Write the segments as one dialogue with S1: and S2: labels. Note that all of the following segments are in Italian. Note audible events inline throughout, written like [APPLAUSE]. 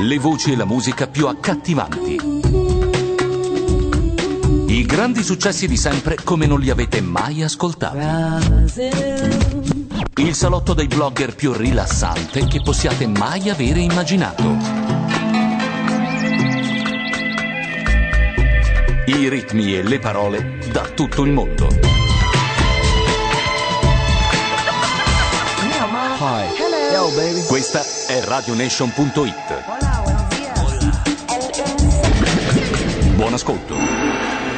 S1: Le voci e la musica più accattivanti. I grandi successi di sempre come non li avete mai ascoltati. Il salotto dei blogger più rilassante che possiate mai avere immaginato. I ritmi e le parole da tutto il mondo. Questa è radionation.it. Buon ascolto.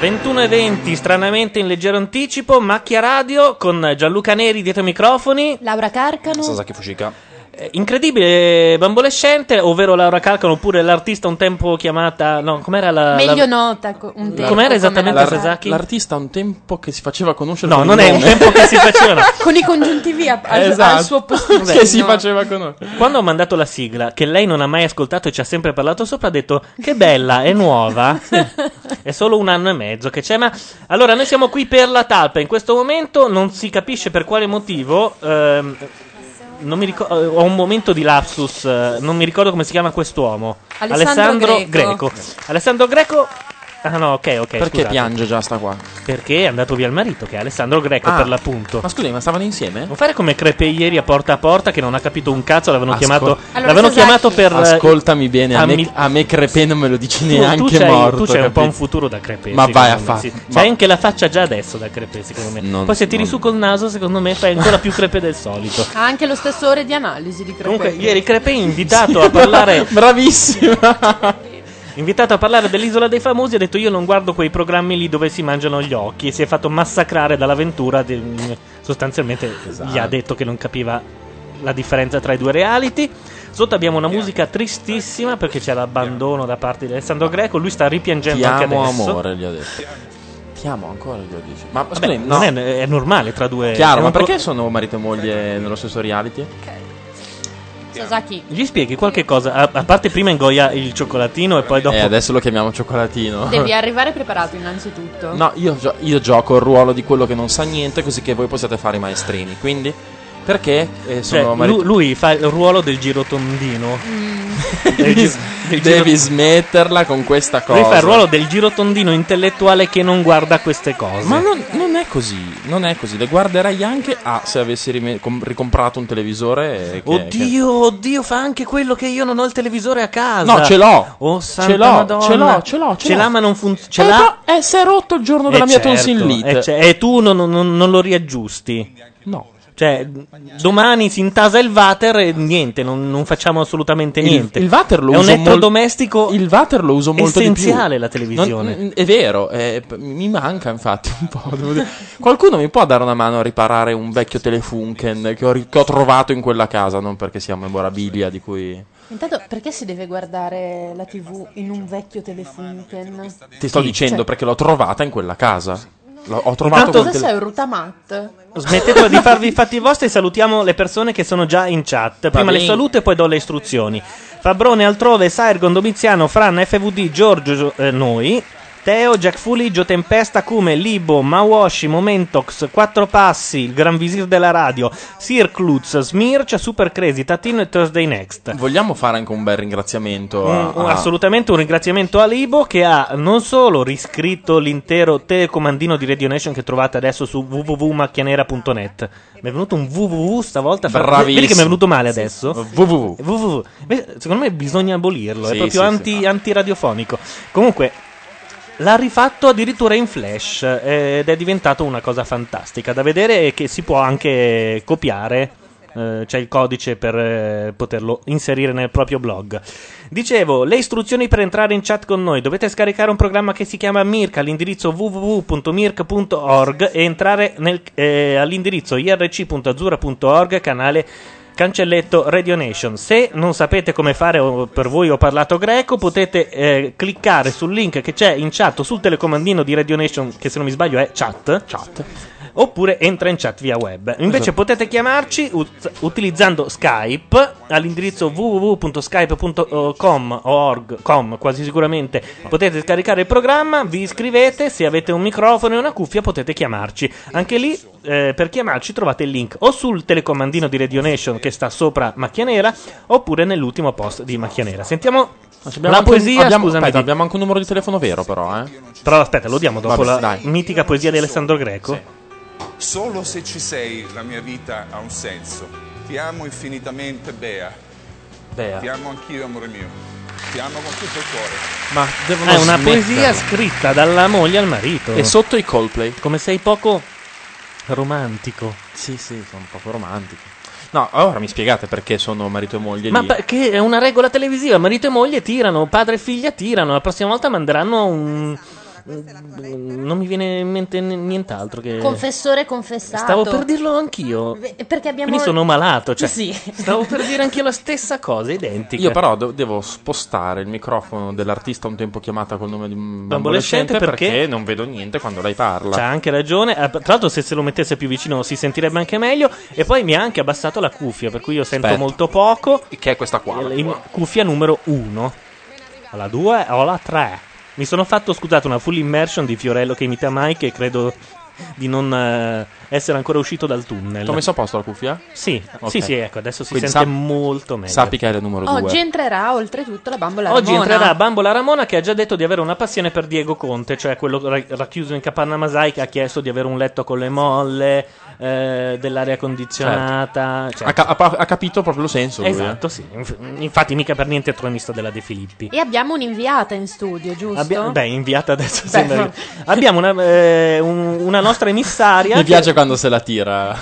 S2: 21.20, stranamente in leggero anticipo, Macchia Radio con Gianluca Neri dietro i microfoni.
S3: Laura Carcano.
S2: Sasaki Fushika. Incredibile bambolescente, ovvero Laura Calcano, oppure l'artista un tempo chiamata. No, com'era la.
S3: Meglio
S2: la-
S3: nota. co- un tempo,
S2: Com'era
S3: come
S2: esattamente
S3: la-
S2: Sasaki?
S4: L'artista un tempo che si faceva conoscere.
S2: No,
S4: con
S2: non
S4: il
S2: è un
S4: nome.
S2: tempo che si
S4: [LAUGHS]
S2: faceva. no.
S3: [LAUGHS] Con i congiuntivi a- al,
S4: Esatto. [LAUGHS]
S3: al suo postino.
S4: Che si faceva conoscere.
S2: Quando ho mandato la sigla, che lei non ha mai ascoltato e ci ha sempre parlato sopra, ha detto che bella, è nuova.
S3: [LAUGHS]
S2: è solo un anno e mezzo che c'è. Ma allora, noi siamo qui per la talpa. In questo momento non si capisce per quale motivo. ehm, non mi ricor- eh, ho un momento di lapsus, eh, non mi ricordo come si chiama quest'uomo.
S3: Alessandro Greco.
S2: Alessandro Greco. Ah no, ok, ok.
S4: Perché
S2: scusate.
S4: piange già sta qua?
S2: Perché è andato via il marito, che è Alessandro Greco
S4: Ah.
S2: per l'appunto.
S4: Ma scusi, ma stavano insieme?
S2: Non fare come Crepe ieri a porta a porta che non ha capito un cazzo, l'avevano
S4: Ascol-
S2: chiamato,
S3: Allora,
S2: l'avevano
S3: Sasaki.
S2: chiamato per... eh,
S4: Ascoltami bene, a,
S2: a
S4: me,
S2: mi-
S4: a me Crepè non me lo dici
S2: tu-
S4: neanche
S2: tu c'hai,
S4: morto.
S2: tu c'hai un po'
S4: capito?
S2: un futuro da Crepe.
S4: Ma vai a
S2: secondo
S4: fa-
S2: me, sì.
S4: ma-
S2: C'hai anche la faccia già adesso da Crepe, secondo me.
S4: Non-
S2: Poi se tiri
S4: non-
S2: su col naso, secondo me fai ancora più Crepe
S4: [LAUGHS]
S2: del solito.
S3: Ha anche lo stesso ore di analisi di Crepe.
S2: Comunque, ieri Crepe è invitato a parlare
S4: [LAUGHS] Bravissima.
S2: Invitato a parlare dell'isola dei famosi, ha detto: Io non guardo quei programmi lì dove si mangiano gli occhi. E si è fatto massacrare dall'avventura. de- sostanzialmente gli
S4: Esatto.
S2: ha detto che non capiva la differenza tra i due reality. Sotto abbiamo una musica tristissima perché c'è l'abbandono da parte di Alessandro Greco. Lui sta ripiangendo
S4: Ti
S2: Cioè, anche
S4: amo
S2: adesso.
S4: amore, gli ho detto. Ti amo ancora, gli ho detto. Ma
S2: Vabbè,
S4: scusi, no.
S2: non è, è normale tra due.
S4: Chiaro,
S2: è
S4: ma
S2: un pro-
S4: perché sono marito e moglie nello stesso reality?
S3: Sasaki.
S2: Gli spieghi qualche cosa. A, a parte prima ingoia il cioccolatino e poi dopo.
S4: E Eh, adesso lo chiamiamo cioccolatino.
S3: Devi arrivare preparato innanzitutto.
S4: [LAUGHS] No, io, gio- io gioco il ruolo di quello che non sa niente, così che voi possiate fare i maestrini. Quindi, perché eh,
S2: Cioè,
S4: sono marito
S2: lui, lui fa il ruolo del girotondino. Mm. [LAUGHS]
S4: [LAUGHS]
S2: Del gi- del giro-
S4: Devi smetterla con questa cosa.
S2: Lui fa il ruolo del girotondino intellettuale che non guarda queste cose.
S4: Ma non, non è così, non è così. Le guarderei anche a se avessi rime- com- ricomprato un televisore. eh, che-
S2: Oddio, oddio, fa anche quello che io non ho il televisore a
S4: che-
S2: casa.
S4: No, ce l'ho.
S2: Oh, santa
S4: ce l'ho,
S2: Madonna.
S4: ce l'ho, ce l'ho, ce
S2: Ce
S4: l'ho.
S2: l'ha, ma non funziona. Ce
S4: Eh,
S2: l'ha.
S4: però, eh, si è rotto il giorno
S2: Eh,
S4: della mia
S2: certo,
S4: tonsillite.
S2: eh, ce- E tu non, non- non lo riaggiusti.
S4: No.
S2: Cioè, domani si intasa il water e niente, non, non facciamo assolutamente niente.
S4: Il, il water lo
S2: È un
S4: uso mol-
S2: elettrodomestico
S4: Il water lo uso molto
S2: essenziale
S4: di
S2: la
S4: più.
S2: televisione.
S4: Non- è vero, eh, p- mi manca infatti un po'. devo dire. Qualcuno mi può dare una mano a riparare un vecchio telefunken che ho, ri- che ho trovato in quella casa, non perché siamo in Borabilia di cui
S3: Intanto, perché si deve guardare la TV in un vecchio telefunken?
S4: ti sto dicendo
S3: Cioè-
S4: perché l'ho trovata in quella casa. L'ho- ho trovato
S2: Intanto-
S4: quel
S3: Cosa
S4: tele-
S3: sei, un rutamat?
S2: [LAUGHS] Smettetela di farvi i fatti vostri e salutiamo le persone che sono già in chat. Prima le
S4: bene.
S2: saluto e poi do le istruzioni. Fabrone altrove, Sairgon, Domiziano, Fran, FVD, Giorgio, eh, noi. Teo, Jack Fuligio, Tempesta, Cume, Libo, Mawashi, Momentox, Quattro Passi, il Gran Visir della Radio, Sir Klutz, Smirch, Super Crazy, Tatino e Thursday Next.
S4: Vogliamo fare anche un bel ringraziamento
S2: Un-
S4: a,
S2: un-
S4: a-
S2: assolutamente un ringraziamento a Libo che ha non solo riscritto l'intero telecomandino di Radio Nation che trovate adesso su www.macchianera.net. Mi è venuto un www stavolta. fra-
S4: Bravissimo.
S2: Vedi che mi è venuto male adesso?
S4: www.
S2: Eh, www. Beh, Secondo me bisogna abolirlo, è
S4: Sì,
S2: proprio
S4: sì,
S2: anti,
S4: sì.
S2: antiradiofonico. Comunque l'ha rifatto addirittura in flash eh, ed è diventato una cosa fantastica da vedere e che si può anche copiare. eh, c'è il codice per eh, poterlo inserire nel proprio blog. Dicevo, le istruzioni per entrare in chat con noi. Dovete scaricare un programma che si chiama Mirk all'indirizzo www.mirk.org e entrare nel- eh, all'indirizzo irc.azzurra.org, canale cancelletto Radio Nation. Se non sapete come fare, o per voi ho parlato greco, potete eh, cliccare sul link che c'è in chat o sul telecomandino di Radio Nation, che se non mi sbaglio è chat.
S4: chat.
S2: oppure entra in chat via web. Invece
S5: Esatto.
S2: potete chiamarci ut- utilizzando Skype all'indirizzo www.skype.com org- eh, com, quasi sicuramente potete scaricare il programma, vi iscrivete, se avete un microfono e una cuffia potete chiamarci. Anche lì eh, per chiamarci trovate il link o sul telecomandino di Radio Nation che sta sopra Macchia Nera oppure nell'ultimo post di Macchia Nera. Sentiamo
S4: abbiamo
S2: la
S4: anche un-
S2: poesia,
S4: abbiamo-
S2: scusami.
S4: aspetta,
S2: ti-
S4: abbiamo anche un numero di telefono vero, però. Eh?
S2: Però aspetta, lo diamo dopo
S4: Vabbè,
S2: la
S4: dai.
S2: mitica poesia di Alessandro Greco.
S6: Solo se ci sei la mia vita ha un senso. Ti amo infinitamente, Bea.
S4: Bea.
S6: Ti amo anch'io, amore mio. Ti amo con tutto il cuore.
S4: Ma devono
S2: È Eh, una
S4: smetterla.
S2: poesia scritta dalla moglie al marito.
S4: E sotto i Coldplay.
S2: Come sei poco romantico.
S4: Sì, sì, sono un po' romantico. No, ora mi spiegate perché sono marito e moglie
S2: Ma
S4: lì.
S2: perché è una regola televisiva, marito e moglie tirano, padre e figlia tirano, la prossima volta manderanno un... Non mi viene in mente n- nient'altro che...
S3: Confessore confessato.
S2: Eh. Stavo per dirlo anch'io.
S3: Beh, eh, Perché abbiamo...
S2: Quindi sono malato, cioè...
S3: Sì.
S2: Stavo per dire anch'io la stessa cosa, identica.
S4: Io però de- devo spostare il microfono dell'artista un tempo chiamata col nome di un bambolescente
S2: perché-
S4: perché? non vedo niente quando lei parla.
S2: C'ha anche ragione. Ah, Tra l'altro, se se lo mettesse più vicino si sentirebbe anche meglio. E poi mi ha anche abbassato la cuffia, per cui io sento
S4: Aspetta.
S2: molto poco.
S4: Che è questa qua?
S2: Eh, in- cuffia numero 1. Ho la 2 o la 3. Mi sono fatto, scusate, una full immersion di Fiorello che imita Mike e credo di non eh, essere ancora uscito dal tunnel.
S4: T'ho messo a posto la cuffia?
S2: Sì,
S4: Ok.
S2: sì, sì, ecco, adesso si
S4: Quindi
S2: sente
S4: sap-
S2: molto meglio.
S4: Sappi che era il
S7: Oh,
S4: numero 2.
S3: Oggi entrerà oltretutto la bambola
S2: Oggi
S3: Ramona.
S2: entrerà Bambola Ramona che ha già detto di avere una passione per Diego Conte, cioè quello ra- racchiuso in capanna Masai che ha chiesto di avere un letto con le molle, eh, dell'aria condizionata. cioè-
S4: Certo. Ha, ca- ha pa- ha capito proprio il senso lui. eh.
S2: esatto, sì. Inf- infatti mica per niente è tronista della De Filippi.
S3: E abbiamo un'inviata in studio, giusto?
S2: Abbia- beh, inviata adesso
S3: Beh,
S2: sembra-
S3: no.
S2: Abbiamo una, eh, un- una nostra emissaria.
S4: eh. Mi piace quando se la
S2: [LAUGHS]
S4: tira.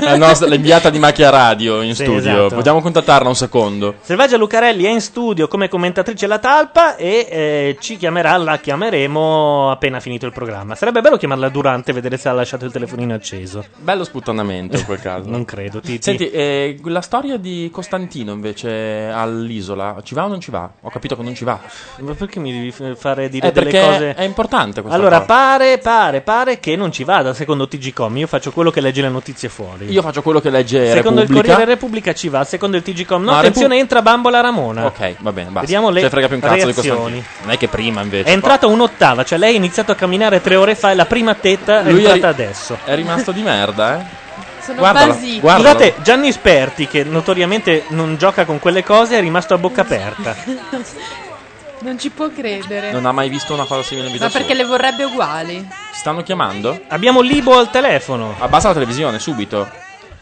S4: la nostra, l'inviata di macchia radio in
S2: Sì,
S4: studio.
S2: esatto.
S4: Possiamo contattarla un secondo.
S2: Selvaggia Lucarelli è in studio come commentatrice alla talpa e eh, ci chiamerà, la chiameremo appena finito il programma. Sarebbe bello chiamarla durante e vedere se ha lasciato il telefonino acceso.
S4: Bello sputtanamento in
S2: [LAUGHS]
S4: quel caso.
S2: Non credo, ti- ti-
S4: Senti, eh, la storia di Costantino invece all'isola, ci va o non ci va? Ho capito che non ci va.
S2: Ma perché mi devi f- fare dire
S4: Eh,
S2: delle
S4: perché
S2: cose?
S4: è importante questa
S2: Allora,
S4: cosa.
S2: pare, pare, pare che non ci vada secondo TGCom. Io faccio quello che legge le notizie fuori.
S4: Io faccio quello che legge
S2: secondo il
S4: Repubblica.
S2: Corriere Repubblica ci va, secondo il TGCom. No,
S4: No,
S2: attenzione, entra Bambola Ramona.
S4: Ok, va bene, basta.
S2: Vediamo le
S4: Cioè, frega più un cazzo di
S2: reazioni.
S4: Costantino. Non è che prima invece.
S2: È entrata un'ottava, cioè lei ha iniziato a camminare tre ore fa e la prima tetta è
S4: Lui
S2: entrata
S4: ri-
S2: adesso.
S4: È rimasto di merda, eh.
S3: Sono
S4: Guardala,
S3: basiti.
S4: guarda. Guardalo.
S2: Scusate, Gianni Sperti, che notoriamente non gioca con quelle cose, è rimasto a bocca aperta.
S3: [LAUGHS] Non ci può credere.
S4: Non ha mai visto una cosa simile in vita
S3: Ma perché
S4: sua.
S3: le vorrebbe uguali?
S4: Ci Stanno chiamando?
S2: Abbiamo Libo al telefono.
S4: Abbassa la televisione, subito.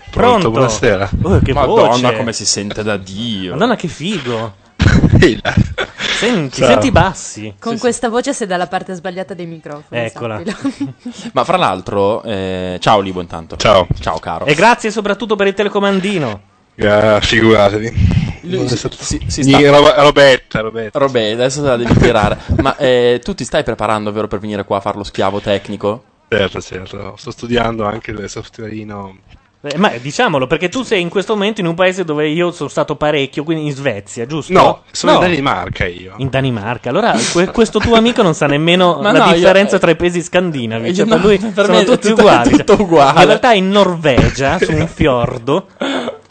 S2: Pronto?
S8: buonasera.
S2: Oh, che
S4: Madonna,
S2: voce.
S4: come si sente da Dio.
S2: Madonna, che figo.
S8: [LAUGHS]
S2: Senti,
S8: Ciao.
S2: senti i bassi.
S3: Con questa voce sei dalla parte sbagliata dei microfoni.
S2: Eccola.
S3: sappilo.
S4: [LAUGHS] Ma fra l'altro, eh, ciao Libo intanto.
S8: Ciao.
S4: Ciao caro.
S2: E grazie soprattutto per il telecomandino.
S8: Ah, figuratevi.
S4: Lui
S8: Non è
S4: si-
S8: stato-
S4: si- si sta-
S8: Ni- Ro- Robetta, Robetta.
S4: Robè, adesso te la devi
S8: [LAUGHS]
S4: tirare. Ma eh, tu ti stai preparando, vero, per venire qua a fare lo schiavo tecnico?
S8: Certo, certo. Sto studiando anche il softwareino.
S2: Eh, ma diciamolo, perché tu sei in questo momento in un paese dove io sono stato parecchio, quindi in Svezia, giusto?
S8: No, sono
S2: No.
S8: in Danimarca io.
S2: In Danimarca, allora que- questo tuo amico non sa nemmeno
S4: Ma [LAUGHS]
S2: la
S4: no, io-
S2: differenza tra i paesi scandinavi.
S4: Io
S2: Cioè,
S4: no,
S2: per lui
S4: [LAUGHS] per
S2: sono
S4: me è
S2: tutti
S4: tutto-
S2: uguali.
S4: tutto
S2: cioè,
S4: uguale.
S2: In realtà è in Norvegia, su
S4: [LAUGHS]
S2: un fiordo.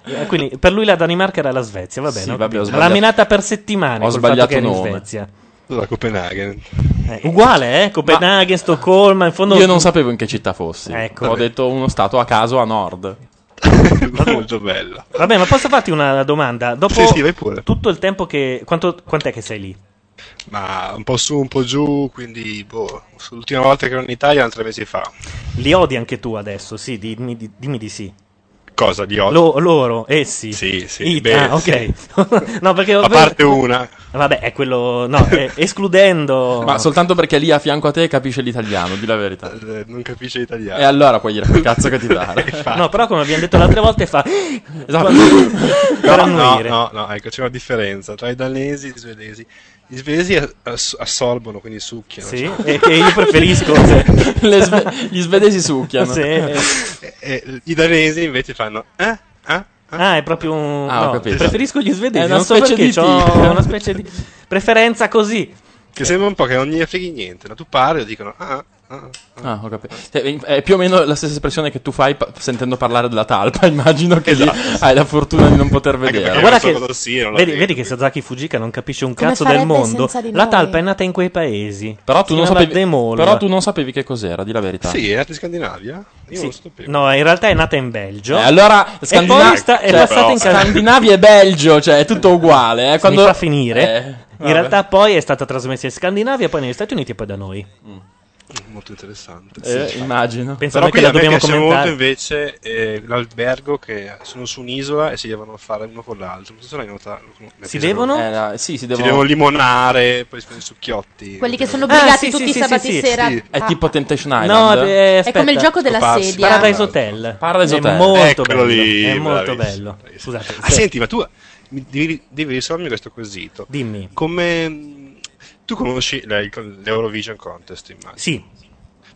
S2: eh, Quindi per lui la Danimarca era la Svezia, va bene.
S4: Sì,
S2: ho
S4: vabbè, ho
S2: capito.
S4: sbagliato-
S2: L'ha menata per settimane.
S4: ho
S2: col fatto
S4: sbagliato
S2: che era in
S4: nome.
S2: Svezia.
S8: Sono da Copenaghen.
S2: Eh, uguale, eh? Copenaghen, Stoccolma, in fondo.
S4: Io non sapevo in che città fossi.
S2: Ecco.
S4: Ho detto uno stato a caso a nord.
S8: [LAUGHS] Molto bello.
S2: Vabbè, ma posso farti una domanda? Dopo
S8: Sì, sì, vai pure.
S2: tutto il tempo che. Quanto... Quant'è che sei lì?
S8: Ma un po' su, un po' giù, quindi boh. L'ultima volta che ero in Italia era tre mesi fa.
S2: Li odi anche tu adesso? Sì, dimmi di, dimmi di sì.
S8: Cosa di oggi?
S2: Lo- loro, essi.
S8: Sì, sì,
S2: I-
S8: beh,
S2: ah, ok.
S8: sì.
S2: [LAUGHS] no, perché
S8: A parte una.
S2: Vabbè, è quello. No,
S8: [LAUGHS]
S2: eh, escludendo.
S4: Ma soltanto perché lì a fianco a te capisce l'italiano, di la verità.
S8: eh, Non capisce
S4: E
S8: l'italiano.
S4: allora puoi dire che cazzo
S8: [LAUGHS]
S4: che ti pare.
S8: Infatti.
S2: No, però come abbiamo detto l'altra volta fa.
S4: Esatto.
S2: per
S8: No, no,
S2: annuire.
S8: no, no, ecco, c'è una differenza tra i danesi e i svedesi. Gli svedesi ass- assorbono, quindi succhiano. cioè.
S2: Sì, e che io preferisco.
S8: [LAUGHS]
S2: se-
S4: Le sve- gli svedesi succhiano.
S2: se-
S8: eh. E-
S2: eh,
S8: e I danesi invece fanno... Eh? Eh?
S2: Ah, è proprio un.
S4: Ah, ho
S2: no,
S4: capito.
S2: preferisco gli svedesi.
S4: È una
S2: non so
S4: specie
S2: perché
S4: di
S2: c'ho
S4: tic.
S2: [LAUGHS] una specie di preferenza così.
S8: Che sembra un po' che non gliene freghi niente. No? Tu parli e dicono... Ah,
S4: Ah, ho capito. Cioè, è più o meno la stessa espressione che tu fai pa- sentendo parlare della talpa. [LAUGHS] Immagino che lì
S8: Esatto.
S4: hai la fortuna di non poter vedere.
S2: Ma guarda che- vedi, vedi che Sasaki Fujika non capisce un
S4: Come
S2: cazzo del
S4: farebbe
S2: mondo.
S4: senza di
S2: La
S4: noi?
S2: talpa è nata in quei paesi.
S4: Però tu,
S2: Si
S4: non
S2: chiama
S4: sapevi,
S2: The Mall.
S4: però tu non sapevi che cos'era, di la verità.
S8: Sì, era di Scandinavia? Io
S2: Sì.
S8: non lo sapevo.
S2: No, in realtà è nata in Belgio.
S4: Eh, allora,
S2: e
S4: Scandina-
S2: poi sta- è
S4: cioè,
S2: passata
S4: però,
S2: in Canada.
S4: Scandinavia e Belgio, cioè è tutto uguale. Eh.
S2: Se
S4: Quando...
S2: mi fa finire.
S4: Eh,
S2: in
S4: vabbè.
S2: realtà poi è stata trasmessa in Scandinavia, poi negli Stati Uniti e poi da noi.
S8: Molto interessante.
S4: Eh,
S8: Sì.
S4: immagino.
S2: Penso
S8: Però
S2: noi che
S8: qui
S2: la
S8: a me
S2: dobbiamo
S8: piace molto
S2: commentare.
S8: invece eh, l'albergo che sono su un'isola e si devono fare uno con l'altro. Non so se l'hai notato. l'hai
S2: Si
S8: preso-
S2: devono? Eh,
S4: no, sì, si
S8: Si
S4: devono-
S8: devono limonare, poi si prendono i succhiotti.
S3: Quelli che sono
S8: Ah,
S3: obbligati
S8: sì,
S3: tutti
S8: sì,
S3: i
S8: sì,
S3: sabati
S8: sì, sì.
S3: sera.
S8: Sì.
S4: È
S3: Ah,
S4: tipo Temptation Island.
S2: No, beh, aspetta.
S3: come il gioco della
S8: Scomparsi.
S3: sedia.
S2: Paradise Hotel.
S4: Paradise
S2: È
S4: Hotel.
S2: molto
S8: Eccolo
S2: bello.
S8: lì,
S2: è molto
S8: bravissimo,
S2: bello. Scusate.
S8: Ah, senti, ma tu mi devi, devi risolvere questo quesito.
S2: Dimmi.
S8: Come. Tu conosci la- il- l'Eurovision Contest, immagino.
S2: Sì.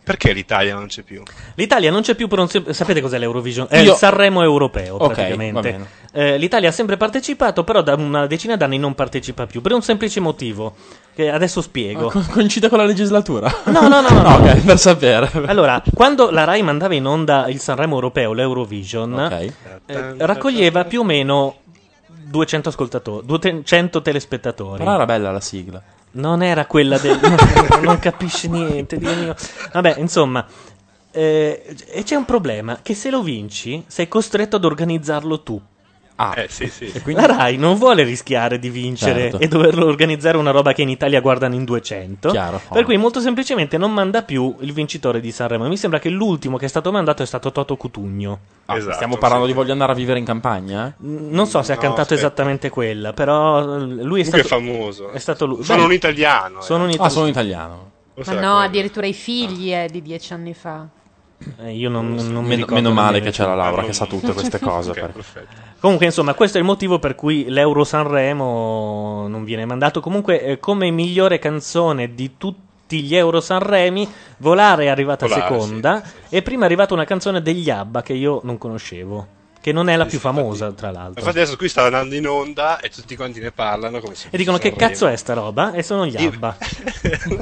S8: Perché l'Italia non c'è più?
S2: L'Italia non c'è più, però non si- sapete cos'è l'Eurovision? È
S8: Io-
S2: il Sanremo europeo
S4: Ok, va
S2: praticamente.
S4: bene.
S2: Eh, L'Italia ha sempre partecipato, però da una decina d'anni non partecipa più, per un semplice motivo, che adesso spiego.
S4: Co- coincide con la legislatura?
S2: No, no, no, no.
S4: no, [LAUGHS] ok, per sapere.
S2: Allora, quando la Rai mandava in onda il Sanremo europeo, l'Eurovision,
S4: Ok.
S2: eh, raccoglieva più o meno 200 ascoltatori, 200 telespettatori.
S4: Però era bella la sigla.
S2: Non era quella
S4: [LAUGHS]
S2: del. non capisce niente. Dio mio. Vabbè, insomma. eh, e c'è un problema: che se lo vinci, sei costretto ad organizzarlo tu.
S4: Ah,
S8: eh, sì, sì.
S2: La Rai non vuole rischiare di vincere
S4: Certo.
S2: e doverlo organizzare una roba che in Italia guardano in 200.
S4: Chiaro.
S2: Per cui molto semplicemente non manda più il vincitore di Sanremo. Mi sembra che l'ultimo che è stato mandato è stato Toto Cutugno.
S4: Ah, stiamo parlando di voglio andare a vivere in campagna?
S2: Non so se ha
S8: Esatto, No,
S2: cantato
S8: aspetta.
S2: esattamente quella, però eh, lui è
S8: Comunque
S2: stato
S8: è famoso.
S2: È stato lui.
S8: Sono
S2: Beh,
S8: un italiano, eh.
S2: Sono un
S4: Ah,
S2: italiano.
S4: sono italiano.
S3: Ma no, addirittura i figli eh, di dieci anni fa.
S2: Eh, io non, non
S4: Meno,
S2: mi ricordo
S4: meno male
S2: nemmeno.
S4: che c'è la Laura che sa [LAUGHS] tutte queste cose. perché-
S2: Comunque, insomma, questo è il motivo per cui l'Euro Sanremo non viene mandato. Comunque, eh, come migliore canzone di tutti gli Euro Sanremi, Volare è arrivata
S5: Volare,
S2: seconda. E prima è arrivata una canzone degli Abba che io non conoscevo. Che non è la più famosa, tra l'altro.
S8: Infatti adesso qui sta andando in onda e tutti quanti ne parlano come se
S2: E dicono che
S8: Sanremo.
S2: cazzo è sta roba? E sono gli Abba.
S8: [LAUGHS]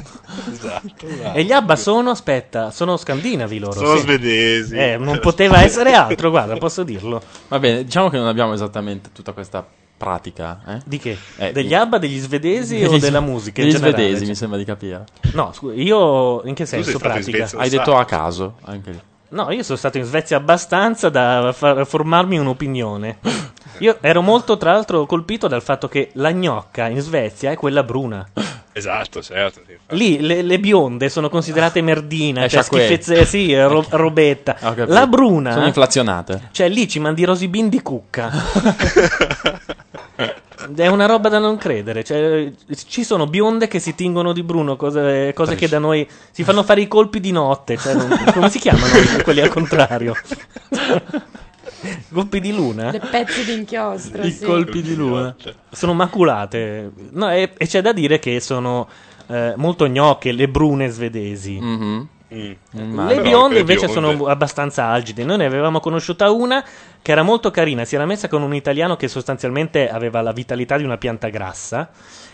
S8: Esatto,
S2: E gli Abba sono, aspetta, sono scandinavi loro.
S8: Sono
S2: sì.
S8: svedesi.
S2: Eh, non poteva
S8: [LAUGHS]
S2: essere altro, guarda, posso dirlo.
S4: Va bene, diciamo che non abbiamo esattamente tutta questa pratica. eh?
S2: Di che?
S4: Eh,
S2: Degli ABBA, degli svedesi o
S4: degli-
S2: della musica? in
S4: Degli
S2: generale?
S4: svedesi, mi sembra di capire.
S2: No, scusa, io in che senso
S4: stato in
S2: pratica?
S4: Hai detto a caso. Anche lì.
S2: No, io sono stato in Svezia abbastanza da far- formarmi un'opinione. Io ero molto, tra l'altro, colpito dal fatto che la gnocca in Svezia è quella bruna.
S8: Esatto, certo. sì.
S2: Lì le, le bionde sono considerate merdina,
S4: Eh,
S2: cioè
S4: sciacque.
S2: schifezze, sì, ro- robetta.
S4: Ho capito.
S2: La bruna,
S4: Sono inflazionate.
S2: cioè lì ci mandi Rosibin
S4: [LAUGHS]
S2: di cucca. È una roba da non credere. Cioè, ci sono bionde che si tingono di bruno, cose, cose che da noi si fanno fare i colpi di notte. cioè, non- come
S4: [LAUGHS]
S2: si chiamano quelli al contrario? colpi di luna?
S3: Le pezzi di inchiostro.
S2: I
S3: sì.
S2: colpi di luna sono maculate. No, e, e c'è da dire che sono eh, molto gnocche le brune svedesi. Mm-hmm.
S8: Mm.
S2: Le bionde invece sono abbastanza algide. Noi ne avevamo conosciuta una che era molto carina. Si era messa con un italiano che sostanzialmente aveva la vitalità di una pianta grassa.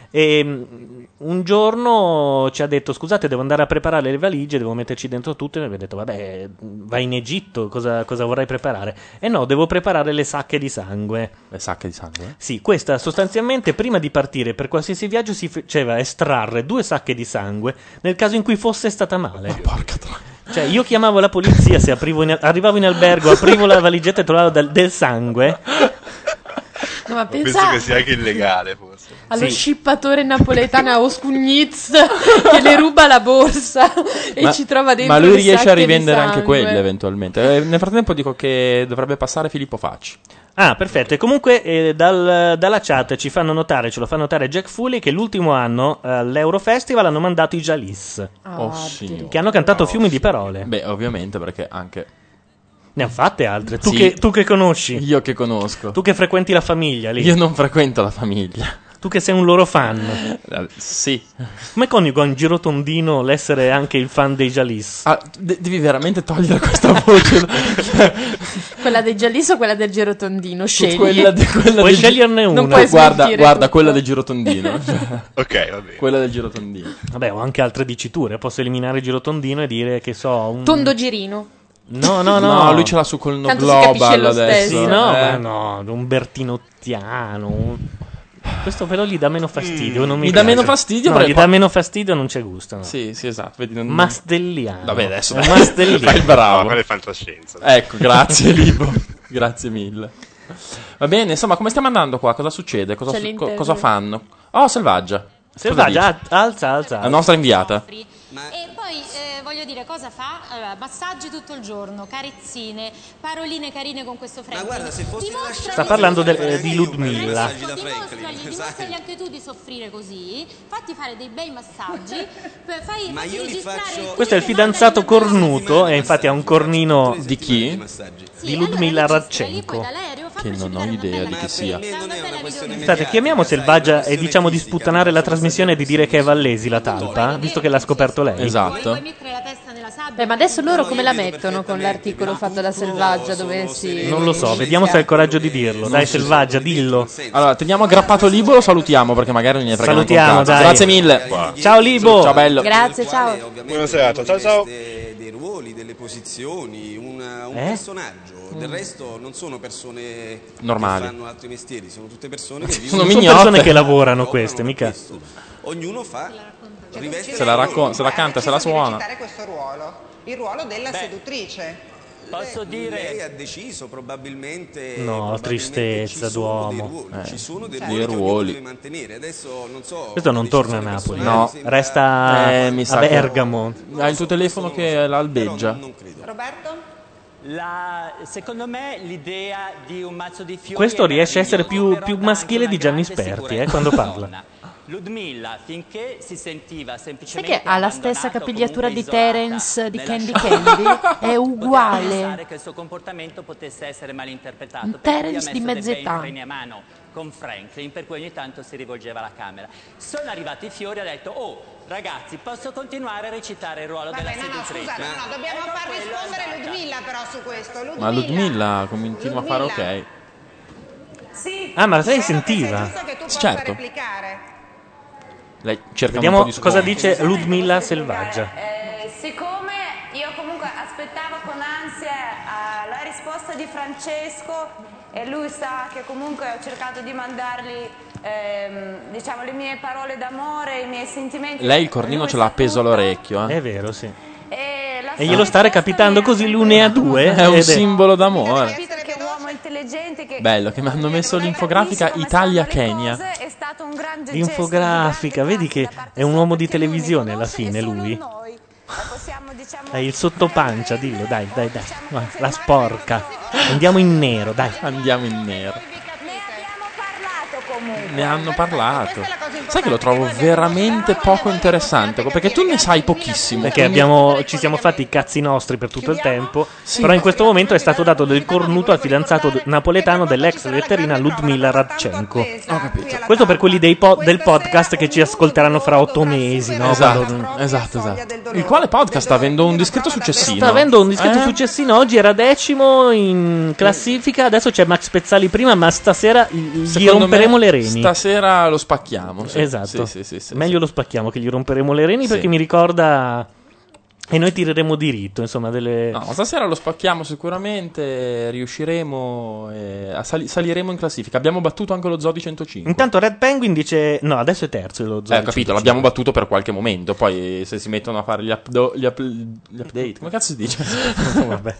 S2: E mm, un giorno ci ha detto: Scusate, devo andare a preparare le valigie, devo metterci dentro tutto. E noi abbiamo detto: Vabbè, vai in Egitto, cosa, cosa vorrai preparare? E no, devo preparare le sacche di sangue.
S4: Le sacche di sangue?
S2: Sì, questa sostanzialmente prima di partire per qualsiasi viaggio si faceva estrarre due sacche di sangue nel caso in cui fosse stata male. porca Cioè, io chiamavo la polizia se aprivo in- arrivavo in albergo, aprivo la valigetta e trovavo del, del sangue.
S3: No, ma
S8: Penso
S7: Esatto.
S3: pensa
S8: che sia anche illegale forse.
S3: allo
S2: Sì.
S3: scippatore napoletano a Oscugnitz che le ruba la borsa e
S4: Ma-
S3: ci trova dentro
S4: Ma lui
S3: le
S4: riesce a
S3: sacche di
S4: rivendere anche
S3: sangue.
S4: quelle eventualmente. Eh, nel frattempo dico che dovrebbe passare Filippo Facci.
S2: Ah, perfetto. E comunque eh, dal- dalla chat ci fanno notare, ce lo fa notare Jack Foley, che l'ultimo anno eh, all'Eurofestival hanno mandato i Jalis.
S4: Oh, signore.
S2: Che hanno cantato fiumi di parole.
S4: Beh, ovviamente perché anche...
S2: Ne hanno fatte altre. Tu,
S4: Sì.
S2: che, tu che conosci,
S4: Io che conosco.
S2: tu che frequenti la famiglia lì.
S4: Io non frequento la famiglia.
S2: Tu che sei un loro fan.
S1: Eh,
S4: Sì.
S2: Come coniuga un girotondino l'essere anche il fan dei Jalis?
S4: Ah, de- devi veramente togliere questa [LAUGHS] voce. Cioè,
S9: Quella del Gialliso o quella del Gerotondino? Scegli.
S4: quella di, quella
S9: Puoi
S4: del gi-
S9: sceglierne Non una. puoi
S4: Guarda,
S9: smentire
S4: guarda
S9: tutto.
S4: quella
S1: [LAUGHS]
S4: del girotondino. cioè.
S1: ok, va bene.
S4: Quella del girotondino.
S2: Vabbè, ho anche altre diciture. Posso eliminare il girotondino e dire che so. Un...
S9: Tondo girino.
S2: No, no, no.
S4: No, lui ce l'ha su col no
S9: Tanto si capisce
S4: global
S9: lo
S4: adesso.
S9: stesso.
S2: Sì, no,
S4: eh.
S2: ma no, un bertinottiano. un- Questo però gli dà meno fastidio.
S1: Mm.
S2: Non mi
S4: Gli Mm. dà
S2: piace.
S4: meno fastidio,
S2: No,
S4: perché
S2: gli
S4: poi-
S2: dà meno fastidio, non c'è gusto. No.
S4: Sì, sì, esatto. Vedi, non...
S2: Mastelliano.
S4: Vabbè, adesso [LAUGHS]
S2: Un Mastelliano.
S4: fai il bravo.
S1: quella è fantascienza.
S4: Ecco, [LAUGHS] grazie Libo. grazie mille. Va bene, insomma, come stiamo andando qua? Cosa succede? Cosa,
S9: C'è
S4: su- co-
S9: l'interview.
S4: cosa fanno? Oh, Selvaggia. Cosa
S2: Selvaggia,
S4: dici? Ah,
S2: al- alza, alza.
S4: La nostra inviata.
S10: E poi eh, voglio dire cosa fa? Allora, massaggi tutto il giorno, carezzine, paroline carine con questo Franklin.
S11: guarda, se fossi
S10: Dimostra-
S11: rilasciato-
S2: Sta parlando del- eh, di Ludmilla.
S11: Messaggi da
S10: Dimostragli,
S11: Franklin,
S10: dimostragli
S11: esatto.
S10: anche tu di soffrire così, fatti fare dei
S4: [LAUGHS]
S10: bei massaggi, poi fai
S11: Ma
S10: fatti
S11: io li
S10: registrare
S11: faccio-
S10: il tuo
S2: Questo è il
S10: tenore
S2: fidanzato
S10: della-
S2: cornuto, e infatti ha un cornino
S4: Di chi?
S10: Sì,
S2: di Ludmilla
S10: allora registra lì,
S2: Radchenko.
S10: poi dall'aereo, fa
S4: Che non ho
S10: precipitare una
S4: idea
S10: bella
S4: di chi
S10: videomappetta,
S4: sia.
S11: me non è
S10: bella
S11: una questione
S10: videomappetta.
S2: State, chiamiamo Selvaggia e diciamo di sputtanare la trasmissione e di dire che è Vallesi la talpa, visto che l'ha scoperto lei.
S4: Esatto.
S10: Vuoi mettere la testa nella sabbia?
S9: Beh, Eh, ma adesso loro come la mettono con l'articolo fatto da Selvaggia dove si...
S2: Non lo so, vediamo se ha il coraggio di dirlo. Dai, Selvaggia, dillo.
S4: Allora, teniamo aggrappato Libo, lo salutiamo perché magari non ne frega neanche un
S2: Salutiamo,
S4: cazzo.
S2: dai.
S4: Grazie mille.
S2: Ciao, Libo.
S4: Ciao bello.
S9: Grazie, ciao.
S1: Buona serata, ciao, ciao.
S11: Dei ruoli, delle posizioni, un, un
S2: Eh?
S11: personaggio. Del resto non sono persone
S4: Normali.
S11: che fanno altri mestieri, sono tutte
S4: [LAUGHS]
S11: persone che vivono
S4: Sono
S2: Sono
S4: mignotte.
S2: persone che lavorano queste,
S11: operano
S2: mica.
S11: questo. Ognuno fa riveste
S4: Se la racconta, se la canta, se la suona.
S12: citare Eh, questo ruolo, il ruolo della seduttrice.
S11: Posso dire lei ha deciso probabilmente
S2: No,
S11: probabilmente
S2: tristezza
S11: ci sono dei
S2: d'uomo.
S11: ruoli, ci sono dei
S4: Eh, Dei
S11: ruoli, che ognuno
S4: ruoli.
S11: deve mantenere. Adesso non so
S2: Questo non
S11: le
S2: torna a Napoli.
S11: decisioni
S2: eh.
S11: personali
S4: No,
S11: sembra-
S2: Resta
S4: Eh, mi sa
S2: a
S4: che-
S2: Bergamo.
S4: Hai il tuo telefono che l'albeggia.
S11: Non credo.
S12: Roberto?
S3: La- secondo me l'idea di un mazzo di fiori
S2: Questo
S3: è
S2: riesce a essere più-
S3: meraviglioso,
S2: più
S3: però dà
S2: maschile
S3: anche
S2: di Gianni
S3: una grande
S2: Sperti, eh,
S3: sicurezza
S2: quando
S3: alla
S2: parla.
S3: donna. Ludmilla finché si sentiva semplicemente
S9: Perché ha la
S3: abbandonata
S9: stessa
S3: o comunque
S9: capigliatura di
S3: isolata
S9: Terence di
S3: nella
S9: Candy
S3: sua-
S9: Candy?
S3: [LAUGHS]
S9: È
S3: Poteva pensare
S9: uguale.
S3: che il suo comportamento potesse essere malinterpretato.
S9: Un
S3: per cui ha
S9: Terence
S3: messo
S9: di
S3: dei
S9: mezza
S3: bei
S9: età.
S3: freni a mano con Franklin, per cui ogni tanto si rivolgeva alla camera. Sono arrivati i fiori e ha detto, oh... Ragazzi, posso continuare a recitare il ruolo della
S12: Vabbè, no, no,
S3: seduttrice?
S12: scusa, no, no, dobbiamo
S3: Ecco
S12: far
S3: quello è
S12: rispondere
S3: andata.
S12: Ludmilla però su questo. Ludmilla.
S4: Ma Ludmilla continua a fare
S12: Ludmilla.
S4: ok.
S12: Sì.
S2: Ah, ma lei
S12: credo che sia
S2: sentiva.
S12: giusto che tu possa
S4: Certo.
S12: replicare.
S4: Lei cerca un
S2: Vediamo
S4: po' di
S2: cosa
S4: sconto.
S2: dice Ludmilla Selvaggia.
S7: Eh, siccome io comunque aspettavo con ansia eh, la risposta di Francesco e lui sa che comunque ho cercato di mandargli ehm, diciamo le mie parole d'amore, i miei sentimenti. Eh,
S4: Lei il cornino
S7: Lui
S4: ce l'ha
S7: sa
S4: appeso
S7: tutto.
S4: all'orecchio, eh.
S2: È vero, sì.
S7: E, Eh, la
S2: E
S7: sua
S2: glielo sta
S7: risposta
S2: recapitando
S7: mi ha-
S2: così, lui ne ha due.
S4: È un
S2: ed
S4: simbolo d'amore.
S7: Capito che uomo intelligente che
S4: Bello, che mi hanno messo l'infografica
S7: Capisce come stanno le
S4: Italia-Kenya.
S7: cose, È stato un grande
S2: L'infografica,
S7: gesto, un grande
S2: vedi che
S7: passo da parte
S2: è un
S7: sua,
S2: uomo di
S7: perché lui ne
S2: televisione alla
S7: conosce e
S2: fine,
S7: solo
S2: lui.
S7: noi la possiamo, diciamo,
S2: È il sottopancia, dillo, dai, dai, dai. Vai, La sporca. Andiamo in nero, dai.
S4: Andiamo in nero.
S7: Ne abbiamo parlato comunque.
S4: Ne hanno parlato.
S12: Questa è la cosa
S4: Sai che lo
S12: importante,
S4: trovo
S12: che noi
S4: veramente
S12: abbiamo-
S4: poco interessante, perché tu ne sai pochissimo.
S2: Perché
S4: Quindi-
S2: abbiamo, ci siamo fatti i cazzi nostri per tutto il tempo, però in questo momento è stato dato del cornuto al fidanzato d- napoletano dell'ex letterina Ludmilla Radchenko.
S4: Ah,
S7: Esatto.
S2: Questo per quelli dei po- del podcast che ci ascolteranno fra otto mesi, no? Quando-
S4: Esatto, esatto, esatto. Il quale podcast sta avendo un discreto successino.
S2: Sta avendo un discreto
S4: Eh?
S2: successino, oggi era decimo in classifica, adesso c'è Max Pezzali prima, ma stasera gli
S4: Secondo me,
S2: romperemo le reni.
S4: Stasera lo spacchiamo. sì.
S2: Esatto.
S4: Sì, sì, sì, sì,
S2: Meglio lo spacchiamo che gli romperemo le reni
S4: Sì.
S2: perché mi ricorda... E noi tireremo diritto, insomma, delle...
S4: No, stasera lo spacchiamo sicuramente, riusciremo eh, a sali- saliremo in classifica. Abbiamo battuto anche lo Zoo di 105.
S2: Intanto Red Penguin dice... No, adesso è terzo lo
S4: Eh,
S2: Zoo
S4: ho capito, l'abbiamo battuto per qualche momento, poi eh, se si mettono a fare gli, updo- gli up- gli update, come cazzo si dice?
S2: [LAUGHS]
S4: [LAUGHS]
S2: Certo, Vabbè.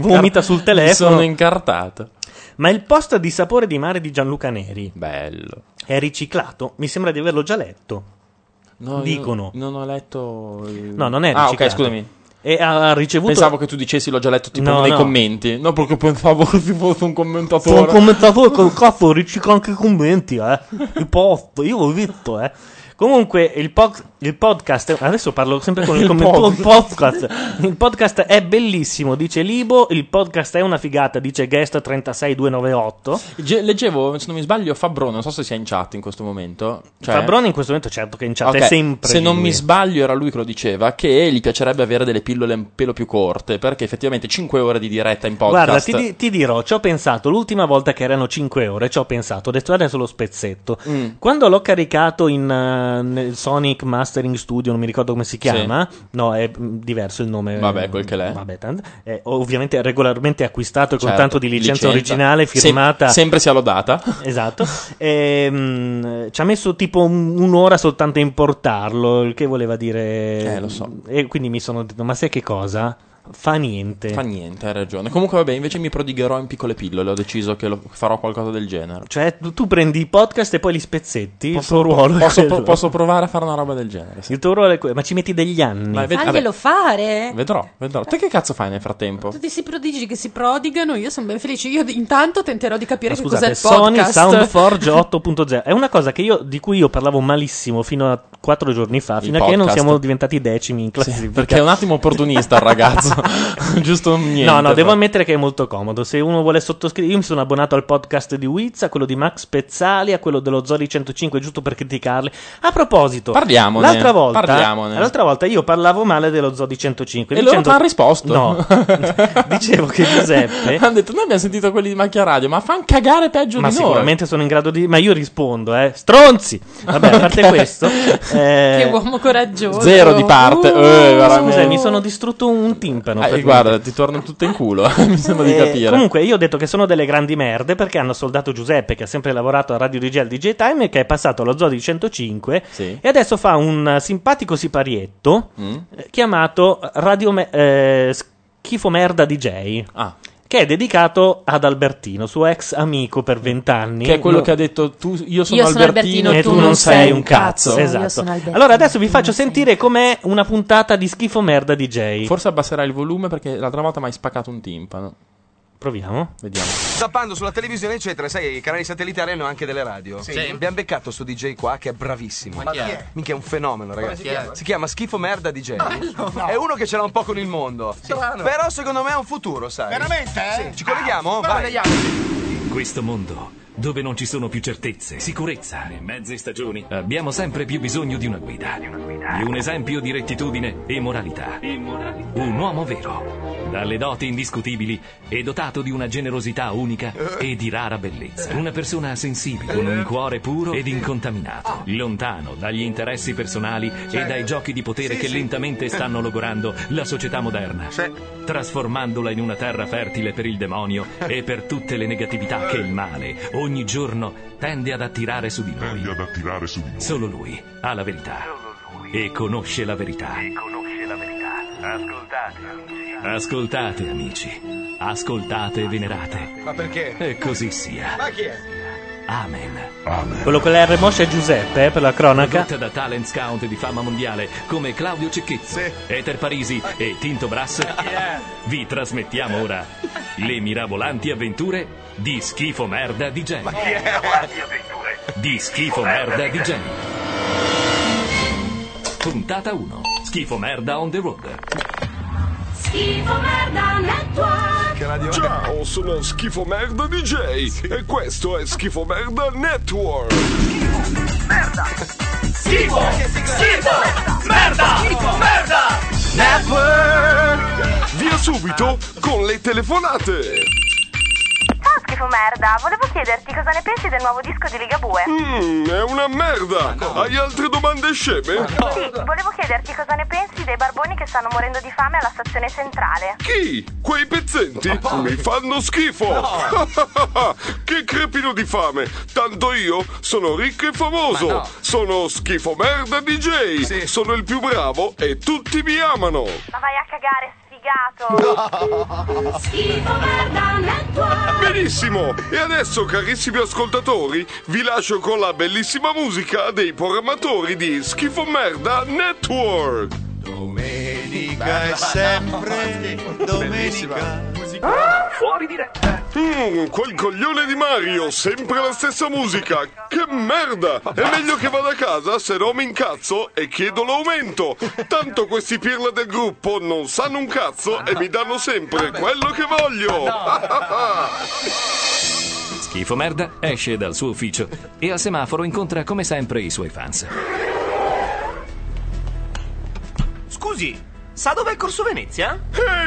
S2: Vomita sul telefono.
S4: Mi sono incartato.
S2: Ma il post di sapore di mare di Gianluca Neri
S4: Bello.
S2: è riciclato? Mi sembra di averlo già letto.
S4: No, io
S2: Dicono.
S4: non ho letto... il-
S2: No, non è
S4: Ah,
S2: riciclato.
S4: ok, scusami.
S2: E ha ha ricevuto...
S4: Pensavo che tu dicessi l'ho già letto tipo
S2: No,
S4: nei
S2: no.
S4: commenti. No, perché pensavo [LAUGHS] che si fosse un commentatore.
S2: Sono commentatore col cazzo, riciclo anche i commenti, eh. I post, io l'ho visto, eh. Comunque, il post... Il podcast, adesso parlo sempre con il,
S4: Il
S2: come
S4: pod-
S2: il podcast. Il podcast è bellissimo, dice Libo. Il podcast è una figata, dice Guest 36298.
S4: Ge- leggevo, se non mi sbaglio, Fabrone, non so se sia in chat in questo momento. Cioè-
S2: Fabrone in questo momento certo che in chat è
S4: Ok,
S2: sempre
S4: se non
S2: lui.
S4: mi sbaglio era lui che lo diceva che gli piacerebbe avere delle pillole un pelo più corte perché effettivamente 5 ore di diretta in podcast
S2: Guarda, ti, di- ti dirò, ci ho pensato l'ultima volta che erano 5 ore, ci ho pensato, ho detto adesso lo spezzetto.
S4: Mm.
S2: Quando l'ho caricato in eh, nel Sonic Mastering Studio, non mi ricordo come si chiama, no, è mm, diverso il nome.
S4: Vabbè, quel che l'è.
S2: Vabbè, tanto- è ovviamente regolarmente acquistato con
S4: Certo,
S2: tanto di licenza, originale
S4: Se-
S2: firmata.
S4: sempre sia lodata.
S2: [LAUGHS] Esatto. E, mm, ci ha messo tipo un- un'ora soltanto a importarlo, il che voleva dire...
S4: Eh, lo so.
S2: E quindi mi sono detto, ma sai che cosa? Fa niente.
S4: Fa niente, hai ragione. Comunque, vabbè, invece mi prodigherò in piccole pillole. Ho deciso che lo- farò qualcosa del genere.
S2: Cioè, tu, tu prendi i podcast e poi li spezzetti. il
S4: Posso-
S2: tuo ruolo
S4: posso-
S2: è quello.
S4: posso provare a fare una roba del genere.
S2: Il tuo ruolo è quello, ma ci metti degli anni.
S4: Ma ved-
S7: Faglielo fare.
S4: Vedrò, vedrò. Te che cazzo fai nel frattempo?
S7: Tutti si prodigi che si prodigano, io sono ben felice. Io d- intanto tenterò di capire
S2: Ma
S7: che
S2: scusate,
S7: cos'è il
S2: Sony
S7: podcast.
S2: Soundforge 8.0 è una cosa che io, di cui io parlavo malissimo fino a 4 giorni fa, fino a che non
S4: podcast.
S2: siamo diventati decimi in classifica.
S4: Perché è un attimo opportunista il
S2: [LAUGHS]
S4: ragazzo. [LAUGHS] Giusto niente.
S2: No, no,
S4: però.
S2: devo ammettere che è molto comodo. Se uno vuole sottoscrivere, io mi sono abbonato al podcast di Wiz, a quello di Max Pezzali, a quello dello Zoli 105, giusto per criticarli. A proposito,
S4: Parliamone,
S2: l'altra volta,
S4: parliamone.
S2: l'altra volta io parlavo male dello Zoli 105
S4: E loro
S2: dicendo-
S4: t'hanno risposto.
S2: No,
S4: [LAUGHS]
S2: [LAUGHS] dicevo che Giuseppe.
S4: Hanno detto, noi abbiamo sentito quelli di Macchia Radio, ma fan cagare peggio
S2: Ma
S4: di noi.
S2: sicuramente sono in grado di. Ma io rispondo, eh. Stronzi! Vabbè, a parte
S4: [LAUGHS] Ok.
S2: questo. eh,
S7: [LAUGHS] Che uomo coraggioso.
S4: Zero di parte.
S2: Uh,
S4: Eh, veramente.
S2: scusa, mi sono distrutto un timpano.
S4: Eh,
S2: per
S4: guarda,
S2: niente.
S4: ti torna tutto in culo. [LAUGHS] mi sembra di
S2: Eh,
S4: capire.
S2: Comunque, io ho detto che sono delle grandi merde perché hanno soldato Giuseppe, che ha sempre lavorato a Radio DJ al DJ Time, che è passato allo zoo di 105 e adesso fa un eh, simpatico siparietto eh, chiamato Radio Me- eh, Schifo Merda DJ.
S4: Ah.
S2: Che è dedicato ad Albertino, suo ex amico per vent'anni.
S4: Che è quello
S2: No.
S4: che ha detto tu, io sono,
S2: Io sono
S4: Albertino,
S2: Albertino,
S4: e tu non sei un cazzo.
S2: Io Esatto. sono Albertino, Allora, adesso vi faccio sentire com'è una puntata di schifo merda DJ.
S4: Forse abbasserai il volume perché l'altra volta mi hai spaccato un timpano.
S2: Proviamo.
S4: Vediamo.
S13: Zappando sulla televisione, eccetera, sai, i canali satellitari hanno anche delle radio.
S4: Sì.
S13: Abbiamo beccato sto DJ qua che è bravissimo.
S14: Ma chi è?
S13: Minchia, è un fenomeno,
S14: Come
S13: ragazzi.
S14: si chiama?
S13: Schifo Merda
S14: [LAUGHS]
S13: DJ.
S14: Bello.
S13: È uno che ce l'ha un po' con il mondo.
S14: Strano.
S13: Però secondo me ha un futuro, sai.
S14: Veramente, eh?
S13: Sì. Ci colleghiamo?
S14: Ah,
S13: Vai.
S15: In questo mondo, dove non ci sono più certezze, sicurezza e mezze stagioni, abbiamo sempre più bisogno di una guida. Di un esempio di rettitudine e moralità. Un uomo vero, dalle doti indiscutibili e dotato di una generosità unica
S13: Eh.
S15: e di rara bellezza. Una persona sensibile, con un cuore puro
S13: Eh.
S15: ed incontaminato, lontano dagli interessi personali
S13: Cioè,
S15: e dai giochi di potere
S14: Sì,
S15: che
S14: sì.
S15: lentamente stanno logorando la società moderna, trasformandola in una terra fertile per il demonio e per tutte le negatività che il male ogni giorno tende ad attirare su di noi. Solo lui ha la verità. E conosce la verità.
S14: conosce la verità. Ascoltate, amici.
S15: Ascoltate, amici. Ascoltate e venerate.
S13: Ma perché?
S15: E così sia.
S13: Ma chi è?
S15: Amen.
S2: Quello con la R Moscia è Giuseppe, eh, per la cronaca.
S15: Prodotta da talent scout di fama mondiale come Claudio Cecchizzo, Eter Parisi e Tinto Brass, vi trasmettiamo ora le mirabolanti avventure di Schifo Merda DJ. Di Schifo Merda DJ. Puntata 1. Schifo Merda on the road.
S14: Schifo merda network. Ciao, oh, sono Schifo merda DJ e questo è Schifo merda network. Schifo, schifo, merda, schifo, merda, network. Via subito con le telefonate.
S10: Ciao schifo merda, volevo chiederti cosa ne pensi del nuovo disco di Ligabue.
S14: Mm, è una merda. Hai altre domande sceme?
S10: Sì, volevo chiederti cosa ne pensi dei barboni che stanno morendo di fame alla stazione centrale.
S14: Chi? Quei pezzenti mi fanno schifo! [LAUGHS] che crepino di fame! Tanto io sono ricco e famoso!
S8: Ma no.
S14: Sono schifo merda DJ! Sono il più bravo e tutti mi amano!
S10: Ma vai a cagare, sfigato! Schifo merda network!
S14: Benissimo! E adesso, carissimi ascoltatori, vi lascio con la bellissima musica dei programmatori di Schifo Merda Network! Domenica
S16: è sempre
S14: domenica!
S16: Fuori diretta.
S14: Mm, quel coglione di Mario, sempre la stessa musica. Che merda! È meglio che vada a casa, se no mi incazzo e chiedo l'aumento. Tanto questi pirla del gruppo non sanno un cazzo e mi danno sempre quello che voglio. [LAUGHS]
S17: Schifo Merda esce dal suo ufficio e al semaforo incontra come sempre i suoi fans.
S11: Scusi, sa dov'è Corso Venezia?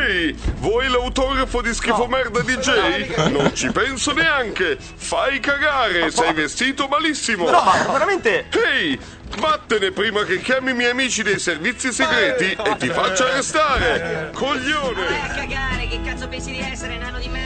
S14: Ehi, vuoi l'autografo di schifo merda DJ? Non ci penso neanche. Fai cagare, sei vestito malissimo.
S11: No, ma veramente?
S14: Ehi, vattene prima che chiami i miei amici dei servizi segreti e ti faccia arrestare. Coglione!
S10: Cagare, che cazzo pensi di essere, nano di merda?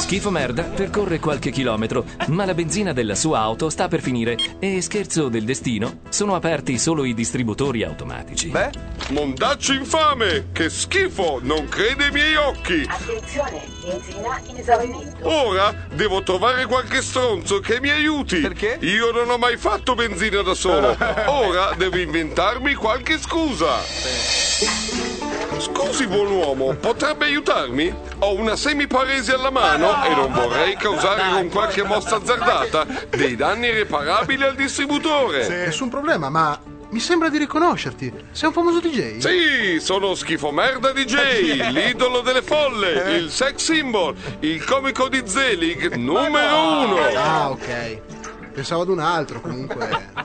S17: Schifo Merda percorre qualche chilometro, ma la benzina della sua auto sta per finire e, scherzo del destino, sono aperti solo i distributori automatici.
S14: Beh? Mondaccio infame! Che schifo! Non crede ai miei occhi!
S18: Attenzione, benzina in esaurimento.
S14: Ora devo trovare qualche stronzo che mi aiuti. Perché? Io non ho mai fatto benzina da solo. Ora devo inventarmi qualche scusa. Scusi, buon uomo, potrebbe aiutarmi? Ho una semiparesi alla mano e non vorrei causare con qualche mossa azzardata dei danni irreparabili al
S1: Eh.
S14: distributore.
S19: Nessun problema, ma mi sembra di riconoscerti. Sei un famoso DJ?
S14: Sì, sono schifo merda DJ, l'idolo delle folle, il sex symbol, il comico di Zelig numero uno.
S19: Ah, ok. Pensavo ad un altro, comunque.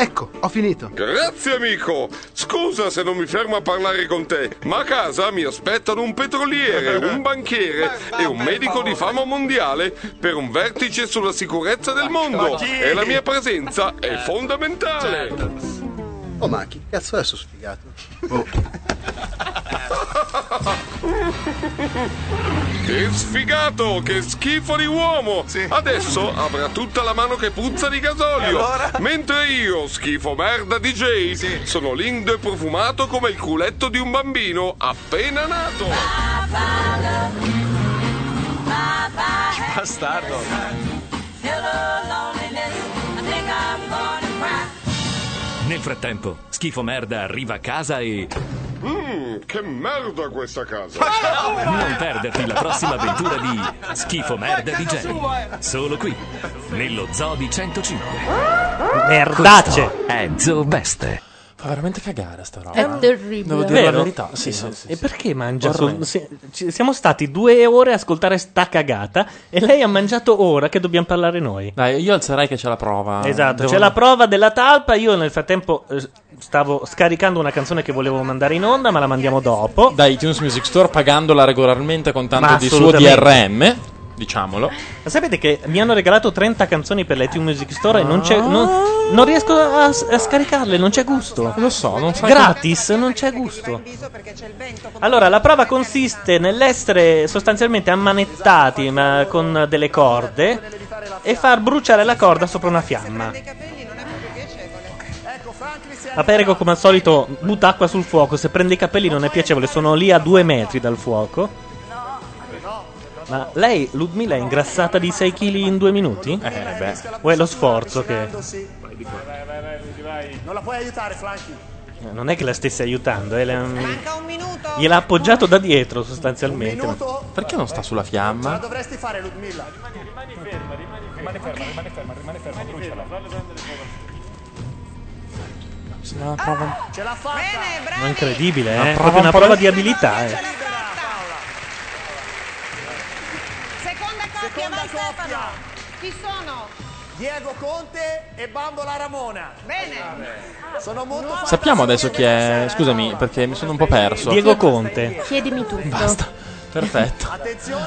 S19: Ecco, ho finito.
S14: Grazie amico, scusa se non mi fermo a parlare con te, ma a casa mi aspettano un petroliere, un banchiere e un medico di fama mondiale per un vertice sulla sicurezza del mondo e la mia presenza è fondamentale.
S19: Oh, ma chi cazzo è sto sfigato?
S14: Che sfigato, che schifo di uomo! Adesso avrà tutta la mano che puzza di gasolio. Mentre io, schifo merda DJ, sono lindo e profumato come il culetto di un bambino appena nato.
S11: Bastardo.
S17: Nel frattempo, Schifo Merda arriva a casa e.
S14: Mmm, che merda questa casa!
S17: Non perderti la prossima avventura di Schifo Merda di Jerry. Solo qui, nello Zoo di 105.
S2: Merdacce.
S17: Questo È Zoo Best.
S4: Fa veramente cagare sta roba.
S2: È
S4: terribile. Devo dire
S2: Vero? Eh,
S4: la verità. Sì, sì, sì,
S2: e perché mangia?
S4: Vorrei.
S2: solo- se- ci- siamo stati due ore a ascoltare sta cagata e lei ha mangiato ora che dobbiamo parlare noi.
S4: Dai, io alzerei che c'è la prova.
S2: Esatto,
S4: Devo-
S2: c'è la prova della talpa. Io nel frattempo eh, stavo scaricando una canzone che volevo mandare in onda, ma la mandiamo dopo.
S4: Da iTunes Music Store pagandola regolarmente con tanto
S2: Ma
S4: di suo
S2: assolutamente.
S4: DRM. Diciamolo.
S2: Ma sapete che mi hanno regalato 30 canzoni per l'iTunes Music Store e non, c'è, non, non riesco a, a scaricarle, non c'è gusto.
S4: Lo so, non sai
S2: Gratis, non c'è gusto. Allora, la prova consiste nell'essere sostanzialmente ammanettati ma con delle corde e far bruciare la corda sopra una fiamma. A Perego, come al solito, butta acqua sul fuoco. Se prende i capelli non è piacevole, sono lì a due metri dal fuoco. Ma lei, Ludmilla, è ingrassata di 6 kg in due minuti? Eh, beh. O è lo sforzo che.
S20: Vai, vai, vai, Luigi, vai. Non la puoi aiutare, Franky.
S2: Non è che la stesse aiutando, eh, la- Gliel'ha appoggiato da dietro, sostanzialmente.
S20: Un minuto.
S2: Perché non sta sulla
S20: Ce la
S2: fiamma?
S20: dovresti fare, Ludmilla. Rimani, ferma, rimani ferma. Rimani ferma, rimani ferma, rimani ferma, bruciala.
S4: Una prova-
S20: Ce la fatta!
S2: Ma è incredibile,
S4: Una
S2: eh. È
S4: prova
S2: proprio una
S4: un po'
S2: prova
S4: di-
S2: di abilità, eh.
S10: Seconda coppia. Chi sono? Diego Conte e Bambola Ramona.
S20: Ah,
S10: Bene. Sono molto fan-
S4: Sappiamo adesso chi è. Scusami, perché mi sono un po' perso.
S2: Diego Conte.
S3: Chiedimi tutto.
S4: Perfetto.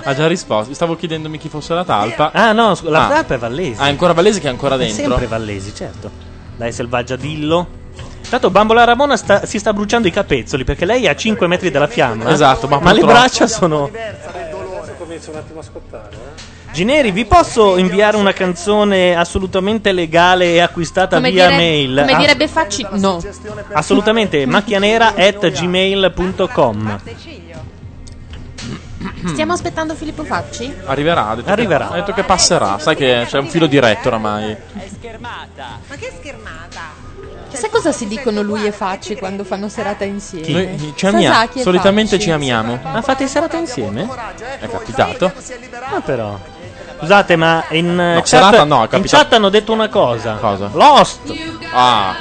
S4: Ha già risposto. Stavo chiedendomi chi fosse la talpa.
S2: Ah, no, scu- la talpa è Vallesi.
S4: Ah, è ancora Vallesi che è ancora
S2: È
S4: dentro.
S2: sempre Vallesi, certo. Dai, selvaggia, dillo. Tanto Bambola Ramona sta- si sta bruciando i capezzoli perché lei è a 5 metri dalla fiamma.
S4: Esatto, ma
S2: le
S4: purtroppo-
S2: braccia sono.
S20: Adesso comincio un attimo a eh. scottare.
S2: Gineri, vi posso inviare una canzone assolutamente legale e acquistata
S7: Come,
S2: via
S7: dire-
S2: mail?
S7: come
S2: Ah,
S7: direbbe Facci, no.
S2: assolutamente, macchianera at gmail.com.
S7: Stiamo aspettando Filippo Facci?
S4: Arriverà. Ha detto che-
S2: Arriverà.
S4: ha detto che passerà. Sai che c'è un filo diretto oramai.
S21: È schermata.
S10: Ma che schermata?
S7: Sai cosa si dicono lui e Cioè, Facci quando fanno serata
S4: Chi?
S7: insieme?
S4: Noi ci amiamo.
S7: Sasaki e
S4: Solitamente
S7: Facci.
S4: ci amiamo.
S2: Ah, fate serata insieme?
S4: È capitato.
S2: Ah, però. Scusate, ma in, eh, chat,
S4: serata no, è
S2: in
S4: capitato-
S2: chat hanno detto una cosa. Lost.
S4: Ah.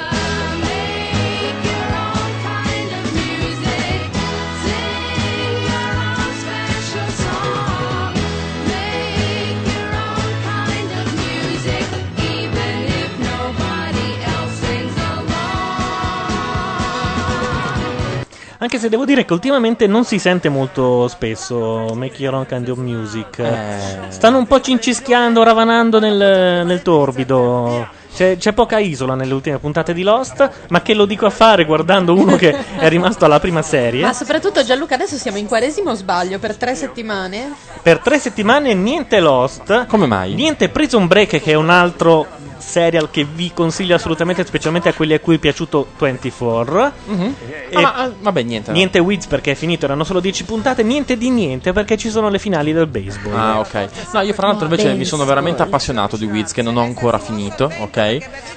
S2: Anche se devo dire che ultimamente non si sente molto spesso Make Your Own Kind of Music.
S4: Eh.
S2: Stanno un po' cincischiando, ravanando nel, nel torbido. C'è, c'è poca isola nelle ultime puntate di Lost, ma che lo dico a fare guardando uno che è rimasto alla prima serie.
S7: Ma soprattutto Gianluca, adesso siamo in quaresimo o sbaglio per tre settimane.
S2: Per tre settimane niente Lost.
S4: Come mai?
S2: Niente Prison Break, che è un altro serial che vi consiglio assolutamente, specialmente a quelli a cui è piaciuto 24.
S4: Mhm.
S2: E-
S4: Ah, ma- ah, vabbè, niente. no.
S2: Eh, Niente Wiz perché è finito, erano solo 10 puntate, niente di niente perché ci sono le finali del baseball.
S4: Ah, ok. No, io fra l'altro invece mi sono veramente appassionato di Wiz che non ho ancora finito, ok?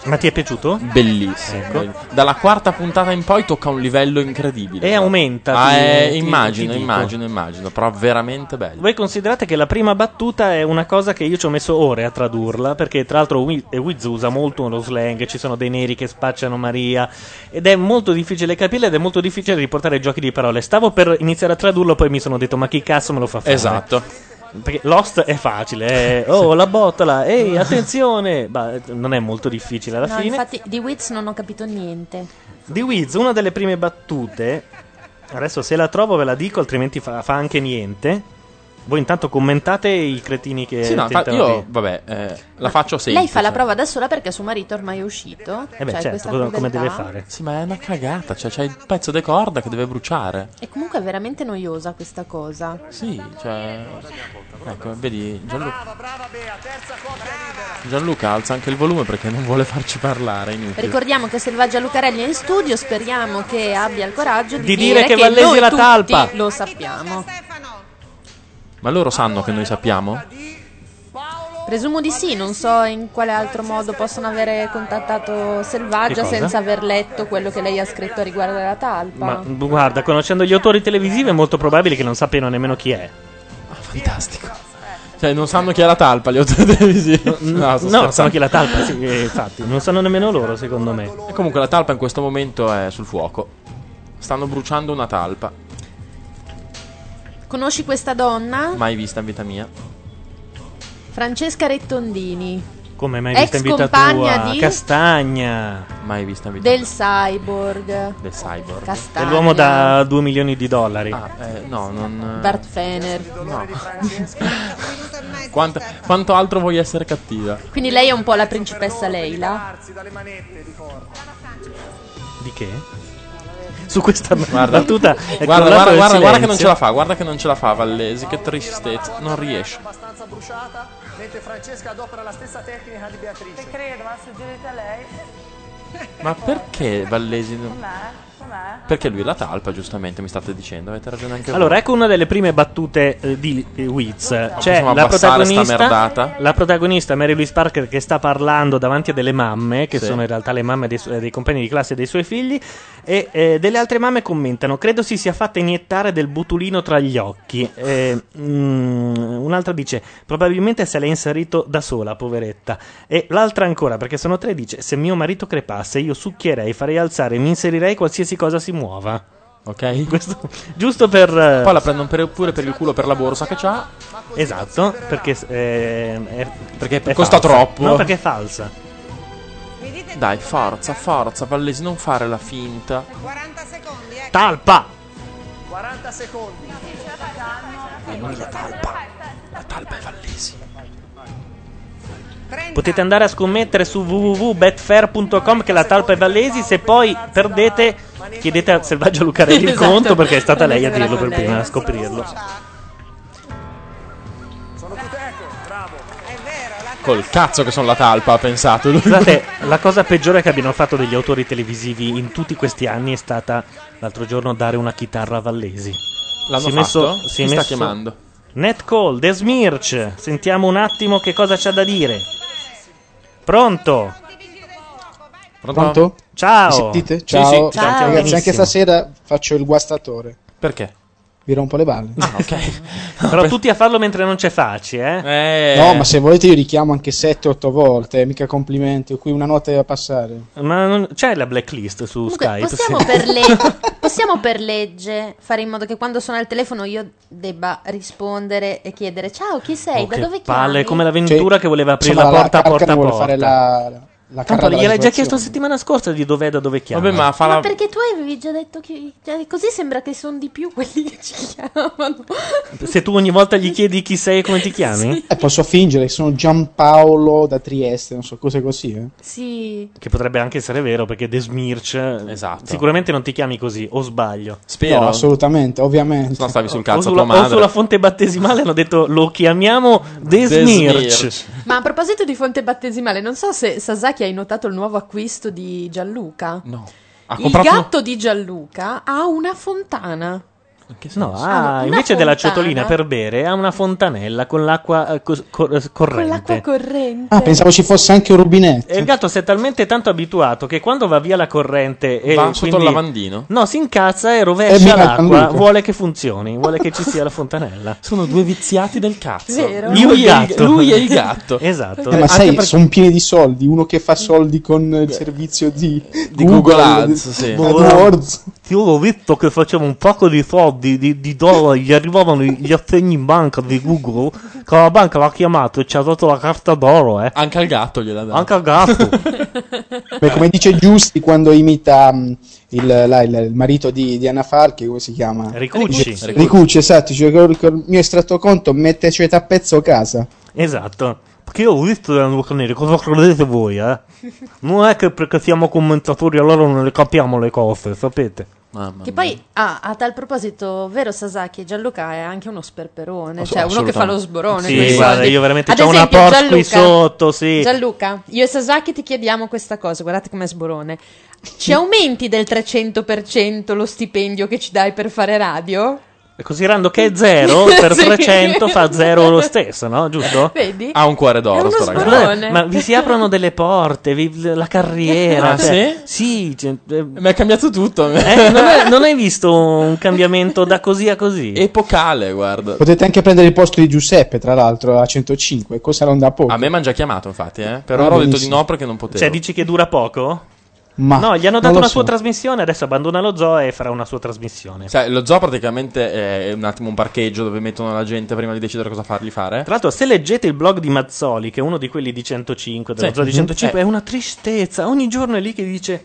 S2: Ma ti è piaciuto?
S4: Bellissimo.
S2: Ecco.
S4: Dalla quarta puntata in poi tocca un livello incredibile.
S2: E aumenta,
S4: Ah,
S2: ti-
S4: eh,
S2: ti-
S4: immagino,
S2: ti dico.
S4: immagino, immagino, però veramente bello.
S2: Voi considerate che la prima battuta è una cosa che io ci ho messo ore a tradurla, perché tra l'altro Wi- eh, Wiz usa molto lo slang, ci sono dei neri che spacciano Maria, ed è molto difficile capirla ed è molto difficile riportare giochi di parole. Stavo per iniziare a tradurlo, poi mi sono detto ma chi cazzo me lo fa fare?
S4: Esatto.
S2: Perché Lost è
S4: [LAUGHS]
S2: facile, è, oh la botola, ehi attenzione, ma eh, non è molto difficile alla
S7: no,
S2: fine.
S7: infatti di Wiz non ho capito niente.
S2: Di Wiz, una delle prime battute. Adesso se la trovo ve la dico, altrimenti fa, fa anche niente. Voi intanto commentate i cretini che
S4: Sì, no, infatti
S2: tentano
S4: io,
S2: di-
S4: vabbè, eh, la faccio sempre.
S7: Lei fa la prova da sola perché suo marito ormai è uscito.
S4: Eh beh,
S7: Cioè,
S4: certo,
S7: questa
S4: cosa- come
S7: crudeltà.
S4: deve fare? Sì, ma è una cagata, cioè c'è il pezzo di corda che deve bruciare.
S7: E comunque è veramente noiosa questa cosa.
S4: Sì, cioè... Ecco, vedi, Gianluca... Gianluca alza anche il volume perché non vuole farci parlare, è inutile.
S7: Ricordiamo che Selvaggia Lucarelli è in studio, speriamo che abbia il coraggio di,
S4: Di dire che Vallesi
S7: noi
S4: era
S7: tutti
S4: talpa.
S7: Lo sappiamo.
S4: Ma loro sanno che noi sappiamo?
S7: Presumo di sì, non so in quale altro modo possono avere contattato
S2: Che
S7: Selvaggia
S2: cosa?
S7: senza aver letto quello che lei ha scritto riguardo alla talpa.
S2: Ma guarda, conoscendo gli autori televisivi è molto probabile che non sappiano nemmeno chi è.
S4: Fantastico. Cioè, non sanno chi è la talpa, gli autori televisivi. [LAUGHS] No, sto
S2: no, sanno
S4: scherzando.
S2: chi è la talpa, sì, eh, infatti, non sanno nemmeno loro, secondo me.
S4: E comunque la talpa in questo momento è sul fuoco. Stanno bruciando una talpa.
S7: Conosci questa donna?
S4: Mai vista in vita mia.
S7: Francesca Rettondini
S2: Come mai
S7: Ex
S2: vista in vita
S7: compagna
S2: tua?
S7: di-
S2: Castagna.
S4: Mai vista in
S7: del cyborg.
S4: Del cyborg.
S7: Castagna.
S2: Dell'uomo da 2 milioni di dollari.
S4: Ah, eh, no, non...
S7: Bart Fener.
S4: Quanto, quanto altro vuoi essere cattiva?
S7: [LAUGHS] Quindi lei è un po' la principessa Leila.
S2: Di che? Su questa battuta
S4: Guarda, guarda,
S2: è crollato il
S4: guarda, guarda che
S2: silenzio.
S4: non ce la fa, guarda che non ce la fa Vallesi, che tristezza, non riesce.
S18: abbastanza bruciata, mentre Francesca adopera la stessa tecnica di Beatrice. Te credo, ma suggerita lei.
S4: Ma perché Vallesi? non-
S18: Com'è? Com'è?
S4: Perché lui è la talpa, giustamente, mi state dicendo, avete ragione anche voi.
S2: Allora, ecco una delle prime battute eh, di eh, Wiz. C'è
S4: possiamo
S2: la
S4: abbassare sta
S2: protagonista,
S4: merdata?
S2: la protagonista Mary Louise Parker che sta parlando davanti a delle mamme, che
S4: Sì.
S2: sono in realtà le mamme dei, su- eh, dei compagni di classe dei suoi figli, e eh, delle altre mamme commentano, credo si sia fatta iniettare del butulino tra gli occhi. Eh, mm, un'altra dice, probabilmente se l'è inserito da sola, poveretta. E l'altra ancora, perché sono tre, dice, se mio marito crepasse io succhierei, farei alzare, mi inserirei qualsiasi cosa si muova.
S4: Ok?
S2: [LAUGHS] Questo, giusto per... eh,
S4: Poi la prendono per- pure per il culo per la borsa che c'ha.
S2: Esatto, perché, eh, è-
S4: Perché
S2: è
S4: costa
S2: falsa.
S4: troppo.
S2: No, perché è falsa.
S4: Dai, forza, forza, Vallesi, non fare la finta.
S2: Talpa!
S18: 40 secondi.
S4: Ma Eh, non la talpa. La talpa è Vallesi.
S2: Potete andare a scommettere su www.betfair.com che la talpa è Vallesi. Se poi perdete, chiedete a Selvaggia Lucarelli il
S4: Esatto.
S2: conto perché è stata lei a
S4: Era
S2: dirlo
S4: con
S2: per
S4: lei.
S2: prima, a scoprirlo.
S4: Col cazzo che sono la talpa, ha pensato lui.
S2: Scusate, la cosa peggiore che abbiano fatto degli autori televisivi in tutti questi anni è stata l'altro giorno dare una chitarra a Vallesi.
S4: L'hanno
S2: si è
S4: fatto? Mi sta chiamando.
S2: Net Call, The Smirch. Sentiamo un attimo che cosa c'ha da dire. Pronto?
S4: Pronto?
S2: Ciao.
S20: Mi sentite?
S2: Sì,
S20: Ciao.
S2: sì, ti sentiamo
S20: Ragazzi,
S2: benissimo.
S20: anche stasera faccio il guastatore.
S4: Perché?
S20: Vi rompo le balle.
S2: Ah, Però tutti a farlo mentre non c'è faci, eh?
S20: [LAUGHS] No, ma se volete io richiamo anche 7-8 volte, eh, mica complimenti, ho qui una notte da passare.
S2: Ma non- c'è la blacklist su Skype?
S7: Possiamo
S2: sì. [LAUGHS]
S7: per, le- possiamo per legge fare in modo che quando suona il telefono io debba rispondere e chiedere ciao chi sei,
S2: Oh,
S7: da
S2: che
S7: dove
S2: palle, è
S7: chiami?
S2: come l'avventura che voleva aprire la
S20: Insomma,
S2: porta a
S20: Carcano
S2: porta a
S20: vuole
S2: porta.
S20: fare la, la
S2: Tanto
S20: carra della
S2: gliel'hai già chiesto
S20: situazione.
S2: la settimana scorsa di dov'è da dove chiama.
S4: Vabbè, ma fa
S7: Ma
S4: la...
S7: perché tu avevi già detto che cioè, così sembra che sono di più quelli che ci
S2: [LAUGHS]
S7: chiamano.
S2: Se tu ogni volta
S7: [LAUGHS]
S2: gli chiedi chi sei e come ti chiami,
S20: Eh, posso fingere, sono Giampaolo da Trieste, non so cose così. Eh.
S7: Sì.
S2: che potrebbe anche essere vero perché The Smirch
S4: Esatto.
S2: sicuramente non ti chiami così, o sbaglio.
S20: No, assolutamente, ovviamente.
S4: No, stavi sul
S2: O
S4: cazzo a
S2: sulla,
S4: tua
S2: o
S4: madre.
S2: sulla fonte battesimale hanno detto lo chiamiamo
S4: The
S2: The, Smirch.
S4: Smirch.
S7: Ma a proposito di fonte battesimale, non so se Sasaki hai notato il nuovo acquisto di Gianluca.
S4: No.
S7: il gatto di Gianluca ha una fontana.
S2: No, ah,
S7: Ah, una
S2: invece della
S7: fontana.
S2: ciotolina per bere ha una fontanella con l'acqua eh, cos- cor- eh, corrente.
S7: L'acqua corrente.
S20: Ah, pensavo ci fosse anche un rubinetto.
S2: E il gatto si è talmente tanto abituato che quando va via la corrente e
S4: Va sotto il
S2: quindi-
S4: lavandino.
S2: No, si incazza e
S4: E
S2: rovescia
S4: mica il
S2: l'acqua.
S4: Gianluca.
S2: Vuole che funzioni, vuole che ci sia la fontanella.
S4: [LAUGHS] Sono due viziati del cazzo.
S2: Vero.
S4: Lui,
S2: Lui
S4: è
S2: e
S4: il,
S2: il-
S4: lui e il gatto.
S2: [LAUGHS] esatto.
S20: Eh, ma sai, sono pieni di soldi. Uno che fa soldi con il servizio di,
S2: Google
S20: eh,
S4: Ads, sì.
S20: AdWords.
S2: Io ho visto che facevo un pacco di soldi, di, di dollari, gli arrivavano gli assegni in banca di Google, che la banca l'ha chiamato e ci ha dato la carta d'oro, eh.
S4: Anche al gatto gliel'ha dato.
S2: Anche al gatto.
S20: Beh,
S2: [LAUGHS]
S20: come dice Giusti quando imita mh, il, là, il- il marito di, di Anna Falchi, come si chiama?
S2: Ricucci.
S20: Ricucci, Ricucci, esatto. Cioè, col, col mio estratto conto mette a pezzo casa.
S2: Esatto. Perché io ho visto Gianluca Neri, cosa credete voi, eh? Non è che perché siamo commentatori allora non le capiamo le cose, sapete?
S7: Che poi, ah, a tal proposito, vero Sasaki, Gianluca è anche uno sperperone, cioè uno che fa lo sborone. con i
S2: Sì, guarda,
S7: soldi.
S2: io veramente
S7: Ad
S2: c'ho una
S7: esempio,
S2: Porsche qui
S7: Gianluca-
S2: sotto, sì.
S7: Gianluca, io e Sasaki ti chiediamo questa cosa, guardate com'è sborone. Ci aumenti del 300% lo stipendio che ci dai per fare radio?
S2: Considerando
S7: [LAUGHS]
S2: che è zero, per
S7: Sì.
S2: 300 fa zero lo stesso, no? Giusto?
S7: Vedi?
S4: Ha un cuore d'oro, sto ragazzo.
S2: Scusate, ma vi si aprono delle porte, vi- la carriera.
S4: Ah,
S2: cioè- Sì. Mi
S4: è cambiato tutto.
S2: Eh, non, hai, non hai visto un cambiamento da così a così?
S4: Epocale, guarda.
S20: Potete anche prendere il posto di Giuseppe, tra l'altro, a 105. Cosa non da poco.
S2: Ah,
S4: A me mi hanno già chiamato, infatti, eh. Però
S20: Ah,
S4: ho detto di
S20: benissimo.
S4: no perché non potevo.
S2: Cioè, dici che dura poco?
S20: Ma
S2: no, gli hanno
S20: non
S2: dato
S20: lo
S2: una
S20: so.
S2: sua trasmissione, adesso abbandona lo zoo e farà una sua trasmissione.
S4: Sai, cioè, lo zoo praticamente è un attimo un parcheggio dove mettono la gente prima di decidere cosa fargli fare.
S2: Tra l'altro, se leggete il blog di Mazzoli, che è uno di quelli di 105, dello
S4: Sì.
S2: zoo di
S4: Mhm.
S2: 105,
S4: Eh.
S2: è una tristezza. Ogni giorno è lì che dice...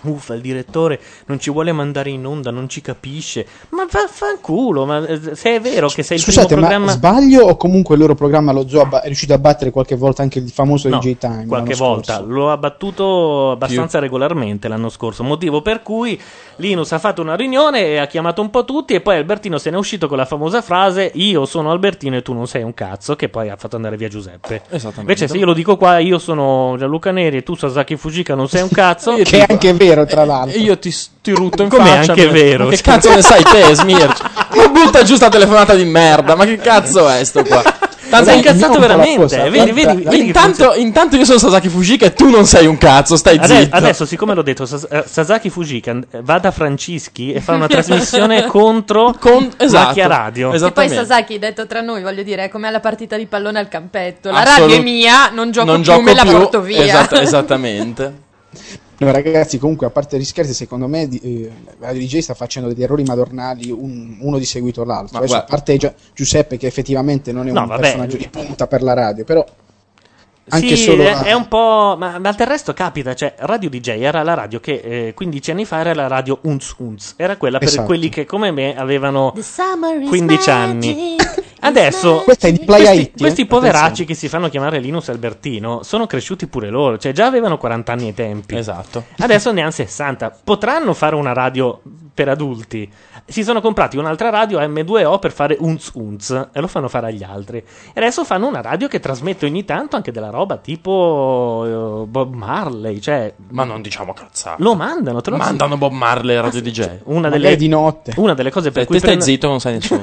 S2: Uffa, il direttore non ci vuole mandare in onda, non ci capisce. Ma vaffanculo, ma eh, se è vero che sei il
S20: Scusate,
S2: primo
S20: ma
S2: programma...
S20: sbaglio o comunque il loro programma lo zoo ha ba- è riuscito a battere qualche volta anche il famoso
S2: No,
S20: DJ Time?
S2: qualche
S20: l'anno
S2: volta
S20: scorso?
S2: lo ha battuto abbastanza regolarmente l'anno scorso motivo per cui Linus ha fatto una riunione e ha chiamato un po' tutti e poi Albertino se n'è uscito con la famosa frase io sono Albertino e tu non sei un cazzo che poi ha fatto andare via Giuseppe
S4: Esattamente.
S2: invece se io lo dico qua io sono Gianluca Neri e tu Sasaki Fujika non sei un cazzo
S20: Che è anche vero,
S2: [LAUGHS]
S20: tra l'altro.
S4: E io ti, ti rutto in
S2: Com'è
S4: faccia.
S2: anche
S4: ma-
S2: vero?
S4: ma Che cazzo ne sai
S20: [LAUGHS]
S4: te,
S2: [LAUGHS]
S4: Smirch? Ma butta giù sta telefonata di merda. Ma che cazzo è sto qua?
S2: sei incazzato
S4: ogni volta la
S2: veramente,
S4: cosa,
S2: vedi,
S4: guarda,
S2: vedi,
S4: guarda,
S2: vedi che
S4: intanto, intanto io sono Sasaki Fujika e tu non sei un cazzo, stai
S2: Ade-
S4: zitto.
S2: adesso, siccome l'ho detto, Sas- eh, Sasaki Fujika eh, va da Francischi e fa una trasmissione contro
S4: esatto,
S2: Macchia Radio.
S7: E poi Sasaki, detto tra noi, voglio dire, è come alla partita di pallone al campetto. La
S4: Assolut-
S7: radio è mia, non gioco
S4: non
S7: più,
S4: gioco
S7: me la
S4: più,
S7: porto via. [LAUGHS]
S4: esatto- esattamente.
S20: No, ragazzi, comunque, a parte gli scherzi, secondo me di- eh, la DJ sta facendo degli errori madornali un- uno di seguito all'altro.
S4: Ma
S20: Adesso, a
S4: guarda-
S20: parte Gia- Giuseppe, che effettivamente non è
S2: No,
S20: un
S2: vabbè.
S20: personaggio di punta per la radio, però anche
S2: sì,
S20: solo.
S2: è, è un po'. Ma, ma del resto capita, cioè, Radio DJ era la radio che eh, 15 anni fa era la radio Unz Unz, era quella per
S20: Esatto.
S2: quelli che come me avevano
S7: summer is
S2: 15 anni. [LAUGHS] Adesso
S20: Questa è di Playa
S2: questi,
S20: It, eh?
S2: questi poveracci
S20: Attenzione.
S2: che si fanno chiamare Linus e Albertino sono cresciuti pure loro, cioè già avevano 40 anni ai tempi.
S4: Esatto.
S2: Adesso ne hanno 60. Potranno fare una radio per adulti. Si sono comprati un'altra radio M2O per fare unz unz e lo fanno fare agli altri. E adesso fanno una radio che trasmette ogni tanto anche della roba tipo eh, Bob Marley, cioè
S4: Ma non diciamo cazzate.
S2: lo mandano, te lo
S4: Mandano Bob Marley, Radio DJ.
S2: Una delle,
S20: di notte.
S2: una delle cose per
S4: Cioè, Te
S2: cui
S4: stai
S2: prendo-
S4: zitto, non sai nessuno.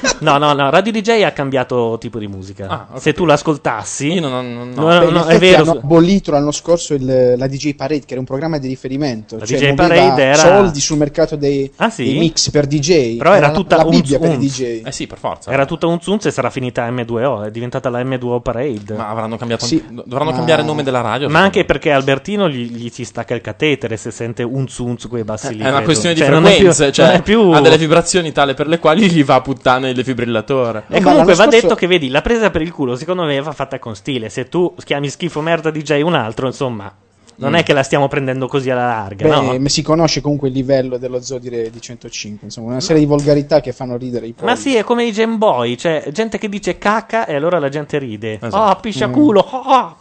S2: [LAUGHS] No, no, no, Radio DJ ha cambiato tipo di musica.
S4: Ah,
S2: Se tu l'ascoltassi... Io non,
S20: No, beh, in
S2: è
S20: effetti
S2: vero.
S20: Hanno abolito l'anno scorso il- la DJ Parade, che era un programma di riferimento.
S2: La
S20: cioè
S2: DJ
S20: muoveva
S2: Parade era-
S20: soldi sul mercato dei,
S2: Ah, sì?
S20: dei mix per DJ.
S2: Però era,
S20: la-
S2: tutta
S20: la
S2: un
S20: Bibbia per i
S2: zunz.
S20: DJ.
S4: Eh sì, per forza.
S2: Era tutta un zunz e sarà finita M2O, è diventata la M2O Parade. Ma
S4: avranno cambiato dovranno cambiare il nome della radio,
S2: Ma anche perché Albertino gli, gli si stacca il catetere se sente un zunz quei bassi lì.
S4: Eh, È una
S2: credo.
S4: questione di
S2: Cioè, non è più-
S4: frequenze, cioè
S2: non è più-
S4: ha delle vibrazioni tale per le quali gli va a puttane il defibrillatore.
S2: E comunque va detto che vedi, la presa per il culo secondo me va fatta con stile. Se tu chiami schifo merda DJ un altro, insomma, non
S20: Mm.
S2: è che la stiamo prendendo così alla larga,
S20: Beh,
S2: no?
S20: ma si conosce comunque il livello dello zoo di, re- di 105. Insomma, una serie di volgarità che fanno ridere i
S2: Ma
S20: poveri.
S2: sì, è come i Game Boy, cioè gente che dice cacca e allora la gente ride.
S20: Esatto.
S2: Oh, piscia
S20: Mm.
S2: culo. oh, oh.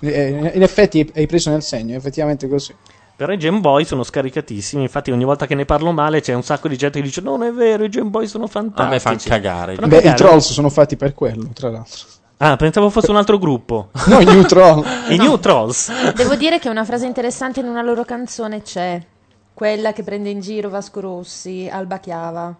S20: Eh, In effetti hai preso nel segno, è effettivamente così.
S2: Però i Game Boy sono scaricatissimi, infatti ogni volta che ne parlo male c'è un sacco di gente che dice "Non è vero, i Game Boy sono fantastici".
S4: cagare.
S2: Fanno
S20: Beh, i
S2: cagare.
S20: trolls sono fatti per quello, tra l'altro.
S2: Ah, pensavo fosse un altro gruppo.
S20: No,
S2: [LAUGHS]
S20: i new troll.
S2: I New Trolls.
S7: Devo dire che una frase interessante in una loro canzone c'è. Quella che prende in giro Vasco Rossi, Alba Chiava.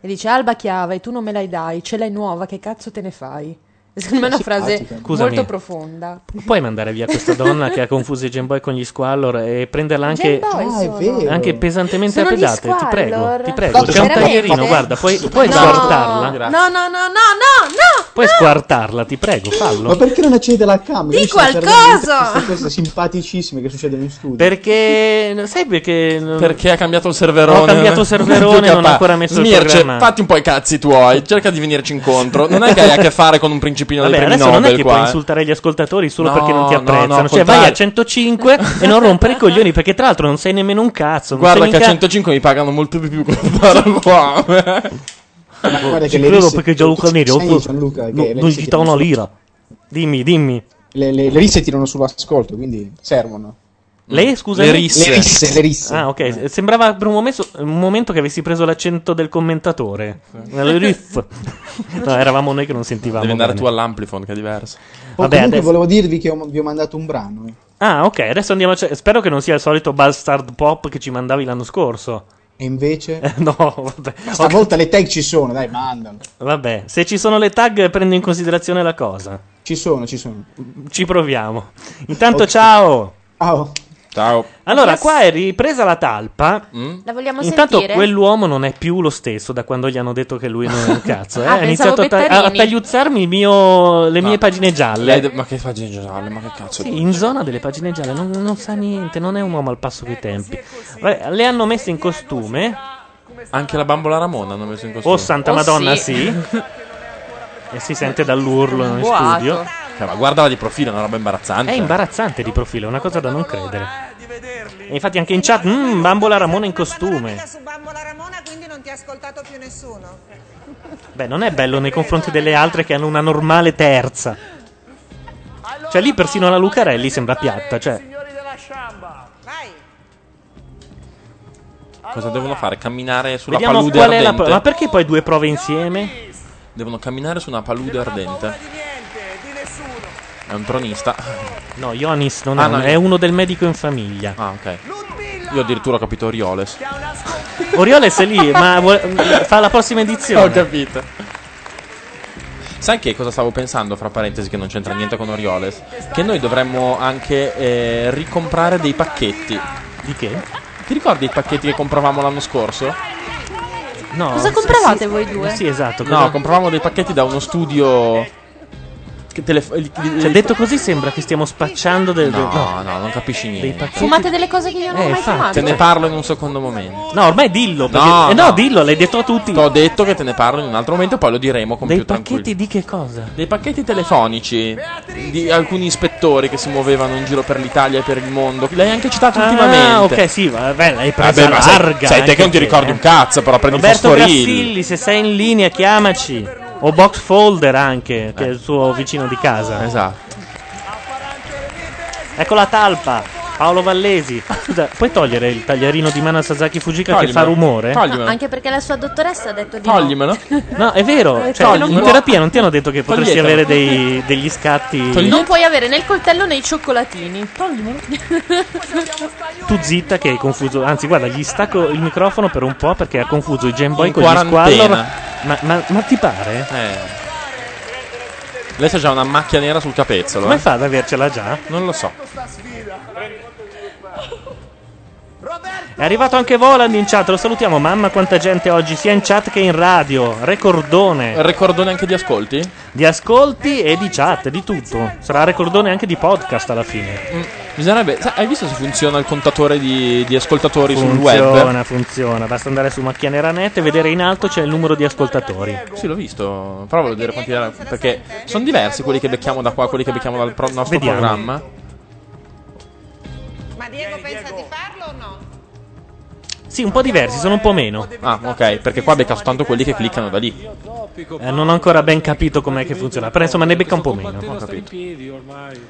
S7: E dice Alba Chiava e tu non me la dai, ce l'hai nuova, che cazzo te ne fai? [LAUGHS] Secondo me è una frase
S2: Ah, Scusami.
S7: molto profonda.
S2: Puoi mandare via questa donna che ha confuso i Game Boy con gli Squallor e prenderla anche,
S7: Game Boy Ah, è sono. vero.
S2: anche pesantemente
S7: Sono
S2: a
S7: gli
S2: pedate? Ti prego,
S7: Squallor?
S2: ti prego.
S7: No,
S2: C'è un
S7: veramente?
S2: taglierino, guarda, puoi, puoi
S7: eh. No,
S2: squartarla.
S7: No, no, no, no, no, no!
S2: Puoi squartarla, ti prego,
S20: Ma
S2: fallo.
S20: perché non accede la camera?
S7: Di
S20: Io sono
S7: qualcosa!
S20: veramente- Queste cose simpaticissime che succedono in studio.
S2: Perché Eh, sai perché
S4: Perché ha cambiato il serverone?
S2: Ho cambiato il serverone,
S4: Più
S2: non ho
S4: capa-
S2: ancora messo il
S4: Smirce,
S2: programma.
S4: fatti un po' i cazzi tuoi, cerca di venirci incontro. Non è che hai a che fare con un principino
S2: Vabbè,
S4: dei premi
S2: adesso non è
S4: Nobel
S2: che
S4: qua.
S2: puoi
S4: eh.
S2: insultare gli ascoltatori solo
S4: No,
S2: perché non ti
S4: no, no,
S2: apprezzano. cioè,
S4: contrario.
S2: vai a 105 e non rompere i coglioni, perché tra l'altro non sei nemmeno un cazzo. non
S4: Guarda
S2: sei
S4: che a
S2: mica-
S4: 105 mi pagano molto di più con questa roba qua. eh.
S20: guarda
S2: Ci
S20: che le
S2: credo
S20: risse-
S2: perché Gianluca
S20: Sai,
S2: Neri oh,
S20: Gianluca, che
S2: no,
S20: le
S2: non
S20: risse
S2: gli dà
S20: tirano
S2: una
S20: su-
S2: lira. Dimmi, dimmi.
S20: Le, le, le risse tirano sull'ascolto, quindi servono.
S2: Le, scusa,
S20: Le risse. Le risse, le risse.
S2: Ah, ok. Sembrava per un momento, un momento che avessi preso l'accento del commentatore. Le
S20: [LAUGHS]
S2: risse. No, eravamo noi che non sentivamo.
S4: Devi andare
S2: bene.
S4: tu all'amplifon che è diverso.
S20: Oh,
S2: Vabbè,
S20: comunque
S2: adesso-
S20: volevo dirvi che ho- vi ho mandato un brano. eh.
S2: Ah, ok. Adesso andiamo a. ce- Spero che non sia il solito bastard pop che ci mandavi l'anno scorso. Eh,
S20: E invece?
S2: no, vabbè.
S20: Stavolta le tag ci sono, dai, mandalo.
S2: Vabbè, se ci sono le tag prendo in considerazione la cosa.
S20: Ci sono, ci sono.
S2: Ci proviamo. Intanto ciao.
S20: Ciao.
S4: Ciao. Mm?
S2: Allora,
S7: Yes.
S2: qua è ripresa la talpa.
S7: La vogliamo
S2: Intanto
S7: sentire?
S2: quell'uomo non è più lo stesso da quando gli hanno detto che lui non
S7: [LAUGHS]
S2: è un cazzo. eh.
S7: Ah,
S2: ha
S7: pensavo
S2: iniziato a, ta- a
S7: Bettarini.
S2: tagliuzzarmi il mio- le mie pagine
S4: Lei
S2: gialle.
S4: de- ma che pagine gialle, ma che cazzo.
S2: Sì, in zona delle pagine gialle non, non sa niente, non è un uomo al passo coi tempi. Vabbè, le hanno messe in costume.
S4: Anche la bambola Ramona hanno messo in costume.
S2: Oh, santa
S4: Oh,
S2: madonna,
S4: sì.
S2: sì. e si sente dall'urlo in
S4: Boato.
S2: studio.
S4: Cioè, ma guardala di profilo, è una roba imbarazzante.
S2: È imbarazzante di profilo, è una cosa da non credere. E infatti anche in chat, mmm, bambola Ramona in costume.
S22: su Bambola Ramona, quindi non ti ha ascoltato più nessuno.
S2: Beh, non è bello nei confronti delle altre che hanno una normale terza. Cioè, lì persino la Lucarelli sembra piatta. Cioè,
S18: Signori della sciamba. Vai.
S4: Cosa devono fare? Camminare sulla
S2: vediamo
S4: palude
S2: qual è
S4: ardente?
S2: la prova. Ma perché poi due prove insieme?
S4: Devono camminare su una palude ardente. È un tronista.
S2: No, Ionis non
S4: Ah,
S2: è, un-
S4: no,
S2: è uno del medico in famiglia.
S4: Ah, ok. Io addirittura ho capito Orioles.
S2: Orioles è lì, ma vuol- fa la prossima
S4: [LAUGHS]
S2: edizione.
S4: Ho capito. Sai che cosa stavo pensando, fra parentesi, che non c'entra niente con Orioles? Che noi dovremmo anche eh, ricomprare dei pacchetti.
S2: Di che?
S4: Ti ricordi i pacchetti che compravamo l'anno scorso?
S2: No.
S7: Cosa compravate voi due?
S2: Sì, esatto.
S4: No, compravamo dei pacchetti da uno studio. Che telefo-
S2: Cioè, detto così sembra che stiamo spacciando del...
S4: No, no,
S2: no.
S4: non capisci
S2: Dei
S4: niente.
S2: pacchetti.
S7: Fumate delle cose che io non
S2: Eh,
S7: ho mai
S2: infatti.
S7: fumato.
S4: Te ne parlo in un secondo momento.
S2: No, ormai dillo. Perché...
S4: No,
S2: eh, no, dillo, l'hai detto a tutti.
S4: Ti ho detto che te ne parlo in un altro momento, poi lo diremo con
S2: Dei
S4: più tranquillità.
S2: pacchetti di che cosa?
S4: Dei pacchetti telefonici di alcuni ispettori che si muovevano in giro per l'Italia e per il mondo. L'hai anche citato
S2: Ah,
S4: ultimamente.
S2: ok, sì, vabbè, l'hai presa
S4: Vabbè, ma sei-
S2: larga.
S4: sei te
S2: anche
S4: che non ti ricordi un cazzo, però prendi il
S2: Roberto
S4: Fosforini.
S2: Grassilli, se sei in linea, chiamaci. O Box Folder anche, che è il suo vicino di casa.
S4: Esatto.
S2: Ecco la talpa. Paolo Vallesi. Scusa, puoi togliere il tagliarino di mano a Sasaki Fujika che fa
S4: Toglimelo.
S2: rumore?
S7: No, anche perché la sua dottoressa ha detto di
S4: Toglimelo.
S2: No, è vero.
S7: Eh,
S2: Cioè,
S7: non
S2: in
S7: può.
S2: terapia non ti hanno detto che potresti
S4: Toglietelo.
S2: avere dei- degli scatti.
S7: no. Non puoi avere né il coltello né i cioccolatini. Toglimelo.
S2: Tu zitta che hai confuso. Anzi, guarda, gli stacco il microfono per un po' perché ha confuso i Game Boy
S4: In
S2: con gli
S4: quarantena.
S2: Squallor Ma, ma- ma ti pare?
S4: Eh. Lei c'ha già una macchia nera sul capezzolo.
S2: Come
S4: eh.
S2: fa ad avercela già?
S4: Non lo so.
S2: È arrivato anche Voland in chat, lo salutiamo. Mamma quanta gente oggi, sia in chat che in radio. Recordone.
S4: Recordone anche di ascolti?
S2: Di ascolti e di chat, di tutto. Sarà recordone anche di podcast alla fine.
S4: Mm, Bisognerebbe. sa- hai visto se funziona il contatore di, di ascoltatori sul web?
S2: Funziona, funziona. Basta andare su macchia nera net e vedere in alto c'è il numero di ascoltatori.
S4: Sì, l'ho visto. Provo a vedere quanti erano. Perché sono diversi quelli che becchiamo da qua, quelli che becchiamo dal pro- nostro
S2: Vediamo.
S4: programma.
S12: Ma Diego pensa di farlo o no?
S2: Sì, un po' diversi, sono un po' meno.
S4: Ah, ok, perché qua becca soltanto quelli che cliccano da lì.
S2: Eh, non ho ancora ben capito com'è che funziona, però insomma ne becca un po' meno.
S4: Ho capito.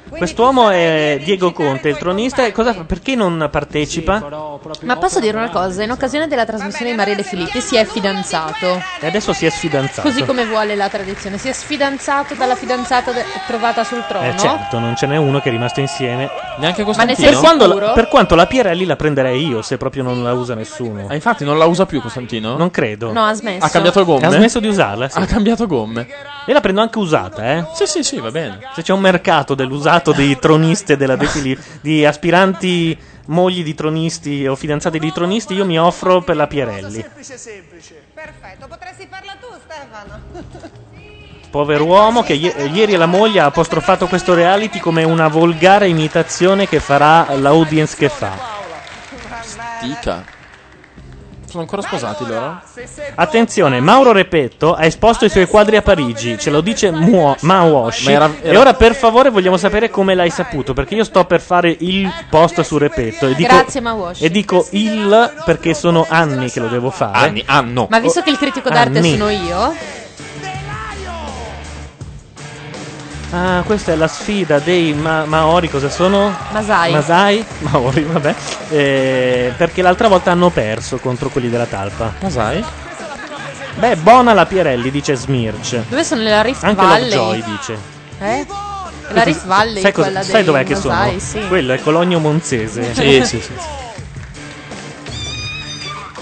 S2: Quest'uomo è Diego Conte, il tronista. e cosa fa? Perché non partecipa?
S3: Ma posso dire una cosa? In occasione della trasmissione di Maria De Filippi si è fidanzato.
S2: E adesso si è sfidanzato.
S3: Così come vuole la tradizione. Si è sfidanzato dalla fidanzata de- trovata sul trono.
S2: Eh certo, non ce n'è uno che è rimasto insieme.
S4: Neanche
S3: Costantino?
S2: Per, quando la-
S3: sicuro?
S2: per quanto la Pirelli la prenderei io, se proprio non la usa nessuno.
S4: Ah, infatti non la usa più Costantino?
S2: Non credo.
S3: No, ha smesso.
S4: Ha cambiato gomme?
S2: Ha smesso di usarla, sì.
S4: Ha cambiato gomme.
S2: E la prendo anche usata, eh?
S4: Sì, sì, sì, va bene.
S2: Se c'è un mercato dell'usato di tronisti della De Filippi, di aspiranti mogli di tronisti o fidanzate di tronisti, io mi offro per la Pirelli.
S12: Semplice, semplice. Perfetto, potresti farla tu, Stefano.
S2: Pover'uomo che i- ieri la moglie ha apostrofato questo reality come una volgare imitazione che farà l'audience che fa.
S4: Stica. Sono ancora sposati loro?
S2: Attenzione, Mauro Repetto ha esposto i suoi quadri a Parigi, ce lo dice Muo- Mawashi.
S4: Ma era- era-
S2: E ora per favore vogliamo sapere come l'hai saputo, perché io sto per fare il post su Repetto e dico,
S3: Grazie, Mawashi.
S2: e dico il perché sono anni che lo devo fare.
S4: Anni, anno.
S3: Ma visto che il
S2: Ah,
S3: critico d'arte
S2: Anni.
S3: sono io,
S2: Ah, questa è la sfida dei ma- Maori, cosa sono?
S3: Masai.
S2: Masai, [LAUGHS] Maori, vabbè. Eh, perché l'altra volta hanno perso contro quelli della talpa.
S4: Masai?
S2: Beh, buona la Pirelli, dice Smirch.
S3: Dove sono la Rift
S2: Anche Lovejoy,
S3: Valley?
S2: dice.
S3: Eh? La Rift Valley,
S2: sai, cosa-
S3: quella
S2: sai
S3: dei
S2: dov'è che sono?
S3: Masai, sì.
S2: Quello è Cologno Monzese.
S4: Sì, sì, sì.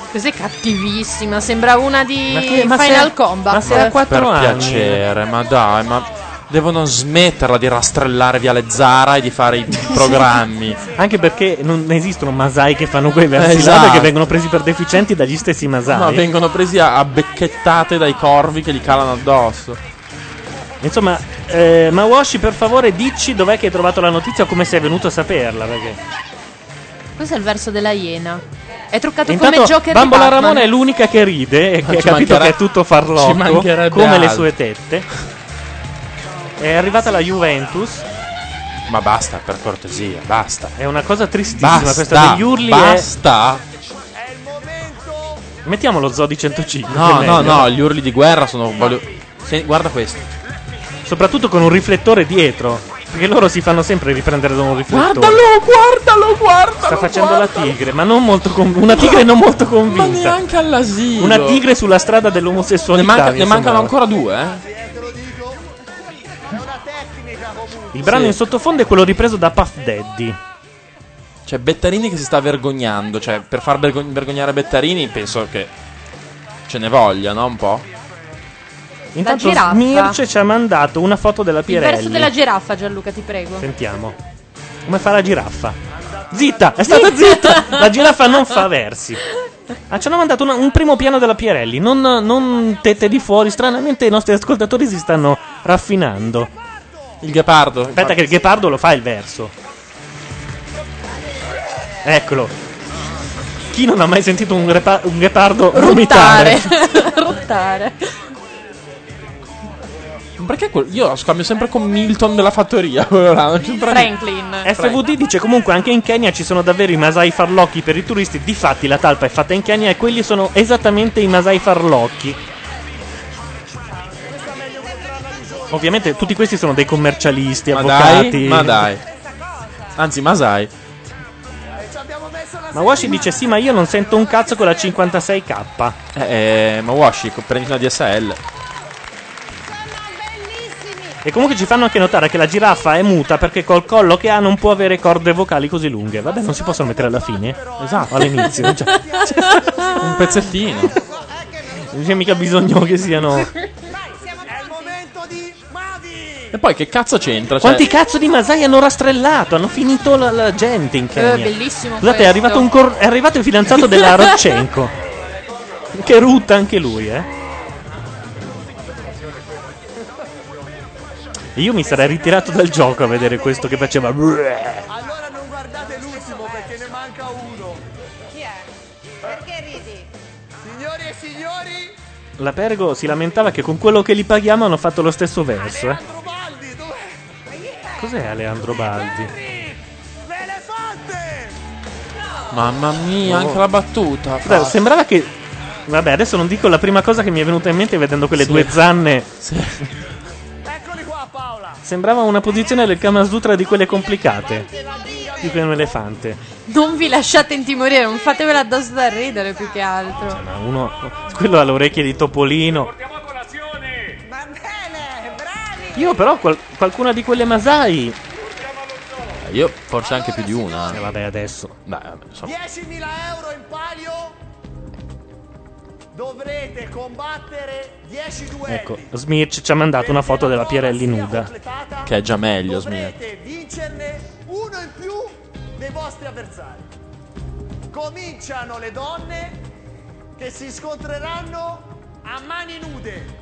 S3: Questa è cattivissima, sembra una di
S2: Ma che- ma
S3: Final
S2: se-
S3: Combat.
S2: ma se ha
S4: per
S2: quattro anni.
S4: piacere, ma dai, ma devono smetterla di rastrellare via le Zara e di fare i programmi.
S2: Anche perché non esistono Masai che fanno quei versi là
S4: Esatto.
S2: perché vengono presi per deficienti dagli stessi Masai.
S4: No, vengono presi a, a becchettate dai corvi che li calano addosso.
S2: Insomma, eh, Mawashi, per favore, dici dov'è che hai trovato la notizia o come sei venuto a saperla. Perché...
S3: Questo è il verso della iena. È truccato
S2: Intanto,
S3: come Joker
S2: Bambola
S3: di Batman.
S2: Ramona è l'unica che ride
S4: [LAUGHS]
S2: e
S4: Ma
S2: che ha
S4: ci
S2: capito
S4: mancherà-
S2: che è tutto
S4: ci
S2: farlocco,
S4: mancherebbe
S2: come le
S4: altro.
S2: sue tette. È arrivata la Juventus,
S4: Ma basta, per cortesia, basta.
S2: è una cosa tristissima
S4: Basta,
S2: questa degli urli. è-
S4: basta.
S2: Mettiamo lo Zodi 105.
S4: No,
S2: che è
S4: no,
S2: meglio.
S4: no, gli urli di guerra sono... voglio- Se- guarda questo.
S2: Soprattutto con un riflettore dietro, perché loro si fanno sempre riprendere da un riflettore.
S4: guardalo, guardalo.
S2: Sta facendo la tigre, ma non molto con-
S4: [LAUGHS]
S2: una tigre non molto convinta.
S4: Ma neanche all'asilo.
S2: Una tigre sulla strada dell'omosessualità.
S4: Ne manca-
S2: mi
S4: ne mancano ancora
S2: sembrava.
S4: due, eh.
S2: Il brano
S4: Sì.
S2: in sottofondo è quello ripreso da Puff Daddy.
S4: Cioè, Bettarini che si sta vergognando. Cioè, per far vergog- vergognare Bettarini, penso che ce ne voglia, no? Un po'.
S2: Intanto
S3: giraffa.
S2: Smirce ci ha mandato una foto della
S3: Il verso
S2: Pirelli.
S3: della giraffa, Gianluca, ti prego.
S2: Sentiamo. Come fa la giraffa? Zitta, è stata zitta! La giraffa non fa versi. Ah, ci hanno mandato una- un primo piano della Pirelli, non, non tette di fuori. Stranamente i nostri ascoltatori si stanno raffinando.
S4: Il ghepardo.
S2: Aspetta che il ghepardo lo fa il verso. Eccolo. Chi non ha mai sentito un, repa- un ghepardo vomitare? [LAUGHS]
S3: Rottare.
S4: Perché quel- io lo scambio sempre con Milton della
S2: [LAUGHS]
S4: fattoria. quello là, non ci prendo-
S2: FVD dice comunque anche in Kenya ci sono davvero i masai farlocchi per i turisti. Difatti la talpa è fatta in Kenya e quelli sono esattamente i masai farlocchi. Ovviamente tutti questi sono dei commercialisti,
S4: Ma
S2: avvocati.
S4: dai, ma dai. Anzi, Masai.
S12: Eh,
S2: Ma Washi dice sì, ma io non sento un cazzo con la 56k.
S4: Eh, eh, ma Washi, co- prendi una DSL.
S2: E comunque ci fanno anche notare che la giraffa è muta perché col collo che ha non può avere corde vocali così lunghe. Vabbè, non si [LAUGHS] cioè, possono mettere alla fine. Esatto. All'inizio. già.
S4: [LAUGHS] Un pezzettino.
S2: Non c'è mica bisogno che siano.
S4: E poi che cazzo c'entra? Cioè,
S2: Quanti cazzo di masai hanno rastrellato? Hanno finito la, la gente in Kenya.
S7: Eh,
S2: Scusate,
S7: bellissimo
S2: è
S7: questo.
S2: arrivato, un cor- è arrivato il fidanzato della
S7: [LAUGHS]
S2: Rodchenko. che rutta anche lui, eh. Io mi sarei ritirato dal gioco a vedere questo che faceva.
S10: Allora non guardate l'ultimo perché ne manca uno. Chi è? Perché ridi? Signori e signori,
S2: La Pergo si lamentava che con quello che li paghiamo hanno fatto lo stesso verso. Eh. Cos'è Aleandro Baldi?
S4: Mamma mia, anche la battuta.
S2: Oh. Guarda, sembrava che. Vabbè, adesso non dico la prima cosa che mi è venuta in mente vedendo quelle
S4: Sì.
S2: due zanne. Sembrava una posizione del Kamasutra di quelle complicate. Più che un elefante.
S7: Non vi lasciate intimorire, non fatevela addosso da ridere più che altro.
S2: Ma uno. Quello ha le orecchie di topolino. Io però qual- qualcuna di quelle masai.
S4: Eh,
S2: Eh,
S4: Io forse anche più di una.
S2: vabbè, adesso.
S4: Beh, vabbè, insomma.
S10: 10.000 euro in palio. Dovrete combattere 10 duelli.
S2: Ecco, Smirch ci ha mandato una foto della Pierelli nuda.
S4: Che è già meglio, Smirch.
S10: Dovrete vincerne uno in più dei vostri avversari. Cominciano le donne che si scontreranno a mani nude.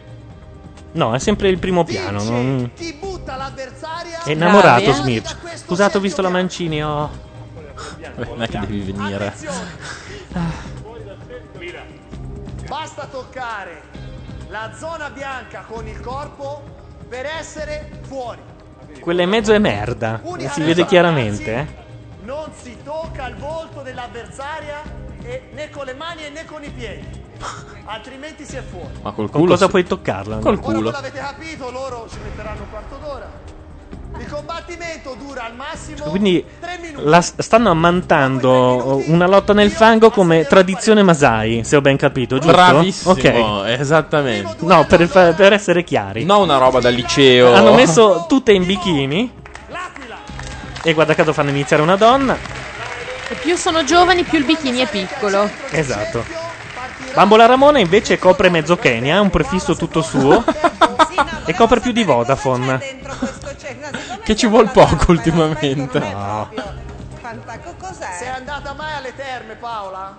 S2: No, è sempre il primo piano. non-
S10: Chi butta l'avversaria
S2: È innamorato
S10: Bravi, eh?
S2: Smirch. Scusate, ho visto la Mancini. Ho.
S4: Non è che devi venire.
S2: Ah,
S10: Basta toccare la zona bianca con il corpo per essere fuori.
S2: Quella in mezzo è merda. Si vede chiaramente. Eh.
S10: Non si tocca il volto dell'avversaria e- né con le mani e né con i piedi. Altrimenti si è fuori.
S4: Ma col
S2: Con
S4: culo
S2: cosa
S4: sì.
S2: puoi toccarla?
S4: Col
S10: Ora voi
S4: culo.
S10: l'avete capito, loro ci metteranno un quarto d'ora. Il combattimento dura al massimo
S2: Quindi
S10: 3 minuti.
S2: la s- stanno ammantando una lotta nel fango come tradizione Masai, se ho ben capito, giusto?
S4: Bravissimo,
S2: Ok.
S4: esattamente.
S2: No, per, fa- per essere chiari.
S4: No, una roba da liceo.
S2: Hanno messo tutte in bikini. E guarda caso fanno iniziare una donna.
S7: E più sono giovani, più il bikini è piccolo.
S2: Esatto. Bambola Ramona invece copre mezzo Kenya, un prefisso tutto
S12: [LAUGHS]
S2: suo. e copre più di Vodafone.
S4: Che ci vuol poco ultimamente.
S12: Fantaco, cos'è?
S10: Sei andata mai alle terme, Paola?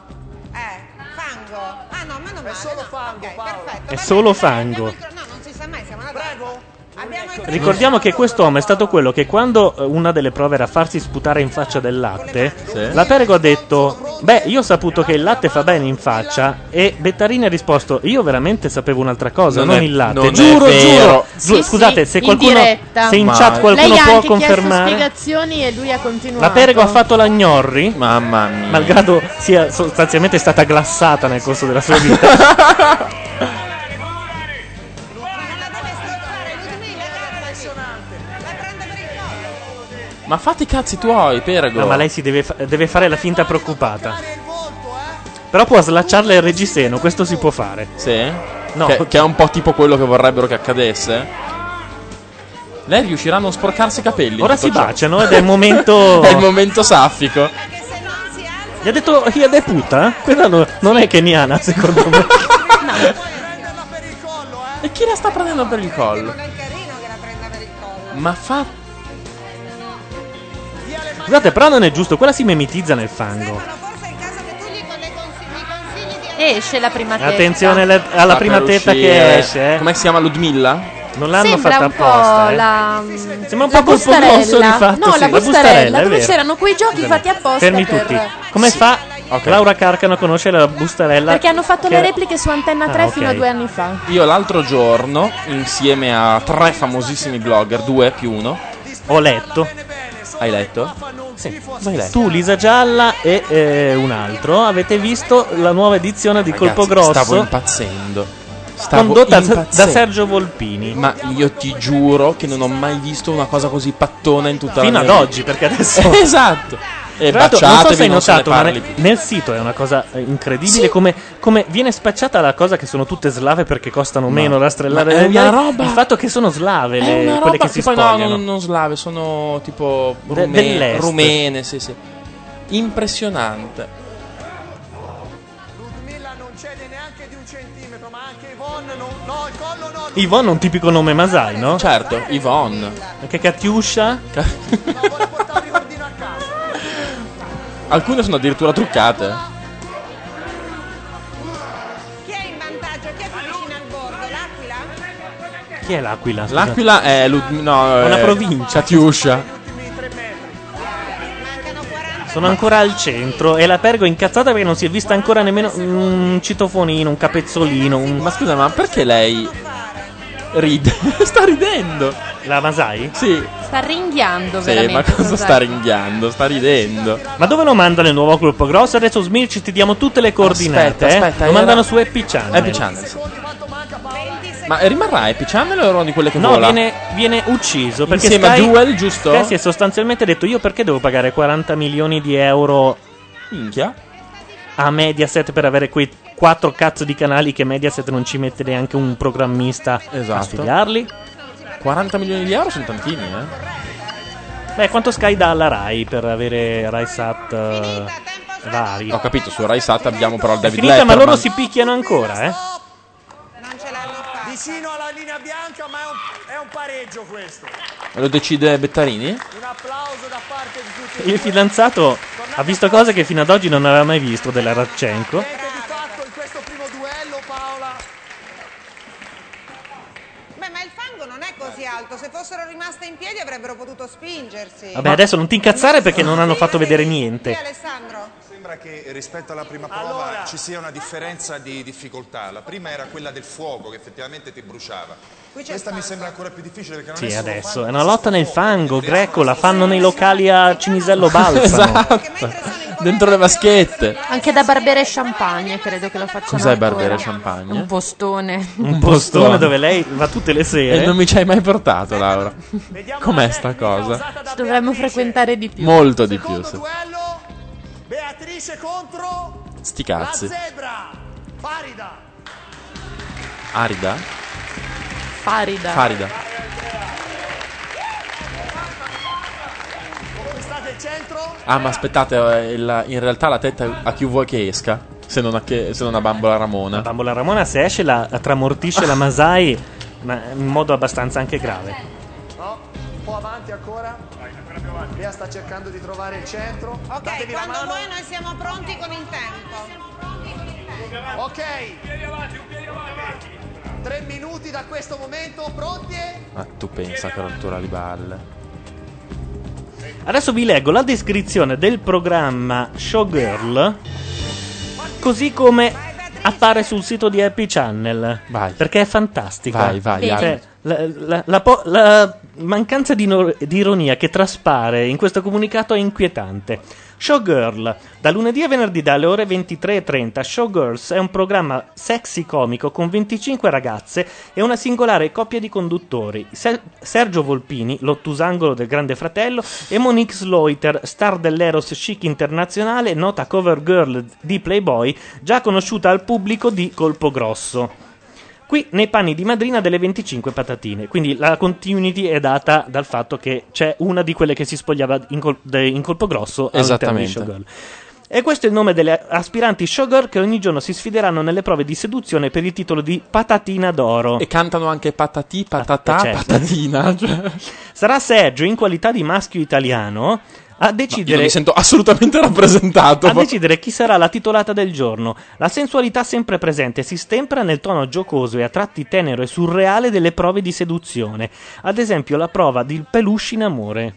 S12: Eh, fango. Ah no, meno male. È solo fango, perfetto.
S2: È solo fango.
S12: No, non si sa mai, siamo una Prego. Abbiamo i tre
S2: Ricordiamo che quest'uomo è stato quello che quando eh, una delle prove era farsi sputare in faccia del latte,
S4: Sì.
S2: la Perego ha detto: Beh, io ho saputo che il latte fa bene in faccia. E Bettarini ha risposto: Io veramente sapevo un'altra cosa, non,
S4: Non è-
S2: il latte.
S4: non è
S2: giuro,
S4: vero.
S2: giuro.
S4: Sì,
S2: Giuro,
S4: sì,
S2: scusate, se
S7: in
S2: qualcuno.
S7: diretta.
S2: Se in
S4: Ma-
S2: chat Ah, qualcuno
S7: Lei ha
S2: può
S7: anche chiesto
S2: confermare.
S7: spiegazioni e lui ha continuato.
S2: La Perego ha fatto la gnorri. Mamma mia. Malgrado sia sostanzialmente stata glassata nel corso della
S4: [LAUGHS]
S2: sua vita.
S4: Ma fatti i cazzi tuoi, Perego.
S2: No, ma lei si deve, fa- deve fare la finta preoccupata. Però può slacciarle il reggiseno, questo si può fare.
S4: Sì?
S2: No.
S4: Che, che è un po' tipo quello che vorrebbero che accadesse. Lei riuscirà a non sporcarsi i capelli. in
S2: Ora
S4: tutto
S2: si
S4: ciò.
S2: baciano ed è il
S4: [LAUGHS]
S2: momento-
S4: è il momento saffico.
S2: Gli ha detto chi è puta? eh?" Quella no- non è keniana,
S4: [LAUGHS]
S2: secondo me.
S4: E chi la sta prendendo per il collo? Ma fa.
S2: Scusate, però non è giusto, quella si memetizza nel fango.
S7: Esce la prima testa.
S2: Attenzione alla, alla
S4: Sta
S2: prima
S4: per
S2: tetta
S4: uscire-
S2: che esce.
S4: eh.
S2: eh.
S4: Come si chiama Ludmilla?
S2: Non l'hanno
S7: Sembra
S2: fatta
S7: un po'
S2: apposta. eh.
S7: la.
S2: Sembra un
S7: la
S2: po' colpo
S7: bustarella.
S2: grosso di fatto.
S7: No,
S2: sì,
S7: la bustarella,
S2: è
S7: dove
S2: vero.
S7: c'erano quei giochi
S2: Scusami.
S7: fatti apposta
S2: Fermi
S7: per-
S2: tutti. Come fa Laura Carcano conosce la bustarella?
S7: Perché hanno fatto
S2: che-
S7: le repliche su Antenna
S2: Ah,
S7: 3 fino a
S2: ok.
S7: due anni fa.
S4: Io l'altro giorno, insieme a tre famosissimi blogger, due più uno,
S2: ho letto.
S4: Hai letto?
S2: Sì.
S4: Vai lei.
S2: Tu, Lisa Gialla e eh, un altro avete visto la nuova edizione di
S4: Ragazzi,
S2: Colpo Grosso
S4: Stavo impazzendo. Stavo
S2: condotta da- da
S4: impazzendo.
S2: Sergio Volpini.
S4: Ma io ti giuro che non ho mai visto una cosa così pattona in tutta
S2: Fino
S4: la
S2: ad
S4: mia vita.
S2: oggi, perché
S4: [LAUGHS]
S2: adesso- [LAUGHS]
S4: esatto. E
S2: Tra l'altro, non so se
S4: baciatevi,
S2: hai
S4: non se ne
S2: notato, ma
S4: parli
S2: ne- nel sito è una cosa eh, incredibile come, come viene spacciata la cosa che sono tutte slave perché costano
S4: Ma-
S2: meno la strellata
S4: ma è
S2: delle
S4: una
S2: viali,
S4: roba-
S2: Il fatto che sono slave
S4: È
S2: le-
S4: una
S2: quelle
S4: roba
S2: che si
S4: poi no,
S2: spogliano.
S4: non, non slave, sono tipo
S2: De-
S4: rume-
S2: dell'est.
S4: rumene, sì, sì. Impressionante.
S10: un centimetro, ma anche Yvonne non... No, il collo no,
S2: Yvonne è un tipico nome Masai, no?
S4: Certo, Yvonne.
S2: Anche Katiusha.
S4: [LAUGHS] Alcune sono addirittura truccate.
S12: Chi è in vantaggio? Chi è più vicino al bordo? L'aquila?
S2: Chi è l'Aquila? Scusa.
S4: L'Aquila è Lud- no, eh,
S2: Una
S4: è
S2: provincia.
S4: Katiusha.
S2: Sono ancora al centro e la Pergo è incazzata perché non si è vista ancora nemmeno un citofonino, un capezzolino. Ma
S4: scusa, ma perché lei ride? [LAUGHS] sta ridendo.
S2: La Masai?
S4: Sì.
S7: Sta ringhiando
S4: Sì,
S7: veramente.
S4: ma cosa
S7: Sasaki.
S4: sta ringhiando? Sta ridendo.
S2: Ma dove lo mandano il nuovo gruppo grosso? Adesso Smirci ti diamo tutte le coordinate.
S4: Aspetta, aspetta,
S2: eh. Lo
S4: era-
S2: mandano su Happy Channel.
S4: Happy Channel, sì. Ma rimarrà Happy Channel o era una di quelle che
S2: No,
S4: vola?
S2: viene, viene ucciso perché
S4: Insieme a
S2: Sky-
S4: Duel, giusto?
S2: Sky si è sostanzialmente detto io perché devo pagare 40 milioni di euro
S4: Minchia.
S2: a Mediaset per avere quei quattro cazzo di canali che Mediaset non ci mette neanche un programmista
S4: Esatto.
S2: a studiarli.
S4: 40 milioni di euro sono tantini, eh.
S2: Beh, quanto Sky dà alla Rai per avere RaiSat eh, vari?
S4: Ho capito, su RaiSat abbiamo però il
S2: È
S4: David
S2: finita, ma
S4: Letterman.
S2: loro si picchiano ancora, eh?
S10: Vicino alla linea bianca, ma è un, è un pareggio questo.
S4: Lo decide Bettarini?
S10: Un applauso da parte di tutti.
S2: Il fidanzato ha visto cose che fino ad oggi non aveva mai visto della Radchenko.
S10: Avete di fatto in questo primo duello, Paola.
S12: Beh, ma il fango non è così alto. Se fossero rimaste in piedi avrebbero potuto spingersi.
S2: Vabbè, adesso non ti incazzare perché non hanno fatto vedere niente.
S12: Alessandro.
S6: Sembra che rispetto alla prima prova ci sia una differenza di difficoltà. La prima era quella del fuoco che effettivamente ti bruciava. Questa mi sembra ancora più difficile perché non
S2: Sì,
S6: è solo
S2: adesso è una lotta nel fango, greco, la fanno nei locali a Cinisello Balsamo.
S4: esatto. Dentro le vaschette.
S7: Anche da Barbera e Champagne credo che lo facciano.
S4: Cos'è
S7: ancora.
S4: Barbera e Champagne?
S7: Un [LAUGHS] postone.
S2: Un
S4: [LAUGHS]
S2: postone dove lei va tutte le sere.
S4: E non mi ci hai mai portato, Laura. Com'è sta cosa?
S7: Ci dovremmo frequentare di più.
S4: Molto di più. sì.
S10: Beatrice contro
S4: Sti cazzi.
S10: la zebra. Farida.
S4: Arida?
S7: Farida.
S4: Farida.
S10: Conquistate il centro.
S4: Ah, ma aspettate, eh, il- in realtà la tetta a chi vuoi che esca, se non a, che- se non a Bambola Ramona.
S2: Bambola Ramona se esce la, la tramortisce la Masai, ma in modo abbastanza anche grave.
S10: No, un po' avanti ancora. Lea sta cercando di trovare il centro. Ok, Datevi la
S12: Quando
S10: mano.
S12: voi noi siamo pronti con il tempo.
S10: Ok. Tre minuti da questo momento, pronti e...
S4: Ma Ah, tu pensa che rottura di balle.
S2: Adesso vi leggo la descrizione del programma Showgirl, così come appare sul sito di Happy Channel. Vai. Perché è fantastica.
S4: Vai, vai, Sì.
S2: Cioè, la, la- la po- la mancanza di, no- di ironia che traspare in questo comunicato è inquietante. Showgirl, da lunedì a venerdì dalle ore 23.30, Showgirls è un programma sexy comico con 25 ragazze e una singolare coppia di conduttori, Se- Sergio Volpini, l'ottusangolo del Grande Fratello, e Monique Sloiter, star dell'Eros chic internazionale, nota cover girl di Playboy, già conosciuta al pubblico di Colpo Grosso. Qui nei panni di madrina delle 25 patatine. Quindi la continuity è data dal fatto che c'è una di quelle che si spogliava in, col- de- in colpo grosso all'interno di
S4: Esattamente.
S2: Showgirl. E questo è il nome delle aspiranti showgirl che ogni giorno si sfideranno nelle prove di seduzione per il titolo di Patatina d'oro. E
S4: cantano anche patati, patatà, patatina. [LAUGHS] cioè.
S2: Sarà Sergio, in qualità di maschio italiano, a decidere.
S4: io non mi sento assolutamente rappresentato.
S2: A decidere chi sarà la titolata del giorno. La sensualità sempre presente si stempera nel tono giocoso e a tratti tenero e surreale delle prove di seduzione. Ad esempio, la prova del peluche in amore.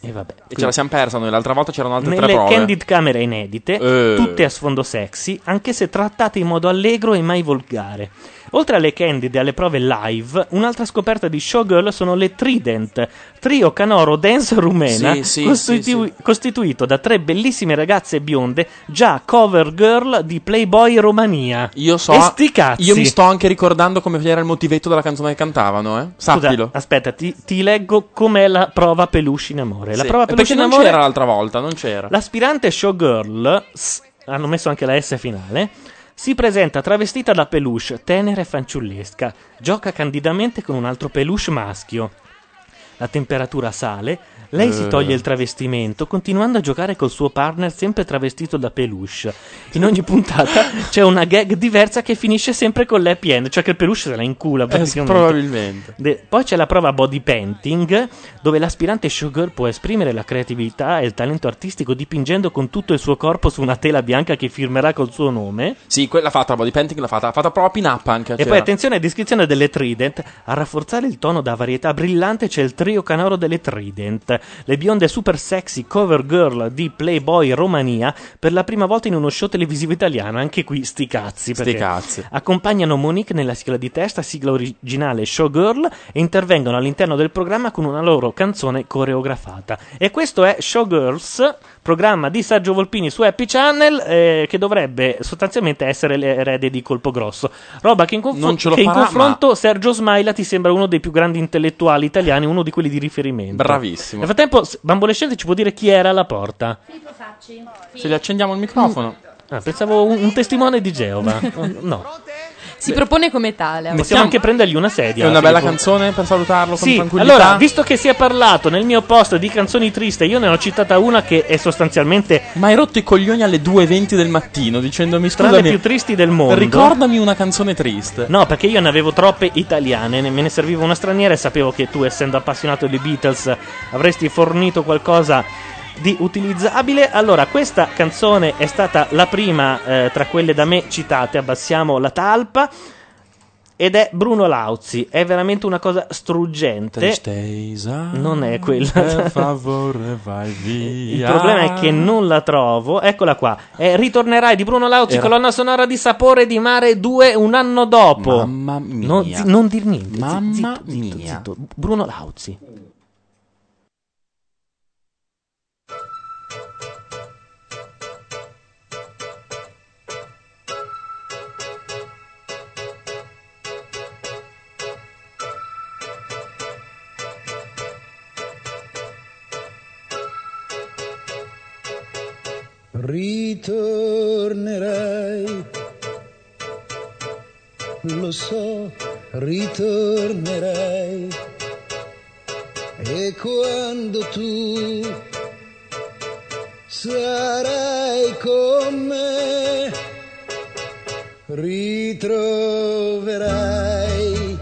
S2: E vabbè.
S4: E ce la siamo persa noi, l'altra volta c'erano altre tre
S2: Nelle
S4: prove.
S2: candid camere inedite,
S4: Eh.
S2: tutte a sfondo sexy, anche se trattate in modo allegro e mai volgare. Oltre alle candid e alle prove live, un'altra scoperta di showgirl sono le Trident, trio canoro dance rumena
S4: Sì, sì,
S2: costitu- costituito da tre bellissime ragazze bionde, già cover girl di Playboy Romania.
S4: Io so.
S2: E sti cazzi!
S4: Io mi sto anche ricordando come era il motivetto della canzone che cantavano, eh.
S2: Scusa,
S4: Sappilo.
S2: aspetta, ti, ti leggo com'è la prova peluche in amore. La
S4: Sì.
S2: prova
S4: Eh,
S2: peluche
S4: perché
S2: in
S4: non
S2: amore
S4: c'era l'altra volta, non
S2: Eh,
S4: c'era.
S2: L'aspirante showgirl, s- hanno messo anche la S finale, si presenta travestita da peluche, tenera e fanciullesca. Gioca candidamente con un altro peluche maschio. La temperatura sale, Lei si
S4: Eh.
S2: toglie il travestimento, continuando a giocare col suo partner sempre travestito da peluche. In ogni puntata
S4: [LAUGHS]
S2: c'è una gag diversa che finisce sempre con l'happy end, cioè che il peluche se la incula praticamente.
S4: Eh, probabilmente.
S2: De- poi c'è la prova body painting, dove l'aspirante showgirl può esprimere la creatività e il talento artistico dipingendo con tutto il suo corpo su una tela bianca che firmerà col suo nome.
S4: Sì, quella fatta, la body painting l'ha fatta, ha fatta proprio in up anche.
S2: E poi attenzione, descrizione delle Trident. A rafforzare il tono da varietà brillante c'è il trio canoro delle Trident. Le bionde super sexy cover girl di Playboy Romania per la prima volta in uno show televisivo italiano. Anche qui sti
S4: Sti
S2: cazzi. perché
S4: cazzi.
S2: Accompagnano Monique nella sigla di testa, sigla originale Showgirl e intervengono all'interno del programma con una loro canzone coreografata. E questo è Showgirls, programma di Sergio Volpini su Happy Channel eh, che dovrebbe sostanzialmente essere l'erede di Colpo Grosso. Roba che in, confo-
S4: Non ce lo
S2: che in
S4: farà,
S2: confronto Sergio Smaila ti sembra uno dei più grandi intellettuali italiani, uno di quelli di riferimento.
S4: Bravissimo.
S2: Nel frattempo s- Bambolescente ci può dire chi era alla porta?
S5: Filippo Facci.
S4: Se gli accendiamo il microfono.
S2: Ah, pensavo un, un testimone
S4: [LAUGHS]
S2: di Geova. no.
S7: Si propone come tale.
S2: Possiamo anche prendergli una sedia.
S4: È una bella
S2: Filippo.
S4: canzone per salutarlo con
S2: Sì,
S4: tranquillità.
S2: allora, visto che si è parlato nel mio post di canzoni triste, io ne ho citata una che è sostanzialmente.
S4: Ma hai rotto i coglioni alle 2.20 del mattino dicendomi
S2: Tra
S4: scusami.
S2: le più tristi del mondo.
S4: Ricordami una canzone triste.
S2: No, perché io ne avevo troppe italiane, ne- me ne serviva una straniera e sapevo che tu, essendo appassionato di Beatles, avresti fornito qualcosa di utilizzabile. Allora, questa canzone è stata la prima eh, tra quelle da me citate, abbassiamo la talpa. Ed è Bruno Lauzi, è veramente una cosa struggente.
S4: Tristesa.
S2: Non è quella.
S4: Per favore, vai
S2: Il
S4: via.
S2: problema è che non la trovo. Eccola qua. È Ritornerai di Bruno Lauzi,
S4: Era-
S2: colonna sonora di Sapore di Mare 2 un anno dopo. Mamma mia. Non, zi- non dir niente. zi- zitto, zitto, zitto. Bruno Lauzi.
S23: Ritornerai, lo so, ritornerai. E quando tu sarai con me, ritroverai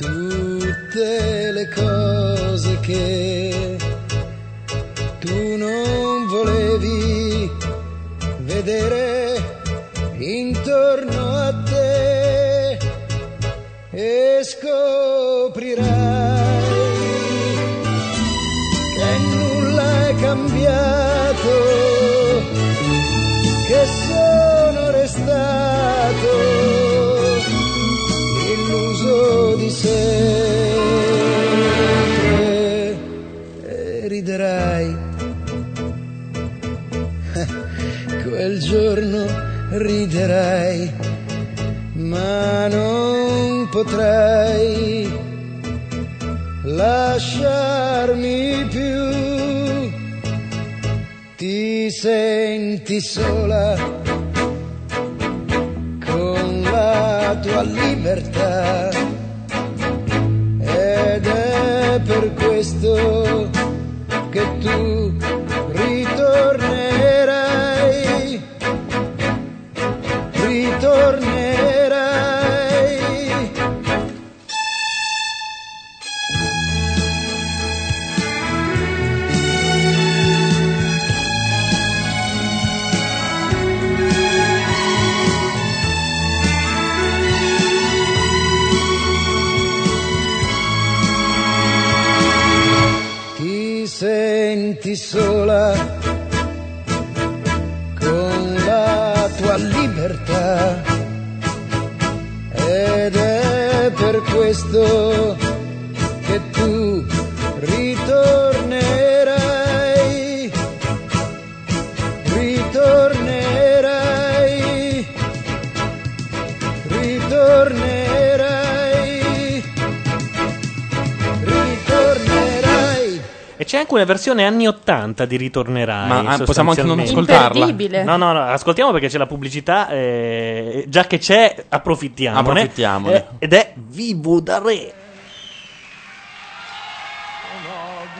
S23: tutte le cose che tu non volevi vedere intorno a te e scoprirai che nulla è cambiato, che sono restato illuso di sempre e riderai. Quel giorno riderai, ma non potrai lasciarmi più. Ti senti sola con la tua libertà ed è per questo che tu ritornerai, ritornerai. Ti senti sola con la tua libertà ed è per questo che tu ritornerai, ritornerai, ritornerai, ritornerai.
S2: E c'è anche una versione anni 80 di Ritornerai.
S4: Ma, ah, possiamo anche non
S2: sostanzialmente.
S4: ascoltarla?
S7: Imperdibile.
S2: No, no, no, ascoltiamo perché c'è la pubblicità. eh, già che c'è, approfittiamone.
S4: Approfittiamone.
S2: Eh, ed è Vivo da Re.
S20: Una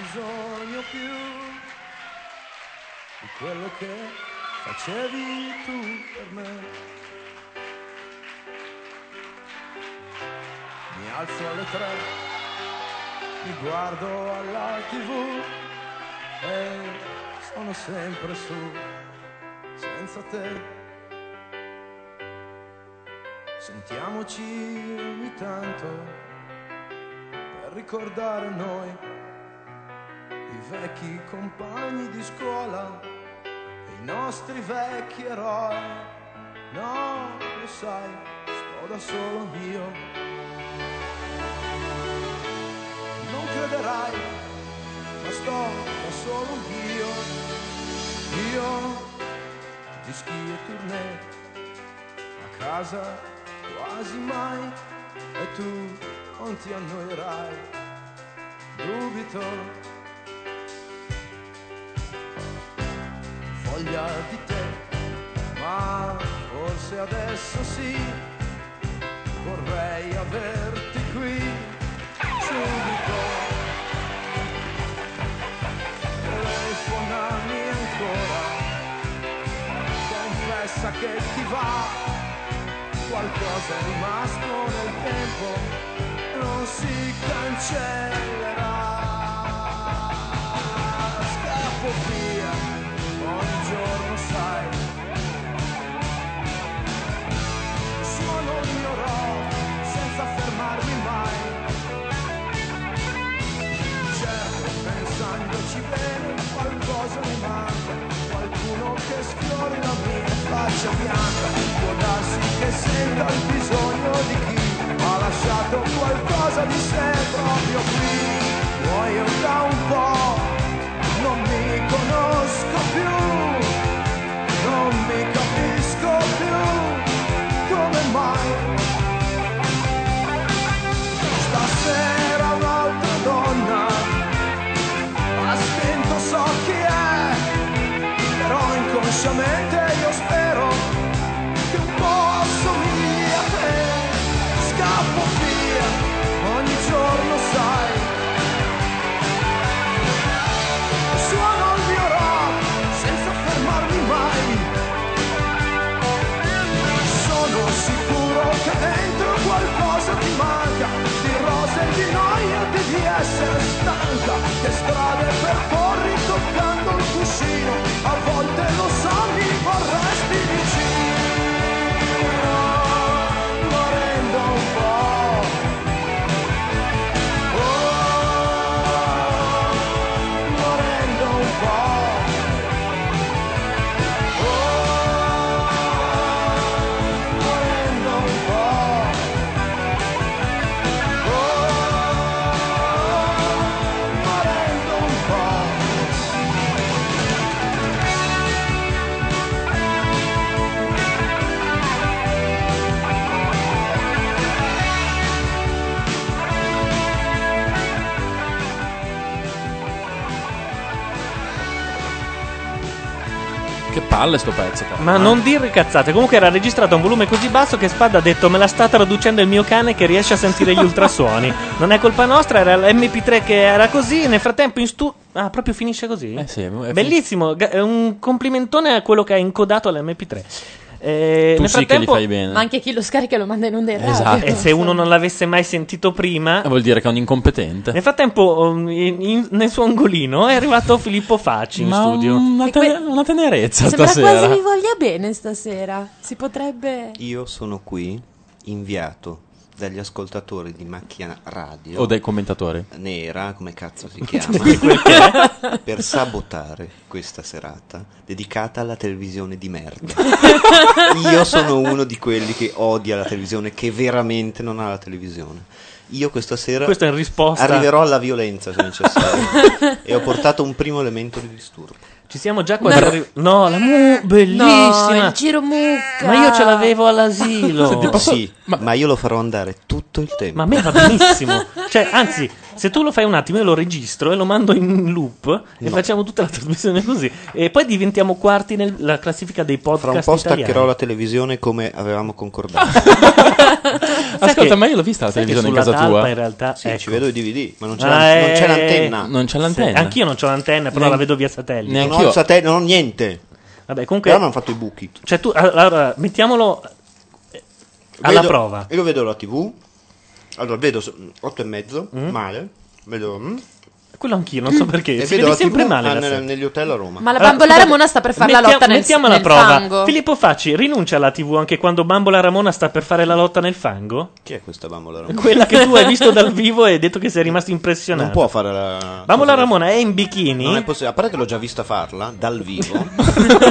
S8: più di quello che facevi tu per me. Mi alzo alle tre, mi guardo alla tv e sono sempre su, senza te. Sentiamoci ogni tanto per ricordare noi i vecchi compagni di scuola e i nostri vecchi eroi. No, lo sai, sto da solo io. Non crederai, ma sto da solo io. Io, dischi e tournée, a casa quasi mai e tu non ti annoierai, dubito. Foglia di te, ma forse adesso sì, vorrei averti qui subito. Vorrei suonarmi ancora, confessa che ti va qualcosa è rimasto nel tempo, non si cancellerà. Scappo via, ogni giorno sai. Suono il mio rock senza fermarmi mai. Certo, pensandoci bene, qualcosa mi manca, qualcuno che sfiori la mia faccia bianca. Può darsi che senta il bisogno di chi ha lasciato qualcosa di sé proprio qui. Poi io da un po' non mi conosco più, non mi capisco più come mai. Stasera un'altra donna, ha spento so chi è però inconsciamente io spero che un po' assomigli a te. Scappo via ogni giorno, sai. Suono il mio rock senza fermarmi mai. Sono sicuro che dentro qualcosa ti manca, di rose, di noia, e di essere stanca, che strade percorri toccando il cuscino, a volte lo so mi vorresti vicino, morendo un po'. Oh, morendo un po'. Oh, morendo un po'. morendo un
S4: Che palle sto pezzo, però.
S2: Ma non dire cazzate. Comunque era registrato a un volume così basso che Spada ha detto: Me la sta traducendo il mio cane che riesce a sentire gli ultrasuoni. Non è colpa nostra, era l'MP3 che era così. Nel frattempo in stu. Ah, proprio finisce così? Eh
S4: sì, è
S2: Bellissimo. ga- è un complimentone a quello che ha incodato l'MP3. Eh,
S4: Tu
S2: nel
S4: sì che
S2: frattempo...
S4: li fai bene.
S7: Ma anche chi lo scarica e lo manda in onda in radio.
S4: Esatto.
S2: [LAUGHS]
S4: Eh,
S2: E se uno non l'avesse mai sentito prima,
S4: Vuol dire che è un incompetente.
S2: Nel frattempo, um, in- in- nel suo angolino è arrivato Filippo Facci in
S4: Ma
S2: studio.
S4: Una,
S7: que-
S4: una tenerezza
S7: Sembra quasi mi voglia bene stasera. Si potrebbe.
S1: Io sono qui, inviato dagli ascoltatori di Macchia Radio.
S4: O dai commentatori.
S1: Nera, come cazzo si chiama. [LAUGHS] per sabotare questa serata dedicata alla televisione di merda. Io sono uno di quelli che odia la televisione, che veramente non ha la televisione. Io questa sera
S2: Questo è in risposta-
S1: arriverò alla violenza se necessario. e ho portato un primo elemento di disturbo.
S2: Ci siamo già quasi arrivati. No, la mu, bellissima.
S7: No, il giro mucca.
S2: Ma io ce l'avevo all'asilo.
S1: Senti, Sì, ma... io lo farò andare tutto il tempo.
S2: Ma a me va benissimo. Cioè, anzi, se tu lo fai un attimo, io lo registro e lo mando in loop e facciamo tutta la trasmissione così. E poi diventiamo quarti nella classifica dei podcast.
S1: Tra un po' staccherò
S2: italiani. [LAUGHS]
S1: la televisione come avevamo concordato.
S2: Sai
S4: Ascolta,
S2: che-
S4: ma io l'ho vista la
S2: sai che
S4: televisione in
S2: sulla
S4: casa
S2: talpa
S4: tua.
S2: In realtà,
S4: Sì, ci
S2: ecco.
S4: vedo i DVD, ma non c'è
S2: Ah,
S4: la- non c'è
S2: eh,
S4: l'antenna. Non c'è l'antenna.
S2: Sì, anch'io non c'ho l'antenna, però
S4: Neanche-
S2: la vedo via satellite.
S4: neanch'io. Non ho il satellite,
S2: non ho niente. Vabbè, comunque.
S1: Però non ho fatto i buchi.
S2: Cioè, tu, allora, mettiamolo alla
S1: Vedo-
S2: prova.
S1: Io vedo la TV. Allora, vedo 8 e mezzo, male. Vedo. mm.
S2: Mm. Quello anch'io, non so perché.
S1: E
S2: si
S1: vedo
S2: vede
S1: la
S2: sempre
S1: TV
S2: male la
S1: nel-
S2: sera.
S1: negli hotel a Roma.
S7: Ma la bambola
S2: scusate,
S7: Ramona sta per fare la
S2: mettiamo-
S7: lotta nel-
S2: Mettiamo alla
S7: nel
S2: prova.
S7: fango.
S2: Filippo Facci rinuncia alla TV anche quando Bambola Ramona sta per fare la lotta nel fango?
S1: Chi è questa bambola Roma?
S2: Quella che tu hai
S1: [LAUGHS]
S2: visto
S7: [LAUGHS]
S2: dal vivo e hai detto che sei rimasto impressionato.
S1: Non può fare la.
S2: Bambola Ramona è in bikini?
S1: Non è possibile, a parte che l'ho già vista farla dal
S2: [LAUGHS]
S1: vivo.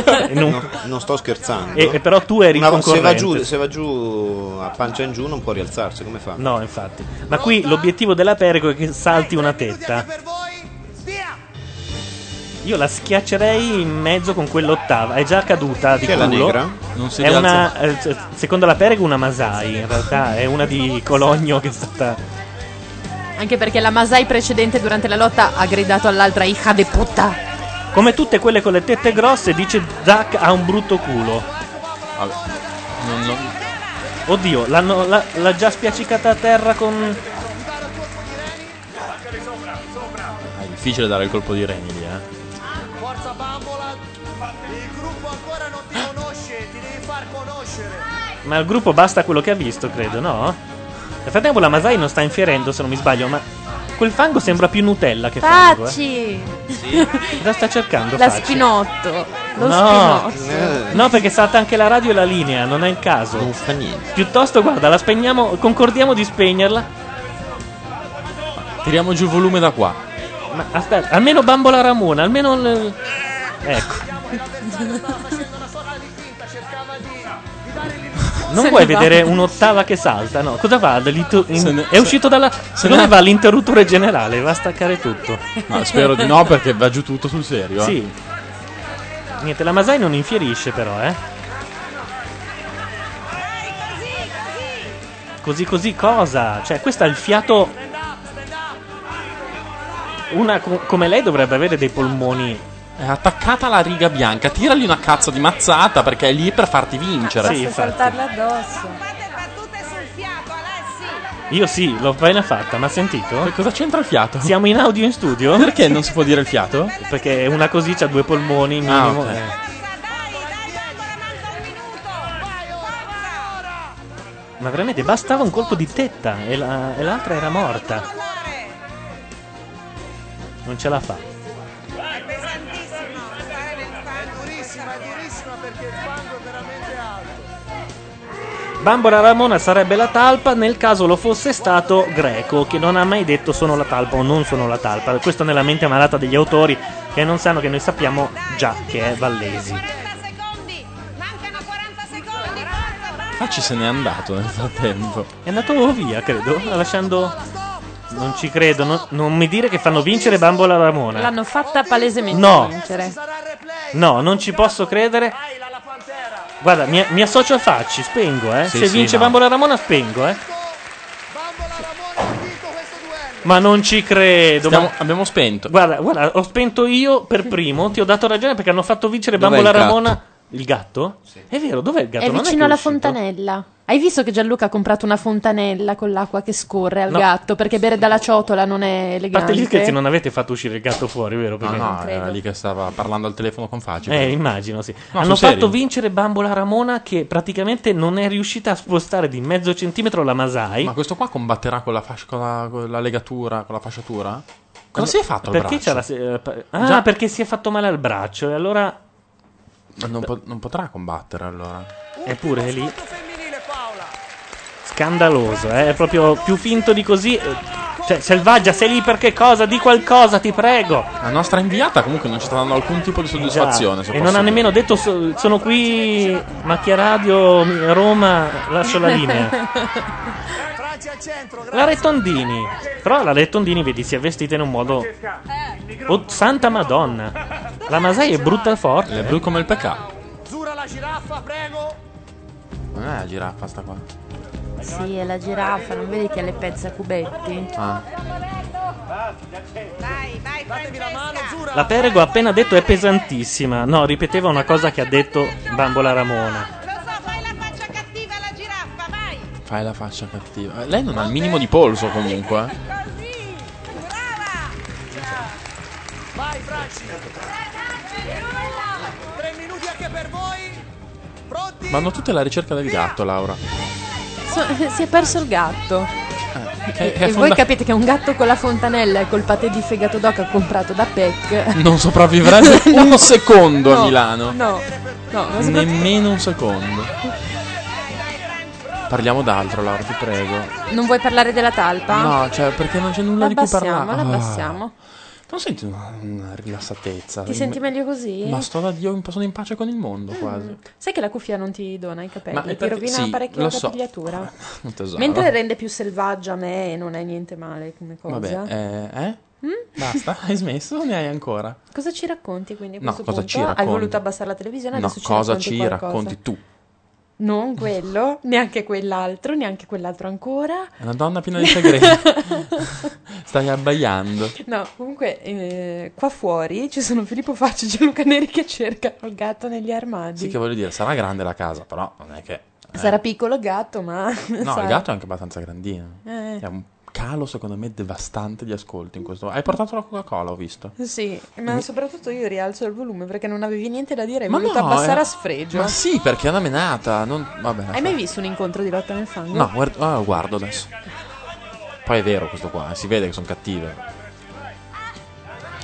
S1: [LAUGHS]
S2: Eh, non...
S1: No, non sto scherzando.
S2: E- e però tu eri
S1: Una- se va,
S2: concorrente.
S1: giù, se va giù a pancia in giù non può rialzarsi, come fa?
S2: No, infatti. Ma qui l'obiettivo della Perico è che salti una tetta. Io la schiaccerei in mezzo con quell'ottava. È già caduta di
S1: Chi è la
S2: culo.
S1: negra? Non si
S2: è
S1: rialza.
S2: una, eh, cioè, secondo la Perico una Masai. In realtà è una di Cologno che è stata.
S7: Anche perché la Masai precedente durante la lotta ha gridato all'altra hija de puta.
S2: Come tutte quelle con le tette grosse, dice Zack ha un brutto culo. Oddio, l'hanno, l'ha, l'ha già spiaccicata a terra con.
S4: Ah, È difficile dare il colpo di reni lì, eh.
S10: Forza bambola, il gruppo ancora non ti conosce, ti devi far conoscere.
S2: Ma il gruppo basta quello che ha visto, credo, no? Nel frattempo la Masai non sta infierendo, se non mi sbaglio, ma quel fango sembra più Nutella che fango. Eh.
S7: Facci! [LAUGHS]
S2: Cosa sta cercando?
S7: La
S2: Facci?
S7: Spinotto. Lo
S2: no.
S7: Spinotto.
S2: no, perché salta anche la radio e la linea, non è il caso. Non fa niente. Piuttosto, guarda, la spegniamo, concordiamo di spegnerla.
S4: Tiriamo giù il volume da qua.
S2: Ma aspetta, almeno Bambola Ramona, almeno. il- Ecco. Non
S10: Se
S2: vuoi
S10: ne va.
S2: vedere un'ottava che salta? No, cosa va? Dell'inter- in-
S4: Se ne-
S2: è uscito dalla. Secondo me va all'interruttore generale, va a staccare tutto.
S4: Ma spero di no, perché va giù tutto sul serio. eh.
S2: Sì. Niente, la Masai non infierisce però, eh. Così così cosa? Cioè, questo è il fiato una co- come lei dovrebbe avere dei polmoni.
S4: È attaccata alla riga bianca. Tiragli una cazzo di mazzata perché è lì per farti vincere.
S2: Sì, infatti.
S7: addosso.
S2: Io sì, l'ho appena fatta, ma ha sentito? Che
S4: cosa c'entra il fiato?
S2: Siamo in audio in studio?
S4: Perché non si può dire il fiato?
S2: Perché una così ha due polmoni
S4: Ah,
S2: minimo.
S4: ok.
S2: eh. Ma veramente bastava un colpo di tetta e, la- e l'altra era morta. Non ce la fa.
S10: È pesantissimo stare nel fango. È durissima, è durissima perché il fango è veramente alto.
S2: Bambola Ramona sarebbe la talpa nel caso lo fosse stato Greco, che non ha mai detto sono la talpa o non sono la talpa. Questo nella mente malata degli autori che non sanno che noi sappiamo già che è Vallesi.
S4: Facci Ah, se n'è andato nel frattempo.
S2: È andato via, credo, lasciando... Non ci credo, no- non mi dire che fanno vincere Bambola Ramona.
S7: L'hanno fatta palesemente
S2: No.
S7: vincere.
S2: No, non ci posso credere. Guarda, mi, mi associo a Facci, spengo, eh.
S4: Sì,
S2: Se
S4: sì,
S2: vince
S4: no.
S2: Bambola Ramona, spengo, eh. Ma non ci credo.
S4: Stiamo-
S2: ma-
S4: Abbiamo spento.
S2: Guarda, guarda, ho spento io per primo. Ti ho dato ragione perché hanno fatto vincere
S4: Dov'è
S2: Bambola
S4: il gatto?
S2: Ramona. Il gatto? È vero, dov'è il gatto?
S7: È
S2: Non
S7: vicino
S2: che
S7: alla
S2: uscito.
S7: fontanella. Hai visto che Gianluca ha comprato una fontanella con l'acqua che scorre al
S2: No.
S7: gatto perché bere dalla ciotola non è
S2: A parte gli scherzi,
S7: elegante?
S2: non avete fatto uscire il gatto fuori, vero?
S4: No,
S2: Perché...
S4: no, era lì che stava parlando al telefono con Faci.
S2: Eh, immagino, sì.
S4: No,
S2: Hanno
S4: sul
S2: fatto
S4: serio.
S2: vincere Bambola Ramona che praticamente non è riuscita a spostare di mezzo centimetro la Masai.
S4: Ma questo qua combatterà con la, fascia, con, la, con la legatura, con la fasciatura? Cosa
S2: Come-
S4: si è fatto al
S2: Perché
S4: braccio?
S2: c'ha la se- eh, pa- Ah,
S4: Già.
S2: perché si è fatto male al braccio e allora...
S4: Non, po- non potrà combattere allora.
S2: Eppure è lì... Scandaloso, eh? È proprio più finto di così. eh, Cioè, selvaggia, sei lì perché cosa? Di qualcosa, ti prego.
S4: La nostra inviata comunque non ci sta dando alcun tipo di soddisfazione. se
S2: e
S4: posso
S2: non ha
S4: dire.
S2: nemmeno detto so- sono qui Macchia Radio mi- Roma, lascio la linea. La Rettondini. Però la Rettondini, vedi, si è vestita in un modo Oh, santa Madonna. La Masai è brutta e forte.
S4: È blu come il peccato.
S10: Zura la giraffa, prego.
S4: Non è la giraffa sta qua.
S7: Sì, è la giraffa, non vedi che ha le pezze a cubetti?
S4: Ah.
S10: Vai, vai, Datevi la mano, Zura.
S2: La Perego ha appena detto è pesantissima. No, ripeteva una cosa che ha detto Bambola Ramona.
S4: Fai la faccia cattiva. Eh, Lei non ha il minimo di polso comunque. eh.
S10: Vai, Franci! Tre minuti anche per voi! Pronti?
S4: Ma hanno tutte la ricerca del gatto, Laura.
S7: So- eh, si è perso il gatto.
S2: Ah,
S4: È- è
S7: e voi
S4: fonda-
S7: capite che un gatto con la fontanella e col patè di fegato d'oca comprato da Peck.
S4: Non sopravvivrebbe
S7: No.
S4: un secondo
S7: No,
S4: a Milano.
S7: No, no, ma secondo-
S4: Nemmeno un secondo. Parliamo d'altro, Laura, ti prego.
S7: non vuoi parlare della talpa?
S4: No, cioè, perché non c'è nulla di cui
S7: L'abbassiamo,
S4: parlare.
S7: l'abbassiamo.
S4: Ah, non senti una, una rilassatezza?
S7: Ti senti meglio così? Mm,
S4: Ma sto da Dio, sono in pace con il mondo quasi.
S7: Sai che la cuffia non ti dona i capelli,
S4: Ma è
S7: ti
S4: perché-
S7: rovina
S4: sì,
S7: parecchio
S4: lo
S7: la
S4: so. [LAUGHS]
S7: capigliatura.
S4: Un tesoro.
S7: Mentre rende più selvaggia me e non è niente male come cosa.
S4: Vabbè, eh? eh?
S7: Mm? [LAUGHS]
S4: Basta, hai smesso? o Ne hai ancora?
S7: Cosa ci racconti quindi a
S4: No,
S7: questo
S4: cosa
S7: punto?
S4: ci
S7: Hai
S4: racconti?
S7: voluto abbassare la televisione?
S4: no,
S7: adesso ci
S4: cosa
S7: racconti
S4: ci
S7: qualcosa.
S4: racconti tu?
S7: Non quello, neanche quell'altro, neanche quell'altro ancora.
S4: È una donna piena di segreti.
S7: [LAUGHS]
S4: Stai abbaiando.
S7: No, comunque eh, qua fuori ci sono Filippo Facci e Gianluca Neri che cercano il gatto negli armadi.
S4: Sì, che voglio dire, sarà grande la casa, però non è che... eh.
S7: Sarà piccolo il gatto, ma... [LAUGHS]
S4: No, il gatto è anche abbastanza grandino.
S7: Eh.
S4: È un calo, secondo me, devastante di ascolto in questo... Hai portato la Coca-Cola, ho visto.
S7: Sì, ma
S4: Mi-
S7: soprattutto io rialzo il volume perché non avevi niente da dire, hai
S4: Ma
S7: voluto
S4: no,
S7: abbassare
S4: eh.
S7: a sfregio.
S4: Ma sì, perché è una menata. Non... Vabbè,
S7: Hai mai visto un incontro di lotta nel fango?
S4: No, guard- ah, guardo adesso. Poi è vero questo qua, eh, si vede che sono cattive.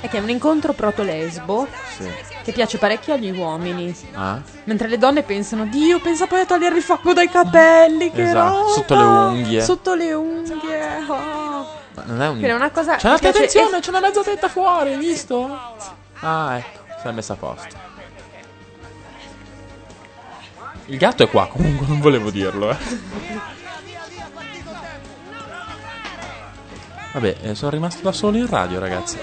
S7: È che è un incontro proto-lesbo
S4: Sì.
S7: che piace parecchio agli uomini.
S4: Ah?
S7: Mentre le donne pensano, Dio, pensa poi a togliergli il fango dai capelli, che
S4: Esatto,
S7: roba!
S4: sotto le unghie.
S7: Sotto le unghie.
S8: oh.
S7: ah.
S4: Ma non è un...
S7: Quindi è una cosa...
S4: C'è la
S7: che piace-
S4: attenzione, c'è una mezza tetta fuori, hai visto? Ah, ecco, si è messa a posto. Il gatto è qua, comunque non volevo dirlo, eh. Vabbè, eh, sono rimasto da solo in radio, ragazzi.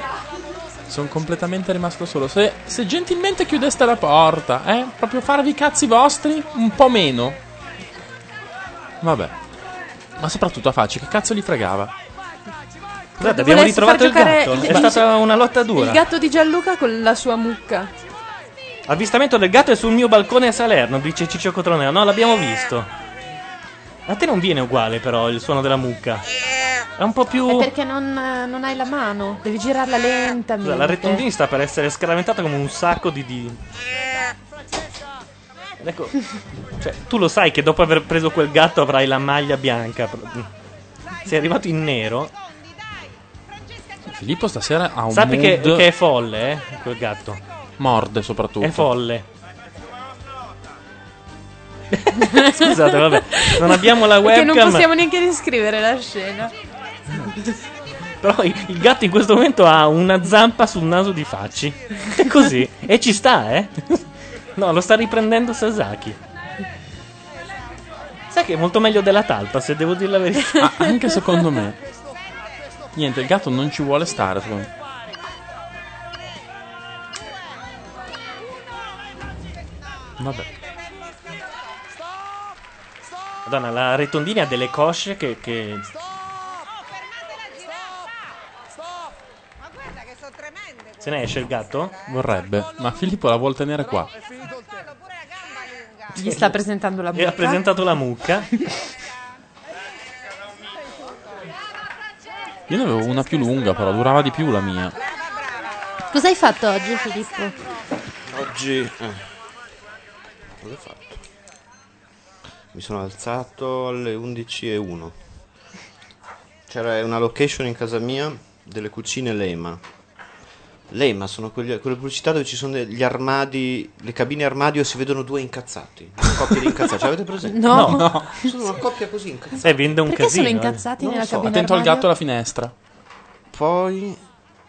S4: Sono completamente rimasto solo. Se, se gentilmente chiudeste la porta, eh? Proprio farvi i cazzi vostri, un po' meno. Vabbè. Ma soprattutto a facci, che cazzo gli fregava?
S2: Guarda, abbiamo
S7: Volesse far
S2: ritrovato il
S7: giocare
S2: gatto.
S7: il-
S2: È stata una lotta dura.
S7: Il gatto di Gianluca con la sua mucca.
S2: Avvistamento del gatto è sul mio balcone a Salerno, dice Ciccio Cotroneo. No, l'abbiamo visto. A te non viene uguale, però, il suono della mucca. È un po' più.
S7: È perché non, eh, non hai la mano, devi girarla lentamente.
S2: Scusa, La Rettondini sta per essere scaraventata come un sacco di. di... Ecco, cioè, tu lo sai che dopo aver preso quel gatto avrai la maglia bianca. Sei arrivato in nero.
S4: Filippo stasera ha un
S2: Sappi che,
S4: mood-
S2: che è folle, eh? Quel gatto.
S4: Morde soprattutto.
S2: È folle. [LAUGHS] Scusate, vabbè. Non abbiamo la
S7: Perché
S2: webcam.
S7: non possiamo neanche descrivere la scena.
S2: Però il, il gatto in questo momento ha una zampa sul naso di Facci. È così. e ci sta, eh? No, lo sta riprendendo Sasaki. Sai che è molto meglio della talpa, se devo dire la verità.
S4: Ah, Anche secondo me. Niente, il gatto non ci vuole stare. secondo me. Vabbè.
S2: Madonna, la Rettondini ha delle cosce che... che- Se ne esce il gatto?
S4: Vorrebbe, ma Filippo la vuol tenere qua.
S7: Gli sta presentando la
S2: E ha
S7: mucca.
S2: presentato la mucca.
S4: Io ne avevo una più lunga, però durava di più la mia.
S7: Cosa hai fatto oggi, Filippo?
S1: Oggi... eh, Cosa ho fatto? Mi sono alzato alle 11.01. C'era una location in casa mia delle cucine Lema. Lema sono quegli- quelle pubblicità dove ci sono de- gli armadi, le cabine armadio e si vedono due incazzati. Una coppia di incazzati. Ce l'avete presente?
S2: No. No, no.
S1: Sono una coppia così incazzata.
S2: Eh, vende un
S7: Perché sono
S2: casino. eh.
S7: incazzati
S1: Non lo
S7: nella
S1: so,
S7: cabina
S4: Attento al
S7: armadio?
S4: gatto alla finestra.
S1: Poi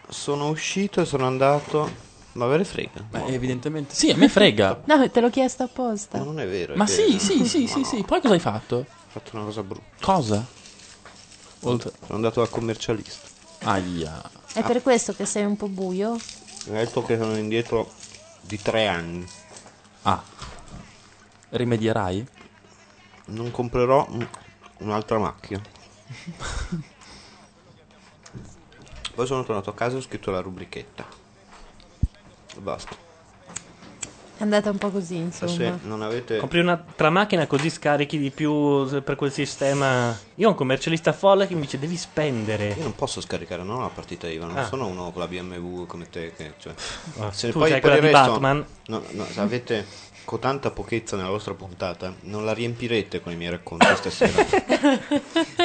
S1: sono uscito e sono andato... Ma ve ne frega?
S4: Beh, evidentemente. Sì, a me
S3: [LAUGHS]
S4: frega.
S7: No, te l'ho chiesto apposta.
S1: Non è vero. è
S4: Ma
S1: vero.
S4: sì, sì, sì, sì, sì. Poi cosa hai fatto?
S1: Ho fatto una cosa brutta.
S4: Cosa? Oltre.
S1: Sono andato al commercialista.
S4: Aia.
S7: È per questo che sei un po' buio?
S1: Mi ha Ah, detto che sono indietro di tre anni.
S4: Ah. Rimedierai?
S1: Non comprerò un- un'altra
S4: [LAUGHS]
S1: macchina. Poi sono tornato a casa e ho scritto la rubrichetta. E basta.
S3: È andata un po' così, insomma.
S1: Se non avete...
S2: Compri un'altra macchina così scarichi di più se- per quel sistema. Io ho un commercialista folle che mi dice devi spendere.
S1: Io non posso scaricare, non ho la partita IVA, non
S2: Ah.
S1: sono uno con la BMW come te. Che, cioè,
S2: Ah,
S1: se
S2: tu
S1: poi
S2: c'hai
S1: per
S2: quella
S1: il
S2: di
S1: resto,
S2: Batman?
S1: No, no, se avete con tanta pochezza nella vostra puntata, non la riempirete con i miei racconti stasera.
S2: [LAUGHS]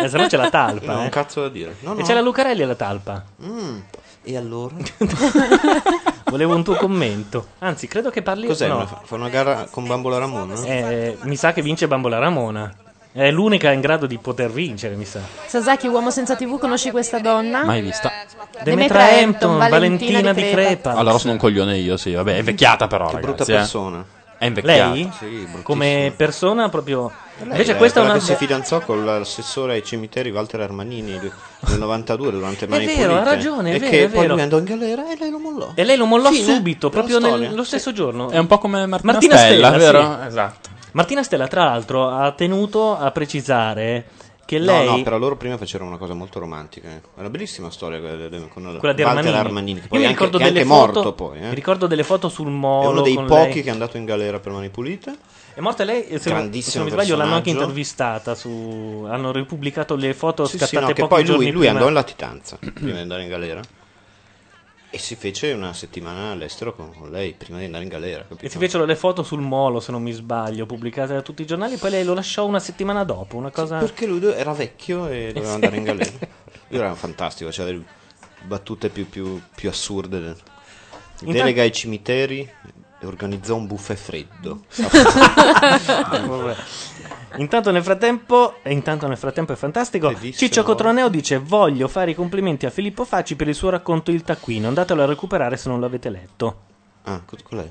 S2: Eh, se no c'è la
S1: Io
S2: talpa.
S1: non ho
S2: eh.
S1: un cazzo da dire. No,
S2: e
S1: no.
S2: c'è la Lucarelli alla talpa.
S1: Mm, E
S2: [LAUGHS]
S1: allora?
S2: Volevo un tuo commento. Anzi, credo che parli.
S1: Cos'è?
S2: no.
S1: Una- fa una gara con Bambola Ramona?
S2: Eh, mi sa che vince Bambola Ramona. È l'unica in grado di poter vincere, mi sa.
S3: Sasaki, uomo senza TV, conosci questa donna?
S4: Mai vista.
S3: Demetra Hampton, Valentina,
S2: Valentina di
S3: di
S2: Crepa.
S3: Crepa.
S4: Allora sono un coglione io, sì. Vabbè, è vecchiata però,
S1: Che
S4: ragazzi.
S1: brutta
S4: eh.
S1: persona.
S4: È invecchiata.
S2: Lei?
S1: bruttissima.
S2: Come persona proprio.
S1: Eh, Lei
S2: Invece
S1: è
S2: questa è
S1: quella
S2: una.
S1: che si fidanzò con l'assessore ai cemiteri Walter Armanini nel 92 durante Mani
S2: vero, ha
S1: Pulite,
S2: ragione, è
S1: e
S2: vero,
S1: che
S2: è
S1: poi
S2: vero.
S1: lui andò in galera e lei lo mollò.
S2: E lei lo mollò
S1: Fine
S2: subito,
S1: della
S2: proprio
S1: storia.
S2: nello stesso giorno.
S4: È un po' come Martina
S2: Stella,
S4: Stella, vero?
S2: sì.
S4: Esatto.
S2: Martina Stella, tra l'altro, ha tenuto a precisare che
S1: No,
S2: lei.
S1: No, però loro prima facevano una cosa molto romantica. eh. Era una bellissima storia quella, de- de- con
S2: Quella di
S1: Walter
S2: Armanini.
S1: Armanini, che poi
S2: Io
S1: è
S2: mi
S1: anche,
S2: ricordo
S1: che è
S2: delle
S1: anche
S2: foto,
S1: morto poi. eh.
S2: Mi ricordo delle foto sul molo.
S1: È uno dei
S2: con
S1: pochi
S2: lei.
S1: che è andato in galera per Mani Pulite.
S2: È morta lei, e se, se non mi
S1: Grandissimo
S2: sbaglio, l'hanno anche
S1: personaggio.
S2: intervistata. Su, hanno ripubblicato le foto
S1: Sì, sì,
S2: scattate
S1: no, che
S2: pochi
S1: poi
S2: giorni
S1: lui, lui
S2: prima.
S1: andò in
S2: [CLEARS THROAT]
S1: latitanza prima di andare in galera. E si fece una settimana all'estero con, con lei prima di andare in galera. capito?
S2: E si fecero le foto sul molo, se non mi sbaglio, pubblicate da tutti i giornali. Poi lei lo lasciò una settimana dopo. Una cosa... Eh,
S1: perché lui era vecchio e doveva andare in
S2: [LAUGHS]
S1: galera. Lui era fantastico, c'era delle battute più, più- più assurde. del-
S2: Intanto-
S1: Delega ai cimiteri e organizzò un buffet
S2: [LAUGHS]
S1: freddo. Ah,
S2: Vabbè. Intanto nel frattempo, e intanto nel frattempo è fantastico. Ciccio Cotroneo dice: Voglio fare i complimenti a Filippo Facci per il suo racconto Il Taccuino. Andatelo a recuperare se non l'avete letto.
S1: Ah, qual è?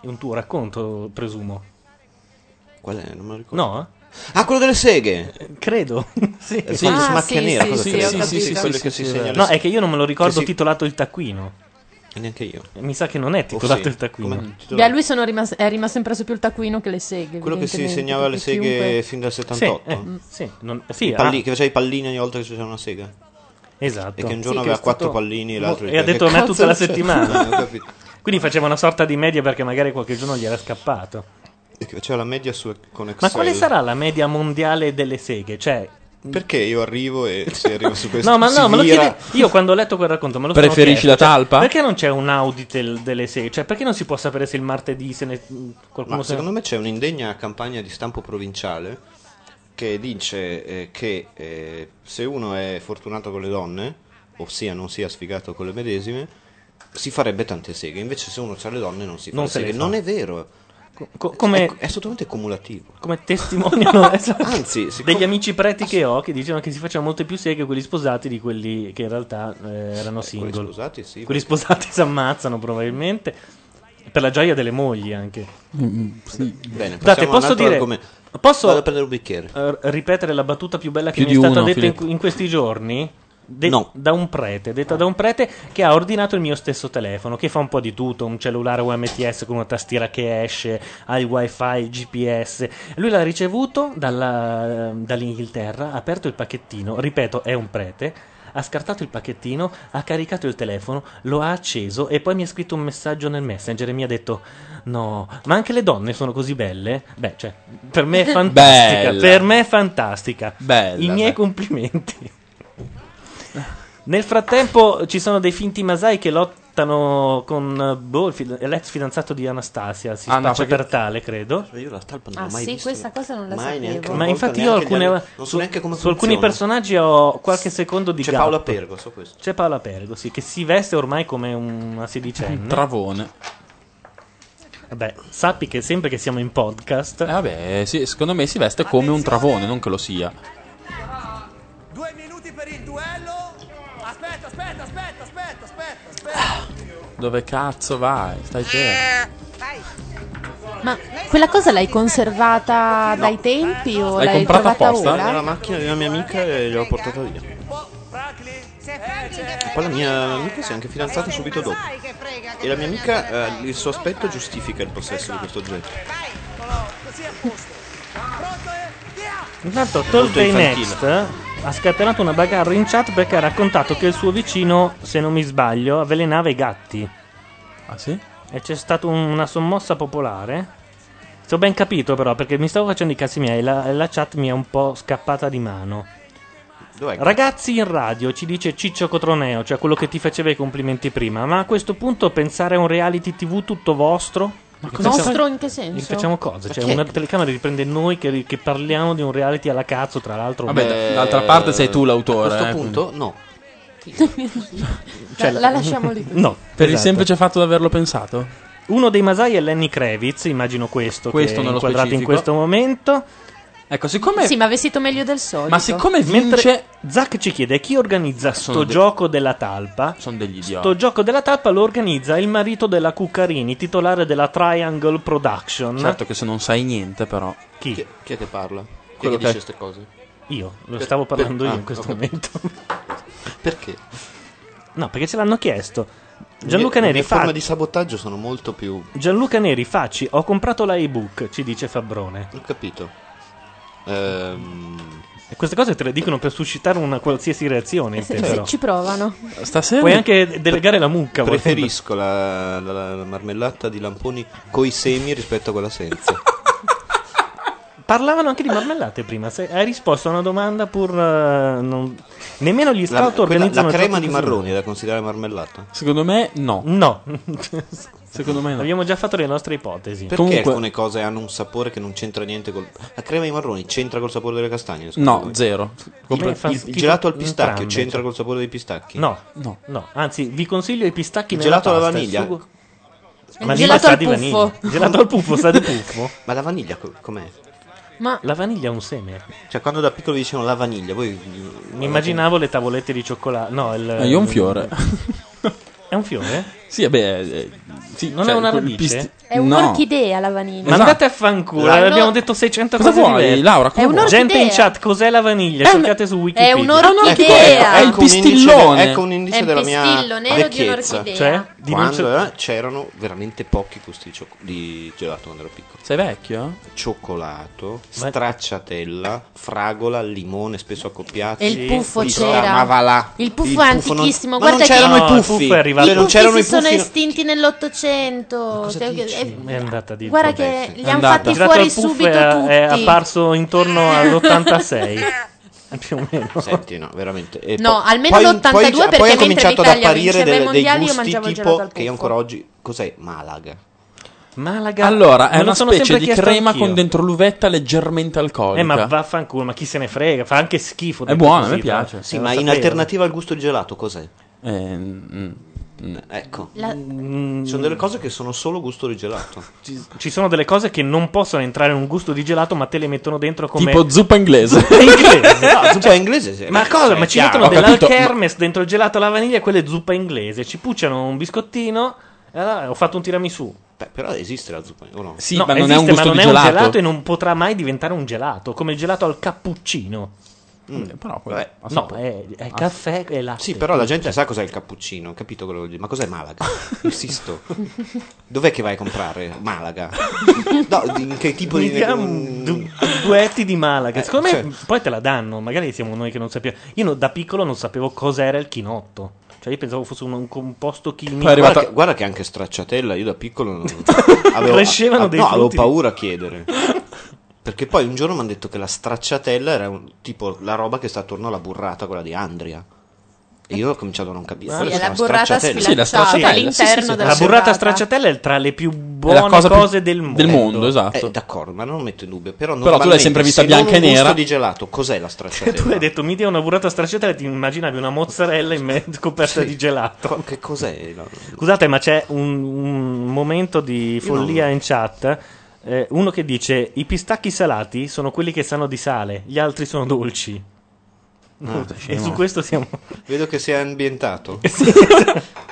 S2: È un tuo racconto, presumo.
S1: Qual è? Non me lo ricordo.
S2: No? eh?
S1: Ah, quello delle seghe!
S2: Credo. [LAUGHS] sì.
S1: Eh, quello di Smacchia Nera, cosa che- quello che si segna
S2: No,
S1: le-
S2: è che io non me lo ricordo
S1: che si-
S2: titolato Il Taccuino.
S1: Neanche io.
S2: Mi sa che non è titolato
S1: Oh, sì.
S2: Il Taccuino.
S3: Beh, a lui sono rimas- è rimasto impresso più il taccuino che le seghe.
S1: Quello che si
S3: evidentemente,
S1: segnava le
S3: perché
S1: seghe
S3: chiunque-
S1: fin dal 78.
S2: Sì, eh, sì, non- sì,
S1: I palli-
S2: ah.
S1: Che faceva i pallini ogni volta che c'era una sega.
S2: Esatto.
S1: E che un giorno
S2: Sì, che
S1: aveva
S2: è
S1: quattro
S2: stato-
S1: pallini e
S2: Mo-
S1: l'altro gli
S2: ha
S1: diceva,
S2: detto a
S1: "Che
S2: me
S1: cazzo
S2: tutta la
S1: c'è?" [LAUGHS] Eh, ho
S2: settimana.
S1: capito.
S2: Quindi faceva una sorta di media perché magari qualche giorno gli era scappato.
S1: E che faceva la media su, con Excel.
S2: Ma quale sarà la media mondiale delle seghe? Cioè,
S1: Perché io arrivo
S2: [LAUGHS]
S1: e si arriva su questo.
S2: no, ma
S1: si
S2: no, me lo
S1: vira-
S2: chiede. Io quando ho letto quel racconto me lo sono
S4: Preferisci
S2: chiesto,
S4: la
S2: cioè,
S4: talpa?
S2: perché non c'è un audit del- delle seghe? Cioè, perché non si può sapere se il martedì se ne, qualcuno
S1: Ma
S2: se ne-
S1: secondo me c'è un'indegna campagna di stampo provinciale che dice eh, che eh, se uno è fortunato con le donne, ossia non sia sfigato con le medesime, si farebbe tante seghe. Invece se uno ha le donne non si fa
S2: Non
S1: le
S2: se le
S1: seghe.
S2: fa.
S1: Non è vero.
S2: come-
S1: È, è assolutamente cumulativo. [LAUGHS]
S2: Come testimoniano esatto,
S1: Anzi, siccome-
S2: degli amici preti che ho che dicevano che si facevano molte più seghe quelli sposati di quelli che in realtà eh, erano single.
S1: quelli sposati, sì,
S2: Quelli
S1: perché-
S2: sposati [LAUGHS] si ammazzano probabilmente. Per la gioia delle mogli anche.
S1: Bene,
S2: Scusate,
S1: passiamo a un
S2: posso
S1: altro
S2: dire.
S1: argomento.
S2: Posso
S1: Vado a prendere un bicchiere.
S2: eh, ripetere la battuta più bella
S1: Più
S2: che mi
S1: di
S2: è stata
S1: uno,
S2: detta in,
S1: Filippo.
S2: in questi giorni? De-
S1: No.
S2: Da un prete, detta da un prete che ha ordinato il mio stesso telefono, che fa un po' di tutto: un cellulare UMTS con una tastiera che esce, ha il wifi, il GPS. Lui l'ha ricevuto dalla- dall'Inghilterra, ha aperto il pacchettino. Ripeto, è un prete. Ha scartato il pacchettino, ha caricato il telefono, lo ha acceso e poi mi ha scritto un messaggio nel messenger e mi ha detto: No, ma anche le donne sono così belle? Beh, cioè,
S1: [LAUGHS]
S2: per me è fantastica.
S4: Bella.
S2: Per me è fantastica.
S4: Bella,
S2: I miei
S4: beh.
S2: complimenti. Nel frattempo ci sono dei finti masai che lottano con eh, boh, il fid- l'ex fidanzato di Anastasia. Si
S1: Ah, no,
S2: spaccia
S1: perché-
S2: per tale, credo.
S1: Io la talpa non
S3: Ah,
S1: l'ho mai
S3: sì,
S1: vista.
S3: questa cosa non la
S1: Mai
S3: sapevo.
S1: neanche una
S2: Ma
S1: volta,
S2: infatti io
S1: neanche gli
S2: alcune,
S1: anni- non so
S2: su,
S1: neanche come
S2: su alcuni
S1: funziona.
S2: personaggi ho qualche secondo di
S1: C'è
S2: gap.
S1: Paola Pergo, so questo.
S2: C'è Paola Pergo, sì, che si veste ormai come una sedicenne.
S4: Un travone.
S2: Vabbè, sappi che sempre che siamo in podcast...
S4: Eh, vabbè, sì, secondo me si veste come un travone, non che lo sia.
S10: Due minuti per il duello. Aspetta, aspetta, aspetta, aspetta, aspetta, aspetta.
S4: Ah, Dove cazzo vai? Stai certo. fermo.
S3: Ma quella cosa l'hai conservata dai tempi o
S4: L'hai
S3: l'hai
S4: comprata
S3: trovata
S4: apposta?
S3: ora?
S1: Nella macchina di una mia amica e gliel'ho portata via. Poi la mia amica si è anche fidanzata subito dopo. E la mia amica, eh, il suo aspetto giustifica il possesso di questo oggetto.
S2: Intanto
S1: Molto
S2: Thursday
S1: infantile.
S2: Next eh, ha scatenato una bagarre in chat perché ha raccontato che il suo vicino, se non mi sbaglio, avvelenava i gatti.
S4: Ah sì?
S2: E c'è stata un- una sommossa popolare. Se ho ben capito però, perché mi stavo facendo i cazzi miei, la, la chat mi è un po' scappata di mano.
S1: Dov'è?
S2: Ragazzi in radio ci dice Ciccio Cotroneo, cioè quello che ti faceva i complimenti prima, ma a questo punto pensare a un reality tv tutto vostro? Ma
S3: Nostro in che senso?
S2: Facciamo cosa? Cioè
S3: Perché?
S2: una telecamera riprende noi che, che parliamo di un reality alla cazzo, tra l'altro.
S4: Vabbè, d- d'altra parte sei tu l'autore,
S1: Eh, A questo
S4: eh,
S1: punto, no.
S2: Cioè,
S3: la, la lasciamo lì.
S2: No,
S4: Per il
S2: esatto.
S4: semplice fatto di averlo pensato.
S2: Uno dei Masai è Lenny Kravitz, immagino questo,
S4: Questo
S2: che è
S4: nello
S2: inquadrato in
S4: specifico.
S2: questo momento.
S4: Ecco, siccome
S7: Sì, ma vestito meglio del solito.
S2: mentre Zack ci chiede chi organizza sto
S4: Sono de-
S2: gioco della talpa.
S4: Sono degli idioti.
S2: Sto gioco della talpa lo organizza il marito della Cuccarini, titolare della Triangle Production.
S4: Certo che se non sai niente, però.
S2: Chi?
S4: Chi,
S1: è che parla?
S4: Quello
S1: che dice
S4: che.
S1: queste cose?
S2: Io, lo
S1: Per-
S2: stavo
S1: per-
S2: parlando io
S1: ah,
S2: in questo
S1: ho
S2: momento.
S1: capito. Perché?
S2: No, perché ce l'hanno chiesto. Gianluca
S1: Le-
S2: Neri
S1: Le forme
S2: fa.
S1: di sabotaggio sono molto più...
S2: Gianluca Neri facci, ho comprato la ebook, ci dice Fabrone.
S1: Ho capito. Ehm...
S2: E queste cose te le dicono per suscitare una qualsiasi reazione,
S3: Se-
S2: intendo.
S3: se Eh ci provano.
S4: Stasera
S2: Puoi anche delegare la mucca. vuoi-
S1: Preferisco la, la- la marmellata di lamponi coi semi rispetto a quella senza.
S2: Parlavano anche di marmellate prima. se- hai risposto a una domanda pur. eh, non- Nemmeno gli
S1: La,
S2: scout
S1: quella- la
S2: organizzano.
S1: crema
S2: giochi
S1: di
S2: così.
S1: marroni è da considerare marmellata?
S4: Secondo me, no.
S2: No.
S4: Secondo me no.
S2: Abbiamo già fatto le nostre ipotesi.
S1: Perché alcune cose hanno un sapore che non c'entra niente col... La crema di marroni c'entra col sapore delle castagne? scusa?
S4: No, zero.
S1: Il,
S4: Compre-
S1: il- il gelato al pistacchio c'entra col sapore dei pistacchi?
S2: cioè. No, no, no. Anzi, vi consiglio i pistacchi
S1: Il
S2: nella
S1: gelato alla
S2: pasta, il
S1: vaniglia?
S2: sugo-
S1: Il
S2: Ma
S1: gelato
S2: sa
S1: al
S2: di
S1: puffo.
S2: vaniglia. Il Gelato al puffo, sa di puffo?
S1: Ma la vaniglia co- com'è?
S3: Ma
S2: la vaniglia è un seme.
S1: Cioè, quando da piccolo dicevano la vaniglia, voi...
S2: Mi immaginavo le tavolette di cioccolato. No, il.
S4: Eh, io un fiore.
S2: [LAUGHS] È un fiore?
S4: Sì, vabbè. eh, sì,
S2: Non
S4: cioè,
S2: è una Esatto.
S4: quel
S2: radice?
S4: pisti-
S3: È
S4: No.
S3: un'orchidea la vaniglia.
S1: Esatto.
S2: Ma andate a fanculo,
S4: La-
S2: abbiamo
S4: no.
S2: detto 600
S4: Cosa
S2: cose
S4: vuoi,
S2: diverse.
S4: Laura, cosa È vuoi? ecco, un'orchidea.
S2: Gente in chat, cos'è la vaniglia? Cercate su Wikipedia.
S1: Ah, un'orchidea. È il
S2: Ecco un indice
S1: pistillone.
S2: de-
S1: ecco un indice
S2: È il
S1: della mia
S2: pistillo nero di
S1: vecchiezza.
S2: un'orchidea. Cioè? Di non
S1: quando
S2: c'è-
S1: eh, c'erano veramente pochi gusti di, cioc- di gelato quando ero piccolo.
S4: Sei vecchio?
S1: Cioccolato, stracciatella, fragola, limone spesso accoppiato.
S3: E il puffo
S1: pista-
S3: c'era.
S1: Ma va là.
S3: Il puffo
S1: non-
S3: è
S1: ma
S3: antichissimo, guarda
S1: non
S3: che-
S1: c'erano
S3: No,
S1: i
S3: il
S1: puffi.
S2: puffo è arrivato-
S1: Cioè, non
S3: Tutti
S1: c'erano
S3: si
S1: i
S3: sono
S1: puffi.
S3: estinti nell'Ottocento. Cioè, eh,
S2: È andata di
S3: Guarda che Eh, li hanno fatti fuori subito
S2: è, eh,
S3: tutti.
S2: è apparso intorno
S3: [LAUGHS]
S2: all'86. più o meno.
S1: Senti, no, veramente. E
S3: No,
S1: poi-
S3: almeno
S1: poi-
S3: l'82
S1: poi,
S3: perché
S1: poi
S3: mentre
S1: è cominciato ad
S3: l'Italia
S1: apparire
S3: vinceva i
S1: dei
S3: mondiali, io
S1: gusti
S3: mangiavo il gelato
S1: tipo
S3: al
S1: che io
S3: puffo.
S1: ancora oggi cos'è Malaga?
S2: Malaga.
S4: Allora,
S2: Me
S4: è
S2: lo
S4: una
S2: sono
S4: specie
S2: sempre
S4: di
S2: chiesto
S4: crema
S2: anch'io.
S4: con dentro l'uvetta leggermente alcolica.
S2: Eh, ma vaffanculo, ma chi se ne frega? Fa anche schifo. detto
S4: buona,
S2: così,
S4: a me
S2: tra-
S4: piace.
S1: Sì,
S2: eh, lo
S1: ma in
S2: sapevo.
S1: alternativa al gusto di gelato cos'è?
S2: Eh, mm,
S1: Ecco.
S3: La-
S1: Sono delle cose che sono solo gusto di gelato.
S2: [LAUGHS] Ci sono delle cose che non possono entrare in un gusto di gelato, ma te le mettono dentro come.
S4: Tipo zuppa inglese.
S2: Zuppa
S1: [LAUGHS]
S2: inglese.
S1: No, zuppa Cioè, inglese, sì,
S2: Ma
S1: beh,
S2: cosa?
S1: sì,
S2: Ma
S1: è
S2: ci
S1: chiaro.
S2: mettono
S1: Ho capito,
S2: dell'alchermes dentro il gelato alla vaniglia e quella è zuppa inglese. Ci pucciano un biscottino. E allora ho fatto un tiramisù.
S1: Beh, però esiste la zuppa, o no?
S4: Sì,
S2: No,
S4: ma non è un
S2: esiste,
S4: gusto
S2: ma
S4: di
S2: non è
S4: gelato.
S2: un gelato e non potrà mai diventare un gelato, come il gelato al cappuccino.
S4: Eh, però
S2: no, è, è caffè e latte.
S1: Mm. Sì, però la gente sa cos'è il cappuccino, capito quello che voglio dire. Ma cos'è
S3: [LAUGHS]
S1: Malaga? Insisto. Dov'è che vai a comprare Malaga? No, di- in che tipo di...
S2: Mettiamo un du- duetti di Malaga. Secondo me
S1: cioè-
S2: poi te la danno, magari siamo noi che non sappiamo. Io no- da piccolo non sapevo cos'era il chinotto. Cioè io pensavo fosse un, un composto chimico.
S1: guarda, che, guarda che anche stracciatella, io da piccolo non-
S2: [LAUGHS]
S1: avevo, ah,
S2: Crescevano dei
S1: No, avevo
S2: frutti.
S1: paura a
S2: [LAUGHS]
S1: chiedere. Perché poi un giorno mi hanno detto che la stracciatella era un- tipo la roba che sta attorno alla burrata, quella di Andria. E io ho cominciato a non capire.
S3: Sì,
S1: quella
S3: è la
S1: una
S3: burrata
S1: stracciatella.
S3: sfilacciata Sì, la stracciatella, all'interno sì, sì, sì. della
S2: La burrata
S3: burrata.
S2: stracciatella è tra le più
S1: È
S2: buone
S1: la cosa più-
S2: cose del mondo.
S1: Eh, d'accordo, ma non lo metto in dubbio. Però,
S4: Però tu l'hai
S1: normalmente,
S4: sempre vista
S1: se non
S4: bianca e
S1: un gusto
S4: nera.
S1: di gelato, cos'è
S2: [LAUGHS]
S1: la stracciatella?
S2: Tu hai detto mi dia una burrata stracciatella e ti immaginavi una mozzarella in mezzo coperta
S1: Sì.
S2: di gelato.
S1: che cos'è?
S2: Scusate, ma c'è un, un momento di
S1: Io
S2: follia
S1: non-
S2: in chat. Eh, uno che dice: I pistacchi salati sono quelli che sanno di sale, gli altri sono dolci.
S1: Ah,
S2: [LAUGHS] e
S1: scemo.
S2: su questo siamo.
S1: Vedo che si è ambientato.
S2: [LAUGHS]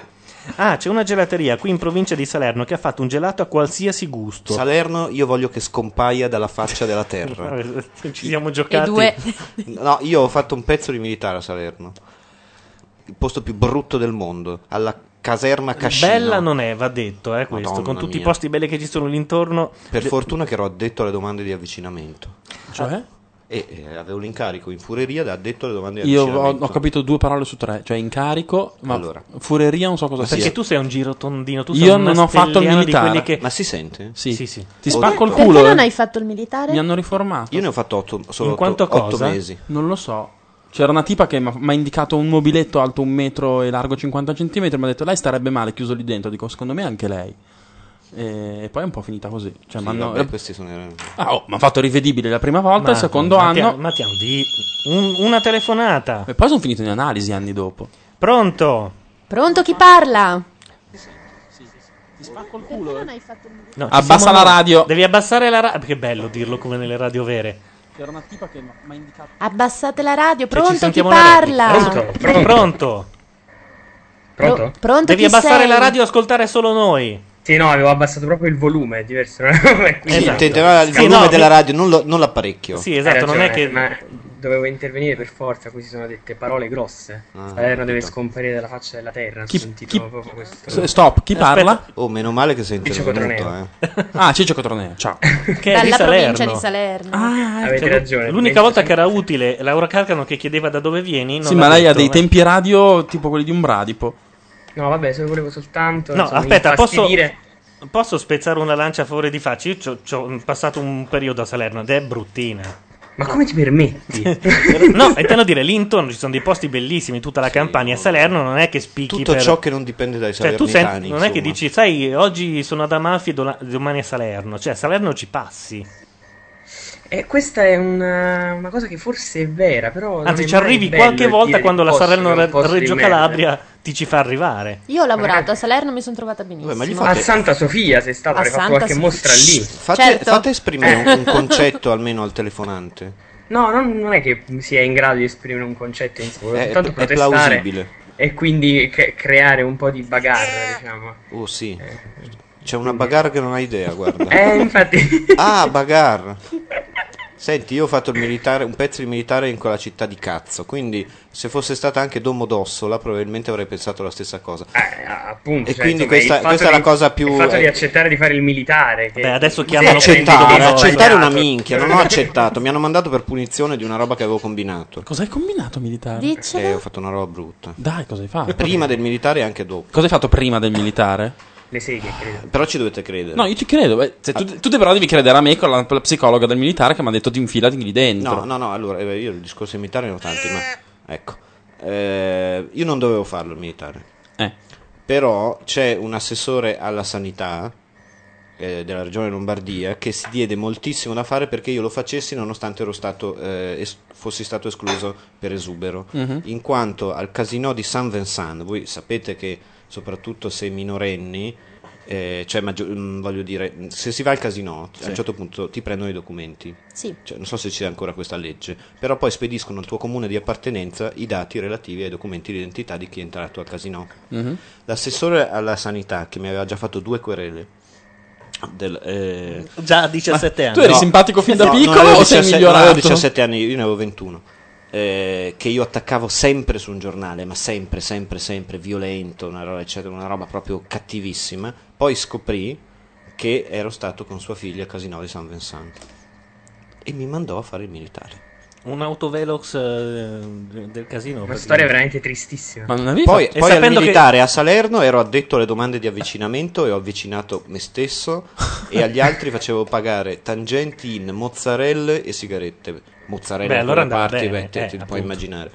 S2: Ah, c'è una gelateria qui in provincia di Salerno che ha fatto un gelato a qualsiasi gusto.
S1: Salerno, io voglio che scompaia dalla faccia della
S2: [LAUGHS]
S1: terra.
S2: Ci siamo giocati.
S1: [LAUGHS] No, io ho fatto un pezzo di militare a Salerno. Il posto più brutto del mondo, alla caserma Cascina.
S2: Bella non è, va detto, eh, questo.
S1: Madonna
S2: con tutti i
S1: mia.
S2: posti belli che ci sono lì intorno.
S1: Per
S2: De-
S1: fortuna che ero addetto alle domande di avvicinamento.
S4: Cioè?
S1: E eh, avevo l'incarico in fureria da addetto alle domande di
S4: Io ho,
S1: avvicinamento.
S4: ho capito due parole su tre, cioè incarico, ma
S1: Allora.
S4: fureria non so cosa
S2: Perché
S4: sia.
S2: tu sei un girotondino, tu sei
S4: Io
S2: un
S4: non ho fatto il
S2: mastelliano
S4: militare.
S2: Di quelli che...
S1: Ma si sente?
S4: Sì.
S2: Sì, sì.
S4: Ti
S1: Ho
S4: spacco il
S1: detto-
S4: culo.
S7: Perché
S4: eh.
S7: non hai fatto il militare?
S4: Mi hanno riformato.
S1: Io ne ho fatto otto, solo
S4: In quanto
S1: otto,
S4: cosa?
S1: otto mesi.
S4: Non lo so. C'era una tipa che mi ha- mi ha indicato un mobiletto alto un metro e largo 50 cm. Mi ha detto, lei starebbe male chiuso lì dentro. Dico, secondo me anche lei. E, e poi è un po' finita così. Cioè,
S1: Oh, Sì,
S4: mi hanno-
S1: vabbè, questi sono... i-
S4: Ah, oh, mi ha fatto rivedibile la prima volta, il secondo
S2: ma ti-
S4: anno.
S2: ma ti hanno di... un- una telefonata.
S4: E poi sono finito in analisi anni dopo.
S2: Pronto?
S7: Pronto chi parla?
S4: Spacco il culo. eh.
S7: non hai fatto il militare?
S2: No, ci
S4: Abbassa
S2: siamo
S4: la
S2: noi.
S4: radio.
S2: Devi abbassare la radio. Che bello dirlo come nelle radio vere.
S4: C'era una tipa che mi ha indicato.
S7: Abbassate la
S2: Cioè,
S7: radio,
S2: ci
S7: pronto chi
S2: sentiamo una
S7: parla?
S2: replica. Pronto? Pronto? Pronto?
S7: Pronto? Pronto
S2: Devi
S7: chi
S2: abbassare
S7: sei?
S2: la radio e ascoltare solo noi.
S8: Sì, no, avevo abbassato proprio il volume, è diverso. [LAUGHS]
S7: Esatto.
S1: Sì, intendeva il volume della radio, non, lo- non l'apparecchio.
S2: esatto,
S8: Ma dovevo intervenire per forza, così sono dette parole grosse.
S1: Ah,
S8: Salerno Eh, deve
S1: capito.
S8: scomparire dalla faccia della terra.
S1: Chi-
S8: ho sentito
S1: chi-
S8: proprio questo.
S1: Oh, meno male che sei
S8: Ciccio
S1: intervenuto, eh.
S4: Ah, Ciccio Cotroneo,
S8: [LAUGHS]
S4: ciao.
S2: Che è di
S7: Dalla provincia
S2: Salerno.
S7: di Salerno.
S8: Avete
S2: Cioè,
S8: ragione.
S2: L'unica volta che era utile Laura Carcano che chiedeva da dove vieni. Non
S4: Sì,
S2: l'ha
S4: ma lei ha
S2: detto,
S1: eh.
S4: dei
S2: ma-
S4: tempi radio tipo quelli di un bradipo.
S8: No, vabbè, se volevo soltanto.
S2: No,
S8: insomma,
S2: aspetta, posso,
S8: infastidire-
S2: posso spezzare una lancia a favore di faccia? Io c'ho- c'ho passato un periodo a Salerno ed è bruttina.
S8: Ma come ti permetti?
S2: No, intendo dire, lì intorno ci sono dei posti bellissimi, tutta la campagna. A Salerno non è che spicchi
S1: Tutto
S2: per-
S1: ciò che non dipende dai
S2: Cioè, tu
S1: salernitani,
S2: senti- non è che
S1: insomma.
S2: dici, sai, oggi sono ad Amalfi e dola- domani a Salerno. Cioè, a Salerno ci passi.
S8: Eh, questa è una, una cosa che forse è vera, però. non
S2: Anzi,
S8: è
S2: ci
S8: mai
S2: arrivi
S8: bello
S2: qualche
S8: dire
S2: volta
S8: che
S2: quando la
S8: posso,
S2: Salerno
S8: che è un
S2: Re-
S8: posto di
S2: Reggio
S8: merda.
S2: Calabria ti ci fa arrivare.
S7: Io ho lavorato a Salerno, mi sono trovata benissimo.
S8: A Santa Sofia sei stato,
S7: A
S8: hai fatto
S7: Santa
S8: qualche
S7: Sofia.
S8: mostra lì.
S1: Fate,
S7: Certo.
S1: fate esprimere un, un
S8: [LAUGHS]
S1: concetto almeno al telefonante.
S8: No, non, non è che sia in grado di esprimere un concetto in solo,
S1: È,
S8: soltanto
S1: è
S8: protestare
S1: plausibile.
S8: e quindi cre- creare un po' di bagarre, diciamo.
S1: Oh, sì. C'è una bagarre che non hai idea, guarda.
S8: [LAUGHS] Eh, infatti.
S1: Ah,
S8: [LAUGHS]
S1: bagarre. Senti, io ho fatto il militare, un pezzo di militare in quella città di cazzo, quindi se fosse stata anche Domodossola probabilmente avrei pensato la stessa cosa.
S8: Appunto,
S1: e
S8: cioè,
S1: quindi
S8: insomma, il
S1: questa,
S8: fatto
S1: questa è
S8: di-
S1: la cosa più...
S8: Il fatto di
S1: eh,
S8: accettare di fare il militare. Che
S2: Beh, adesso
S8: che
S2: chiamano
S8: è
S1: accettare,
S8: diventato
S1: accettare una
S8: sbagliato.
S1: minchia, non ho accettato, mi hanno mandato per punizione di una roba che avevo combinato.
S4: Cosa hai combinato militare?
S1: Eh, ho fatto una roba brutta.
S4: Dai, cosa hai fatto?
S1: Prima del militare e anche dopo.
S4: Cosa hai fatto prima del militare?
S8: Le seghe, credo.
S1: Però ci dovete credere. Ah.
S4: No, io ti credo. eh. Cioè, tu, tu però devi credere a me con la, la psicologa del militare che mi ha detto ti infilati lì dentro.
S1: No, no, no, allora eh, io il discorso militare ne ho tanti, ma ecco. Eh, io non dovevo farlo il militare.
S4: Eh.
S1: Però c'è un assessore alla sanità eh, della regione Lombardia che si diede moltissimo da fare perché io lo facessi nonostante ero stato, eh, es- fossi stato escluso per esubero.
S4: Mhm.
S1: In quanto al casino di San Vincent, voi sapete che soprattutto se minorenni, eh, cioè maggio- mm, voglio dire, mm, se si va al casino
S7: Sì.
S1: a un certo punto ti prendono i documenti.
S7: Sì.
S1: Cioè, non so se c'è ancora questa legge, però poi spediscono al tuo comune di appartenenza i dati relativi ai documenti di identità di chi è entrato al casino.
S4: Mhm.
S1: L'assessore alla sanità, che mi aveva già fatto due querele. del, eh,
S2: Già a 17
S4: Ma anni. tu eri simpatico fin da
S1: non
S4: piccolo
S1: avevo
S4: o sei
S1: 17
S4: migliorato?
S1: Non avevo 17 anni, io ne avevo 21. eh, che io attaccavo sempre su un giornale, ma sempre, sempre, sempre violento, una roba, eccetera, una roba proprio cattivissima. Poi scoprì che ero stato con sua figlia a Casino di San Vincent e mi mandò a fare il militare.
S2: Un autovelox eh, del casino.
S8: Una storia veramente tristissima.
S1: poi,
S2: E
S1: poi al
S2: sapendo che-
S1: militare a Salerno ero addetto alle domande di avvicinamento e ho avvicinato me
S2: [LAUGHS]
S1: stesso e agli altri facevo pagare tangenti in mozzarelle e sigarette. Mozzarelle
S2: Beh,
S1: da
S2: allora
S1: quelle
S2: andava
S1: parti,
S2: bene,
S1: beh, te-
S2: eh,
S1: te- puoi
S2: appunto.
S1: immaginare.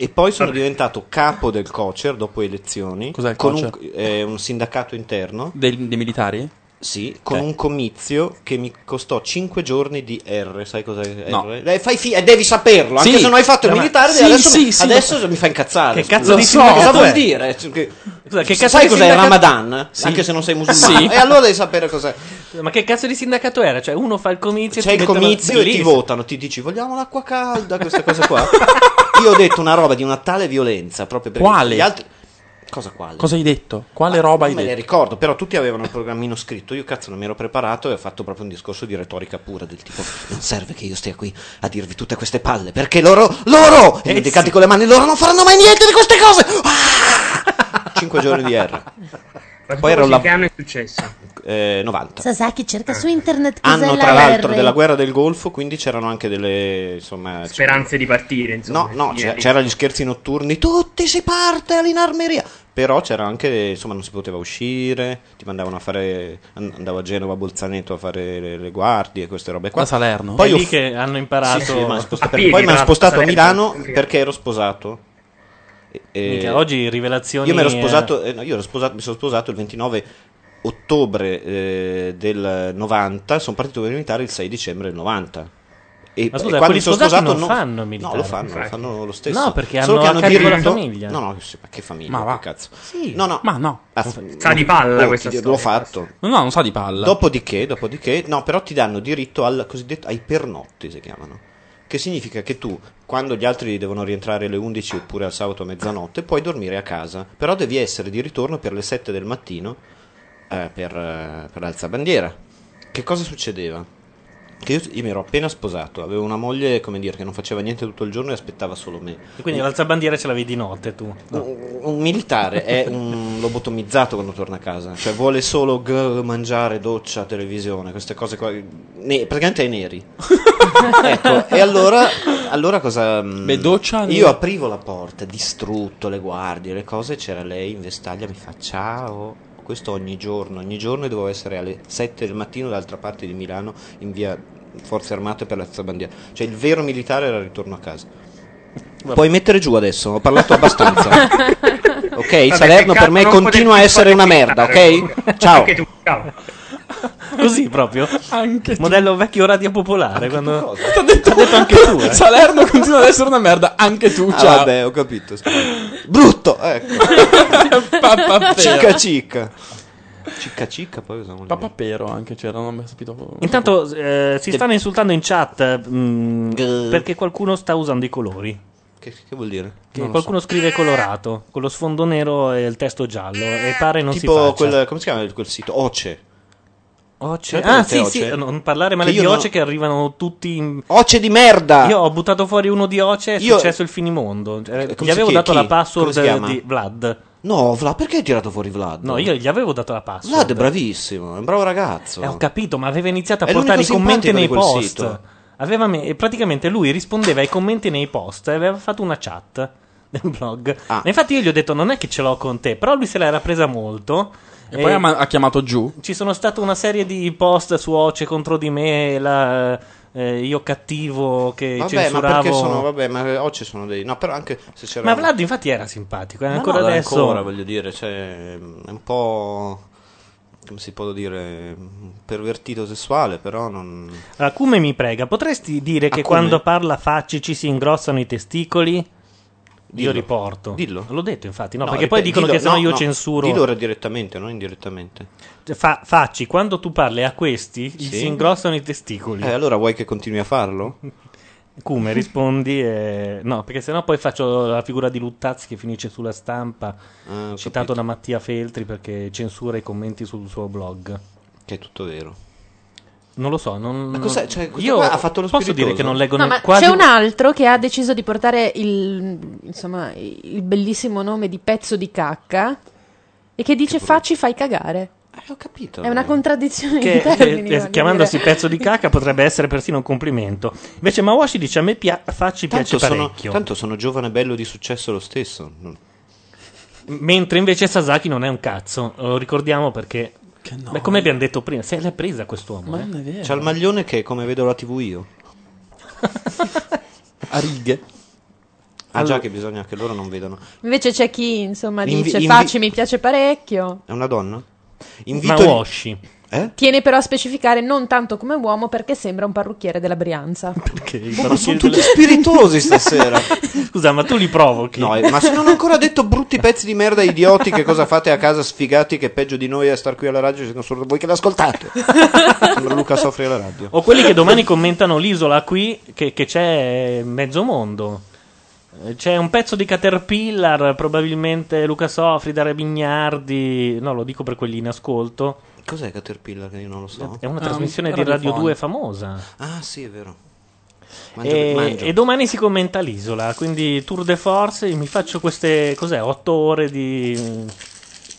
S1: E poi sono diventato capo del COCER dopo elezioni.
S4: Cos'è il
S1: con un,
S4: COCER?
S1: eh, un sindacato interno.
S4: Dei, dei militari?
S1: Sì, con
S4: Ok.
S1: un comizio che mi costò 5 giorni di R. Sai cos'è R?
S4: No.
S1: Eh, fai fi- eh, devi saperlo,
S4: Sì.
S1: anche se non hai fatto il
S4: No, ma-
S1: militare,
S4: Sì,
S1: adesso,
S4: sì, sì,
S1: adesso
S4: lo-
S1: mi fa incazzare.
S2: Che cazzo
S1: Lo
S2: di
S1: so,
S2: sindacato
S1: cosa vuol
S2: è?
S1: dire? Cioè, Che,
S2: Scusa, che cazzo
S1: sai
S2: di
S1: cos'è il
S2: sindacato-
S1: Ramadan?
S2: Sì.
S1: Anche se non sei musulmano.
S2: Sì.
S1: E allora devi sapere cos'è.
S2: Ma che cazzo di sindacato era? Cioè, uno fa il comizio
S1: C'è
S2: e ti
S1: il
S2: mettono-
S1: comizio e ti
S2: Bellissimo.
S1: votano, ti dici vogliamo l'acqua calda, questa cosa qua. Io ho detto una roba di una tale violenza proprio perché
S4: Quale?
S1: gli altri... Cosa quale?
S4: Cosa hai detto? Quale roba hai
S1: Non me le
S4: detto?
S1: ricordo, però tutti avevano il programmino scritto. Io cazzo non mi ero preparato e ho fatto proprio un discorso di retorica pura del tipo non serve che io stia qui a dirvi tutte queste palle, perché loro loro e
S2: Eh,
S1: indicati
S2: sì.
S1: con le mani loro non faranno mai niente di queste cose. Ah! Cinque giorni di R.
S8: Ma
S1: Poi
S8: poi
S1: ero
S8: era
S1: la-
S8: che anno è successo?
S1: eh, 90.
S24: Sasaki cerca su internet cos'è la
S1: Anno Eh. tra l'altro
S24: R.
S1: della guerra del Golfo, quindi c'erano anche delle insomma,
S8: [LAUGHS] Speranze di partire, insomma.
S1: No, no, c'era,
S8: Ieri.
S1: c'era gli scherzi notturni, tutti si parte all'inarmeria. Però c'era anche, insomma, non si poteva uscire, ti mandavano a fare, an- andavo a Genova, a Bolzaneto a fare le, le guardie, queste robe qua.
S4: Da Salerno.
S2: Poi lì
S1: f-
S2: che hanno imparato.
S1: Sì, sì, mi hanno spostato-
S2: A piedi,
S1: poi mi
S2: tra
S1: hanno
S2: l'altro,
S1: spostato a
S2: Salerno.
S1: Milano perché ero sposato. E- e-
S2: Minchia, oggi rivelazioni,
S1: Io mi ero
S2: eh.
S1: sposato, eh, no, io ero sposato- mi sono sposato il 29 ottobre eh, del 90, sono partito per il militare il 6 dicembre del 90. E,
S2: Ma
S1: e
S2: scusa,
S1: quando
S2: quelli
S1: mi sono
S2: sposati
S1: sposato
S2: non fanno il
S1: No,
S2: militare.
S1: lo fanno, lo fanno lo stesso.
S2: No, perché
S1: Solo
S2: hanno
S1: che
S2: a carico la
S1: diritto-
S2: famiglia.
S1: No, no, che, sì, ma che famiglia,
S4: Ma va.
S1: che cazzo.
S2: Sì.
S1: No, no.
S4: Ma no.
S1: Ah,
S4: Sa di palla
S1: oh,
S4: questa
S1: ti-
S4: storia.
S1: L'ho fatto.
S4: No, non sa di palla.
S1: Dopodiché, dopodiché, no, però ti danno diritto al cosiddetto, ai pernotti si chiamano. Che significa che tu, quando gli altri devono rientrare alle 11 oppure al sabato a mezzanotte, puoi dormire a casa, però devi essere di ritorno per le 7 del mattino eh, per, eh, per l'alzabandiera. Che cosa succedeva? Che io, io mi ero appena sposato, avevo una moglie, come dire, che non faceva niente tutto il giorno e aspettava solo me.
S2: E Quindi l'alzabandiera ce l'avevi di notte
S1: Mm.
S2: tu. No.
S1: Un, un militare è un lobotomizzato quando torna a casa, cioè vuole solo grrr, mangiare, doccia, televisione, queste cose qua, ne- praticamente ai neri. ecco, e allora, allora cosa... mm,
S4: Beh, doccia ne-
S1: Io aprivo la porta, distrutto, le guardie, le cose, c'era lei in vestaglia, mi fa ciao. Questo ogni giorno, ogni giorno e dovevo essere alle 7 del mattino dall'altra parte di Milano in via Forze Armate per la bandiera. Cioè il vero militare era il ritorno a casa. Puoi mettere giù adesso, ho parlato abbastanza. ok,
S2: Vabbè,
S1: Salerno per
S2: peccato
S1: me
S2: non
S1: continua a
S2: poterti
S1: essere una merda,
S2: contattare,
S1: ok? Ciao.
S2: Anche tu, [LAUGHS] Così proprio. Modello vecchio radio popolare. Quando... Ti ha detto, anche tu. eh.
S4: Salerno continua ad essere una merda, anche tu,
S1: Ah,
S4: ciao.
S1: vabbè, ho capito. scusa. Brutto,
S4: [LAUGHS]
S1: ecco. Cicca cicca. Cicca cicca, poi cosa vuol dire?
S4: Papapero anche c'era, non ho mai sapito.
S2: Intanto eh, si stanno insultando in chat mm, perché qualcuno sta usando i colori.
S1: Che, che vuol dire?
S2: Che
S1: Non lo
S2: qualcuno
S1: so.
S2: scrive colorato con lo sfondo nero e il testo giallo e pare non si
S1: Tipo
S2: faccia.
S1: quel, come si chiama quel sito? Oce.
S2: Oce.
S1: C'è la
S2: Ah, sì,
S1: presente
S2: sì,
S1: Oce?
S2: non parlare male
S1: Che io
S2: di
S1: non-
S2: Oce che arrivano tutti in...
S1: Oce di merda!
S2: Io ho buttato fuori uno di Oce e è
S1: Io-
S2: successo il finimondo. Eh,
S1: come
S2: gli
S1: si-
S2: avevo
S1: chi-
S2: dato
S1: chi?
S2: la
S1: Come si
S2: password
S1: chiama?
S2: di Vlad.
S1: No, Vlad, perché hai tirato fuori Vlad?
S2: No, io gli avevo dato la password.
S1: Vlad è bravissimo, è un bravo ragazzo.
S2: Eh, ho capito, ma aveva iniziato a
S1: È
S2: portare i
S1: l'unico
S2: commenti nei
S1: simpatico di quel
S2: post.
S1: sito.
S2: Aveva me- e praticamente lui rispondeva ai commenti nei post e aveva fatto una chat nel blog.
S1: Ah.
S2: E infatti io gli ho detto non è che ce l'ho con te, però lui se l'era presa molto.
S4: E poi ha, ma- ha chiamato giù.
S2: Ci sono stata una serie di post su Oce contro di me, la- eh, io cattivo che
S1: Vabbè, ma
S2: censuravo.
S1: perché sono. Vabbè, ma oggi sono dei. No, però anche se c'era.
S2: Ma Vlad infatti era simpatico, eh,
S1: Ma
S2: ancora
S1: no,
S2: adesso...
S1: ancora, voglio dire, cioè, mm, è un po'. come si può dire? mm, pervertito sessuale, però non.
S2: Allora, Cume mi prega, potresti dire che
S1: Cume?
S2: quando parla Facci ci si ingrossano i testicoli?
S1: Dillo.
S2: Io riporto.
S1: Dillo.
S2: L'ho detto infatti, no, perché poi
S1: ripet-
S2: dicono
S1: dillo-
S2: che se no
S1: no,
S2: io
S1: no,
S2: censuro. Cioè,
S1: Dillo direttamente, non indirettamente.
S2: Fa- facci, quando tu parli a questi, gli
S1: Sì.
S2: si ingrossano i testicoli.
S1: Eh, allora vuoi che continui a farlo?
S2: Come rispondi? E... No, perché sennò poi faccio la figura di Luttazzi che finisce sulla stampa,
S1: Ah,
S2: citato da Mattia Feltri perché censura i commenti sul suo blog.
S1: Che è tutto vero.
S2: Non lo so, non...
S1: Ma cos'è? Cioè, questo
S2: io
S1: qua ha fatto lo
S2: posso
S1: spiritoso?
S2: dire che non leggo
S1: No,
S2: ne-
S1: ma
S2: quasi
S7: C'è un altro che ha deciso di portare il, insomma, il bellissimo nome di pezzo di cacca e che dice facci fai cagare.
S1: ho capito.
S7: È una contraddizione
S2: Ah, che,
S7: in termini.
S2: eh, eh,
S7: voglio
S2: chiamandosi
S7: dire.
S2: pezzo di cacca potrebbe essere persino un complimento. Invece Mawashi dice a me pia- facci piace
S1: Tanto sono,
S2: parecchio.
S1: tanto sono giovane e bello di successo lo stesso. Non-
S2: Mentre invece Sasaki non è un cazzo, lo ricordiamo perché... Beh, come abbiamo detto prima, se l'è presa quest'uomo. eh.
S1: C'ha il maglione che è come vedo la TV io.
S4: a righe.
S1: Ah,
S7: Allora-
S1: già che bisogna che loro non vedano.
S7: [LAUGHS] Invece c'è chi, insomma,
S1: Invi-
S7: dice
S1: invi-
S7: facci mi piace parecchio.
S1: È una donna?
S2: Mawashi.
S1: Eh?
S7: Tiene però a specificare non tanto come uomo perché sembra un parrucchiere
S2: [LAUGHS]
S7: della Brianza.
S1: Oh, ma sono tutti spiritosi stasera.
S2: Scusa, ma tu li provochi.
S1: No, eh, ma
S2: [LAUGHS]
S1: se non ho ancora detto brutti pezzi di merda idioti che cosa fate a casa sfigati che peggio di noi a star qui alla radio ci sono solo voi che l'ascoltate. Sembra Luca Sofri alla radio.
S2: O quelli che domani commentano l'isola qui, che, che c'è mezzo mondo. Eh, C'è un pezzo di Caterpillar, probabilmente Luca Sofri, Daria Bignardi. No, lo dico per quelli in ascolto.
S1: Cos'è Caterpillar che io non lo so?
S2: È una trasmissione Ah, di Radio 2 famosa. Eh,
S1: Ah, sì, è vero. Mangio-
S2: E,
S1: mangio.
S2: e domani si commenta l'isola, quindi tour de force, mi faccio queste, cos'è, otto ore di... mm,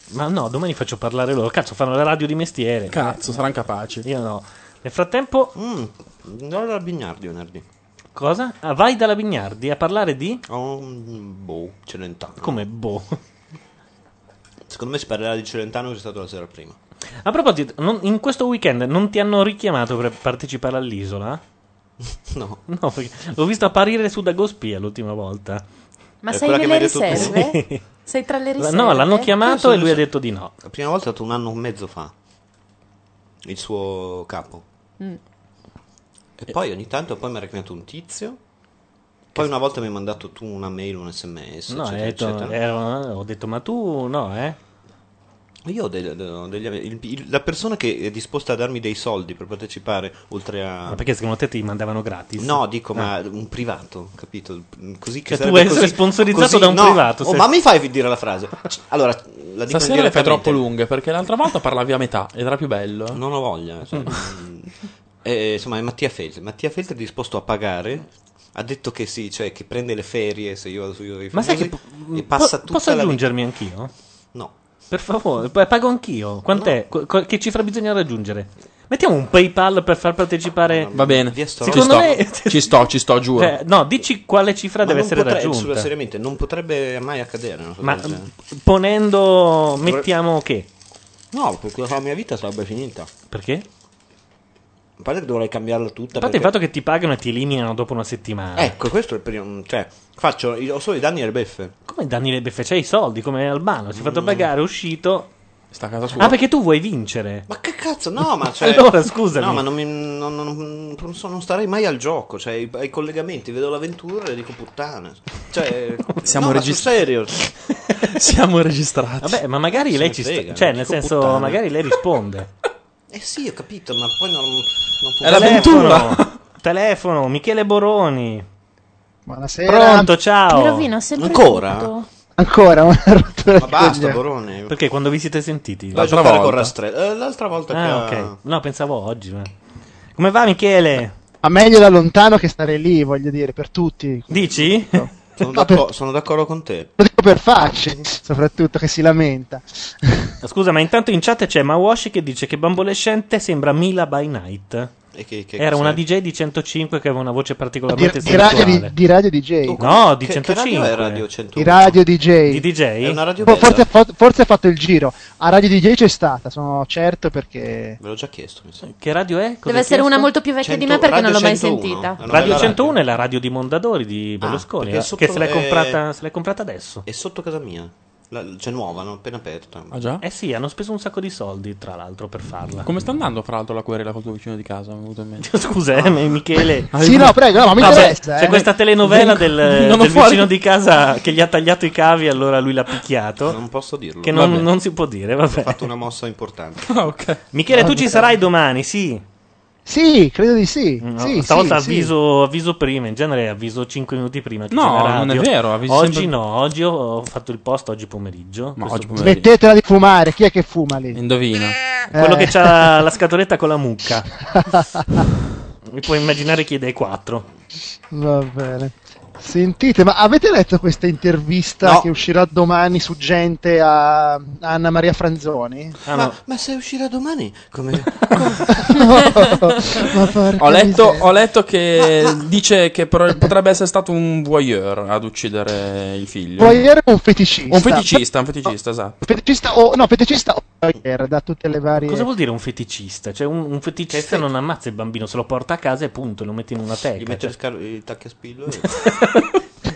S2: Ma no, domani faccio parlare loro. Cazzo, fanno la radio di mestiere.
S4: Cazzo, saranno capaci.
S2: Io no. Nel frattempo.
S1: non dalla Mm, Bignardi venerdì.
S2: Cosa? Ah, vai dalla Bignardi a parlare di.
S1: Oh, boh, Celentano.
S2: Come boh.
S1: Secondo me si parlerà di Celentano che è stato la sera prima.
S2: A proposito, non- in questo weekend non ti hanno richiamato per partecipare all'isola?
S1: [LAUGHS] No.
S2: No, perché l'ho visto apparire su Dagospia l'ultima volta.
S7: Ma sei nelle riserve?
S2: [LAUGHS] Sì.
S7: Sei tra le
S2: La-
S7: riserve?
S2: No, l'hanno chiamato
S1: Io
S2: e
S1: sono-
S2: lui ha detto di no.
S1: La prima volta è stato un anno e mezzo fa. Il suo capo.
S7: Mm.
S1: E poi ogni tanto poi mi ha reclamato un tizio. Poi una volta mi hai mandato tu una mail, un sms,
S2: No,
S1: eccetera,
S2: ha detto- eh.
S1: eccetera.
S2: ero- ho detto, ma tu no, eh?
S1: Io ho del- de- degli amici. il- il- La persona che è disposta a darmi dei soldi per partecipare, oltre a.
S2: Ma perché secondo te ti mandavano gratis?
S1: No, dico, ma
S2: Ah.
S1: un privato, capito? Così che
S2: Cioè, tu
S1: sarebbe
S2: vuoi essere
S1: così-
S2: sponsorizzato
S1: così-
S2: da un
S1: no.
S2: privato,
S1: Oh,
S2: se-
S1: ma mi fai dire la frase?
S2: [LAUGHS]
S1: C- Allora, la dico
S4: Stasera le fai
S1: indirettamente.
S4: troppo lunghe perché l'altra volta parlavi a metà ed era più bello.
S2: eh.
S1: Non ho voglia. cioè, mm. Eh, insomma, è Mattia Feltri. Mattia Feltri è disposto a pagare. Ha detto che sì, cioè che prende le ferie se io vado su io dei
S2: Ma sai che
S1: famosi
S2: po- mm,
S1: e passa
S2: po-
S1: tutta
S2: posso
S1: la vita-
S2: aggiungermi anch'io?
S1: No.
S2: Per favore, p- pago anch'io. Quant'è? Co- co- che cifra bisogna raggiungere? Mettiamo un PayPal per far partecipare.
S4: Va bene.
S2: Secondo
S4: ci,
S2: me.
S4: sto. ci sto, ci sto, giuro.
S2: Cioè, no, dici quale cifra
S1: Ma
S2: deve
S1: non
S2: essere
S1: potre- sulla-
S2: raggiunta.
S1: seriamente, non potrebbe mai accadere. una cosa
S2: Ma
S1: del genere.
S2: mh, ponendo. Mettiamo che.
S1: No, perché la mia vita sarebbe finita.
S2: Perché?
S1: A parte che dovrei cambiarla tutta.
S2: A parte il
S1: perché-
S2: fatto che ti pagano e ti eliminano dopo una settimana.
S1: Ecco, questo è il primo. Cioè, faccio, io ho solo i danni e le beffe.
S2: Come danni le beffe? C'hai i soldi come Albano. Si è fatto
S1: Mm.
S2: pagare, è uscito.
S4: Sta a casa sua.
S2: Ah, perché tu vuoi vincere?
S1: Ma che cazzo? No, ma cioè,
S2: Allora, scusami.
S1: No, ma non, mi- non- non- non so- non starei mai al gioco. Cioè, ai- ai collegamenti, vedo l'avventura e dico puttana.
S2: [LAUGHS]
S1: Cioè,
S4: Siamo
S1: no, ma
S4: regist-
S1: sul serio.
S4: [LAUGHS] Siamo registrati.
S2: Vabbè, ma magari
S1: Se
S2: lei
S1: ne
S2: ci
S1: frega,
S2: sta. Cioè,
S1: non
S2: nel
S1: dico
S2: senso,
S1: puttana.
S2: magari lei risponde.
S1: [LAUGHS] Eh sì, ho capito, ma poi non. non può-
S2: È l'avventura. [LAUGHS] Telefono, Michele Boroni.
S19: Buonasera.
S2: Pronto, ciao.
S1: Ah,
S19: Ancora, [LAUGHS] ma
S1: Ma basta, Borone.
S2: Perché quando vi siete sentiti?
S1: Vai a giocare con Rastrello. Eh, l'altra volta che
S2: Ah,
S1: ha-
S2: ok. No, pensavo oggi. ma- Come va, Michele?
S19: Ma meglio da lontano che stare lì, voglio dire, per tutti.
S2: Dici?
S1: Sono, d'accordo, sono d'accordo con te.
S19: Lo dico per facce, soprattutto che si lamenta.
S2: Scusa, ma intanto in chat c'è Mawashi che dice che Bambolescente sembra Mila by Night.
S1: E che- che
S2: Era una
S1: cos'è?
S2: DJ di 105 che aveva una voce
S19: Di,
S2: particolarmente
S19: di radio, di,
S2: sensuale.
S19: di radio DJ.
S2: No, di
S1: Oh, Che- che
S2: 105.
S1: radio è Radio 101?
S19: Di radio DJ.
S2: Di DJ?
S1: È una radio
S19: Fo-
S1: bella.
S19: forse, fo- forse ha fatto il giro. A radio DJ c'è stata, sono certo perché...
S1: Ve l'ho già chiesto. Mi sa.
S2: Che radio è?
S7: Deve essere una molto più vecchia di me perché non l'ho mai sentita.
S2: Radio 101 è la radio di Mondadori di Berlusconi,
S1: Ah, perché
S2: eh,
S1: sotto
S2: che se l'è,
S1: è-
S2: comprata, se l'è comprata adesso.
S1: È sotto casa mia. La- c'è nuova, no? appena aperta.
S4: Ah,
S2: Eh sì, hanno speso un sacco di soldi, tra l'altro, per farla.
S4: Come sta andando, fra l'altro, la querela col tuo vicino di casa? Mi è venuto in mente.
S2: [LAUGHS] Scusa,
S1: Ah.
S2: eh, ma
S19: [LAUGHS]
S2: Michele.
S19: Sì, Ah. no, prego, no, ma mi
S2: Vabbè,
S19: interessa,
S2: C'è
S19: eh.
S2: questa telenovela del,
S19: [LAUGHS] Vengo
S2: del
S19: fuori.
S2: vicino di casa che gli ha tagliato i cavi, allora lui l'ha picchiato.
S1: Non posso dirlo.
S2: Che non,
S1: Vabbè.
S2: non si può dire, vabbè.
S1: Ho fatto una mossa importante.
S2: Michele, tu
S19: [LAUGHS] Ah,
S2: ci
S19: ok.
S2: sarai domani, sì.
S19: Sì, credo di sì.
S2: Mm,
S19: sì,
S2: Stavolta
S19: sì, sì.
S2: avviso, avviso prima, in genere avviso 5 minuti prima. che
S4: No,
S2: c'è la
S4: non è
S2: radio.
S4: vero, avvisi
S2: Oggi
S4: sempre-
S2: no, oggi ho fatto il post oggi pomeriggio. Questo-
S4: oggi pomeriggio.
S19: Smettetela di fumare, chi è che fuma lì?
S4: Indovina.
S2: Quello
S19: Eh.
S2: che c'ha
S19: [LAUGHS]
S2: la scatoletta con la mucca. Mi puoi immaginare chi è dei quattro.
S19: Va bene. Sentite, ma avete letto questa intervista
S2: No.
S19: che uscirà domani su gente a a Anna Maria Franzoni?
S2: Ah,
S1: ma, ma se uscirà domani,
S2: [LAUGHS]
S1: come.
S19: [LAUGHS] Ma porca
S4: Ho letto,
S19: miseria.
S4: ho letto che dice che pro- potrebbe essere stato un voyeur ad uccidere il figlio.
S19: Voyeur è un feticista.
S4: Un feticista, un feticista,
S2: [LAUGHS]
S4: esatto.
S19: Feticista o no, feticista o voyeur, da tutte le varie.
S2: Cosa vuol dire un feticista? Cioè, un, un feticista non ammazza il bambino, se lo porta a casa e punto, lo mette in una
S1: Gli
S2: teca.
S1: metto
S2: Cioè,
S1: il, scar- il tacchiaspillo e-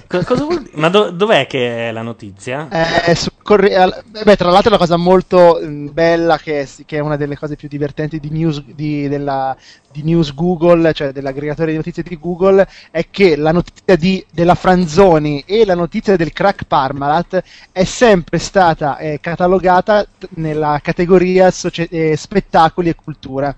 S2: co- [LAUGHS] cosa vuol dire? Ma do- dov'è che è la notizia?
S19: Eh, su Corri- al- beh, tra l'altro, la cosa molto mh, bella, che è, che è una delle cose più divertenti di news, di, della, di news Google, cioè dell'aggregatore di notizie di Google, è che la notizia di- della Franzoni e la notizia del crack Parmalat è sempre stata eh, catalogata t- nella categoria socie- eh, spettacoli e cultura.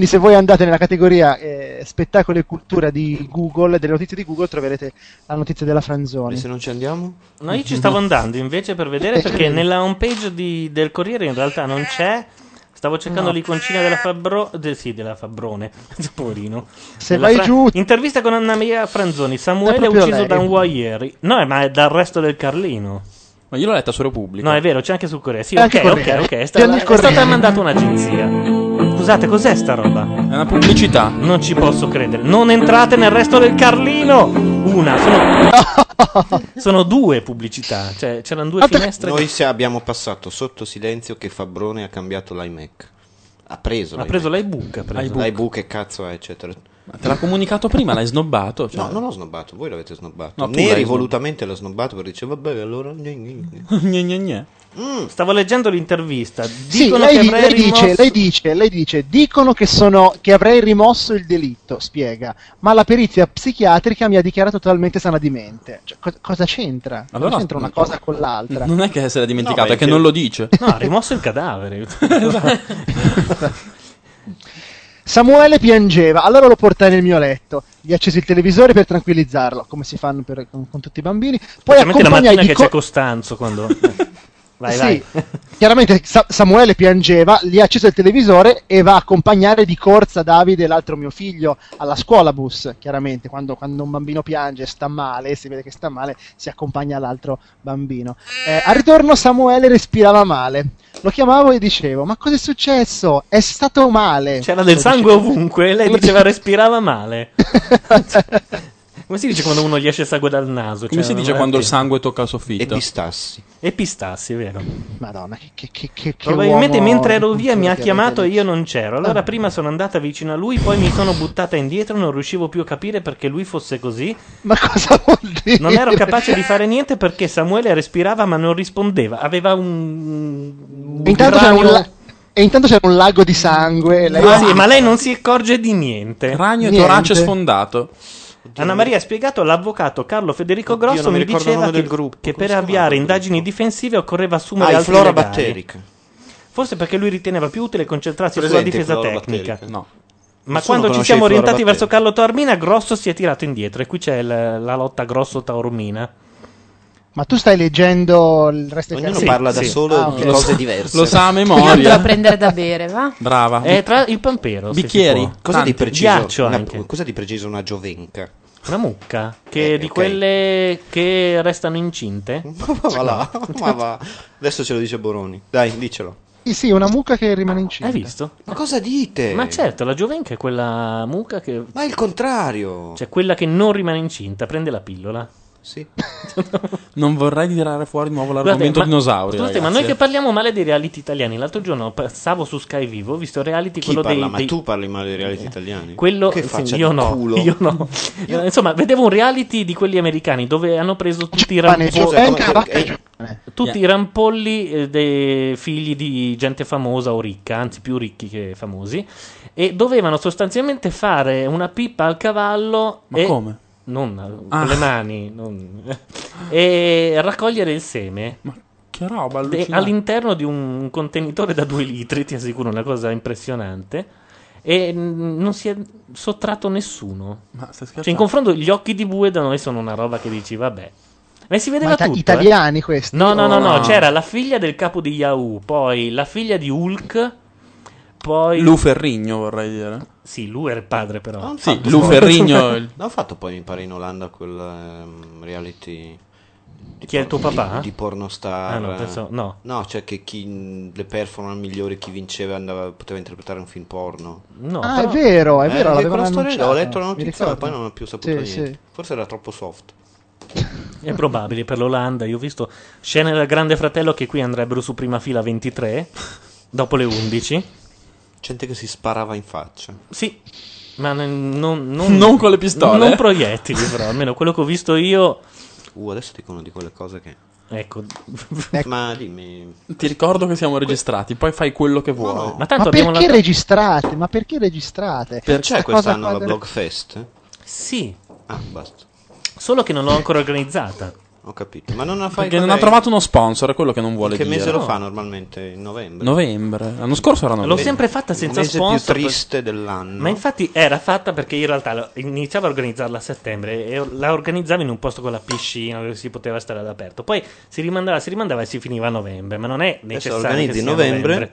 S19: Quindi, se voi andate nella categoria eh, spettacoli e cultura di Google, delle notizie di Google, troverete la notizia della Franzoni.
S1: E se non ci andiamo?
S2: No, io ci stavo andando invece per
S19: [LAUGHS]
S2: vedere perché nella homepage di- del Corriere in realtà non c'è. Stavo cercando
S19: No.
S2: l'iconcina della Fabbro. de- sì, della Fabbrone. [LAUGHS] Poverino.
S19: Se
S2: Della
S19: vai giù-
S2: Intervista con Anna Maria Franzoni.
S19: È
S2: Samuele
S19: proprio
S2: ucciso
S19: lei.
S2: da un guaieri. No, eh, ma è dal resto del Carlino.
S4: Ma io l'ho letta su Repubblica.
S2: No, è vero, c'è anche sul Corriere. Sì,
S4: C'è anche
S2: ok,
S4: Corriere.
S2: ok, ok. È
S4: C'è
S2: stata,
S4: nel
S2: è stata
S4: Corriere.
S2: mandata un'agenzia. Scusate, cos'è sta roba? È
S4: una pubblicità.
S2: Non ci posso credere. Non entrate nel resto del Carlino. Una, sono,
S4: [LAUGHS]
S2: sono due pubblicità. Cioè, c'erano
S4: Ah,
S2: due finestre.
S1: Noi se abbiamo passato sotto silenzio che Fabrone ha cambiamto l'iMac. Ha preso
S2: Ha preso l'iBook. ha preso.
S1: L'iMac. L'iBook e cazzo è, eccetera.
S4: Ma te l'ha comunicato prima, l'hai snobbato. Cioè.
S1: No, non l'ho snobbato, voi l'avete snobbato.
S4: No, tu l'hai
S1: Neri
S4: snobbato.
S1: volutamente l'ha snobbato perché dice vabbè, allora... gna, gna, gna".
S2: [LAUGHS]
S1: Mm.
S4: Gne, gne, gne.
S2: Stavo leggendo l'intervista.
S19: Sì,
S2: Dicono
S19: lei,
S2: che
S19: di-
S2: avrei
S19: lei dice,
S2: rimosso-
S19: lei dice, lei dice, dicono che, sono, che avrei rimosso il delitto, spiega, ma la perizia psichiatrica mi ha dichiarato totalmente sana di mente. Cioè, co- cosa c'entra? Cosa
S4: Allora-
S19: c'entra una cosa con l'altra?
S4: Non è che se l'è dimenticato,
S19: No,
S4: è che
S19: beh,
S4: non lo dice.
S2: No, ha rimosso
S4: [LAUGHS]
S2: il cadavere.
S19: Samuele piangeva, allora lo portai nel mio letto, gli accesi il televisore per tranquillizzarlo, come si fanno per- con, con tutti i bambini. Poi
S2: Specialmente la
S19: accompagnai
S2: mattina
S19: di
S2: che
S19: co-
S2: c'è
S4: [LAUGHS]
S2: Costanzo quando... Vai,
S19: Sì.
S2: vai.
S19: [LAUGHS] Chiaramente Sa- Samuele piangeva, gli ha acceso il televisore e va a accompagnare di corsa Davide, l'altro mio figlio, alla scuola bus. Chiaramente, quando, quando un bambino piange, sta male, si vede che sta male, si accompagna l'altro bambino. Eh, al ritorno Samuele respirava male. Lo chiamavo e dicevo, ma cosa è successo? È stato male.
S2: C'era del sangue ovunque. Lei diceva
S4: [LAUGHS]
S2: respirava male. Come si dice quando uno gli esce sangue dal naso?
S4: Come
S2: Cioè,
S4: si dice
S2: non è-
S4: quando il sangue tocca il soffitto?
S1: E pistassi.
S2: E pistassi, è vero.
S19: Madonna, che, che, che, che- che
S2: Probabilmente
S19: uomo-
S2: mentre ero via mi ha chiamato e
S19: Sì,
S2: io non c'ero.
S19: Ah.
S2: Allora prima sono andata vicino a lui, poi mi sono buttata indietro, non riuscivo più a capire perché lui fosse così.
S19: Ma cosa vuol dire?
S2: Non ero capace di fare niente perché Samuele respirava ma non rispondeva. Aveva un... un
S19: E intanto, c'era un
S2: cranio-
S19: la- e intanto c'era un lago di sangue. e lei-
S2: Ma, Ah, sì, ma lei non si accorge di niente.
S4: Cranio
S19: e Niente. torace sfondato.
S2: Anna Maria ha spiegato l'avvocato Carlo Federico Grosso
S1: non mi
S2: mi,
S1: ricordo il
S2: diceva
S1: nome
S2: che,
S1: del gruppo.
S2: che per avviare indagini difensive occorreva assumere
S1: Ah, i
S2: altri
S1: flora
S2: legali.
S1: batterica.
S2: Forse perché lui riteneva più utile concentrarsi
S1: Presente
S2: sulla difesa
S1: il flora
S2: tecnica.
S1: batterica? No.
S2: Ma
S1: Nessuno
S2: quando ci
S1: conosce
S2: siamo
S1: i flora
S2: orientati verso Carlo Taormina, Grosso si è tirato indietro. E qui c'è il- la lotta Grosso-Taormina.
S19: Ma tu stai leggendo il resto del
S2: Ognuno
S19: sì,
S2: parla da
S19: sì.
S2: solo
S19: Ah,
S2: di
S19: ok.
S2: cose diverse. Lo sa a
S7: Io
S2: memoria.
S19: [LAUGHS]
S7: andrò a prendere da bere, va?
S4: Brava.
S2: Eh, tra il pampero. se si può.
S1: Cosa di
S2: Tanti.
S1: preciso?
S2: Ghiaccio
S1: Una,
S2: anche.
S1: cosa di preciso una giovenca?
S2: Una mucca. Che
S1: Eh,
S2: di
S1: ok.
S2: quelle che restano incinte.
S1: [LAUGHS] Ma là, Ah, [LAUGHS] ma va. Adesso ce lo dice Boroni. Dai, dicelo.
S19: Sì, sì, una mucca che rimane incinta.
S2: Ah, Hai visto?
S1: Ma cosa dite?
S2: Ma certo, la giovenca è quella mucca che.
S1: Ma è il contrario!
S2: Cioè, quella che non rimane incinta, prende la pillola.
S1: Sì.
S4: Non vorrei tirare fuori di nuovo
S2: Guardate,
S4: l'argomento
S2: ma-
S4: dinosauri.
S2: Scusate, ma
S4: ragazzi,
S2: noi che
S4: eh.
S2: parliamo male dei reality italiani, l'altro giorno passavo su Sky Vivo, ho visto reality
S1: Chi
S2: quello
S1: parla?
S2: dei,
S1: ma
S2: dei-
S1: tu parli male dei reality italiani?
S2: Quello
S1: che
S2: sì,
S1: faccia
S2: io
S1: di
S2: no,
S1: culo?
S2: io no. Eh, Insomma, vedevo un reality di quelli americani dove hanno preso tutti i
S19: Giovane,
S2: rampolli, Eh,
S19: Giovane, Giovane,
S2: tutti i rampolli eh, dei figli di gente famosa o ricca, anzi più ricchi che famosi, e dovevano sostanzialmente fare una pippa al cavallo
S4: Ma
S2: e-
S4: come?
S2: Non
S4: Ah.
S2: con le mani, non- e raccogliere il seme.
S4: Che roba,
S2: De-
S4: allucinante.
S2: all'interno di un contenitore da 2 litri, ti assicuro, una cosa impressionante. E mm, non si è sottratto nessuno.
S4: Ma stai scherzando?
S2: Cioè, in confronto, gli occhi di bue da noi sono una roba che dici, vabbè. Ma si vedeva
S19: Ma ita-
S2: tutto. eh.
S19: italiani questi?
S2: No, no, no,
S19: Oh,
S2: no,
S19: no.
S2: C'era la figlia del capo di Yahoo, poi la figlia di Hulk, poi.
S4: Lu Ferrigno, vorrei dire.
S2: Sì, lui era il padre, però.
S1: Non
S4: Sì,
S1: fatto
S4: Lu
S1: poi- [LAUGHS]
S2: [LAUGHS]
S4: Ferrigno. il-
S1: Non ho fatto poi, mi pare, in Olanda quel ehm, reality... di
S2: Chi è il tuo
S1: porno-
S2: papà? eh?
S1: Di, di pornostar.
S2: Ah, no, penso- no.
S1: No, cioè che chi le performance migliori, chi vinceva, andava, poteva interpretare un film porno. Eh,
S2: No,
S19: Ah, però- è vero, è vero, l'avevano
S1: quella storia lì, Ho
S19: annunciata,
S1: letto la
S19: mi
S1: notizia, ma
S19: ricordo.
S1: poi non ho più saputo
S19: Sì,
S1: niente.
S19: sì.
S1: Forse era troppo soft.
S2: È probabile per l'Olanda. Io ho visto scene del Grande Fratello che qui andrebbero su prima fila 23, dopo le 11.
S1: Gente che si sparava in faccia.
S2: Sì, ma n-
S4: [LAUGHS]
S2: non, non-
S1: Non con le pistole?
S4: eh.
S2: Non proiettili, però almeno quello che ho visto io.
S1: Uh, adesso dicono di quelle cose che...
S2: Ecco.
S1: Eh, Ma dimmi...
S4: Ti ricordo che siamo registrati, poi fai quello che vuoi.
S1: no.
S4: Ma
S19: ma perché registrate? Ma perché registrate?
S1: Perché
S19: Sta cosa
S1: quest'anno
S19: qua
S1: la
S19: del-
S1: Blogfest?
S2: Sì.
S1: Ah, basta.
S2: Solo che non l'ho ancora organizzata.
S1: Ho capito. Ma non la fai
S4: Perché non
S1: quando
S4: ha
S1: è?
S4: trovato uno sponsor, è quello che non vuole
S1: Che
S4: dire.
S1: mese lo fa normalmente? In novembre?
S4: Novembre. L'anno scorso era novembre.
S2: L'ho sempre fatta senza
S1: Il mese
S2: sponsor.
S1: più triste dell'anno.
S2: Ma infatti era fatta perché in realtà la- iniziavo a organizzarla a settembre e or- la organizzavo in un posto con la piscina dove si poteva stare all'aperto. Poi si rimandava, si rimandava e si finiva a novembre, ma non è
S1: Adesso
S2: necessario.
S1: organizzi
S2: che sia
S1: novembre.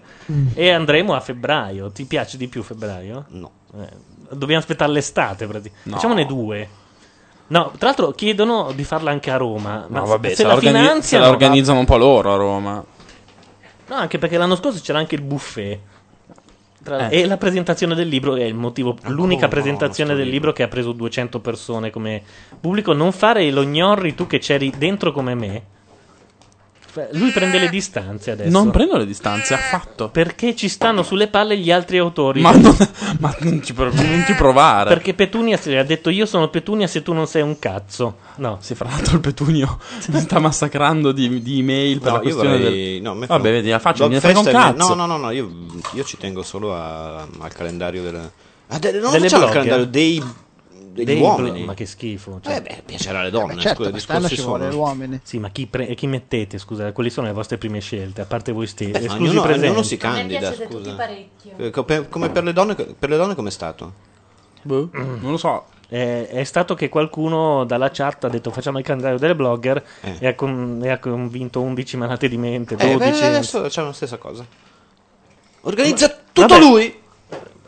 S2: E andremo a febbraio. Ti piace di più febbraio?
S1: No.
S2: dobbiamo aspettare l'estate. prati-
S1: No.
S2: Facciamone due. No, tra l'altro chiedono di farla anche a Roma. Ma
S4: No, vabbè,
S2: se,
S4: se, la,
S2: la
S4: organi- se
S2: finanziano.
S4: la organizzano un po' loro a Roma.
S2: No, anche perché l'anno scorso c'era anche il buffet. Tra-
S4: Eh. Ah,
S2: E la presentazione del libro è il motivo, l'unica
S4: no,
S2: presentazione del libro che ha preso 200 persone come pubblico. Non fare lo gnorri tu che c'eri dentro come me. F- Lui prende le distanze adesso.
S4: Non prendo le distanze affatto.
S2: Perché ci stanno sulle palle gli altri autori.
S4: Ma non, ma non ci, pro- non ci provare.
S2: Perché Petunia si- ha detto io sono Petunia se tu non sei un cazzo. No.
S4: Si fra l'altro il
S2: [LAUGHS]
S4: Petugno mi sta massacrando di, di email per
S1: No, io
S4: la questione
S1: vorrei-
S4: del...
S1: no, me
S4: Vabbè,
S1: frega-
S4: vedi, la faccia, mi ne frega
S1: Blogfest
S4: un
S1: è me-
S4: cazzo.
S1: No, no, no, no, io, io ci tengo solo a- al calendario della... Ah, de- non
S2: Delle
S1: facciamo il
S2: blogger.
S1: calendario dei, degli
S2: Dei
S1: uomini.
S2: blo- ma che schifo. cioè.
S1: Eh beh, piacerà alle donne,
S19: certo,
S1: scusa, i
S19: quest'anno
S1: discorsi
S19: ci vuole
S1: sono...
S19: uomini.
S2: Sì, ma chi, pre- chi mettete, scusa, quali sono le vostre prime scelte, a parte voi stessi?
S1: Beh,
S2: esclusi
S1: ognuno,
S2: i presenti.
S1: ognuno si candida, scusa. Eh, co- per- come per le donne, per le donne com'è stato?
S4: non lo so.
S2: Eh, È, stato che qualcuno dalla chat ha detto facciamo il calendario delle blogger e, ha con- e ha convinto 11 malate di mente,
S1: Eh,
S2: 12.
S1: beh, adesso facciamo la stessa cosa. Organizza tutto
S2: Vabbè.
S1: lui!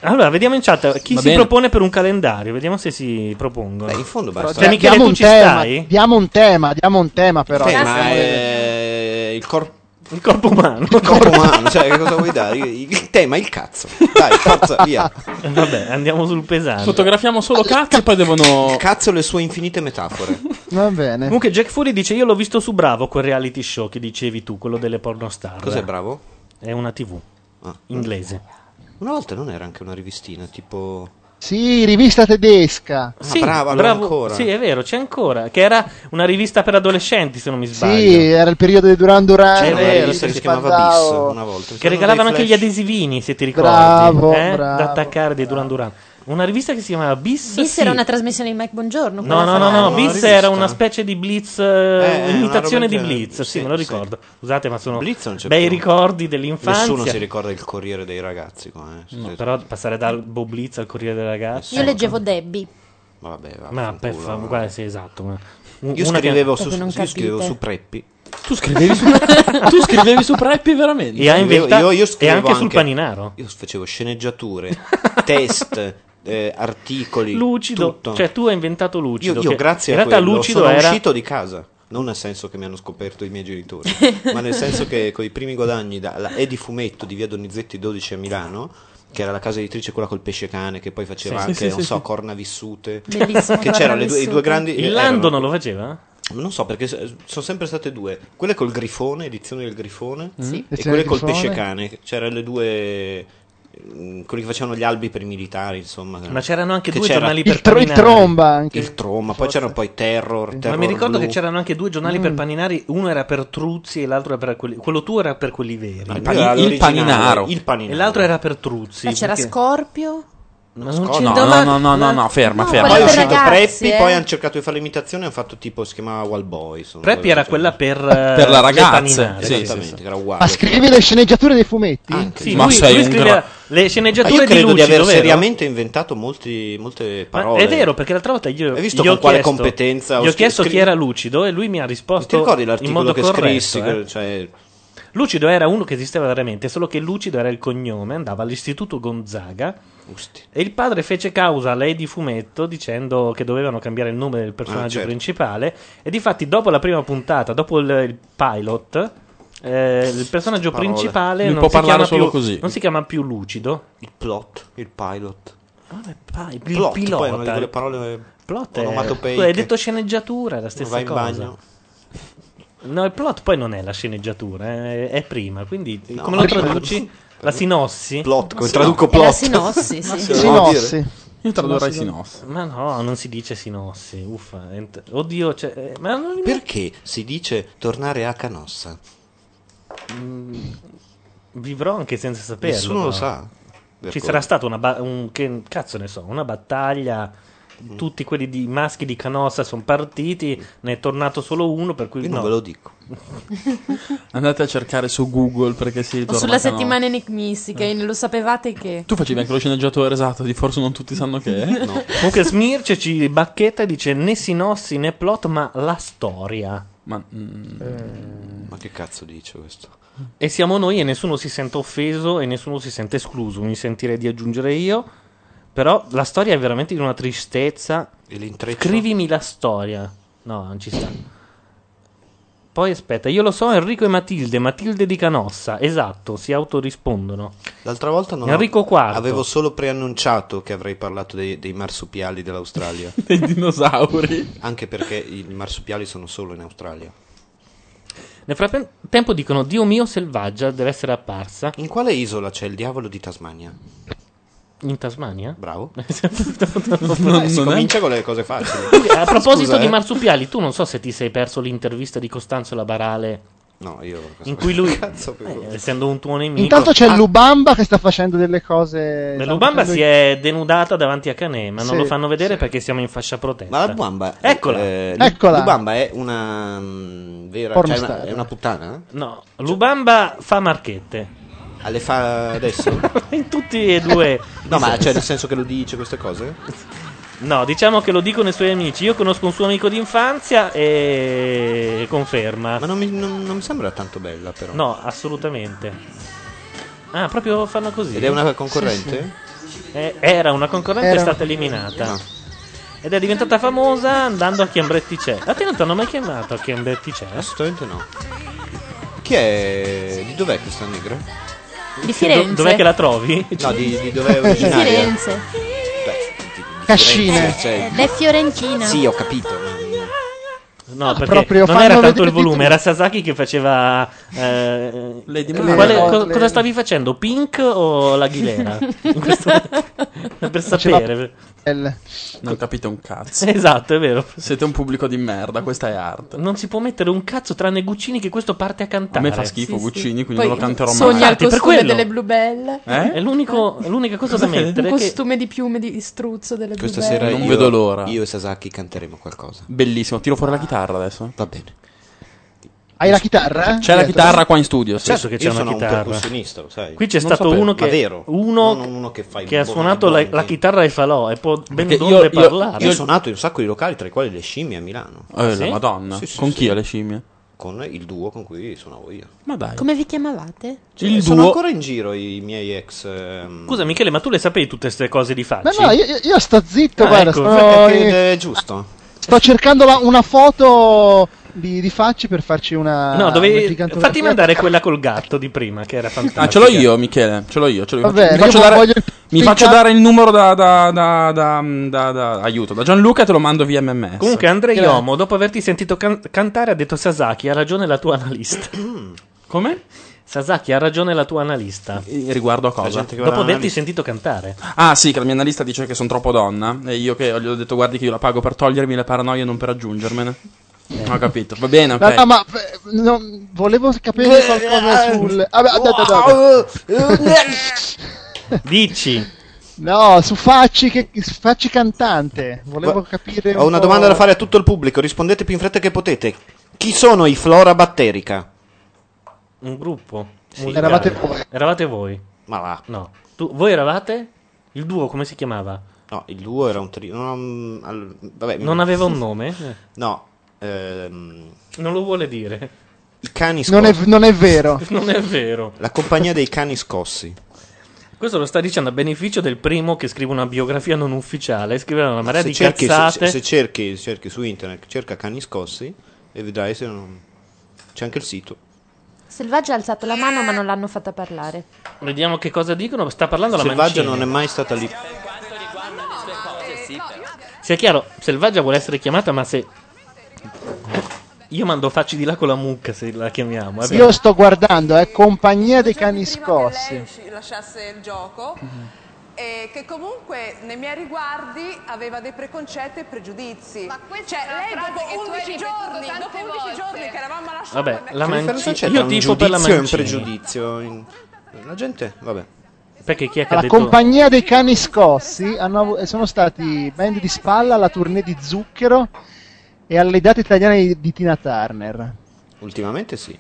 S2: Allora, vediamo in chat chi
S1: Va
S2: si
S1: bene.
S2: propone per un calendario, vediamo se si propongono.
S1: in fondo
S2: Cioè,
S1: Eh,
S2: Michele,
S19: diamo
S2: tu
S19: un
S2: ci
S19: tema,
S2: stai?
S19: Diamo un tema, diamo un tema però.
S1: Eh, ma è il, cor-
S2: il corpo umano.
S1: Il corpo umano, cioè, che cosa vuoi dare? Il il tema è il cazzo. Dai, forza, via.
S2: Vabbè, andiamo sul pesante.
S4: Fotografiamo solo cazzo e poi devono...
S1: Cazzo e le sue infinite metafore.
S19: Va bene.
S2: [LAUGHS] Comunque Jack Fury dice io l'ho visto su Bravo quel reality show che dicevi tu, quello delle pornostar.
S1: Cos'è Bravo?
S2: È una TV inglese.
S1: Una volta non era anche una rivistina, tipo...
S19: Sì, rivista tedesca.
S2: Sì,
S1: bravo, Ah, allora ancora.
S2: Sì, è vero, c'è ancora. Che era una rivista per adolescenti, se non mi sbaglio.
S1: eh,
S19: Sì, era il periodo di Duran Duran.
S2: C'era una
S19: eh,
S2: rivista
S19: si
S2: che si chiamava
S19: spandavo.
S1: Bis, una volta.
S2: Che regalavano anche gli adesivini, se ti ricordi.
S19: Bravo,
S2: eh?
S19: bravo,
S2: Da attaccare di Duran Duran. Una rivista che si chiamava Bis.
S7: Bis
S2: sì.
S7: era una trasmissione di Mike Buongiorno.
S2: No,
S7: quella
S2: no, no, no,
S7: famosa.
S2: Bis era una specie di Blitz, eh,
S1: una roba
S2: imitazione di
S1: del genere.
S2: Blitz, sì,
S1: Sì,
S2: me lo
S1: sì.
S2: ricordo. Scusate, ma sono
S1: Blitz non c'è
S2: bei
S1: più.
S2: ricordi dell'infanzia.
S1: Nessuno si ricorda il Corriere dei Ragazzi qua, eh. Se- Eh,
S2: No, però passare dal Bo Blitz al Corriere dei Ragazzi.
S7: Io leggevo Debbie.
S1: ma Vabbè, va,
S2: Ma per
S1: fanculo. eh.
S2: favore, guarda, sì, esatto. ma- u-
S1: Io
S2: una che-
S1: scrivevo, su,
S7: Proprio non
S1: io scrivevo
S7: capite.
S1: su Preppi.
S2: Tu scrivevi su-
S1: [LAUGHS]
S4: tu scrivevi su Preppy veramente?
S2: E ha
S1: Scrivevo-
S2: inventato-
S1: io- io
S2: e
S1: scrivevo
S2: anche, sul paninaro.
S1: Io facevo sceneggiature, test, eh, articoli,
S2: Lucido,
S1: tutto.
S2: cioè tu hai inventato Lucido.
S1: Io, io
S2: che
S1: grazie
S2: in
S1: a
S2: realtà
S1: quello
S2: Lucido
S1: sono
S2: era
S1: uscito di casa. Non nel senso che mi hanno scoperto i miei
S2: [LAUGHS]
S1: genitori, ma nel senso che con i primi guadagni dalla E di Fumetto di via Donizetti 12 a Milano, che era la casa editrice quella col pesce cane, che poi faceva
S2: Sì,
S1: anche,
S2: sì, sì,
S1: non
S2: sì,
S1: so,
S2: sì.
S1: corna vissute,
S2: Bellissimo,
S1: che c'erano
S2: Corna
S1: le due, i due
S2: Vissute.
S1: grandi...
S2: Il
S1: eh,
S2: Lando
S1: erano-
S2: non lo faceva?
S1: Non so, perché s- sono sempre state due. Quelle col grifone, edizione del grifone,
S2: Sì.
S1: e
S2: Edizione
S1: quelle
S2: del
S1: col
S2: Grifone.
S1: pesce cane. C'erano le due... mm, Quelli che facevano gli albi per i militari, insomma.
S2: Ma c'erano anche
S1: Che
S2: due
S1: c'era-
S2: giornali per Il tro- il paninari.
S19: tromba anche.
S1: Il tromba, poi c'erano poi Terror,
S2: Ma
S1: Terror
S2: mi ricordo
S1: Blu.
S2: che c'erano anche due giornali
S1: Mm.
S2: per paninari, uno era per Truzzi e l'altro era per quelli... Quello tuo era per quelli veri.
S1: Ah, Il pani- Era il l'originale, paninaro. il paninaro.
S2: E l'altro era per Truzzi.
S7: Poi c'era
S2: perché-
S7: Scorpio.
S2: Ma non
S1: Scorpio-
S2: c'era-
S1: No,
S2: ma-
S4: no, no, no, no, ferma, ferma.
S1: Poi è
S4: Quello
S1: uscito
S7: per ragazzi,
S1: Preppy,
S7: eh.
S1: poi hanno cercato di fare l'imitazione e hanno fatto tipo, si chiamava Wall Boy. insomma,
S2: Preppy era
S1: qualcosa
S2: quella
S1: del
S2: per... eh,
S1: genere.
S4: per la
S2: le
S4: ragazza.
S2: paninare.
S4: Sì,
S1: Esattamente,
S4: sì, sì.
S1: che era uguale.
S19: Ma scrivi le sceneggiature dei fumetti?
S2: Ah, Sì,
S1: Ma
S2: lui,
S1: sei
S2: lui
S1: un
S2: scriveva
S1: gra-
S2: le sceneggiature
S1: Ma io credo
S2: di
S1: di,
S2: Lucido,
S1: aver
S2: vero?
S1: seriamente inventato molti- molte
S2: Ma
S1: parole.
S2: è vero, perché l'altra volta io
S1: Hai visto
S2: gli ho
S1: con quale
S2: chiesto-
S1: competenza ho
S2: Gli ho
S1: scri-
S2: chiesto
S1: scri-
S2: chi era Lucido e lui mi ha risposto
S1: Ti ricordi
S2: in
S1: l'articolo
S2: modo
S1: che
S2: corretto,
S1: scrissi?
S2: eh.
S1: che- cioè,
S2: Lucido era uno che esisteva veramente, solo che Lucido era il cognome, andava all'istituto Gonzaga. E il padre fece causa a lei di fumetto dicendo che dovevano cambiare il nome del personaggio
S1: Ah, certo.
S2: principale. E difatti, dopo la prima puntata, dopo il, il pilot, eh, il personaggio
S1: Parole.
S2: principale
S1: Lui
S2: non
S1: può
S2: si
S1: parlare
S2: chiama
S1: solo
S2: più,
S1: così.
S2: Non si chiama più Lucido. Ah,
S1: il plot, il pilot.
S2: il
S1: plot,
S2: pilota.
S1: Poi è una di quelle parole
S2: Plot è-
S1: onomatopeiche.
S2: hai detto sceneggiatura, è la stessa
S1: Vai in
S2: cosa.
S1: bagno.
S2: No, il plot poi non è la sceneggiatura, eh, è, è prima, quindi
S1: No,
S2: come lo
S1: prima. [LAUGHS]
S2: traduci? La sinossi?
S1: Plot, come traduco plot? È la [LAUGHS] sinossi, sì. Sinossi.
S4: Io tradurrei
S1: Sinossi.
S4: sinossi.
S2: Ma no, non si dice sinossi, uffa. ent- Oddio, cioè, eh, ma non-
S1: Perché si dice tornare a Canossa?
S2: Mm, vivrò anche senza saperlo.
S1: Nessuno lo
S2: però.
S1: sa.
S2: Ci
S1: D'accordo.
S2: sarà stata una ba- un- che cazzo ne so, una battaglia.
S1: Mm.
S2: Tutti quelli di maschi di Canossa sono partiti, ne è tornato solo uno, per cui
S1: Io
S2: no.
S1: non ve lo dico.
S4: Andate a cercare su Google perché si
S7: O
S4: ritorna
S7: sulla
S4: a Canova.
S7: settimana enigmistica, in lo sapevate che.
S4: Tu facevi anche lo sceneggiatore, esatto, di forse non tutti sanno che eh? è. [LAUGHS]
S7: No.
S2: Comunque Smirce ci bacchetta e dice né sinossi né plot, ma la storia.
S4: Ma,
S1: Ma che cazzo dice questo?
S2: E siamo noi e nessuno si sente offeso e nessuno si sente escluso. Mi sentirei di aggiungere io. Però la storia è veramente di una tristezza.
S1: E l'intreccio?
S2: Scrivimi la storia. No, non ci sta. Poi aspetta, io lo so, Enrico e Matilde, Matilde di Canossa, esatto, si autorispondono.
S1: L'altra volta non ho-
S2: Enrico Quarto.
S1: Avevo solo preannunciato che avrei parlato dei, dei marsupiali
S2: [LAUGHS]
S1: dell'Australia.
S4: dei dinosauri.
S1: Anche perché i marsupiali sono solo in Australia.
S2: Nel frattempo dicono Dio mio selvaggia deve essere apparsa.
S1: In quale isola c'è il diavolo di Tasmania?
S2: In Tasmania? [LAUGHS]
S1: Bravo.
S2: non,
S1: Eh, si comincia con le cose facili. [LAUGHS]
S2: A proposito
S1: Scusa,
S2: di
S1: eh.
S2: marsupiali, tu non so se ti sei perso l'intervista di Costanzo Labarale.
S1: No, io.
S2: In cui
S1: [LAUGHS]
S2: lui,
S1: Cazzo,
S2: eh, essendo un tuo nemico,
S19: Intanto c'è
S2: Ah,
S19: Lubamba che sta facendo delle cose. esatto,
S2: beh, Lubamba
S19: sta
S2: si è denudata davanti a Canè, ma non
S19: Sì,
S2: lo fanno vedere perché siamo in fascia protetta.
S1: Ma la Lubamba.
S2: Eccola.
S1: eh, Lu- Lubamba è una. mm, vera. cioè,
S2: Pornostar.
S1: una- è una puttana?
S2: No, Lubamba fa marchette.
S1: Ah, Le fa adesso?
S2: [LAUGHS] in tutti e due.
S1: No, ma cioè, nel senso che lo dice queste cose?
S2: No, diciamo che lo dicono i suoi amici. Io conosco un suo amico d'infanzia e conferma. Ma
S1: non mi, sembra tanto bella, però.
S2: No, assolutamente. Ah, proprio fanno così.
S1: Ed è una concorrente? Ah.
S2: Eh, era una concorrente,
S1: Era-
S2: è stata eliminata. Ed è diventata famosa andando a Chiambretti c'è. A te non ti hanno mai chiamato a Chiambretti c'è?
S1: Assolutamente no. Chi è. Eh, di dov'è questa negra?
S2: Di Firenze. dov'è che la trovi?
S1: No, di, di dov'è
S24: Di
S1: originaria?
S24: Firenze.
S1: Cascine.
S24: Eh, È fiorentina.
S1: Sì, Cioè, ho capito.
S2: No, perché
S1: proprio
S2: non
S1: fanno
S2: era tanto
S1: vedere
S2: il volume,
S1: tutti.
S2: era Sasaki che faceva. eh,
S4: Marco.
S2: quale-
S4: Lady
S2: co-
S4: Marco.
S2: cosa stavi facendo? Pink
S4: [LAUGHS]
S2: o l'Aguilera? In questo- per
S4: Faceva-
S2: sapere.
S4: Non capite un cazzo.
S2: Esatto, è vero.
S4: Siete un pubblico di merda, questa è arte.
S2: Non si può mettere un cazzo tranne Guccini che questo parte a
S4: A
S2: cantare.
S4: me fa schifo Guccini, quindi
S2: Poi
S4: non lo canterò mai.
S2: Ah,
S3: Sogna il
S4: Infatti, per
S3: costume
S4: quello-
S3: delle bluebell.
S4: Eh?
S2: È l'unico- è l'unica cosa da mettere
S3: Il
S2: che
S3: costume di piume di struzzo delle
S1: Questa
S3: bluebell.
S1: sera
S4: Non
S1: io-
S4: vedo l'ora.
S1: Io e Sasaki canteremo qualcosa.
S4: Bellissimo, tiro fuori la chitarra adesso.
S1: Va bene.
S19: Hai la chitarra?
S4: C'è la
S19: Dietro?
S4: chitarra qua in studio. Sì.
S2: Certo che c'è
S1: Io
S2: una
S1: sono un
S2: chitarra.
S1: percussionista, lo sai.
S2: Qui c'è
S1: Non
S2: stato
S1: sapevo,
S2: uno
S1: ma
S2: che,
S1: vero.
S2: uno
S1: Non uno che fa i
S2: che ha
S1: bo-
S2: suonato la,
S1: bo-
S2: la chitarra ai falò e può ben
S1: Perché
S2: dove
S1: io- io-
S2: parlare.
S1: Io ho suonato in un sacco di locali, tra i quali le scimmie a Milano.
S4: Eh, la Madonna. con chi è le scimmie?
S1: Con il duo con cui suonavo io.
S4: Ma dai.
S7: Come vi chiamavate?
S1: Cioè, sono ancora in giro i miei ex. ehm,
S2: Scusa, Michele, ma tu le sapevi tutte queste cose di
S19: Ma
S2: facci?
S19: no, io, io- io sto zitto,
S2: Ah,
S19: guarda.
S2: ecco,
S19: sono-
S2: perché-
S1: ed è giusto.
S19: Sto cercando la- una foto di, di facci per farci una.
S2: No,
S19: una
S2: dovevi.
S19: gigantografia.
S2: Fatti mandare quella col gatto di prima, che era fantastica.
S4: Ah, ce l'ho io, Michele. Ce l'ho io. Ce l'ho io.
S19: Va bene,
S4: mi faccio,
S19: io
S4: dare,
S19: voglio-
S4: mi faccio dare il numero da, da, da, da, da- da- aiuto da Gianluca e te lo mando via MMS.
S2: Comunque, Andrei Omo, dopo averti sentito can- cantare, ha detto: Sasaki, ha ragione la tua analista.
S4: Come?
S2: Sasaki, ha ragione la tua analista.
S4: Eh, Riguardo a cosa?
S2: Dopo averti sentito cantare.
S4: Ah, sì, che la mia analista dice che sono troppo donna. E io che gli ho detto, guardi, che io la pago per togliermi le paranoie e non per aggiungermene. Ho capito, va bene. ok.
S19: No, no, ma eh, no, volevo capire
S2: Eh,
S19: qualcosa sul. Vabbè, aspetta, aspetta, aspetta.
S2: [LAUGHS] Dici.
S19: No, su facci, che, facci cantante.
S1: Gua-
S19: Volevo capire.
S1: Ho
S19: un
S1: una
S19: po'-
S1: domanda da fare a tutto il pubblico, rispondete più in fretta che potete. Chi sono i flora batterica?
S2: Un gruppo.
S1: Sì,
S2: musicale.
S1: eravate voi.
S2: Eravate voi.
S1: Ma va.
S2: No. Tu- voi eravate? Il duo, come si chiamava?
S1: No, il duo era un trio. Non, al- vabbè, mi-
S2: Non
S1: [LAUGHS]
S2: aveva un nome?
S1: No. ehm,
S2: Non lo vuole dire.
S1: I cani
S19: Non è,
S1: scossi.
S19: non è vero.
S2: [LAUGHS] Non è vero.
S1: La compagnia dei cani scossi.
S2: Questo lo sta dicendo a beneficio del primo che scrive una biografia non ufficiale. Scriverà una marea
S1: se,
S2: di
S1: cerchi,
S2: cazzate.
S1: se- se cerchi, cerchi su internet, cerca cani scossi e vedrai se non... C'è anche il sito.
S7: Selvaggia ha alzato la mano ma non l'hanno fatta parlare.
S2: Vediamo che cosa dicono. Sta parlando la
S1: Selvaggia
S2: Mancini.
S1: non è mai stata lì.
S12: eh,
S2: Sia chiaro, Selvaggia vuole essere chiamata, ma se. Io mando facci di là con la mucca se la chiamiamo. eh,
S19: Io
S2: perché-
S19: sto guardando, eh, compagnia dei cani scossi.
S25: ci lasciasse il gioco e che comunque nei miei riguardi aveva dei preconcetti e pregiudizi. Ma cioè,
S26: è una
S25: lei
S26: frase che tu
S25: dopo
S26: hai
S25: 11
S26: ripetuto
S25: giorni,
S26: tante
S25: dopo 11
S26: volte.
S25: giorni che eravamo alla
S2: Vabbè, la
S1: Che
S2: Mancini-
S1: differenza c'è
S2: io
S1: tra un
S2: tifo per la
S1: giudizio e un
S2: Mancini.
S1: pregiudizio. In- La gente, vabbè.
S2: Perché chi è che ha
S19: La
S2: detto.
S19: compagnia dei cani scossi hanno avu- sono stati band di spalla alla tournée di Zucchero e alle date italiane di- di Tina Turner.
S1: Ultimamente sì.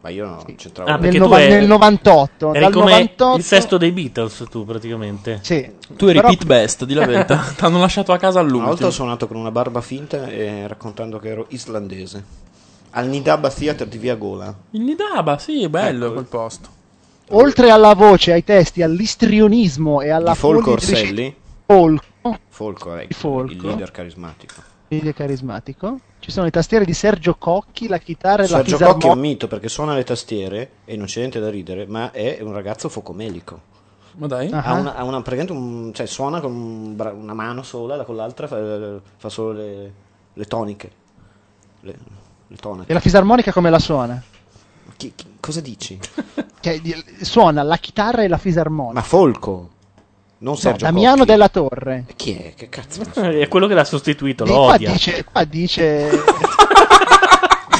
S1: Ma io non c'entravo.
S2: Ah,
S19: nel,
S2: perché
S19: nova-
S2: tu eri-
S19: nel 98.
S2: Eri
S19: dal
S2: come
S19: 98
S2: il sesto dei Beatles, tu praticamente.
S19: Sì.
S4: Tu eri
S19: Però-
S4: Pete Best, di la verità.
S19: [LAUGHS]
S4: Ti hanno lasciato a casa
S1: Una volta
S4: all'ultimo.
S1: ho suonato con una barba finta e raccontando che ero islandese. Al Nidaba Theater di Via Gola.
S4: Il Nidaba, sì, è bello quel posto.
S19: Oltre alla voce, ai testi, all'istrionismo e alla
S1: Di Folco
S19: follia di-
S1: Orselli.
S19: Folco,
S1: Folco è
S19: Folco.
S1: il leader carismatico.
S19: media carismatico. Ci sono i tastiere di Sergio Cocchi, la chitarra e la
S1: Sergio Cocchi è un
S19: fisarmonica.
S1: mito perché suona le tastiere e non c'è niente da ridere, ma è un ragazzo focomelico.
S4: Ma
S2: Eh?
S4: dai.
S19: Ah.
S1: Ha una, ha una- praticamente un- cioè, suona con un bra- una mano sola, la- con l'altra fa, fa solo le, le toniche. Le, le tonache.
S19: E la fisarmonica come la suona?
S1: Chi- chi- cosa dici?
S19: Cioè, di- suona la chitarra e la fisarmonica.
S1: Ma Folco, non Sergio
S19: Damiano
S1: Cocchi.
S19: della Torre.
S1: Chi è? Che
S2: [LAUGHS]
S1: cazzo?
S2: È quello che l'ha sostituito,
S19: E
S2: lo
S19: qua
S2: odia.
S19: dice,
S1: [LAUGHS]
S19: qua dice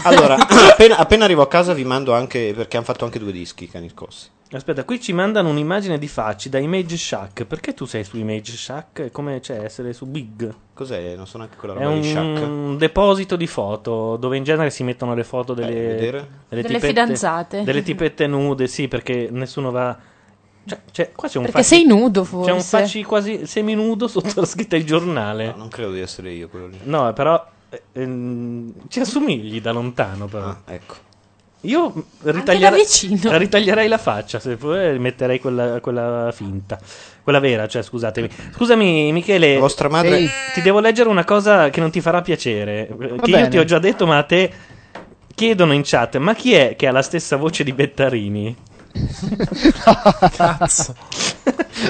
S1: Allora, appena, appena arrivo a casa vi mando anche, perché hanno fatto anche due dischi, i Cani Scossi.
S2: Aspetta, qui ci mandano un'immagine di facci da Image Shack. Perché tu sei su Image Shack? Come c'è essere su Big?
S1: Cos'è? Non so neanche quella
S2: È
S1: roba di Shack.
S2: un deposito di foto dove in genere si mettono le foto
S1: Eh,
S2: delle,
S1: vedere?
S7: Delle fidanzate.
S2: delle tipette nude. Sì, perché nessuno va. Cioè, c'è- qua c'è un
S7: Perché
S2: facci-
S7: sei nudo, forse.
S2: C'è un facci quasi seminudo sotto la scritta Il giornale.
S1: Non credo di essere io quello lì.
S2: No, però eh, ehm, ci assomigli da lontano, però.
S1: ecco.
S2: Io ritaglierei, [LAUGHS] ritaglierei la faccia, se poi metterei quella, quella finta. Quella vera, cioè, scusatemi. Scusami, Michele.
S1: Vostra madre- Ehi.
S2: Ti devo leggere una cosa che non ti farà piacere. eh, che io
S1: bene.
S2: ti ho già detto, ma a te chiedono in chat: ma chi è che ha la stessa voce di Bettarini?
S4: Cazzo.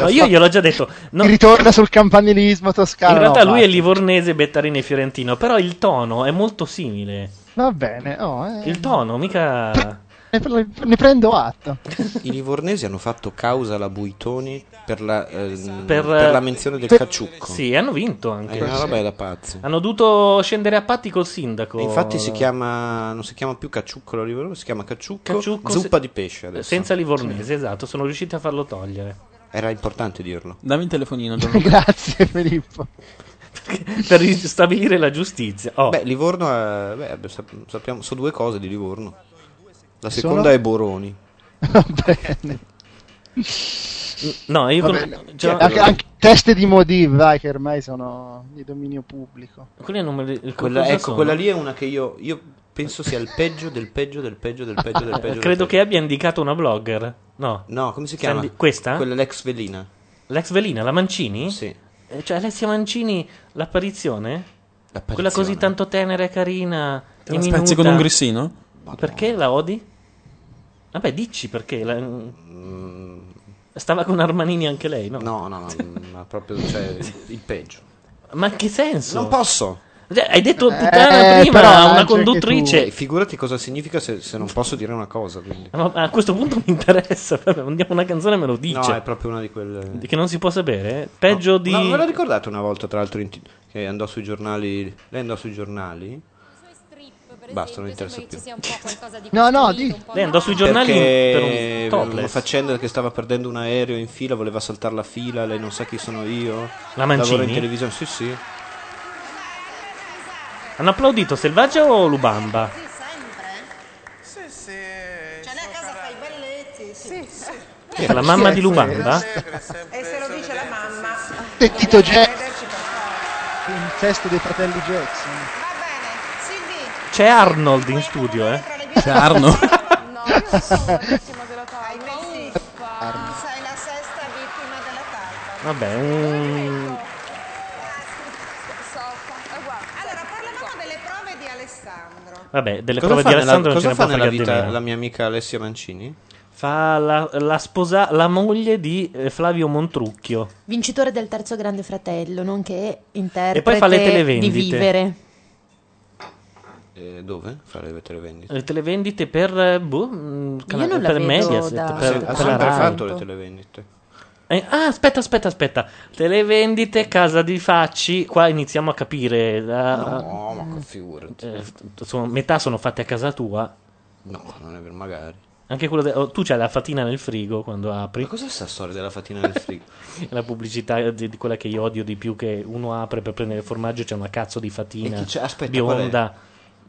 S2: No, io gliel'ho già detto. No,
S19: Ti ritorna sul campanilismo toscano.
S2: in realtà
S19: No,
S2: lui
S19: va-
S2: è livornese, Bettarini è fiorentino. Però il tono è molto simile.
S19: Va bene, oh, eh,
S2: Il tono, mica.
S1: [LAUGHS]
S19: ne, ne prendo atto.
S1: I livornesi hanno fatto causa alla Buitoni per la, ehm,
S2: Per-
S1: per la menzione del
S2: per-
S1: cacciucco.
S2: Sì, hanno vinto anche.
S1: È Eh, una roba da pazzi.
S2: Hanno dovuto scendere a patti col sindaco.
S1: E infatti si chiama, non si chiama più cacciucco la Livorno, si chiama cacciucco,
S2: Cacciucco
S1: zuppa
S2: se-
S1: di pesce adesso.
S2: Senza livornese, esatto, sono riusciti a farlo togliere.
S1: Era importante dirlo.
S4: Dammi il telefonino.
S19: Grazie Filippo.
S2: [LAUGHS] per ristabilire la giustizia. Oh.
S1: Beh, Livorno, è- beh, beh, sap- sappiamo, so due cose di Livorno. La
S2: Sono-
S1: seconda è Boroni.
S2: No, io
S19: Va
S2: con-
S19: bene.
S2: cioè,
S19: Cioè, anche, anche teste di Modiv, vai, che ormai sono di dominio pubblico.
S2: Quelle non me le-
S1: Quella,
S2: cosa
S1: ecco,
S2: sono?
S1: quella lì è una che io, io penso sia il peggio del peggio del peggio del peggio
S2: [LAUGHS]
S1: del peggio.
S2: eh, Credo che abbia indicato una blogger. No.
S1: No, come si chiama?
S2: Sandi- Questa?
S1: Quella l'ex velina.
S2: L'ex velina, la Mancini?
S1: Sì.
S2: Cioè, Alessia Mancini, l'apparizione? Quella così tanto tenera e carina.
S4: Te
S2: e
S4: la spezzi
S2: minuta.
S4: con un grissino?
S2: Perché la odi? Vabbè, dici perché. la- Stava con Armanini anche lei, no?
S1: No, no, no, ma proprio cioè, il peggio.
S2: Ma che senso?
S1: Non posso.
S2: Cioè, hai detto puttana prima a una conduttrice.
S1: Eh, figurati cosa significa se, se non posso dire una cosa. Quindi.
S2: Ma ma a questo punto mi interessa. vabbè, Mandiamo una canzone e me lo dice.
S1: No, è proprio una di quelle.
S2: Che non si può sapere. eh? Peggio di.
S1: No, ve la ricordate una volta, tra l'altro, in ti- che andò sui giornali. Lei andò sui giornali. Basta, non interessa più.
S19: No, no, di...
S2: Lei andò sui giornali
S1: Perché
S2: per un
S1: una
S2: topless.
S1: faccenda che stava perdendo un aereo in fila, voleva saltare la fila, lei non sa chi sono io.
S2: La Mancini?
S1: Lavoro in televisione, sì, sì.
S2: Hanno applaudito Selvaggia o Lubamba?
S12: Sì, sì. Cioè lei a casa fa i balletti. Sì, sì.
S2: Chi era, la mamma di Lubamba?
S12: E se lo dice la mamma.
S19: E Tito
S12: dobbiamo
S19: Jack.
S12: vederci per
S19: Il testo dei fratelli Jackson.
S2: C'è Arnold in studio, eh?
S12: C'è Arnold? [LAUGHS] No, io sono
S2: Vabbè,
S12: bravissima della talpa. Sei la sesta vittima della talpa.
S2: un...
S12: Allora, parlavamo delle prove di Alessandro.
S2: Vabbè, delle
S1: Cosa
S2: prove
S1: fa
S2: di
S1: nella-
S2: Alessandro
S1: cosa
S2: non ce ne
S1: fa
S2: può
S1: nella
S2: fregare di
S1: vita
S2: meno.
S1: la mia amica Alessia Mancini?
S2: Fa la, la sposa, la moglie di eh, Flavio Montrucchio.
S7: Vincitore del terzo grande fratello, nonché interprete
S2: E poi fa le
S7: di
S2: televendite.
S7: vivere.
S1: Eh, dove? Fra le televendite.
S2: Le televendite per. eh, Boh, mm, cana-
S7: Io non la
S2: per
S7: vedo
S2: Mediaset.
S7: da-
S1: Ha,
S2: per,
S1: se- ha
S2: per la
S1: sempre
S2: Rai.
S1: fatto le televendite.
S2: Eh, ah, aspetta, aspetta, aspetta. Televendite, casa di facci. Qua iniziamo a capire.
S1: No, ma figurati.
S2: metà sono fatte a casa tua.
S1: No, non è vero, magari.
S2: Anche quello. de- oh, tu c'hai la fatina nel frigo quando apri.
S1: Ma cos'è sta storia della fatina del frigo?
S2: [LAUGHS] La pubblicità di, di quella che io odio di più. Che uno apre per prendere il formaggio. C'è una cazzo di fatina
S1: E chi c'è? Aspetta, qual
S2: bionda.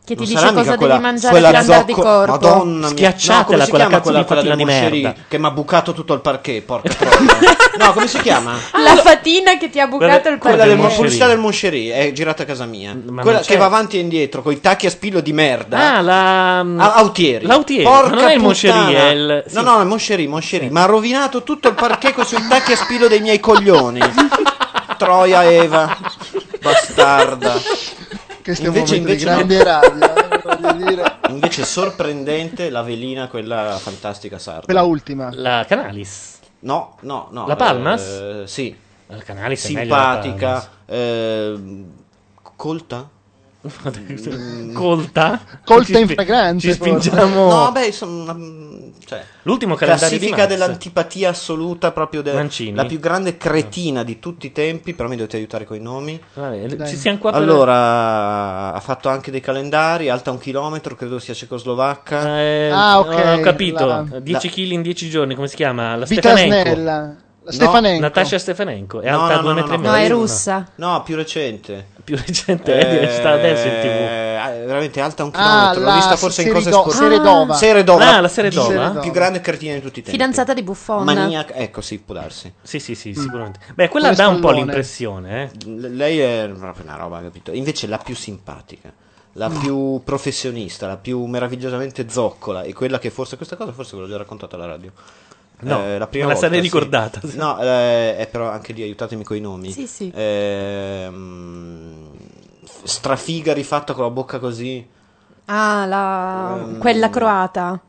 S7: Che ti
S1: Non
S7: dice
S1: sarà
S7: cosa
S1: mica
S7: devi
S1: quella-
S7: mangiare
S1: quella
S7: per andare di
S1: zocco-
S7: corpo.
S1: Madonna mia. No,
S2: Schiacciatela
S1: come si
S2: quella
S1: chiama
S2: cazzo di
S1: quella
S2: fatina di
S1: Moscerini
S2: merda.
S1: Che mi ha bucato tutto il parquet, porca
S7: [LAUGHS]
S1: troia. no, come si chiama?
S7: La fatina che ti ha bucato il
S1: Quella
S7: parquet.
S1: del pubblicità del Moncherie è girata a casa mia.
S2: non
S1: Quella
S2: c'è.
S1: che va avanti e indietro con i tacchi a spillo di merda.
S2: Ah, la.
S1: A- Autieri.
S2: L'autieri.
S1: Porca
S2: Ma non è il
S1: puttana.
S2: Moncherie, è il- sì.
S1: No, no, è
S2: [LAUGHS]
S1: Moncherie, Moncherie. Ma ha rovinato tutto il parcheco sui tacchi a spillo dei miei coglioni. troia Eva, bastarda.
S19: Questo è un momento di grande rabbia,
S1: Invece è sorprendente la velina, quella fantastica sarda.
S19: Quella ultima.
S2: La Canalis.
S1: No, no, no.
S2: La Palmas?
S1: Eh, sì.
S2: La Canalis è meglio la Palmas.
S1: Simpatica. ehm, colta? Mm.
S2: [LAUGHS] Colta?
S19: Colta
S2: Ci
S19: in
S2: spi-
S19: fragranza,
S2: Ci
S19: forse.
S2: spingiamo.
S1: No, beh, insomma... mm, Cioè,
S2: L'ultimo calendario di
S1: classifica
S2: Marx.
S1: dell'antipatia assoluta proprio della
S2: Mancini. Ah.
S1: la più grande cretina di tutti i tempi però mi dovete aiutare con i nomi
S2: Vabbè, Dai. ci siamo qua per-
S1: allora ha fatto anche dei calendari alta un chilometro credo sia cecoslovacca
S2: Eh, Ho capito.
S1: Ah, La-
S2: 10 kg in 10 giorni, come si chiama? La Stefanenko.
S19: Vitasnella.
S2: No,
S19: La Stefanenko.
S2: Natasha Stefanenko. È
S1: No,
S2: alta
S1: no,
S2: 2
S1: no,
S2: metri
S1: no,
S2: e mezzo.
S1: no, è
S3: russa.
S1: No, più recente.
S2: Più recente, è diventata adesso in TV.
S1: eh, Veramente alta un
S19: Ah,
S1: chilometro.
S19: la
S1: L'ho vista forse in cose
S19: Seredo-
S1: scorse.
S19: Seredova.
S1: Seredova.
S2: Ah, la Seredova.
S1: Di-
S2: Seredova.
S1: Più grande cartina di tutti i tempi.
S3: Fidanzata di Buffon.
S1: Maniaca, ecco, sì, può darsi.
S2: Sì, sì, sì, sicuramente. Beh, quella Come dà un po' spallone. l'impressione.
S1: Lei è proprio una roba, capito? Invece la più simpatica, la
S3: Mm.
S1: più professionista, la più meravigliosamente zoccola e quella che forse questa cosa forse ve l'ho già raccontata alla radio.
S2: No,
S1: Eh, la prima
S2: me la
S1: volta,
S2: sarei
S1: sì.
S2: ricordata.
S1: No, eh, è però anche lì aiutatemi con i nomi.
S3: Sì, sì.
S1: Ehm, strafiga rifatta con la bocca così.
S3: Ah, la...
S1: Ehm,
S3: quella croata.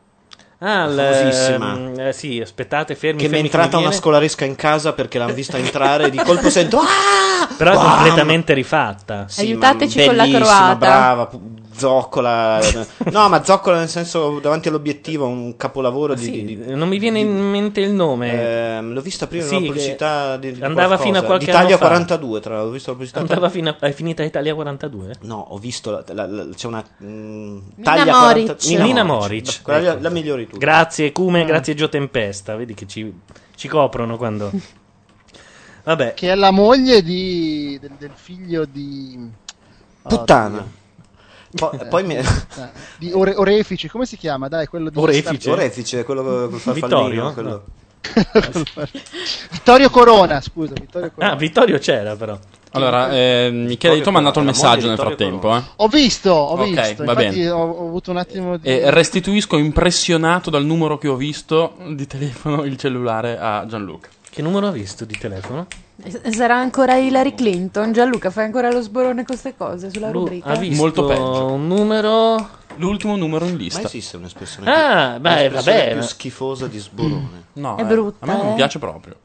S2: Ah, l-
S1: famosissima.
S2: ehm, eh, sì, aspettate, fermi.
S1: che mi è
S2: fermi,
S1: entrata
S2: mi
S1: una
S2: viene.
S1: scolaresca in casa perché l'hanno vista entrare e di colpo sento "Ah!"
S2: [LAUGHS] Però è
S1: Bam!
S2: completamente rifatta.
S1: Sì,
S3: Aiutateci
S1: ma
S3: con la
S1: bellissima,
S3: croata.
S1: brava pu-
S2: [LAUGHS]
S1: zoccola eh, no ma zoccola nel senso davanti all'obiettivo un capolavoro di,
S2: Sì,
S1: di-
S2: non mi viene in mente il nome.
S1: ehm, l'ho vista prima in
S2: Sì,
S1: una pubblicità di, di
S2: andava
S1: qualcosa,
S2: fino a qualche
S1: d'Italia
S2: anno fa.
S1: 42 tra l'altro ho visto la pubblicità
S2: Andava fino a... È finita Italia 42?
S1: No, ho visto la- la- la- c'è una mm,
S2: Nina
S1: taglia
S2: Moric.
S1: 40
S2: Nina Moric. Ecco.
S1: Quella lì è la, migliore di tutte.
S2: Grazie Cume,
S3: Mm.
S2: grazie Gio Tempesta. Vedi che ci, ci coprono
S3: [LAUGHS]
S2: quando...
S1: Eh,
S2: Vabbè.
S19: Che è la moglie di- del, del figlio di...
S2: Ah,
S1: Puttana. Po- poi mi-
S19: Eh, di Ore- Orefice, come si chiama? Dai, quello di Star-
S1: Orefice, quello col farfallino,
S2: Vittorio?
S1: quello-
S2: No.
S19: [LAUGHS] Vittorio Corona, scusa, Vittorio Corona.
S2: Ah, Vittorio c'era però.
S4: Allora, eh, Michele Di Toma ha mandato il
S2: la moglie
S4: messaggio
S2: di
S4: nel
S2: Vittorio
S4: frattempo. Eh.
S19: Ho visto, ho
S4: Ok,
S19: visto,
S4: va
S19: infatti
S4: bene.
S19: ho, ho avuto un attimo di...
S4: E restituisco impressionato dal numero che ho visto di telefono il cellulare a Gianluca.
S2: Che numero ha visto di telefono?
S3: S- Sarà ancora Hillary Clinton. Gianluca, fai ancora lo sborone con queste cose sulla
S2: Lui
S3: rubrica.
S2: ha visto
S4: Molto peggio.
S2: un numero...
S4: L'ultimo numero in lista.
S1: Ma esiste un'espressione
S2: Ah,
S1: più,
S2: beh,
S1: un'espressione
S2: vabbè.
S1: più schifosa di sborone?
S4: Mm. No,
S3: È eh, brutta, a me non eh. piace
S4: proprio.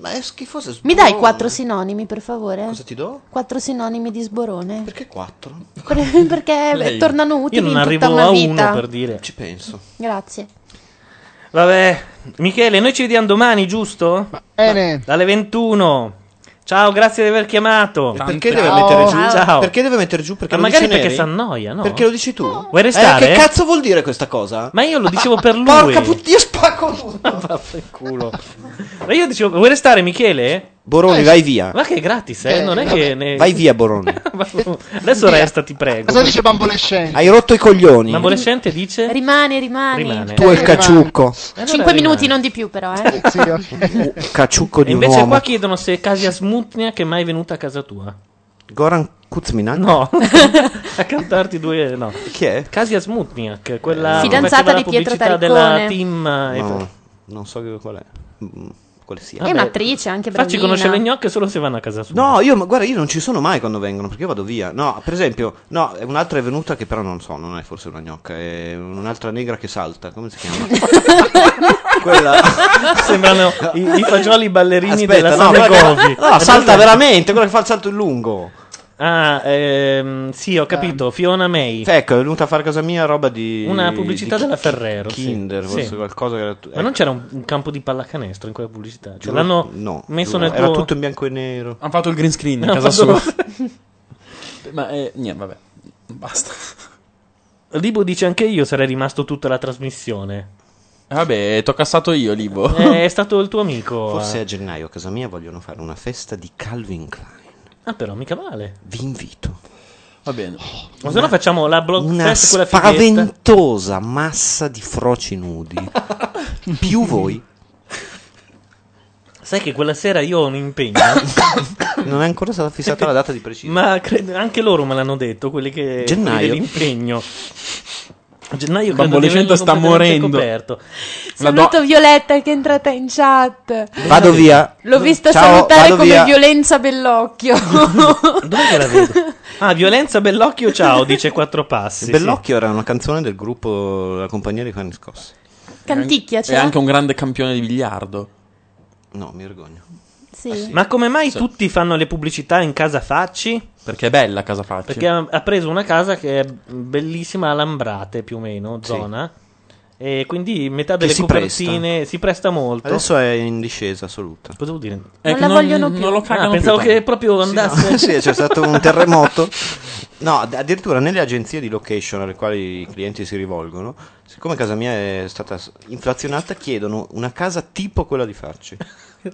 S1: Ma è schifosa sborone.
S3: Mi dai quattro sinonimi, per favore?
S1: Cosa ti do?
S3: Quattro sinonimi di sborone.
S1: Perché quattro?
S3: Per- [LAUGHS] perché
S1: Lei-
S3: tornano utili
S2: Io non
S3: in
S2: arrivo
S3: tutta una
S2: a
S3: vita.
S2: uno per dire.
S1: Ci penso.
S3: Grazie.
S2: Vabbè, Michele, noi ci vediamo domani, giusto?
S19: Bene.
S2: Dalle 21. Ciao, grazie di aver chiamato.
S1: E perché deve mettere giù?
S2: Ciao.
S1: Perché deve mettere giù? Perché
S2: Ma
S1: lo
S2: magari
S1: dice
S2: perché
S1: Neri?
S2: si annoia, no?
S1: Perché lo dici tu?
S2: Vuoi
S1: Eh,
S2: restare?
S1: che cazzo vuol dire questa cosa? Ah,
S2: Ma io lo dicevo per lui.
S1: Porca puttana, io spacco tutto.
S2: Vaffanculo. Ma io dicevo, vuoi restare, Michele?
S19: Eh,
S1: Boroni, vai via.
S2: Ma che è gratis, eh? Non è che ne-
S1: Vai via,
S2: [LAUGHS]
S1: Boroni.
S2: Adesso resta, ti prego.
S19: Cosa dice Bambolescente?
S1: Hai rotto i coglioni.
S2: L'adolescente dice?
S3: Rimani, rimani. Eh,
S2: Rimane.
S1: Tu e il caciucco.
S3: Cinque minuti, non di più, però, eh.
S2: [LAUGHS]
S1: Caciucco
S2: E
S1: di un
S2: invece
S1: uomo.
S2: qua chiedono se Casia Smutnia che è mai venuta a casa tua.
S1: Goran Kuzminak?
S2: No. a cantarti due no.
S1: Chi è?
S2: Casia Smutniak, quella
S3: Fidanzata
S2: che faceva
S3: di
S2: la
S3: Pietro
S2: pubblicità
S3: Taricone.
S2: della team eh,
S1: No, non so che- qual è. Mm, Quale sia.
S3: È un'attrice anche bravina.
S2: Facci conoscere le gnocche solo se vanno a casa sua.
S1: No, io, ma guarda, io non ci sono mai quando vengono perché io vado via. No, per esempio, no, è un'altra è venuta che però non so, non è forse una gnocca, è un'altra negra che salta. Come si
S2: [LAUGHS]
S1: chiama? Quella.
S2: Sembrano i, i
S3: [LAUGHS]
S2: fagioli ballerini
S1: Aspetta,
S2: della
S1: no,
S2: Sole
S1: quella che-
S2: Govi.
S1: no, salta veramente, quella che fa il salto in lungo.
S2: Ah, ehm, sì, ho capito, Fiona May.
S1: Ecco, è venuta a fare casa mia roba di.
S2: Una pubblicità
S1: di
S2: della Ferrero, sì.
S1: Kinder,
S2: Sì.
S1: forse qualcosa che era. tu-
S2: Ma non
S1: ecco,
S2: c'era un, un campo di pallacanestro in quella pubblicità? Cioè,
S1: giuro-
S2: l'hanno
S1: no,
S2: messo
S1: giuro,
S2: nel
S1: Era
S2: tuo...
S1: tutto in bianco e nero.
S4: Hanno fatto il green screen
S2: [LAUGHS]
S4: a
S2: No,
S4: casa
S2: fatto-
S4: sua.
S2: [LAUGHS]
S4: Ma eh, niente, vabbè. Basta.
S2: Libo dice anche io sarei rimasto tutta la trasmissione.
S4: Eh, Vabbè, t'ho cassato io, Libo.
S1: [LAUGHS]
S2: Eh, è stato il tuo amico.
S1: Forse a
S2: eh.
S1: gennaio a casa mia vogliono fare una festa di Calvin Klein.
S2: Ah, però, mica male.
S1: Vi invito.
S4: Va bene.
S2: Ma se no facciamo la blog
S1: Una
S2: fest quella fighetta.
S1: spaventosa massa di froci
S2: [LAUGHS]
S1: nudi. Più voi.
S2: Sai che quella sera io ho un
S4: [COUGHS]
S2: impegno.
S1: Non è ancora stata fissata la data di preciso.
S2: Ma credo- anche loro me l'hanno detto, quelli che
S1: Gennaio.
S2: quelli dell'impegno. A gennaio credo
S4: Bambolicento
S2: di averlo
S4: sta
S2: completamente
S4: morendo.
S2: coperto.
S7: Saluto Violetta che è entrata in chat.
S1: Vado via.
S7: L'ho vista
S1: Ciao,
S7: salutare
S1: vado
S7: come
S1: via. [LAUGHS]
S7: violenza bellocchio.
S2: Dove che la vedo? [LAUGHS] Ah, violenza Bellocchio ciao, dice
S1: [LAUGHS]
S2: quattro passi.
S1: Bellocchio era una canzone del gruppo La compagnia dei cani scossi.
S7: Canticchia,
S4: È
S7: c'era?
S4: anche un grande campione di biliardo.
S1: No, mi vergogno.
S7: Sì.
S2: sì. Ma come mai
S4: Ah, Sì.
S2: tutti fanno le pubblicità in casa Facci?
S4: Perché è bella Casa Facci.
S2: Perché ha, ha preso una casa che è bellissima a Lambrate più o meno,
S1: Sì.
S2: zona. E quindi metà
S1: Che
S2: delle
S1: si
S2: copertine si presta molto.
S1: Adesso è in discesa assoluta.
S2: Cosa vuol dire?
S1: Eh,
S7: Non che la non- vogliono più. non lo cagano
S2: Ah, pensavo
S1: più
S2: che
S1: tanto.
S2: proprio
S1: [LAUGHS]
S2: andasse.
S1: Sì, c'è stato un
S2: [LAUGHS]
S1: terremoto. No, ad- addirittura nelle agenzie di location alle quali i clienti si rivolgono, siccome casa mia è stata s- inflazionata, chiedono una casa tipo quella di Farci.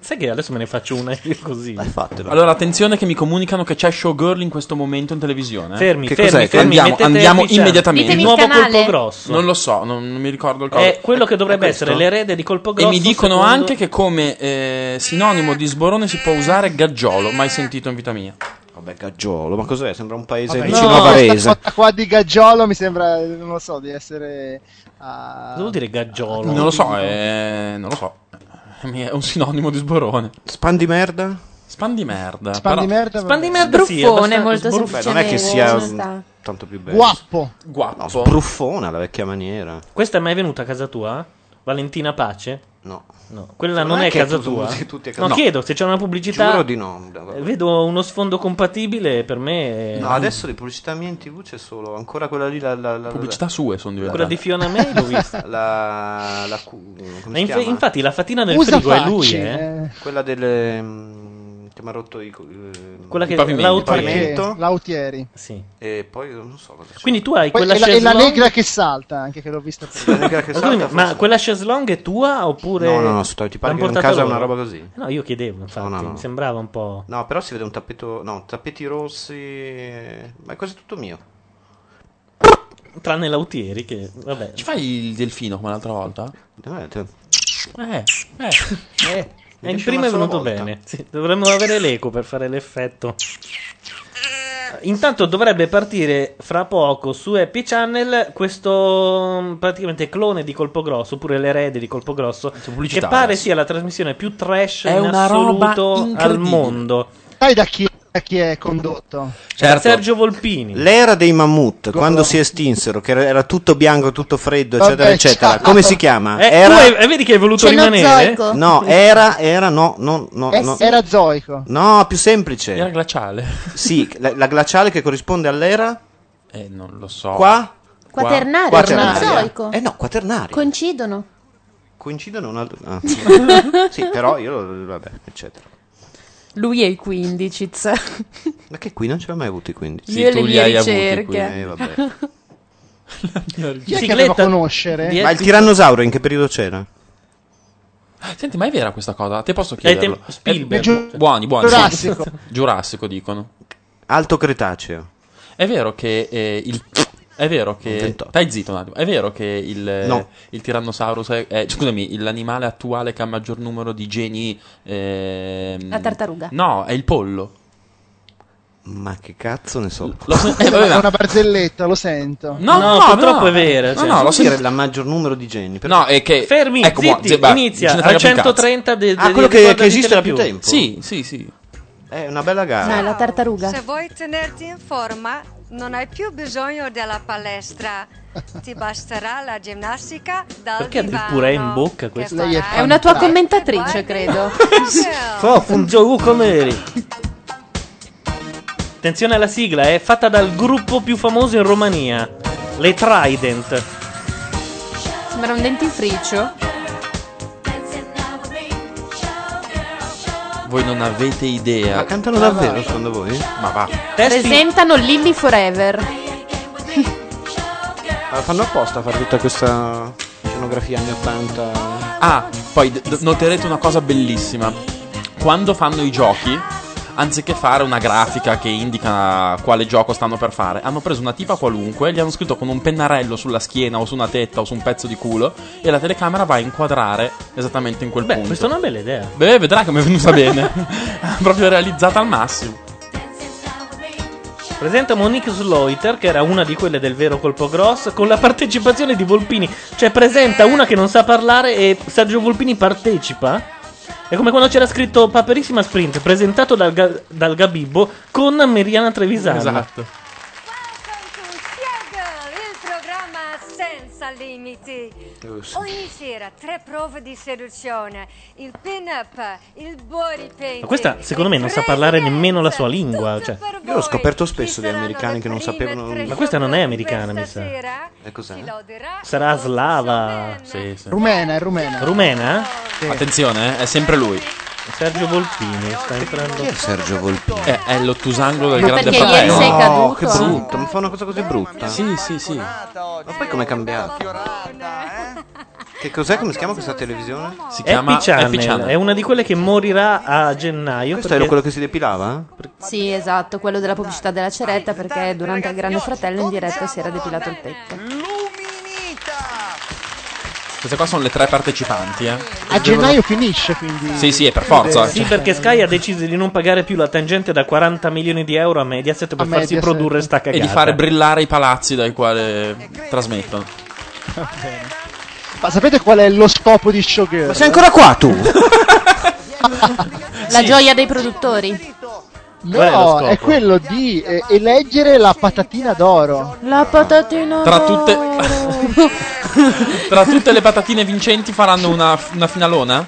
S2: Sai che adesso me ne faccio una [LAUGHS] io così.
S1: Dai, fatelo.
S4: Allora, attenzione che mi comunicano che c'è Showgirl in questo momento in televisione. eh.
S2: Fermi, Che fermi, cos'è? fermi,
S4: Andiamo,
S2: mettete
S4: andiamo
S2: Richard.
S4: immediatamente.
S2: Ditemi il Nuovo canale. colpo grosso.
S4: Non lo so, non, non mi ricordo il colpo.
S2: È quello che dovrebbe
S4: Questo?
S2: essere l'erede di colpo
S4: E
S2: grosso.
S4: mi dicono
S2: secondo-
S4: anche che come eh, sinonimo di sborone si può usare gaggiolo. Mai sentito in vita mia.
S1: Vabbè, gaggiolo, ma cos'è? Sembra un paese
S19: Vabbè,
S1: vicino
S19: no,
S1: a Varese.
S19: Questa qua di Gaggiolo mi sembra, non lo so, di essere... ah,
S2: Cosa vuol dire gaggiolo?
S4: Non lo so, eh, non lo so. Eh, Mi È un sinonimo di sborone.
S1: Span di merda?
S4: Span di merda.
S19: Span di merda,
S7: Span di
S19: vabbè.
S7: merda, sì, Bruffone, abbastanza- molto
S1: Beh, non è che
S7: semplicemente,
S1: sia
S7: ci sta.
S1: mm, tanto più bello.
S19: Guappo.
S4: Guappo.
S1: No, sbruffona alla vecchia maniera.
S2: Questa è mai venuta a casa tua? Valentina Pace?
S1: No.
S2: No, quella
S1: Non
S2: non
S1: è
S2: è,
S1: che
S2: casa
S1: tu-
S2: tua.
S1: tu- tutti a casa-
S2: no,
S1: No.
S2: chiedo se c'è una pubblicità.
S1: Giuro di no.
S2: Eh, Vedo uno sfondo compatibile per
S19: Eh.
S2: me. è-
S1: No, adesso le pubblicità mie in tv c'è solo ancora quella lì. La, la- la-
S4: Pubblicità
S1: la-
S4: sue sono diventate.
S2: Quella di Fiona May l'ho vista.
S1: [LAUGHS] La, la cu- come si
S2: Inf-
S1: chiama?
S2: infatti la fatina del frigo è lui, eh.
S1: Quella del. mm, che mi ha rotto i. co- eh,
S2: Quella che-
S1: il pavimento.
S2: Lautieri.
S1: Il pavimento.
S19: Lautieri.
S2: Sì.
S1: E poi non so cosa c'è.
S2: Quindi tu hai
S19: Poi
S2: quella
S19: è la, è
S2: chaise
S19: la
S2: longue-
S19: negra che salta, anche che l'ho vista prima.
S1: La negra che
S2: Ma scusami,
S1: salta,
S2: ma
S1: forse-
S2: quella chaise longue è tua oppure.
S1: No, no, no, sto- ti parli
S2: l'han
S1: che in
S2: portata
S1: casa è
S2: loro? Eh,
S1: una roba così.
S2: No, io chiedevo, infatti.
S1: No, no, no.
S2: Mi sembrava un po'.
S1: No, però si vede un tappeto. No, tappeti rossi. Ma è quasi tutto mio.
S2: Tranne Lautieri, che. Vabbè.
S4: Ci fai il delfino come l'altra volta? Eh, eh.
S2: Eh,
S4: Mi
S2: il
S4: dice
S2: primo
S4: una
S2: è
S4: sola
S2: venuto
S4: volta.
S2: bene. Sì, dovremmo avere l'eco per fare l'effetto. Intanto dovrebbe partire fra poco su Happy Channel questo mm, praticamente clone di Colpo Grosso, oppure l'erede di Colpo Grosso, che
S4: pubblicità
S2: pare
S4: adesso.
S2: sia la trasmissione più trash
S4: È
S2: in
S4: una
S2: assoluto
S4: roba incredibile.
S2: al mondo.
S19: Sai da chi, da chi è condotto?
S1: Certo.
S2: Sergio Volpini.
S1: L'era dei mammut, quando si estinsero, che era- era tutto bianco, tutto freddo, eccetera,
S2: Vabbè,
S1: eccetera.
S2: ciao.
S1: Come si chiama?
S2: Eh,
S1: Ah. era...
S2: tu hai- eh, vedi che hai voluto rimanere? Cenozoico.
S1: No, era, era, no, no, no,
S19: Eh,
S1: no.
S19: Era zoico.
S1: No, più semplice.
S4: Era glaciale.
S1: Sì, la, la glaciale che corrisponde all'era
S4: Eh, non lo so.
S1: qua?
S24: Quaternario,
S1: Quaternaria.
S24: Mesozoico.
S1: Eh no, quaternario.
S24: Coincidono.
S1: Coincidono un altro... ah, sì. sì, però io... Vabbè, eccetera.
S7: Lui è il [LAUGHS] 15.
S1: Ma che qui non ce l'ho mai avuti, quindi.
S7: Io e le mie ricerche.
S1: Eh, [LAUGHS] vabbè.
S19: Chi è che devo
S8: Eh,
S19: conoscere?
S1: Ma il tirannosauro in che periodo c'era?
S4: Senti, ma è vera questa cosa? A te posso
S1: Dai,
S4: chiederlo.
S1: te- Spielberg.
S4: Eh, giu- buoni, buoni.
S1: Giurassico.
S4: [LAUGHS] Giurassico dicono.
S1: Alto Cretaceo.
S4: È vero che eh, il è vero che dai zitto un attimo. È vero che il
S1: No.
S4: il Tyrannosaurus è, è- scusami, l'animale attuale che ha maggior numero di geni ehm,
S7: La tartaruga.
S4: No, è il pollo.
S1: Ma Ah, che cazzo ne so?
S19: [LAUGHS]
S4: Eh, vabbè,
S19: È
S4: ma-
S19: una barzelletta, lo sento.
S4: No, no, no, purtroppo no. è vero,
S1: No,
S4: cioè.
S1: no, lo
S4: Sì.
S1: dire il maggior numero di geni. però-
S4: No, è che
S2: Fermi,
S4: ecco, buono,
S2: zitti,
S4: ze- va,
S2: inizia
S4: ce ne
S2: al
S4: frega più un
S2: 130
S4: cazzo.
S2: de- de-
S1: Ah, quello
S2: di-
S1: che,
S2: guarda
S1: che esiste da
S2: ditene
S1: più
S2: più.
S1: tempo.
S4: Sì, sì, sì.
S1: È una bella gara.
S7: No, la tartaruga.
S18: Se vuoi tenerti in forma, non hai più bisogno della palestra. Ti basterà la ginnastica dal
S2: Perché
S18: divano.
S2: addirittura è in bocca
S18: che
S2: questo?
S18: farai
S2: Lei è
S18: un
S2: È una tua
S18: po' di
S7: commentatrice, credo.
S2: So, un gioco come eri. Attenzione alla sigla, è fatta dal gruppo più famoso in Romania, le Trident.
S7: Sembra un dentifricio.
S4: Voi non avete idea.
S1: Ma cantano davvero secondo voi?
S4: Ma va.
S7: Presentano Lily Forever.
S1: Ma Eh, fanno apposta a fare tutta questa scenografia anni 80.
S4: Ah, poi d- d- noterete una cosa bellissima. Quando fanno i giochi, anziché fare una grafica che indica quale gioco stanno per fare, hanno preso una tipa qualunque, gli hanno scritto con un pennarello sulla schiena o su una tetta o su un pezzo di culo e la telecamera va a inquadrare esattamente in quel
S2: Beh,
S4: punto.
S2: questa è una bella idea.
S4: Beh, [LAUGHS] vedrai come è venuta bene. Proprio realizzata al massimo.
S2: Presenta Monique Sloiter, che era una di quelle del vero colpo grosso, con la partecipazione di Volpini. Cioè, presenta una che non sa parlare e Sergio Volpini partecipa. È come quando c'era scritto Paperissima Sprint, presentato dal, Ga- dal Gabibbo con Meriana Trevisano.
S4: Esatto.
S18: il programma senza limiti.
S1: Giusto.
S18: Ogni sera tre prove di seduzione, il pin-up, il body painting.
S2: Ma questa, secondo me, non sa parlare nemmeno la sua lingua. Cioè.
S1: Io l'ho scoperto spesso di americani che non sapevano.
S2: Ma questa non è americana, mi sa.
S1: E cos'è?
S2: Sarà slava.
S4: Sì, sì.
S19: Rumena, è rumena.
S2: Rumena?
S4: Attenzione, eh, è sempre lui.
S2: Sergio Volpini sta entrando.
S1: Sergio Volpini?
S4: Eh, È, è l'ottusangolo del
S1: Ma
S4: grande
S1: perché ieri
S4: fratello.
S1: sei No, caduto? che brutto, mi fa una cosa così brutta.
S4: Sì, sì, sì.
S1: Ma poi com'è cambiato? Che cos'è? Come si chiama questa televisione?
S4: Si
S2: Happy Channel, è una di quelle che morirà a gennaio.
S1: Questo era quello che si depilava?
S7: Sì, esatto, quello della pubblicità della ceretta perché durante il Grande Fratello in diretta si era depilato il petto.
S4: Queste qua sono le tre partecipanti, eh.
S19: A gennaio finisce, quindi.
S4: Sì, sì, è per forza.
S2: Sì, perché Sky ha deciso di non pagare più la tangente da 40 milioni di euro a Mediaset per
S19: A
S2: farsi
S19: Mediaset.
S2: produrre sta cagata.
S4: E di fare brillare i palazzi dai quali trasmettono.
S19: [LAUGHS] Va bene. Ma sapete qual è lo scopo di Showgirl?
S1: Ma sei ancora qua tu?
S7: La gioia dei produttori.
S19: No, è, quello di eh, eleggere la patatina d'oro.
S7: La patatina.
S4: Tra tutte, tra tutte le patatine vincenti faranno una, una finalona?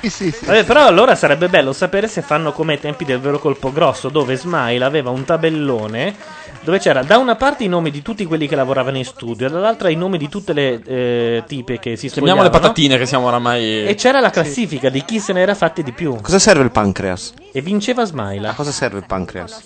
S19: Sì, sì, sì.
S2: Vabbè, però allora sarebbe bello sapere se fanno come ai tempi del vero colpo grosso, dove Smile aveva un tabellone dove c'era da una parte i nomi di tutti quelli che lavoravano in studio, dall'altra i nomi di tutte le eh, tipe che si
S4: Chiamiamo
S2: spogliavano.
S4: le patatine che siamo oramai...
S2: E c'era la classifica di chi se ne era fatti di più.
S1: Cosa serve il pancreas?
S2: E vinceva Smile. A
S1: cosa serve il pancreas?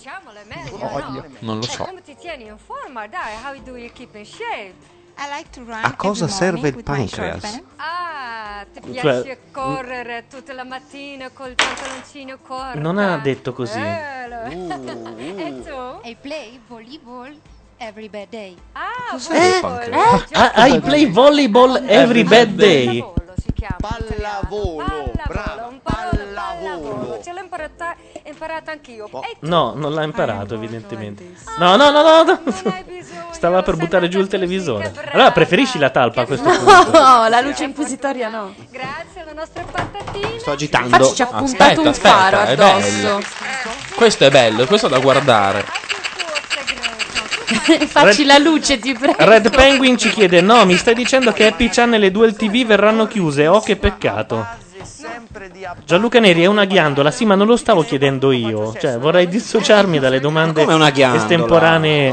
S4: Non lo so.
S18: Come ti tieni in forma, dai? How do you keep in shape? I like to run
S1: A cosa serve il pancreas?
S18: Ah, ti
S2: Cioè,
S18: piace
S2: mm.
S18: correre tutta la mattina col pantaloncino corto?
S2: Non ha detto così.
S18: Bello. e tu?
S11: I play volleyball every bad day.
S18: Ah,
S11: Cos'è
S18: volleyball.
S11: il
S2: Ah, ah, I play volleyball every bad day.
S18: si chiama pallavolo, pallavolo un parola pallavolo ce l'ho imparata, imparato
S25: cioè,
S18: anch'io e
S2: No, non l'ha imparato, evidentemente. No, no, no, no. no. [LAUGHS] Stava per buttare giù il televisore. Allora preferisci la talpa a questo punto.
S7: [LAUGHS] No, la luce inquisitoria no.
S18: grazie alla nostra patatine
S2: Sto
S4: agitando.
S7: Infatti ci ha
S4: Aspetta,
S7: puntato un
S4: aspetta,
S7: faro
S4: è
S7: addosso.
S4: Questo è bello, questo è da guardare.
S7: [LAUGHS] Facci la luce, ti prego.
S2: Red Penguin ci chiede: No, mi stai dicendo che Happy Channel e Duel TV verranno chiuse? Oh, che peccato.
S7: [LAUGHS]
S2: Gianluca Neri è una ghiandola, sì, ma non lo stavo chiedendo io. Cioè, vorrei dissociarmi dalle domande
S1: Come una ghiandola?
S2: estemporanee.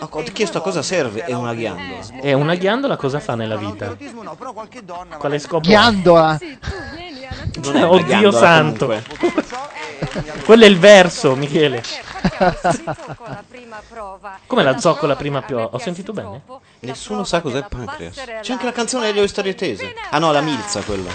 S1: Ho ho chiesto a cosa serve è una ghiandola.
S2: E una ghiandola cosa fa nella vita? Quale scopo? ha?
S1: Non
S19: Ghiandola.
S1: è una
S2: [LAUGHS] Cioè, Oddio
S1: ghiandola,
S2: santo.
S1: comunque.
S2: Quello è il verso, Michele. Come la zoccola prima più? Ho sentito bene?
S1: Nessuno sa cos'è il pancreas. C'è anche la canzone delle storie tese. Ah no, la milza quella.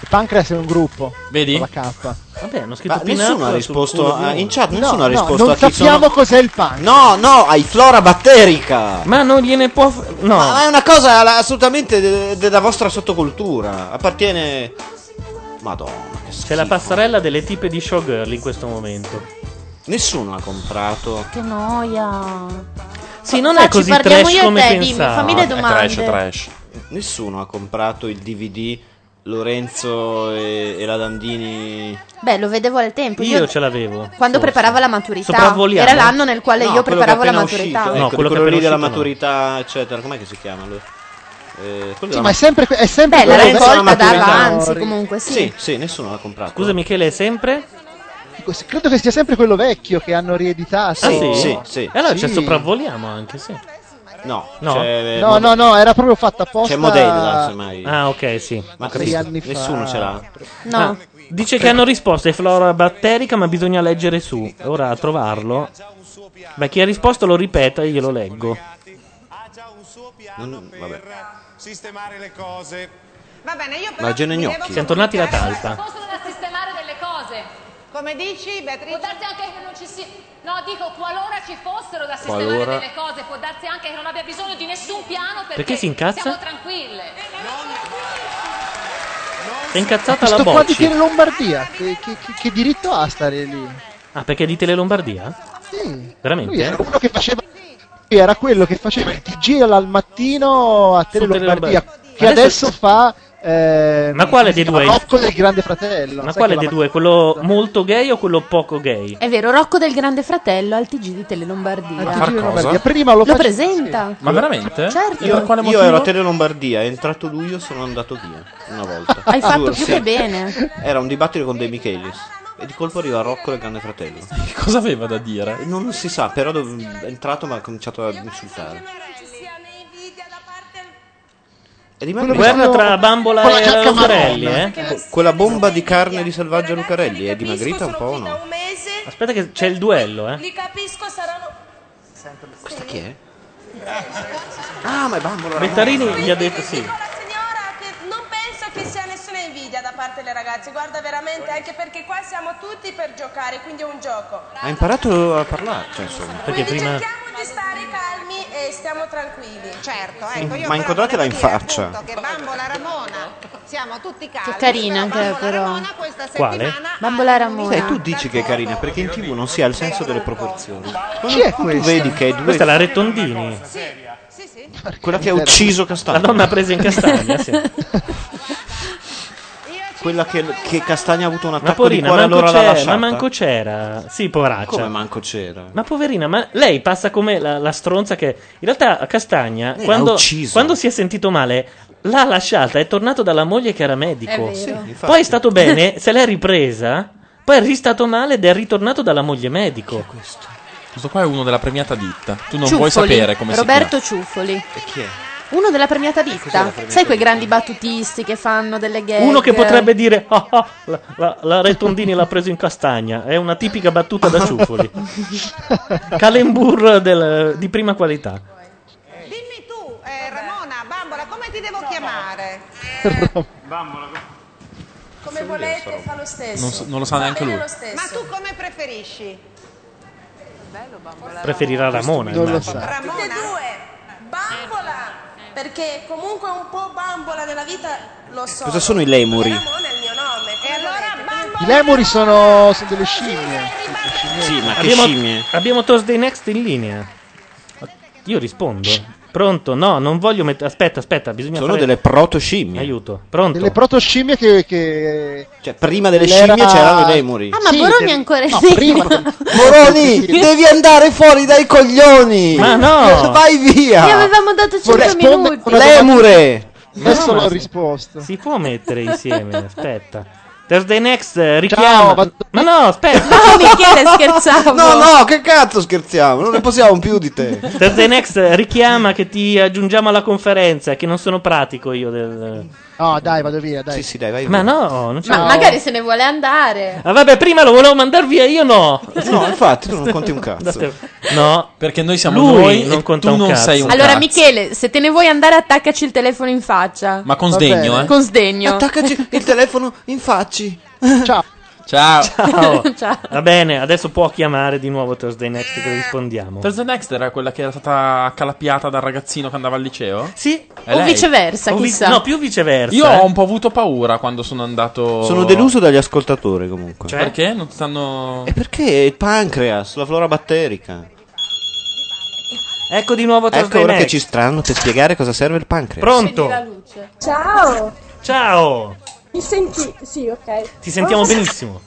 S19: Il pancreas è un gruppo.
S4: Vedi?
S19: Con la K.
S2: Vabbè, non
S1: Ma nessuno ha risposto a- in chat, nessuno
S19: No,
S1: ha
S19: no,
S1: risposto
S19: non
S1: a chi
S19: sappiamo
S1: sono.
S19: cos'è il pancreas.
S1: No, no, hai flora batterica.
S2: Ma non gliene può f- no.
S1: Ma è una cosa la- assolutamente de- della vostra sottocultura. Appartiene Madonna, che
S2: C'è la passarella delle tipe di showgirl in questo momento.
S1: Nessuno ha comprato.
S7: Che noia.
S2: Sì,
S7: Fa-
S2: non è
S7: facci,
S2: così
S7: parliamo
S2: trash
S7: Ecco, io e
S2: come
S7: te, dimmi,
S2: pensavo.
S7: fammi le domande.
S1: Nessuno ha comprato il DVD Lorenzo e, e la Dandini.
S7: Beh, lo vedevo al tempo. Io,
S2: Io ce l'avevo. forse.
S7: quando preparavo la maturità,
S2: Sopravvoliamo.
S7: era l'anno nel quale
S1: No,
S7: io
S1: quello che è
S7: preparavo la
S1: appena
S7: maturità.
S1: uscito,
S2: No,
S1: ecco,
S2: quello
S1: quello,
S2: che
S1: lì
S2: appena
S1: della
S2: uscito no.
S1: maturità, eccetera. Com'è che si chiama? lui? Eh, quello
S19: Sì,
S1: della
S19: ma è
S1: mat-
S19: sempre, que- è sempre
S7: Beh, la
S19: quello che-
S7: raccolta dava anzi, comunque sì.
S1: Sì, sì, nessuno l'ha comprato.
S2: Scusa Michele, sempre?
S19: Dico, se- Credo che sia sempre quello vecchio che hanno rieditato.
S2: Ah, sì?
S1: sì, sì.
S2: E allora c'è
S19: Sì.
S2: sopravvoliamo anche, sì.
S1: No,
S2: No?
S1: c'è,
S19: No, no, no, era proprio fatto apposta.
S1: c'è Modella, semmai.
S2: Ah, ok, sì.
S1: Ma
S2: Ho
S1: che-
S2: capito.
S19: anni fa.
S1: nessuno ce l'ha.
S7: No.
S2: Ah, dice che hanno risposto è flora batterica, ma bisogna leggere su. Ora a trovarlo. Beh, chi ha risposto lo ripeta e glielo leggo.
S1: Non- vabbè.
S6: Sistemare le cose.
S12: Va bene, io però...
S1: Ma Gene
S12: mi devo
S1: Gnocchi.
S2: Siamo tornati alla talpa.
S5: Possono da sistemare delle cose.
S12: Come dici, Beatrice?
S5: Può darsi anche che non ci sia. No, dico, qualora ci fossero da sistemare
S2: Qualora-
S5: delle cose, può darsi anche che non abbia bisogno di nessun piano perché,
S2: Perché si incazza?
S5: siamo tranquille.
S2: È incazzata la
S19: Sto qua di
S2: boccia.
S19: Tiene Lombardia. Che, che- che- che diritto ha a stare lì?
S2: Ah, perché di Tele Lombardia?
S19: Sì.
S2: Veramente?
S19: Lui era
S1: Eh?
S19: uno che faceva. lui era quello che faceva il TG al mattino a Tele
S2: Tele
S19: Lombardia,
S2: Lombardia.
S19: che
S2: Adesso-
S19: adesso fa. eh,
S2: Ma quale dei
S19: si chiama
S2: due?
S19: Rocco del Grande Fratello.
S2: Ma
S19: Sai
S2: quale
S19: che
S2: dei
S19: la-
S2: due? Quello molto gay o quello poco gay?
S7: È vero, Rocco del Grande Fratello al TG di Tele Lombardia.
S19: Eh,
S2: Al TG di
S19: Lombardia, prima lo
S7: lo
S19: face-
S7: presenta.
S1: Ma veramente?
S7: Certo.
S1: Io,
S7: Per quale
S1: io
S7: motivo?
S1: ero a Tele Lombardia, è entrato lui, io sono andato via una volta.
S7: Hai fatto
S1: Giuro,
S7: più
S1: sì.
S7: che bene.
S1: Era un dibattito con De Michelis. E di colpo arriva Rocco del Grande Fratello.
S4: Cosa aveva da dire?
S1: Non si sa, però dov- è entrato ma ha cominciato a insultare. E rimane
S2: Quello che Guerra stanno- tra Bambola
S1: Quella
S2: e
S1: giacca
S2: Lucarelli,
S1: marronna.
S2: eh?
S1: Que- Quella bomba di carne di Selvaggio Lucarelli è dimagrita un po' o no?
S2: Aspetta che c'è il duello, eh.
S14: Li capisco, saranno...
S1: Questa chi è? Ah, ma è Bambola
S2: Bettarini gli ha detto sì.
S14: Non penso che sia nessuna invidia da parte delle ragazze, guarda veramente, anche perché qua siamo tutti per giocare, quindi è un gioco.
S1: Ha imparato a parlare, cioè, insomma.
S14: Quindi cerchiamo di stare calmi e stiamo tranquilli. Certo,
S1: ecco, io Ma però inquadratela volevo in dire, faccia. appunto,
S12: che Bambola Ramona, siamo tutti calmi.
S7: Che carina
S12: però
S7: che è,
S12: Bambola
S7: però.
S12: Ramona questa
S1: Quale?
S7: Bambola
S1: Sai, tu
S7: Ramona.
S1: dici che è carina perché in tv non si ha il senso delle proporzioni.
S2: Chi è
S1: tu
S2: questa?
S1: vedi che è due...
S2: Questa è la Rettondini.
S1: Quella che ha ucciso Castagna.
S2: La donna
S1: [LAUGHS]
S2: presa in Castagna, sì.
S1: Quella che, che Castagna ha avuto un
S2: Ma
S1: attacco di
S2: porina,
S1: cuore
S2: manco
S1: allora l'ha
S2: c'era,
S1: lasciata.
S2: ma manco c'era. Sì, poveraccia.
S1: Come manco c'era?
S2: Ma poverina, ma lei passa come la, la stronza che. In realtà, a Castagna,
S1: Lei l'ha
S2: quando,
S1: ucciso.
S2: quando si è sentito male, l'ha lasciata. È tornato dalla moglie che era
S1: È
S2: medico.
S1: vero. Sì, infatti.
S2: poi è stato
S1: [LAUGHS]
S2: bene, se l'è ripresa. Poi è ristato male ed è ritornato dalla moglie medico.
S4: Questo qua è uno della premiata ditta. Tu non
S7: Ciuffoli,
S4: vuoi sapere come
S7: Roberto Ciuffoli.
S1: si chiama. Chi è?
S7: Uno della premiata
S1: Cos'è la
S7: ditta.
S1: premiata
S7: Sai quei grandi battutisti che fanno delle gag?
S2: Uno che
S1: eh,
S2: potrebbe dire: "Ah, ah, la, la- la Rettondini l'ha preso in Castagna. È una tipica
S1: [LAUGHS]
S2: battuta da Ciuffoli. Calembur del- di prima qualità.
S12: Dimmi tu, eh, Ramona, Bambola, come ti devo chiamare? Bambola. Come volete, fa lo stesso.
S4: Non so- non lo sa Va neanche bene lui. lo
S12: Ma tu come preferisci? Bello, Bambola.
S2: Preferirà Ramona.
S19: Non lo
S2: immagino.
S19: sa.
S12: Ramona.
S14: Tutte e due, bambola, perché comunque un po' bambola della vita lo so.
S1: Cosa sono i lemuri?
S14: Ramona è il mio nome. E allora bambola...
S19: I lemuri sono, sono delle scimmie.
S1: Sì, ma che
S2: abbiamo,
S1: scimmie.
S2: abbiamo Thursday Next in linea. Io rispondo. Pronto? No, non voglio mettere. Aspetta, aspetta, bisogna
S1: Sono
S2: fare-
S1: delle protoscimmie.
S2: Aiuto. Pronto?
S19: Delle protoscimmie che, che.
S1: Cioè, prima delle
S19: Era-
S1: scimmie c'erano i lemuri.
S7: Ah, ma
S19: Sì,
S7: Boroni
S19: del-
S7: è ancora
S19: no,
S7: lì.
S19: prima-
S1: Moroni, devi andare fuori dai coglioni.
S2: Ma no!
S1: [LAUGHS] Vai via.
S7: Gli avevamo dato 5
S19: Vorrei rispondere
S7: minuti.
S19: con una domanda-
S1: Lemure.
S19: Adesso
S2: No, ma
S19: l'ho
S2: si-
S19: risposto.
S2: Si può
S1: [LAUGHS]
S2: mettere insieme, aspetta. Thursday Next eh, richiama.
S19: vado-
S2: ma no, aspetta.
S7: Ah, Michele, scherzavo.
S1: No, no, che cazzo scherziamo? Non ne possiamo più di te.
S2: Thursday Next eh, richiama che ti aggiungiamo alla conferenza, che non sono pratico io del... eh.
S19: No, dai, vado via, dai.
S1: Sì, sì, dai, vai.
S2: Ma
S1: via.
S2: no, non c'è...
S7: Ma magari se ne vuole andare.
S2: Ah, vabbè, prima lo volevo mandar via, io no.
S1: No, infatti, tu non conti un
S2: [LAUGHS]
S1: cazzo.
S2: No,
S4: Perché noi siamo
S2: Lui
S4: noi
S2: non
S4: e
S2: conta
S4: tu
S2: un
S4: non
S2: cazzo.
S4: sei un
S7: Allora,
S4: cazzo.
S7: Michele, se te ne vuoi andare, attaccaci il telefono in faccia.
S4: Ma con
S19: Va
S4: sdegno,
S19: bene.
S4: eh.
S7: Con sdegno. [LAUGHS]
S1: Attaccaci il telefono in facci.
S19: Ciao.
S4: Ciao.
S2: ciao.
S7: [LAUGHS] Ciao.
S2: Va bene, adesso può chiamare di nuovo Thursday Next che rispondiamo.
S4: Thursday Next era quella che era stata accalappiata dal ragazzino che andava al liceo?
S2: Sì.
S4: È
S7: o
S4: lei?
S7: viceversa,
S2: O vi-
S7: chissà.
S2: no, più viceversa.
S4: Io
S2: eh.
S4: ho un po' avuto paura quando sono andato.
S1: Sono deluso dagli ascoltatori comunque.
S2: Cioè?
S4: Perché? Non stanno.
S1: E perché il pancreas, la flora batterica?
S2: Ecco di nuovo
S1: Ecco
S2: Thursday
S1: ora che
S2: Next.
S1: ci stanno per spiegare cosa serve il pancreas.
S2: Pronto?
S14: Ciao!
S2: Ciao.
S14: Mi senti? Sì, ok.
S2: Ti sentiamo
S14: Oh,
S2: benissimo.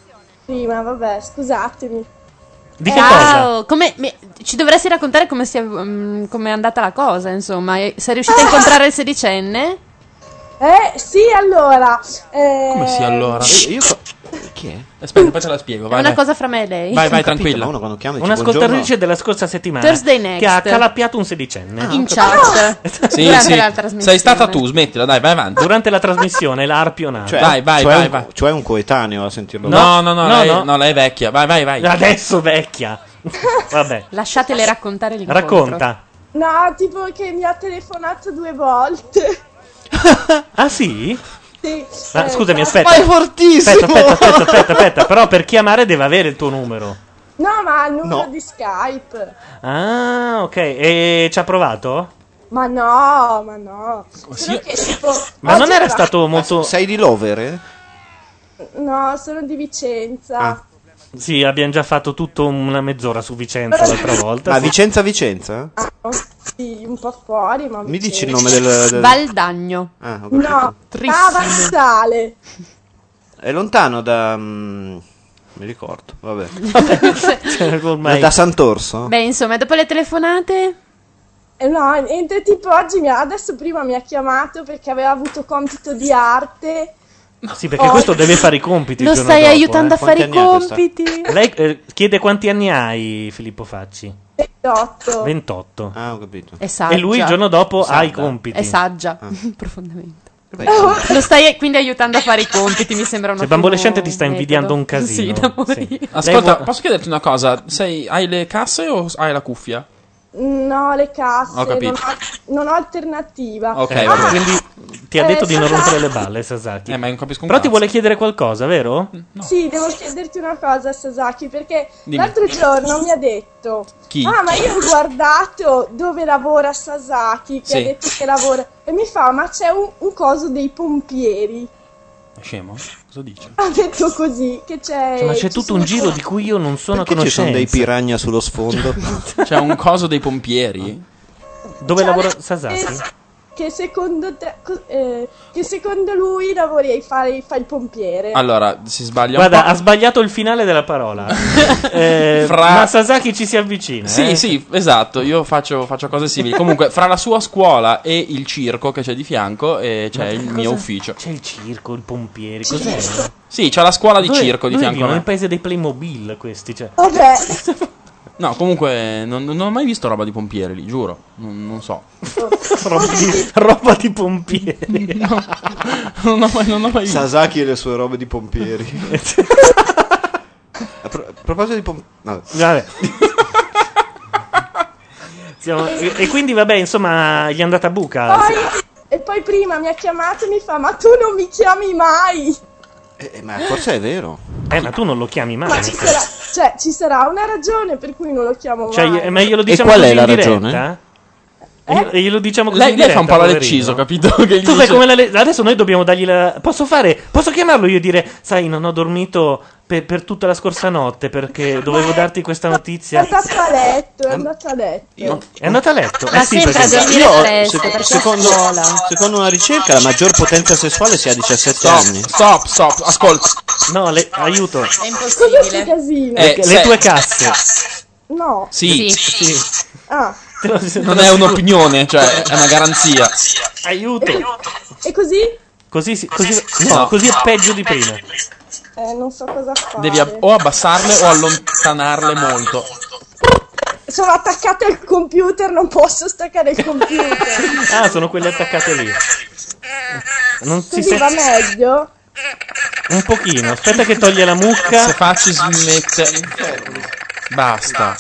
S14: Prima, vabbè, scusatemi.
S2: Di che cosa?
S7: Ciao, come- mi- ci dovresti raccontare come, sia, mm, come è andata la cosa, insomma. E Sei riuscita a incontrare il sedicenne?
S14: Eh, sì, allora.
S4: Come si allora?
S14: [LAUGHS]
S1: Eh, Io so- Chi è?
S4: Aspetta, poi te la spiego.
S7: è
S4: Vai,
S7: una
S4: vai.
S7: cosa fra me e lei.
S4: vai, vai
S1: Ho capito,
S4: tranquilla.
S1: ma uno quando chiama dice,
S2: Un'ascoltatrice della scorsa settimana
S7: Thursday Next.
S2: che ha calappiato un sedicenne.
S7: In chat.
S4: Sì,
S7: Durante
S4: sì.
S7: la trasmissione.
S4: Sei stata tu, smettila, dai, vai avanti.
S2: Durante la trasmissione l'ha arpionato.
S1: Cioè,
S4: Vai, vai,
S1: cioè
S4: vai,
S1: un,
S4: vai.
S1: cioè un coetaneo a sentirlo.
S4: No, no, no,
S2: No,
S4: lei,
S2: no.
S4: no, lei è vecchia. Vai, vai, vai.
S2: Adesso vecchia. Vabbè,
S7: Lasciatele raccontare l'incontro.
S2: racconta.
S14: No, tipo che mi ha telefonato due volte. [LAUGHS]
S2: Ah sì?
S14: Sì.
S2: Ma
S14: eh,
S2: scusami,
S14: cioè-
S2: aspetta.
S1: Ma è fortissimo!
S2: Aspetta, aspetta, aspetta, aspetta, aspetta. Però per chiamare deve avere il tuo numero.
S14: No, ma al numero
S1: No.
S14: di Skype.
S2: Ah, ok. E ci ha provato?
S14: Ma no, ma no. Solo che, tipo,
S1: Ah,
S2: Ma non
S14: oggi
S2: era
S14: va-
S1: eh?
S2: stato molto...
S1: Sei di Lovere?
S14: No, sono di Vicenza.
S1: Ah.
S2: Sì, abbiamo già fatto tutto una mezz'ora su Vicenza l'altra volta.
S1: Ma
S2: Sì.
S1: Vicenza Vicenza?
S25: Sì, un po' fuori, ma...
S1: Mi dici il nome del... del-
S7: Valdagno.
S1: Ah, ho capito.
S25: No, Cavassale.
S1: È lontano da... mm, mi ricordo, vabbè.
S4: [LAUGHS]
S2: ormai-
S1: Da Sant'Orso?
S7: Beh, Eh, insomma, dopo le telefonate...
S25: Eh, No, entro tipo oggi, mi ha- adesso prima mi ha chiamato perché aveva avuto compito di arte.
S2: Ah, Sì, perché questo deve fare i compiti. il
S7: Lo
S2: giorno
S7: stai
S2: dopo,
S7: aiutando
S2: eh.
S7: a fare i compiti.
S2: Lei eh, chiede quanti anni hai, Filippo Facci?
S25: 28.
S2: 28.
S1: Ah, ho capito.
S7: È saggia.
S2: E lui il giorno dopo ha i compiti.
S7: È saggia,
S2: Ah.
S24: [LAUGHS]
S7: profondamente. Lo stai quindi aiutando a fare i compiti, mi sembra una
S2: Cioè, Bambolescente ti sta invidiando un
S7: Sì,
S2: casino.
S7: da morire.
S4: Ascolta, posso chiederti una cosa? Sei- hai le casse o hai la cuffia?
S25: No, le casse.
S4: Ho capito.
S25: non, ho, non ho alternativa. Ah,
S4: Ok,
S2: Eh,
S4: vabbè.
S2: quindi ti ha
S25: Eh,
S2: detto di non
S25: Sasaki.
S2: rompere le balle, Sasaki. Però ti vuole chiedere qualcosa, vero?
S7: Eh,
S25: Sì, devo chiederti una cosa, Sasaki, perché
S2: Dimmi.
S25: l'altro giorno mi ha detto:
S2: Chi?
S25: Ah, ma io ho guardato dove lavora Sasaki, che
S4: Sì.
S25: ha detto che lavora. E mi fa: Ma c'è un, un coso dei pompieri.
S4: È Scemo? Cosa dici?
S25: Ha detto così: che c'è.
S2: Cioè, ma c'è tutto un giro
S25: [LAUGHS]
S2: di cui io non sono a
S1: Perché ci
S2: conoscenza.
S1: sono dei piragna sullo
S2: [LAUGHS]
S1: sfondo?
S4: C'è un coso dei pompieri?
S2: Dove
S25: C'è
S2: lavora
S25: la-
S2: Sasaki?
S25: Che secondo, te, co- eh, che secondo lui lavori fare, fa il pompiere.
S4: Allora, si sbaglia un
S2: Guarda,
S4: po'.
S2: ha sbagliato il finale
S4: [LAUGHS]
S2: della parola. Eh,
S4: Fra-
S2: Ma Sasaki ci si avvicina.
S4: Sì,
S2: eh.
S4: sì, esatto, io faccio, faccio cose simili. Comunque, fra la sua scuola e il circo che c'è di fianco eh, c'è
S2: Ma
S4: il
S2: cosa-
S4: mio ufficio.
S2: C'è il circo, il pompieri, cos'è?
S4: Sì, c'è la scuola di
S2: Dove-
S4: circo di
S2: dove
S4: fianco a
S2: vivono?
S4: me.
S2: nel paese dei Playmobil questi, cioè.
S25: Vabbè,
S4: No, comunque, non, non ho mai visto roba di pompieri lì, giuro. Non, non so.
S2: [LAUGHS] roba, di, roba di pompieri.
S4: non, ho mai, non ho mai visto.
S1: Sasaki e le sue robe di pompieri. a, pro- a proposito di pompieri...
S2: Vabbè. [LAUGHS] Siamo- e, e quindi, vabbè, insomma, gli è andata a buca.
S25: Poi- e poi prima mi ha chiamato e mi fa: Ma tu non mi chiami mai.
S1: ma forse è vero.
S2: Eh, ma tu non lo chiami mai. eh.
S25: Ma ci sarà, cioè, ci sarà una ragione per cui non lo chiamo mai.
S2: Cioè, eh, ma glielo
S1: E
S2: diciamo
S1: qual è
S2: così in
S1: la
S2: diretta? Eh?
S1: ragione?
S2: E- E glielo diciamo così
S4: Lei-
S2: in
S4: lei
S2: diretta,
S4: fa un po' la
S2: poverino.
S4: Lecciso, capito? [LAUGHS] Che gli
S2: Tu fai
S4: dice-
S2: come la le- Adesso noi dobbiamo dargli la... Posso fare... Posso chiamarlo io e dire... Sai, non ho dormito per, per tutta la scorsa notte perché dovevo darti questa
S25: È
S2: notizia.
S25: andato a letto, è andato a letto.
S2: È andata a letto?
S25: Ma
S2: Eh sì,
S25: sempre
S2: perché...
S25: a dormire
S1: Io ho-
S25: presto,
S1: seco-
S25: perché
S1: secondo,
S25: scuola.
S1: secondo una ricerca la maggior potenza sessuale si ha a 17 anni.
S4: Stop, stop, ascolta.
S2: No, le- aiuto.
S25: È impossibile. Cos'è sto casino? cioè,
S2: Eh, le tue casse.
S25: No.
S4: Sì.
S25: Ah.
S4: Non è un'opinione, cioè, è una garanzia.
S2: Aiuto.
S25: E così?
S2: Così, si- così- no, così è peggio di prima.
S25: Eh, non so cosa fare.
S4: Devi ab- o abbassarle o allontanarle molto.
S25: Sono attaccata al computer, non posso staccare il computer.
S2: Ah, sono quelle attaccate lì. Non [LAUGHS] si
S25: Così
S2: sente
S25: va meglio?
S2: un pochino. Aspetta che toglie la mucca.
S4: Se facci smette. Basta.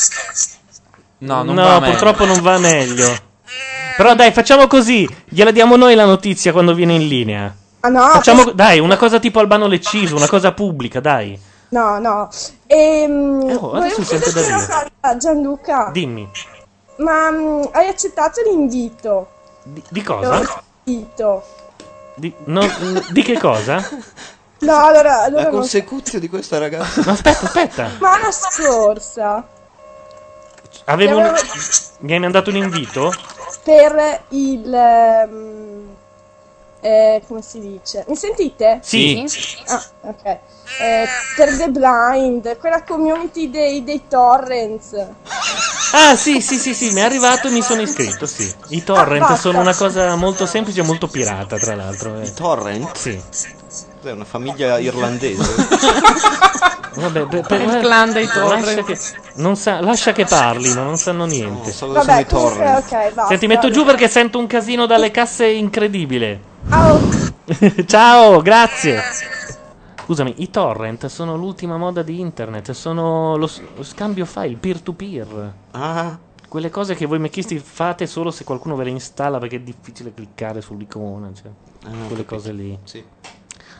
S4: No, non va meglio.
S2: purtroppo non va meglio. Però dai, facciamo così. Gliela diamo noi la notizia quando viene in linea.
S25: Ah no,
S2: Facciamo, dai, una cosa tipo Albano Lecciso, una cosa pubblica, dai.
S25: no, no. Ehm,
S2: Eh, oh, adesso
S25: volevo
S2: mi sento da
S25: chiederti una
S2: dire.
S25: cosa, Gianluca,
S2: Dimmi,
S25: ma mm, hai accettato l'invito?
S2: di, di cosa?
S25: L'invito.
S2: Di, no, di che cosa?
S25: No, allora,
S1: La
S25: allora non so.
S1: consecuzio di questa ragazza.
S2: aspetta, aspetta.
S25: settimana scorsa
S2: Avevo un- Mi hai mandato un invito?
S25: per il ehm, eh, come si dice? Mi sentite?
S2: Sì.
S25: Ah, ok. Eh, per The Blind, quella community dei, dei torrents.
S2: Ah, sì, sì, sì, sì, mi è arrivato e mi sono iscritto, sì. I torrent
S25: Ah, Basta.
S2: sono una cosa molto semplice e molto pirata, tra l'altro. I
S1: torrent?
S2: Sì.
S1: È una famiglia irlandese.
S2: [LAUGHS] Vabbè, per, per-
S7: Il clan dei
S2: Lascia
S7: torrent.
S2: che, non sa- lascia che parlino, non sanno niente.
S25: Vabbè, comunque, ok, basta.
S2: Senti, metto giù perché sento un casino dalle casse incredibile.
S25: Ciao.
S2: [LAUGHS] Ciao, grazie. Scusami, i torrent sono l'ultima moda di internet, sono lo, s- lo scambio file peer-to-peer.
S1: Ah.
S2: Quelle cose che voi mechisti fate solo se qualcuno ve le installa perché è difficile cliccare sull'icona, cioè, quelle cose lì.
S1: Sì.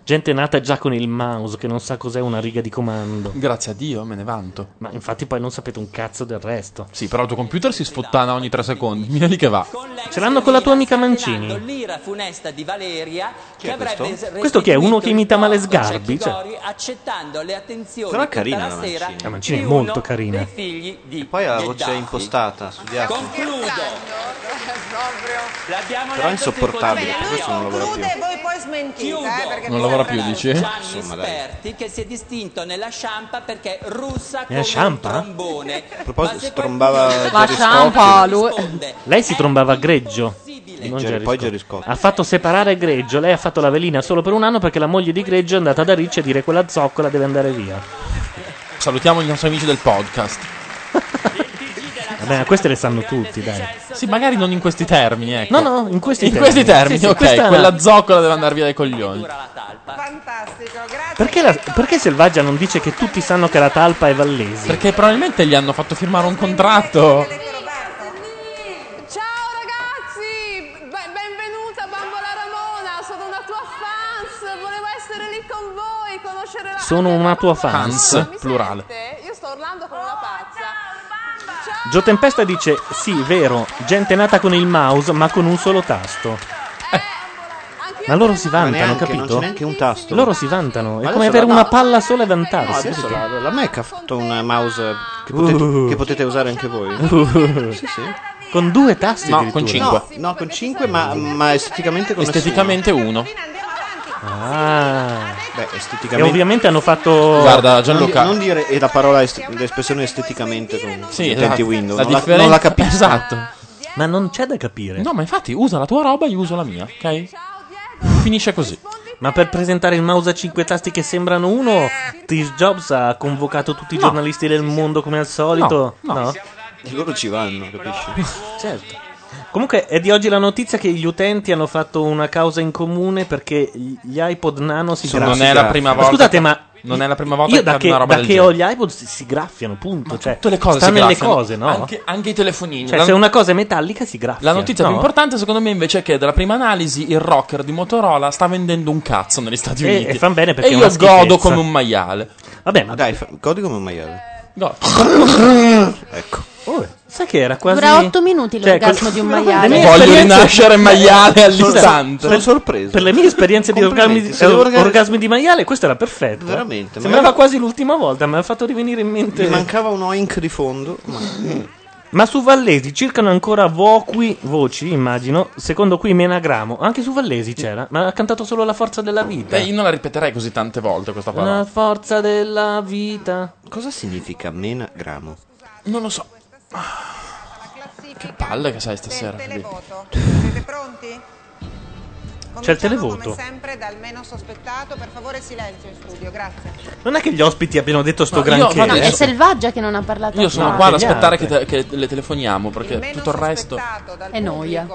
S2: Gente nata già con il mouse che non sa cos'è una riga di comando.
S4: Grazie a Dio, me ne vanto.
S2: Ma infatti poi non sapete un cazzo del resto.
S4: Sì, però il tuo computer si sfottana ogni tre secondi. [LAUGHS] Mira lì che va.
S2: Ce l'hanno con la tua amica Mancini.
S21: L'ira funesta di Valeria
S1: è
S21: che avrebbe
S1: questo?
S21: restituito
S2: Questo chi è? Uno che
S21: il
S2: imita Male
S21: torto a
S2: Sgarbi? Cioè.
S21: Cecchigori accettando le attenzioni
S1: Però è
S21: tutta
S1: carina
S21: la
S1: la
S21: sera
S1: Mancini.
S2: La Mancini è
S21: di
S2: molto
S21: uno
S2: carina.
S21: dei figli di
S1: Poi ha la voce
S21: Gheddafi.
S1: impostata, studiata.
S12: [LAUGHS]
S21: L'abbiamo
S1: Però è
S21: letto tutti
S1: insopportabile,
S21: quanti.
S1: questo non lavora più.
S12: E voi poi smentite, eh, perché
S4: Non
S12: mi
S4: lavora
S12: sembra-
S4: più, dici?
S21: Gianni
S1: Insomma, dai.
S21: Sperti che si è distinto nella sciampa perché russa
S4: eh?
S2: Nella
S21: come
S2: sciampa?
S21: un trombone.
S1: A proposito, strombava
S3: Ma
S1: Gerry
S3: Ciampa,
S1: Scotti.
S3: lui...
S2: Lei si trombava a Greggio. Eh, non
S1: Jerry-
S2: Jerry
S1: poi
S2: Scotti.
S1: Jerry Scotti.
S2: Ha fatto separare Greggio. Lei ha fatto la velina solo per un anno perché la moglie di Greggio è andata da Ricci a dire quella zoccola deve andare via.
S4: Salutiamo i nostri amici del podcast.
S2: [LAUGHS] Vabbè, ma queste le sanno tutti, dai.
S4: Sì, magari non in questi termini, ecco.
S2: No, no, in questi
S4: In
S2: termini.
S4: questi termini,
S2: Sì, sì,
S4: ok.
S2: questa-
S4: Quella zoccola deve andare via dai coglioni.
S12: Fantastico, grazie.
S2: Perché, la- perché Selvaggia non dice che tutti sanno che la talpa è vallese?
S4: Perché probabilmente gli hanno fatto firmare un contratto.
S12: Ciao ragazzi, be- benvenuta bambola Ramona, sono una tua fans, volevo essere lì con voi, conoscere la...
S2: Sono una tua fans.
S4: Fans, plurale.
S12: Io sto urlando come una pazza.
S2: Gio Tempesta dice: Sì, vero, gente nata con il mouse ma con un solo tasto. Ma loro si vantano,
S1: neanche,
S2: capito?
S1: Eh, non c'è neanche un tasto.
S2: Loro si vantano. È
S1: Ma
S2: come
S1: adesso
S2: avere
S1: la-
S2: una
S1: no.
S2: palla sola e vantarsi.
S1: No, adesso
S2: capito?
S1: la, la Mac ha fatto una mouse che potete,
S2: Uh.
S1: che potete usare anche voi.
S2: [LAUGHS]
S1: Sì, sì.
S2: Con due tasti
S4: No,
S2: addirittura.
S4: con cinque.
S1: No, no, con 5, ma, ma esteticamente con nessuno.
S4: Esteticamente uno.
S2: Ah.
S1: Beh,
S2: E
S1: esteticamente.
S2: ovviamente hanno fatto.
S4: Guarda, Gianluca.
S1: Non, di- non dire e la parola est- l'espressione esteticamente con
S4: Sì,
S1: gli
S4: esatto.
S1: utenti Windows.
S4: La
S1: non, la,
S4: differenza-
S1: non la capisco.
S4: Esatto.
S2: Ma non c'è da capire.
S4: No, ma infatti usa la tua roba, io uso la mia, ok? Finisce così.
S2: Ma per presentare il mouse a cinque tasti che sembrano uno, Steve Jobs ha convocato tutti i
S4: No.
S2: giornalisti del mondo come al solito.
S4: No, no.
S1: Loro ci vanno, capisci?
S2: Certo. Comunque è di oggi la notizia che gli utenti hanno fatto una causa in comune perché gli gli iPod Nano si
S4: non
S2: graffiano.
S4: è la prima
S2: Ma
S4: volta.
S2: Scusate, ma
S4: non è la prima volta
S2: io
S4: che
S2: da
S4: capita
S2: che,
S4: una roba
S2: da
S4: del
S2: che
S4: genere.
S2: ho gli iPod si, si graffiano, punto. cioè,
S4: Tutte le cose
S2: sta
S4: si
S2: nelle
S4: graffiano.
S2: cose, no?
S4: Anche, anche i telefonini.
S2: Cioè,
S4: La-
S2: se una cosa è metallica si graffia.
S4: La notizia
S2: no?
S4: più importante, secondo me, invece, è che dalla prima analisi il rocker di Motorola sta vendendo un cazzo negli Stati
S2: E-
S4: Uniti.
S2: e fan bene perché
S4: E
S2: è
S4: io
S2: una
S4: godo
S2: schifezza.
S4: come un maiale.
S2: Vabbè, ma
S1: Dai, fa- godi come un maiale.
S4: Godo.
S1: Ecco.
S2: sai che era quasi.
S24: Dura 8 minuti
S2: Cioè,
S24: l'orgasmo
S2: quel-
S24: di un
S2: Le
S24: maiale.
S2: mie
S4: Voglio
S2: esperienze-
S4: rinascere maiale all'izzante.
S1: Sono sorpreso.
S2: Per le mie esperienze di orgasmi,
S1: Complimenti, sei
S2: eh,
S1: orga-
S2: orgasmi di maiale, questo era perfetto. eh.
S1: Veramente,
S2: Sembrava
S1: magari-
S2: quasi l'ultima volta, mi ha fatto rivenire in mente.
S1: Mi mancava un oink di fondo. Ma...
S2: Ma su Vallesi circano ancora voci, voci, immagino, secondo cui menagramo. Anche su Vallesi c'era, ma ha cantato solo la forza della vita.
S4: Beh, io non la ripeterei così tante volte questa parola.
S2: La forza della vita.
S1: Cosa significa menagramo?
S4: Non lo so. Che palle che sai stasera.
S12: Televoto. Siete pronti?
S2: C'è il
S12: Cominciamo,
S2: televoto.
S12: Come sempre dal meno sospettato, per favore silenzio in studio, grazie.
S2: Non è che gli ospiti abbiano detto sto
S4: Ma io-
S2: granché.
S4: ma
S24: No, è
S4: Adesso-
S24: selvaggia che non ha parlato.
S4: Io sono
S2: No,
S4: qua ad
S2: per gli
S4: aspettare che,
S2: altri.
S4: te- che le telefoniamo perché tutto il resto.
S24: È noia.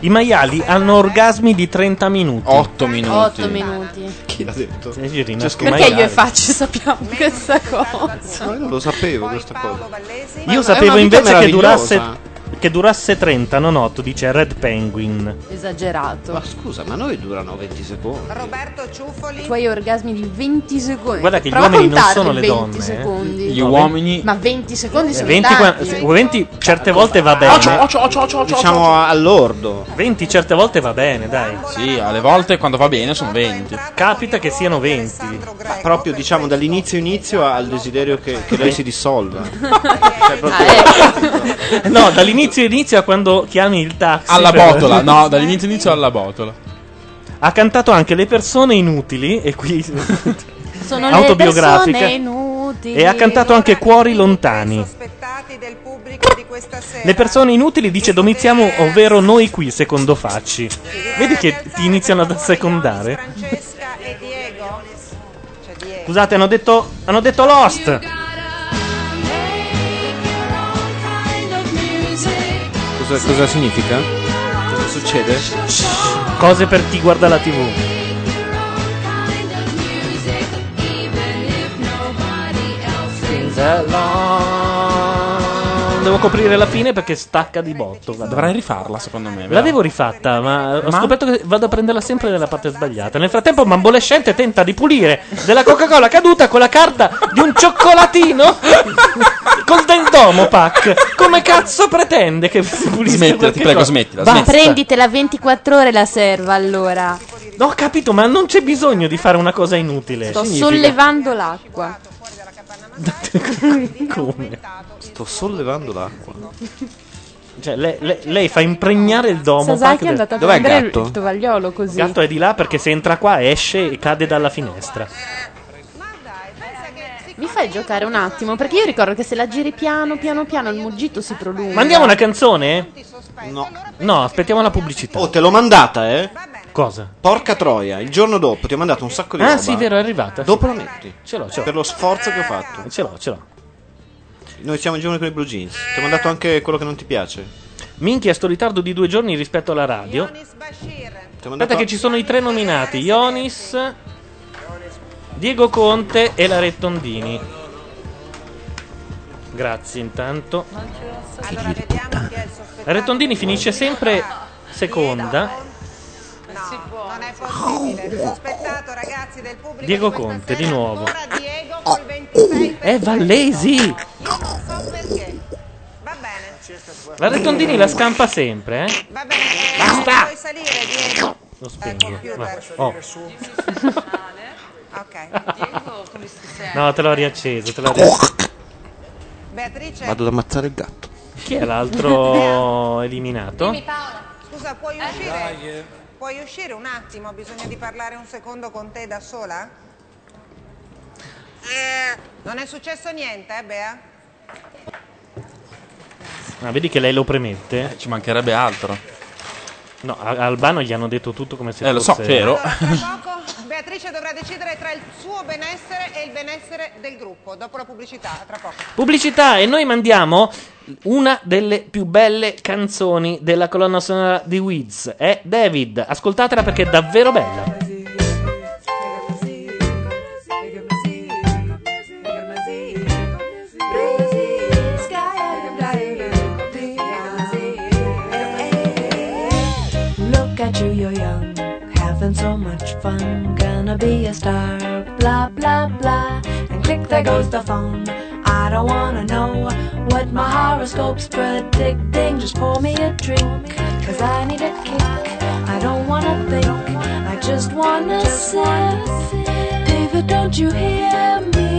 S2: I maiali hanno orgasmi di 30 minuti. Cioè,
S4: 8 minuti.
S24: 8 minuti.
S1: Chi l'ha detto?
S2: Sì, sì, rinasco
S7: Cioè,
S1: C'è
S24: Perché
S2: maiale.
S24: io e Facci sappiamo questa cosa?
S1: No, io non lo sapevo questa cosa. Ma è
S2: Io
S1: una
S2: sapevo
S1: vita
S2: invece che durasse,
S1: meravigliosa.
S2: che durasse 30, non 8, dice Red Penguin.
S24: Esagerato.
S1: Ma scusa, ma noi durano 20 secondi.
S12: Roberto Ciuffoli.
S24: I tuoi orgasmi di 20 secondi.
S2: Guarda che gli
S24: Prova a
S2: uomini non
S24: contarli
S2: sono le
S24: 20
S2: donne, eh.
S24: Secondi.
S4: Gli uomini.
S24: Ma 20 secondi
S2: Eh,
S24: sono
S2: 20, qua-
S24: tanti.
S2: se- 20 certe volte va bene.
S4: Ocio, ocio, ocio, ocio,
S1: Diciamo
S4: ocio.
S1: a- all'ordo.
S2: 20 certe volte va bene, dai.
S4: Sì, alle volte quando va bene sono 20.
S2: Capita che siano 20.
S1: Ma proprio diciamo dall'inizio inizio al desiderio che, che lei si dissolva.
S2: No, dall'inizio inizio a quando chiami il taxi.
S4: Alla
S2: per-
S4: botola,
S2: [LAUGHS]
S4: no, dall'inizio inizio alla botola.
S2: Ha cantato anche Le persone inutili e
S12: [LAUGHS]
S2: qui
S24: Sono le
S2: autobiografiche.
S24: persone inutili.
S2: e ha cantato anche Cuori lontani.
S12: Sospettati del pubblico di questa sera.
S2: Le persone inutili dice Domiziamo, ovvero noi qui secondo Facci. Vedi che ti iniziano ad assecondare.
S12: Francesca e Diego. C'è Diego.
S2: Scusate, hanno detto hanno detto Lost.
S1: Cosa, cosa significa? Cosa succede?
S2: Cose per chi guarda la TV. devo coprire la fine perché stacca di botto. guarda.
S4: Dovrai rifarla, secondo me. veramente.
S2: L'avevo rifatta, ma ho scoperto che vado a prenderla sempre nella parte sbagliata. Nel frattempo, Mambolescente tenta di pulire della Coca-Cola caduta con la carta di
S4: [LAUGHS]
S2: un cioccolatino col dendomo pack. Come cazzo pretende che si pulisca?
S4: Smettila, ti
S2: qualche
S4: prego,
S2: cosa?
S4: smettila,
S2: Basta.
S24: Ma prenditela 24 ore la serva allora.
S2: No, ho capito, ma non c'è bisogno di fare una cosa inutile.
S24: Sto
S2: Eh, Significa-
S24: sollevando l'acqua.
S2: Come?
S1: Sto sollevando l'acqua.
S2: Cioè, le- le- lei, fa impregnare il domo.
S7: Sasaki è
S2: pack del-
S7: andata a prendere il- il tovagliolo
S2: Il
S7: così.
S2: gatto è di là perché se entra qua esce e cade dalla finestra.
S7: Mi fai giocare un attimo? Perché io ricordo che se la giri piano, piano, piano, il muggito si prolunga.
S2: Mandiamo una canzone?
S1: No.
S2: No, aspettiamo la pubblicità.
S1: Oh, te l'ho mandata, eh?
S2: Cosa?
S1: Porca troia, il giorno dopo ti ho mandato un sacco di
S2: Ah,
S1: roba.
S2: sì, vero, è arrivata.
S1: Dopo la metti.
S2: Ce l'ho, ce l'ho.
S1: Per lo sforzo che ho fatto.
S2: Ce l'ho, ce l'ho.
S1: Noi siamo in giovani con i blue jeans. Ti ho mandato anche quello che non ti piace.
S2: Minchia, sto ritardo di due giorni rispetto alla radio.
S1: Ti ho mandato
S2: Aspetta che ci sono i tre nominati. Ionis, Diego Conte e la Rettondini. Grazie intanto.
S12: Allora vediamo chi è il sospettato.
S2: La Rettondini finisce sempre seconda.
S12: No, non è possibile. Il sospettato, ragazzi, del pubblico.
S2: Diego Conte di nuovo.
S12: Diego col 26 per
S2: È Vallesi!
S12: so perché. Va bene.
S2: La Rettondini la scampa sempre, eh?
S12: Va bene. Basta. Puoi salire, Diego. Ecco,
S2: Lo spengo.
S12: computer.
S2: Va. Oh.
S12: [LAUGHS] ok. Diego, come si sente?
S2: No, te l'ho riacceso, te l'ho riacceso.
S12: Beatrice.
S1: Vado ad ammazzare il gatto.
S2: Chi è l'altro eliminato?
S12: Dimmi, Paola. Eh, Scusa, puoi uscire? Puoi uscire un attimo? Ho bisogno di parlare un secondo con te da sola? Eh, Non è successo niente, eh, Bea?
S2: Ah, vedi che lei lo premette?
S4: Eh, Ci mancherebbe altro.
S2: No, a a Albano gli hanno detto tutto come se
S4: Eh, lo so,
S2: fosse...
S4: vero.
S12: [LAUGHS] Tra poco Beatrice dovrà decidere tra il suo benessere e il benessere del gruppo. Dopo la pubblicità, tra poco.
S2: [LAUGHS] Pubblicità e noi mandiamo una delle più belle canzoni della colonna sonora di Wiz. È David. Ascoltatela perché è davvero bella.
S17: Look at you, you're young, having so much fun. Gonna be a star, blah blah blah. And click, there goes the phone. I don't wanna know what my horoscope's predicting. Just pour me a drink, cause I need a kick. I don't wanna think, I just wanna sip. David, don't you hear me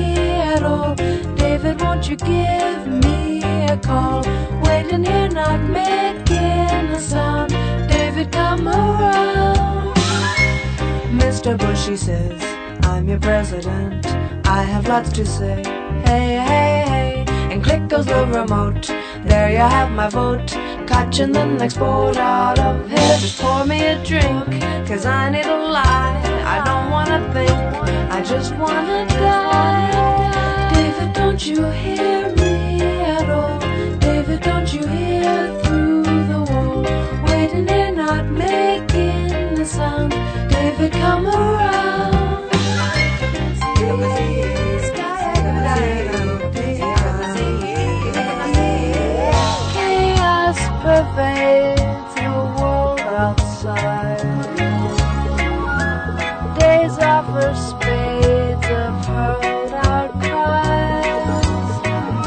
S17: at all? David, won't you give me a call? Waiting here, not making a sound. David, come around. Mr. Bushy says, I'm your president. I have lots to say. Hey, hey, hey. And click goes the remote. There you have my vote. Catching the next boat out of here. Just pour me a drink. Cause I need a lie. I don't wanna think. I just wanna die. David, don't you hear me at all? David, don't you hear through the wall? Waiting here, not making a sound. David, come around. Please, Chaos pervades the world outside. Days offer spades of hurled out cries.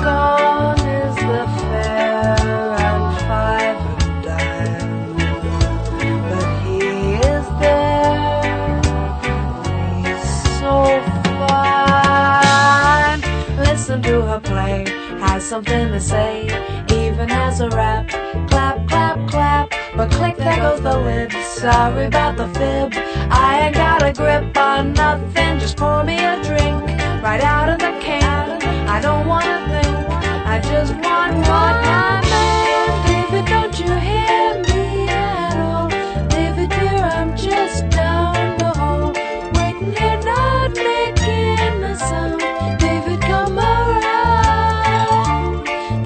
S17: Gone is the fair and five and dime, but he is there. He's so fine. Listen to her play, has something to say, even has a rap. Clap, clap, clap, but click, there goes the lid. Sorry about the fib, I ain't got a grip on nothing. Just pour me a drink, right out of the can. I don't wanna think, I just want one my man. David, don't you hear me at all? David, dear, I'm just down the hall, waiting here, not making a sound. David, come around.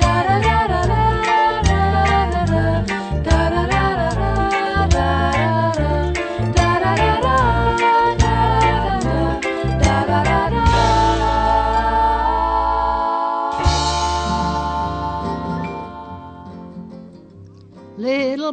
S17: Da da da da da da da da. Da da da da da da da. Da da da da da da da. Da da da da.
S27: little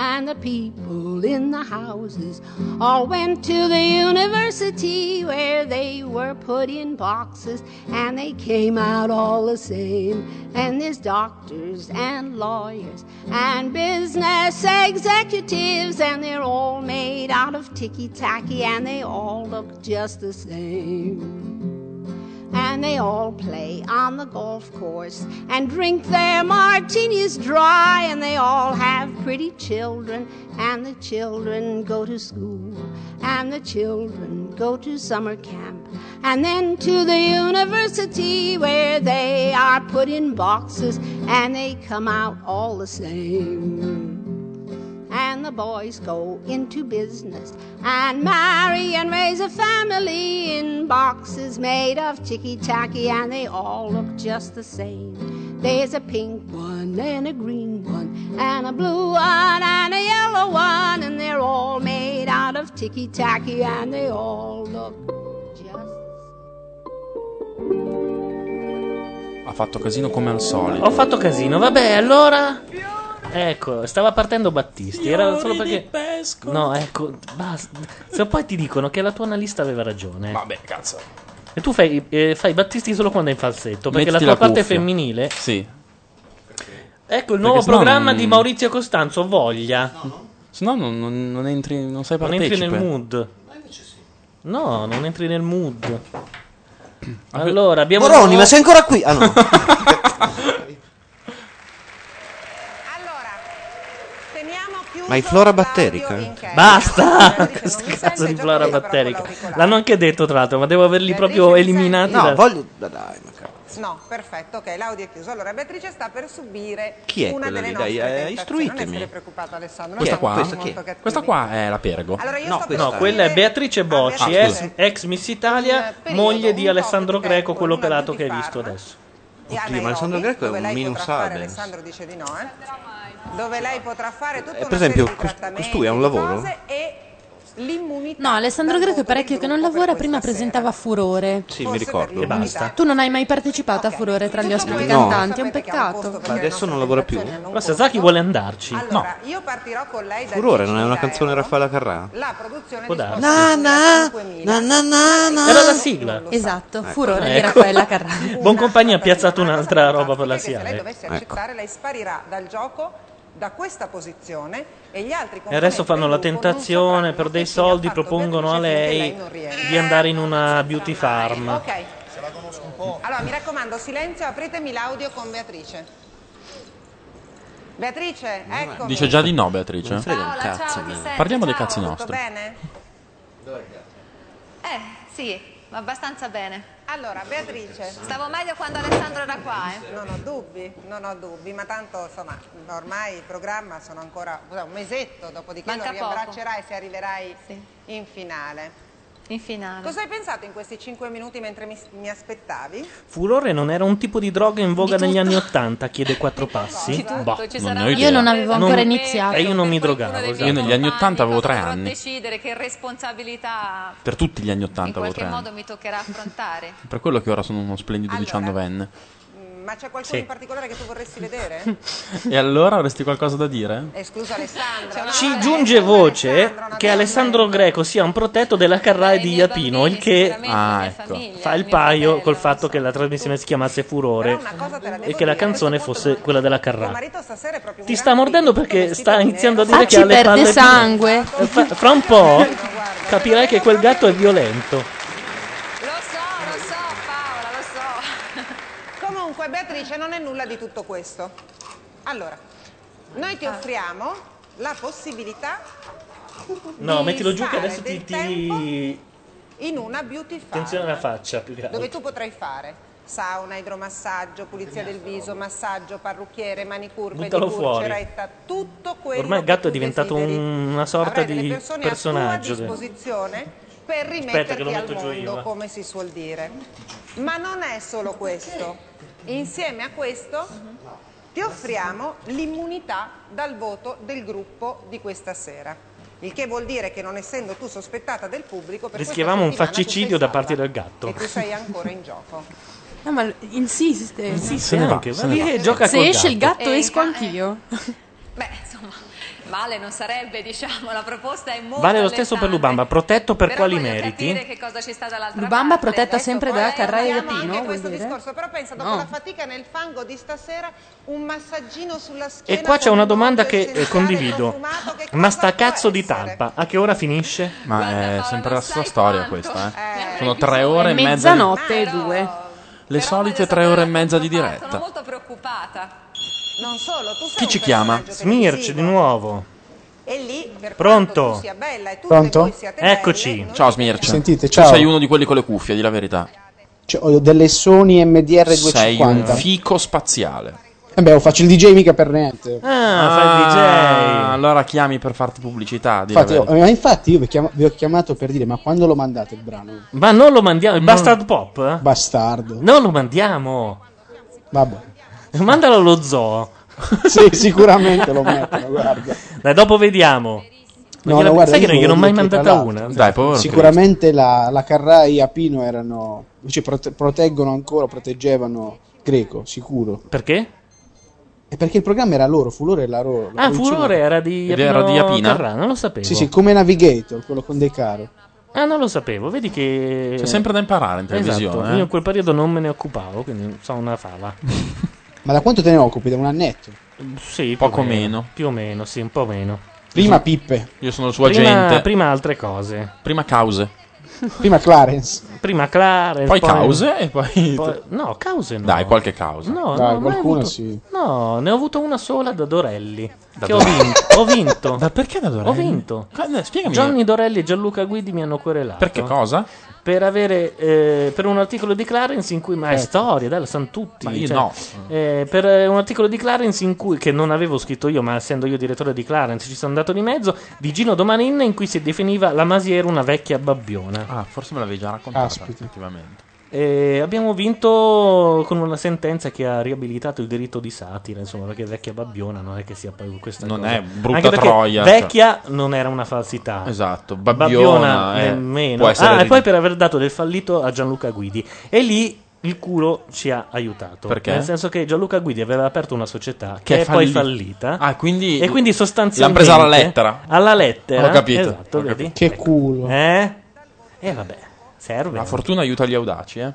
S27: And the people in the houses all went to the university where they were put in boxes and they came out all the same. And there's doctors and lawyers and business executives and they're all made out of ticky tacky and they all look just the same and they all play on the golf course and drink their martinis dry and they all have pretty children and the children go to school and the children go to summer camp and then to the university where they are put in boxes and they come out all the same and the boys go into business and marry and raise a family in boxes made of ticky tacky, and they all look just the same. There's a pink one and a green one and a blue one and a yellow one, and they're all made out of ticky tacky, and they all look just.
S4: Ha fatto casino come al solito.
S2: Ho fatto casino, vabbè, allora. Ecco, stava partendo Battisti. Era solo
S4: Fiori di
S2: perché. No, ecco, basta. Se poi ti dicono che la tua analista aveva ragione.
S4: Vabbè, cazzo.
S2: E tu fai, eh, fai Battisti solo quando è in falsetto. Perché
S4: Mettiti
S2: la tua parte
S4: cuffia.
S2: femminile.
S4: Sì.
S2: Ecco il nuovo
S4: Perché sennò
S2: programma
S4: non-
S2: di Maurizio Costanzo, Voglia.
S4: Se no non, non- non entri, non sei
S2: Non
S4: partecipe.
S2: entri nel mood. No, non entri nel mood.
S4: Ah,
S2: Allora, abbiamo.
S1: Moroni, ma sei ancora qui? Ah, no. Ma è flora batterica? eh?
S2: Basta! Questo cazzo di flora batterica. L'hanno anche detto, tra l'altro, ma devo averli proprio eliminati.
S1: No,
S2: da-
S1: voglio. Dai, ma cazzo.
S12: No, perfetto, ok, l'audio è chiuso. Allora Beatrice sta per subire
S1: Chi è
S12: una
S1: quella
S12: delle
S1: lì?
S12: nostre
S1: Dai, eh,
S12: tentazioni. Non
S1: istruitemi.
S12: essere preoccupato Alessandro,
S4: Questa
S12: non siamo
S4: qua?
S12: molto
S4: Questa
S12: cattivi.
S4: Questa qua è la Pergo.
S12: Allora io
S2: No,
S12: sto
S2: quella- no,
S12: per
S2: quella è Beatrice Bocci, eh.
S4: Ah,
S2: ex,
S4: scusa.
S2: ex Miss Italia, moglie di Alessandro Greco, quello pelato che hai visto adesso.
S1: Oddio, ma Alessandro Greco è
S12: dove
S1: un
S12: lei potrà fare,
S1: minusabile.
S12: Alessandro dice di no, eh. Dove lei potrà fare tutta
S1: Eh, per
S12: una serie
S1: esempio,
S12: di
S1: cos-
S12: trattamenti,
S1: costui ha un lavoro?
S12: cose e l'immunità.
S3: No, Alessandro Greco è parecchio che non lavora, prima presentava Furore.
S1: Sì, mi ricordo.
S3: E Tu non hai mai partecipato a Furore tra gli ospiti
S1: questo-
S3: cantanti, è un peccato.
S1: Ma adesso non lavora più?
S2: Però Sasaki vuole andarci.
S12: Allora, io partirò con lei da
S1: Furore,
S12: 10.000
S1: non è una canzone
S12: euro.
S1: Raffaella Carrà?
S12: La produzione
S1: Può
S12: di
S1: darsi.
S12: Spotify
S3: Na,
S12: è 5.000.
S3: na, na, na, na.
S2: Ah, Era la sigla.
S3: Esatto,
S2: Ecco.
S3: Furore di
S2: Ecco.
S3: Raffaella Carrà.
S2: [LAUGHS] Buon compagno ha piazzato un'altra roba per la Eh.
S12: Perché
S1: Eh,
S12: se lei
S2: Siale.
S1: ecco.
S12: dovesse accettare, lei sparirà dal gioco da questa posizione e gli altri
S2: E adesso fanno la
S12: componenti del gruppo non
S2: tentazione, per dei soldi propongono a lei di andare in una beauty farm.
S12: Ok. Allora, mi raccomando, silenzio, apritemi l'audio con Beatrice. Beatrice, ecco.
S4: Eh, Dice già di no, Beatrice.
S1: Non frega un
S12: Paola,
S1: cazzo.
S12: ciao,
S1: me.
S12: ti sento,
S4: Parliamo dei
S12: ciao,
S4: cazzi
S12: tutto
S4: nostri.
S12: bene?
S26: Eh, sì, abbastanza bene.
S12: Allora, Beatrice.
S26: Stavo meglio quando Alessandro era qua, eh.
S12: Non ho dubbi, non ho dubbi, ma tanto insomma, ormai il programma sono ancora scusa, un mesetto, dopodiché
S26: Manca
S12: lo riabbraccerai
S26: poco.
S12: se arriverai in finale.
S26: In finale.
S12: Cosa hai pensato in questi cinque minuti mentre mi, mi aspettavi?
S2: Furore non era un tipo di droga in voga
S12: Di
S2: negli
S12: tutto.
S2: anni Ottanta, chiede quattro passi. Boh,
S26: Ci
S2: non
S26: sarà
S2: ne ho
S26: una-
S2: idea.
S26: Io non avevo ancora iniziato.
S2: E io non mi drogavo.
S26: dei
S2: esatto.
S4: Io negli anni 80 avevo tre
S7: Ah,
S26: Dovrò
S4: anni.
S26: decidere che responsabilità
S4: Per tutti gli anni
S26: in
S4: 80 avevo
S26: qualche
S4: tre anni.
S26: modo mi toccherà affrontare.
S4: Per quello che ora sono uno splendido diciannovenne.
S12: [LAUGHS] Mm, Ma c'è qualcuno
S4: Sì.
S12: in particolare che tu
S26: [LAUGHS]
S12: vorresti vedere?
S4: E allora avresti qualcosa da dire?
S12: Eh, scusa Alessandro. no?
S2: Ci giunge voce che Alessandro Greco sia un protetto della Carrà e di Iapino, il che
S4: Ah, ecco.
S2: fa il paio col fatto che la trasmissione si chiamasse Furore e che la canzone fosse quella della Carrà. Ti sta mordendo perché sta iniziando a dire che
S3: Facci
S2: ha le palle
S3: perde
S2: piene.
S3: sangue.
S2: Eh, fa- Fra un po' capirai che quel gatto è violento.
S12: [LAUGHS] Comunque Beatrice non è nulla di tutto questo. Allora, noi ti
S26: Ah.
S12: offriamo la possibilità
S2: No,
S12: di
S2: mettilo giù che
S12: stare
S2: adesso ti,
S12: del
S2: ti...
S12: in una beauty farm.
S2: Attenzione alla faccia più che altro.
S12: dove tu potrai fare sauna, idromassaggio, pulizia del viso, massaggio, parrucchiere, manicure,
S2: Buttalo
S12: pedicure,
S2: fuori.
S12: ceretta, tutto quello
S2: Ormai il
S12: che
S2: gatto
S12: tu
S2: è diventato
S12: desideri.
S2: un- una sorta
S12: Avrai delle
S2: di
S12: persone a tua
S2: personaggio.
S12: disposizione per
S2: Aspetta, che
S12: rimetterti
S2: lo
S12: al
S2: metto giù io,
S12: mondo,
S2: va.
S12: come si suol dire. Ma non è solo questo. Insieme a questo ti offriamo l'immunità dal voto del gruppo di questa sera. Il che vuol dire che non essendo tu sospettata del pubblico, per questa
S2: Rischiavamo un
S12: settimana tu sei
S2: faccicidio da parte del
S12: e
S2: gatto.
S12: tu sei ancora in gioco.
S7: No, ma insiste. Insiste
S2: se ne va,
S7: anche.
S2: se ne
S7: Perché
S2: va. gioca
S7: Se
S2: col
S7: esce il
S2: gatto.
S7: gatto,
S26: Eh,
S7: esco anch'io.
S26: Beh, insomma, male non sarebbe, diciamo, la proposta è molto
S2: Vale lo stesso per
S26: allettante.
S2: Lubamba, protetto per
S26: Però
S2: quali
S26: voglio
S2: meriti?
S26: capire che cosa ci sta dall'altra
S7: Lubamba
S26: parte.
S7: protetta
S26: Adesso
S7: sempre
S26: poi
S7: da Carrara
S26: andiamo
S7: Latino,
S12: anche
S7: vuol
S12: questo
S7: dire?
S12: discorso, però pensa, dopo
S7: No.
S12: la fatica nel fango di stasera, un massaggino sulla schiena.
S2: E qua c'è
S12: con
S2: una
S12: un
S2: domanda
S12: olio
S2: che eh,
S12: essenziale
S2: condivido.
S12: profumato che
S2: Ma sta cazzo di talpa, a che ora finisce?
S19: eh,
S4: Ma è sempre la stessa storia questa, eh. Sono tre ore e mezza. di-
S7: Mezzanotte e due.
S4: Le solite tre ore e mezza di diretta.
S26: Molto preoccupata.
S12: Non solo, tu sei
S4: Chi
S12: un
S4: ci chiama?
S12: personaggio
S2: Smirci di nuovo.
S12: E lì, per
S2: Pronto?
S12: quanto tu sia bella e tu
S19: Pronto?
S4: Eccoci. Ciao Smirce.
S19: Sentite,
S4: Tu
S19: ciao.
S4: sei uno di quelli con le cuffie, di la verità.
S19: Cioè, ho delle Sony MDR
S4: Sei un
S19: 250.
S4: fico spaziale.
S19: Eh beh, faccio il DJ mica per niente.
S2: Ah, fai il DJ.
S4: Ah, Allora chiami per farti pubblicità, di la
S19: Infatti, io,
S4: verità.
S19: ma infatti io vi, chiam- vi ho chiamato per dire, ma quando lo mandate il brano?
S2: Ma non lo mandiamo, il bastard pop? eh?
S19: Bastardo.
S2: Non lo mandiamo.
S19: Vabbè.
S2: Mandalo allo zoo.
S19: sì, sicuramente lo mettono, guarda.
S2: Dai, dopo vediamo.
S19: No,
S2: Gliela-
S19: no, guarda,
S2: sai che
S19: io
S2: non gliel'ho
S19: volevo
S2: mai
S19: dire che tra
S2: mandata
S19: l'altro-
S2: una?
S4: Dai, povero
S19: Sicuramente la, la Carrai e Apino erano, cioè, prote- proteggono ancora, proteggevano Greco, sicuro.
S2: Perché?
S19: E perché il programma era loro, Furore era loro. la
S2: Ah,
S19: produzione-
S2: Furore era di
S4: Ed era
S2: Apino
S4: di Apina?
S2: Carrà, non lo sapevo.
S19: Sì, sì, come Navigator, quello con De Caro.
S2: Ah, non lo sapevo, vedi che...
S4: C'è sempre da imparare in televisione,
S2: Esatto,
S4: eh.
S2: io in quel periodo non me ne occupavo, quindi so una fava.
S19: Ma da quanto te ne occupi? Da un annetto?
S2: Sì,
S4: Poco
S2: più o
S4: meno.
S2: Più o meno, sì, un po' meno.
S19: Prima Pippe,
S4: Io sono il suo
S2: prima,
S4: agente.
S2: Prima altre cose.
S4: Prima cause.
S19: prima Clarence.
S2: Prima Clarence.
S4: Poi cause e poi-
S2: No, cause no.
S4: Dai, qualche causa.
S2: No,
S19: Dai,
S2: no, mai
S19: qualcuno
S2: avuto-
S19: sì.
S2: No, ne ho avuto una sola da Dorelli. che ho
S4: Dorelli?
S2: vinto. Ho vinto.
S4: Ma perché [LAUGHS] da Dorelli?
S2: Ho vinto.
S4: Qua- no, spiegami.
S2: Gianni Dorelli e Gianluca Guidi mi hanno querelato.
S4: Perché cosa?
S2: Per avere eh, per un articolo di Clarence in cui. Ma è
S4: Ecco.
S2: storia, dai, lo sanno tutti.
S4: Ma io
S2: cioè,
S4: no.
S2: eh, per eh, un articolo di Clarence in cui, che non avevo scritto io, ma essendo io direttore di Clarence ci sono andato di mezzo, di Gino Domanin, in cui si definiva la Masiera una vecchia babbiona.
S4: Ah, forse me l'avevi già raccontata. Effettivamente.
S2: E abbiamo vinto con una sentenza che ha riabilitato il diritto di satira, insomma, perché vecchia babbiona non è che sia poi questa
S4: Non
S2: cosa.
S4: è brutta
S2: Anche perché
S4: troia, cioè.
S2: Vecchia non era una falsità.
S4: Esatto, babbiona, eh,
S2: nemmeno.
S4: può essere
S2: ah, e
S4: rid-
S2: poi per aver dato del fallito a Gianluca Guidi e lì il culo ci ha aiutato.
S4: Perché?
S2: Nel senso che Gianluca Guidi aveva aperto una società che, è, poi
S4: falli-
S2: fallita.
S4: Ah, quindi
S2: e quindi sostanzialmente
S4: L'hanno presa alla lettera.
S2: Alla lettera.
S4: Ho capito.
S2: Esatto,
S4: ho
S2: vedi?
S4: capito.
S19: Che culo.
S2: Eh? E vabbè, serve.
S4: La fortuna aiuta gli audaci, eh.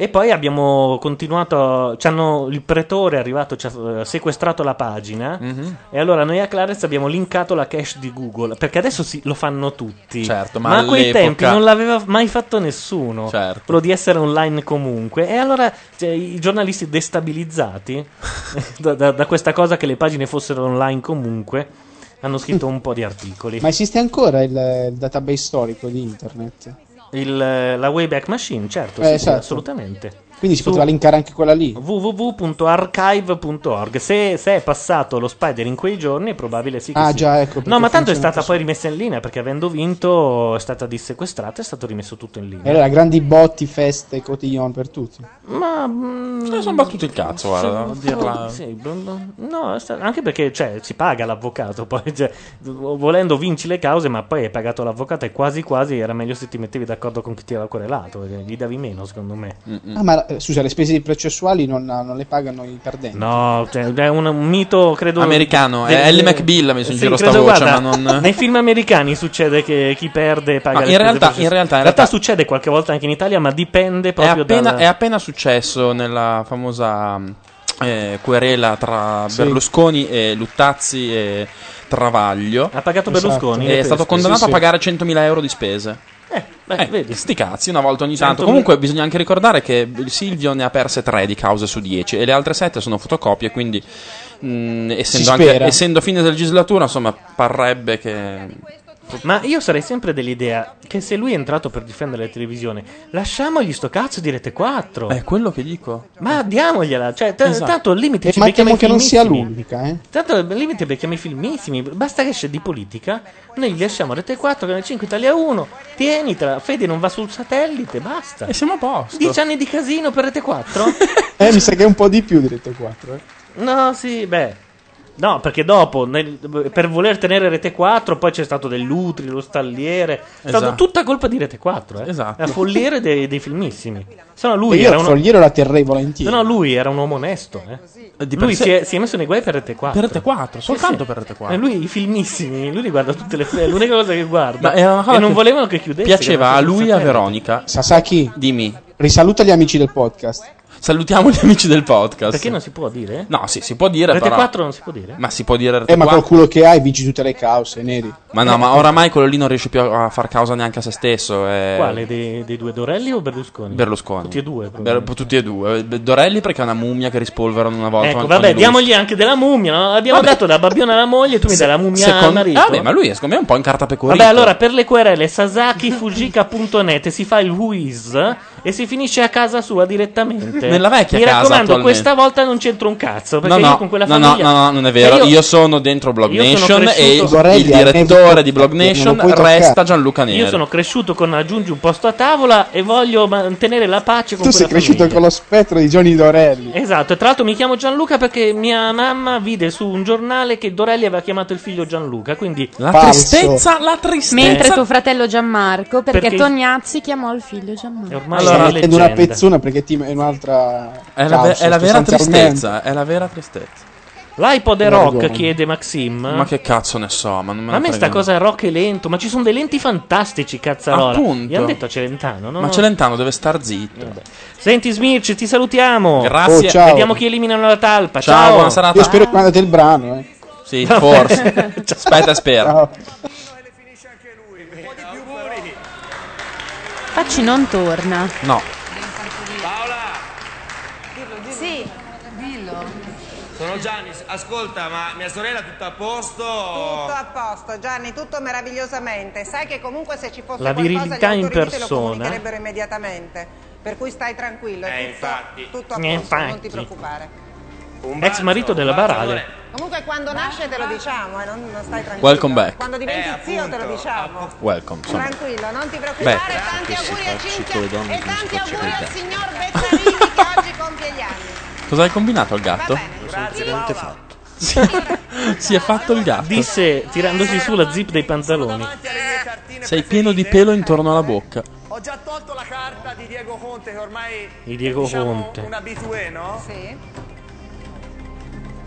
S2: E poi abbiamo continuato. ci hanno- il pretore è arrivato, ci ha eh, sequestrato la pagina.
S4: Mhm.
S2: E allora noi a Clarence abbiamo linkato la cache di Google. Perché adesso sì, lo fanno tutti.
S4: Certo, ma
S2: ma a quei
S4: all'epoca-
S2: tempi non l'aveva mai fatto nessuno.
S4: Certo.
S2: Quello di essere online comunque. E allora cioè, i
S4: [LAUGHS]
S2: giornalisti destabilizzati da, da- da questa cosa che le pagine fossero online comunque. Hanno scritto un po' di articoli.
S19: Ma esiste ancora il, il database storico di internet?
S2: Il, eh, la Wayback Machine, certo,
S19: Eh,
S2: sì, sì,
S19: esatto.
S2: assolutamente.
S19: Quindi si
S2: Su-
S19: poteva linkare anche quella lì.
S2: www.archive.org se, se è passato lo Spider in quei giorni è probabile sì che
S19: Ah,
S2: sì.
S19: già, ecco, perché
S2: no ma tanto è
S19: funziona
S2: stata
S19: così.
S2: poi rimessa in linea perché avendo vinto è stata dissequestrata è stato rimesso tutto in linea
S19: E allora grandi botti, feste, cotillon per tutti.
S2: ma
S4: Eh, sono battuti il cazzo, guarda,
S2: Sì,
S4: a dirla.
S2: sì, b- b- no, è sta- anche perché cioè, si paga l'avvocato poi cioè, volendo vinci le cause ma poi hai pagato l'avvocato e quasi quasi era meglio se ti mettevi d'accordo con chi ti aveva correlato perché gli davi meno secondo me
S4: Mm,
S19: Ah, ma eh, scusa, le spese processuali non, non le pagano i perdenti.
S2: No, cioè, è un, un mito, credo.
S4: Americano,
S2: del-
S4: è L. McBill, ha messo in
S2: Sì,
S4: giro sta
S2: credo,
S4: voce,
S2: guarda,
S4: ma non-
S2: [LAUGHS] Nei film americani succede che chi perde paga
S4: Ma
S2: le
S4: in
S2: spese
S4: realtà-
S2: processuali.
S4: in realtà- in
S2: realtà
S4: realtà-
S2: succede qualche volta anche in Italia, ma dipende
S4: È
S2: proprio
S4: appena,
S2: dalla-
S4: è appena successo nella famosa mh, eh, querela tra
S2: Sì.
S4: Berlusconi e Luttazzi e Travaglio.
S2: Ha pagato Esatto. Berlusconi?
S4: È
S2: Le
S4: stato
S2: pesche.
S4: condannato
S2: Sì, sì.
S4: a pagare 100.000 euro di spese. Eh,
S2: Beh, vedi.
S4: Sti cazzi, una volta ogni tanto.
S2: 100.000.
S4: Comunque, bisogna anche ricordare che Silvio ne ha perse 3 di cause su 10 e le altre 7 sono fotocopie. Quindi, mh, essendo, anche-
S19: spera.
S4: essendo fine della legislatura, insomma, parrebbe che
S2: Ma io sarei sempre dell'idea che se lui è entrato per difendere la televisione, lasciamogli sto cazzo di Rete 4.
S4: È quello che dico.
S2: Ma diamogliela, cioè, t-
S4: Esatto.
S2: tanto al
S20: Eh,
S2: limite
S19: E
S2: ci becchiamo
S19: mettiamo
S2: i
S19: Eh, che non sia
S2: filmissimi.
S19: l'unica, eh.
S2: Tanto al limite becchiamo i filmissimi, basta che esce di politica, noi gli lasciamo Rete 4, Canale 5, Italia 1, tienitela, Fede non va sul satellite, basta. E
S4: siamo a posto.
S2: Dieci anni di casino per Rete 4?
S20: Eh, mi sa che è un po' di più di Rete 4. Eh.
S2: No, sì, beh. No, perché dopo, nel- per voler tenere Rete 4, poi c'è stato dell'Utri, lo Stalliere. È stata
S20: Esatto.
S2: tutta colpa di Rete 4, eh. Esatto. La folliere dei, dei filmissimi. Se no lui
S20: E io
S2: era
S20: il
S2: uno...
S20: fogliero la terrei volentieri.
S2: se no lui era un uomo onesto, eh.
S4: Di per
S2: Lui
S4: sé-
S2: si è, si è messo nei guai per Rete 4.
S4: Per Rete 4, soltanto per Rete 4.
S2: E Eh, lui i filmissimi, lui li guarda tutte le... è l'unica cosa che guarda.
S4: Ma era una cosa
S2: e non
S4: che
S2: volevano che chiudesse.
S4: Piaceva a lui e a
S2: Verona
S4: Veronica.
S20: Sasaki,
S4: dimmi.
S20: Risaluta gli amici del podcast.
S4: Salutiamo gli amici del podcast.
S2: Perché non si può dire?
S4: No, sì, si può dire,
S2: Rete
S4: però.
S2: 4 non si può dire?
S4: Ma si può dire Rete
S20: Eh, ma
S4: 4.
S20: col culo che hai, vinci tutte le cause, neri.
S4: Certo. Ma no, ma oramai quello lì non riesce più a a far causa neanche a se stesso. È...
S2: Quale, dei, dei due Dorelli o Berlusconi?
S4: Eh. Berlusconi.
S2: Tutti e due.
S4: Ber- tutti e due. Be- Dorelli perché è una mummia che rispolverano una volta.
S2: Ecco,
S4: ogni-
S2: vabbè,
S4: ogni lustro.
S2: diamogli anche della mummia. no? Abbiamo dato da babbione alla moglie, tu mi
S4: Se-
S2: dai la mummia al
S4: secondo-
S2: marito.
S4: Ah, Vabbè, ma lui è, secondo me è un po' in carta pecorita.
S2: Vabbè, allora per le querele sasakifujica.net si fa il whiz e si finisce a casa sua direttamente.
S4: Nella vecchia
S2: Mi
S4: casa
S2: raccomando,
S4: attualmente.
S2: questa volta non c'entro un cazzo
S4: No
S2: perché
S4: no,
S2: io con quella
S4: no, no,
S2: famiglia Eh,
S4: no, no, non è vero.
S2: Io-
S4: Io, sono dentro Blog
S2: io sono
S4: Nation e
S2: cresciuto-
S4: il
S2: Borelli, hai
S4: direttore di Blog Nation
S2: non lo puoi
S4: resta
S2: toccare.
S4: Gianluca Neri.
S2: Io sono cresciuto con aggiungi un posto a tavola e voglio mantenere la pace con
S20: Tu sei
S2: quella
S20: cresciuto
S2: famiglia.
S20: con lo spettro di Johnny Dorelli.
S2: Esatto, e tra l'altro mi chiamo Gianluca perché mia mamma vide su un giornale che Dorelli aveva chiamato il figlio Gianluca, quindi
S4: la
S2: tristezza,
S4: la tristezza.
S3: Mentre tuo fratello Gianmarco, perché,
S2: Perché-
S3: Tognazzi chiamò il figlio Gianmarco.
S2: ormai
S20: Allora,
S2: una
S20: mettendo una
S2: leggenda.
S20: pezzuna perché ti è un'altra.
S4: È la, ve-
S20: causa,
S4: è la vera
S20: sostanzialmente.
S4: tristezza. È la vera tristezza.
S2: L'iPod è
S4: Non
S2: rock,
S4: ragione.
S2: chiede Maxim.
S4: Ma che cazzo ne so, ma non me
S2: Ma a me
S4: ne
S2: sta
S4: frega
S2: cosa è rock e lento, ma ci sono dei lenti fantastici, cazzarola.
S4: Appunto.
S2: Gli hanno detto a Celentano, no?
S4: Ma Celentano deve star zitto.
S2: Senti Smirci, ti salutiamo.
S4: Grazie. Oh, ciao.
S2: Vediamo chi eliminano la talpa.
S4: Ciao,
S2: Ciao,
S4: buona serata.
S20: Io spero che mandate il brano, eh.
S4: Sì,
S2: [LAUGHS]
S4: forse. Aspetta, spera.
S20: Ciao.
S3: Facci non torna.
S4: No.
S14: Sì. Dillo.
S23: Sono Gianni, ascolta, ma mia sorella tutto a posto?
S12: Tutto a posto, Gianni, tutto meravigliosamente. Sai che comunque se ci fosse
S2: La virilità
S12: qualcosa gli
S2: in
S12: autorità te lo
S2: persona.
S12: comunicherebbero immediatamente. Per cui stai tranquillo, è
S23: Eh,
S12: tutto,
S23: infatti.
S12: tutto a
S2: Eh,
S12: posto, non
S2: infatti.
S12: ti preoccupare.
S2: Ex marito della Barale.
S12: Comunque quando nasce te lo diciamo, eh, non, non stai tranquillo.
S4: Welcome back.
S12: Quando diventi
S23: Eh,
S12: zio te lo diciamo.
S4: Welcome. Insomma.
S12: Tranquillo, non ti preoccupare.
S4: Beh,
S12: tanti auguri a Cinzia
S23: le donne come
S12: e
S23: si
S12: tanti
S23: faccia
S12: auguri
S23: con i
S12: al
S23: gatti.
S12: signor Bezzarini che oggi compie gli anni.
S4: Cosa hai combinato al gatto?
S12: Grazie,
S23: fatto.
S12: [LAUGHS]
S4: si è fatto il gatto.
S2: Disse tirandosi su la zip dei pantaloni.
S4: Sei pieno di pelo intorno alla bocca.
S10: Ho già tolto la carta di Diego Conte che ormai
S2: Di Diego
S12: Cioè,
S10: diciamo,
S2: Conte.
S10: un abitué, no? Sì.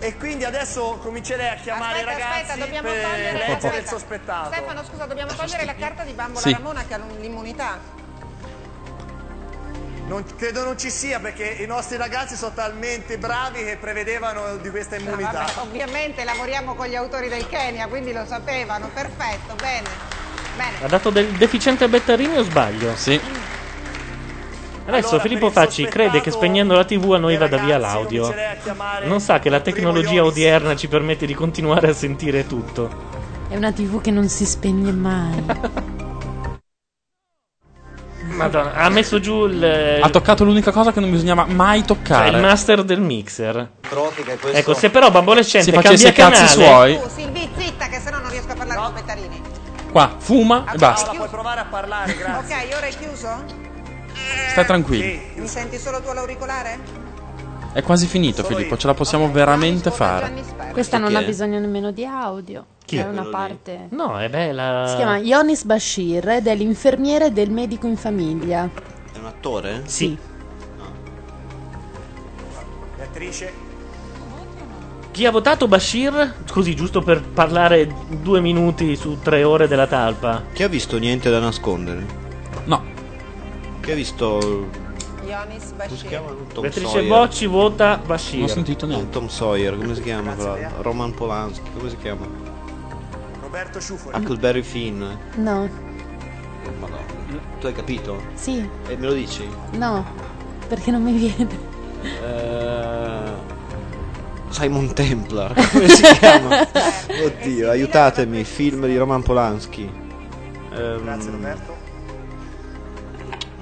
S10: E quindi adesso comincerei a chiamare i
S12: Aspetta,
S10: ragazzi
S12: aspetta, dobbiamo
S10: per
S12: togliere-
S10: leggere il
S12: aspetta.
S10: sospettato.
S12: Stefano, scusa, dobbiamo togliere la carta di Bambola
S10: Sì.
S12: Ramona che ha l'immunità.
S10: Non- credo non ci sia perché i nostri ragazzi sono talmente bravi che prevedevano di questa
S12: Ah,
S10: immunità.
S12: vabbè, ovviamente lavoriamo con gli autori del Kenya, quindi lo sapevano, perfetto, bene. Bene.
S2: Ha dato del deficiente a Bettarini o sbaglio?
S4: Sì.
S2: Adesso Filippo Facci crede che spegnendo la TV a noi vada via l'audio. Non sa che la tecnologia odierna ci permette di continuare a sentire tutto.
S3: È una TV che non si spegne mai.
S2: Madonna, ha messo giù il,
S4: Ha toccato l'unica cosa che non bisognava mai
S2: cioè,
S4: toccare.
S2: il master del mixer.
S23: Tropica e questo...
S2: Ecco, se però Bambolescente
S4: Si
S2: cambia
S4: facesse
S2: canale,
S4: cazzi suoi.
S12: Tu, Silvi, zitta, che sennò non riesco a parlare con Bettarini.
S4: Qua, fuma e basta.
S12: puoi provare a parlare, grazie. ok, ora è chiuso?
S4: Stai tranquillo.
S12: Mi senti solo tu all'auricolare?
S4: È quasi finito, Filippo. Ce la possiamo veramente fare.
S3: Questa non
S4: Perché?
S3: ha bisogno nemmeno di audio.
S4: Chi
S3: C'è
S4: è
S3: una
S4: quello lì?
S3: parte.
S2: No, è bella.
S3: Si chiama Ionis Bashir ed è l'infermiere del medico in famiglia.
S1: È un attore?
S2: Sì. Ah.
S10: Beatrice,
S2: Chi ha votato Bashir? Scusi, giusto per parlare due minuti su tre ore della talpa.
S1: Chi ha visto niente da nascondere?
S4: No.
S1: Chi ha visto
S12: Ionis Bashir.
S1: Tom
S2: Beatrice
S1: Sawyer?
S2: Bocci vota Bashir.
S1: Non ho sentito Tom Sawyer, come si chiama? quella- Roman Polanski, come si chiama?
S10: Roberto Ciuffoli.
S1: Huckleberry Finn. eh,
S3: No,
S1: Madonna. Tu hai capito?
S3: sì,
S1: E me lo dici?
S3: no, perché non mi viene.
S1: Eh, Simon Templar, come si chiama? Oddio, aiutatemi, film di Roman Polanski. Ehm,
S10: Grazie Roberto.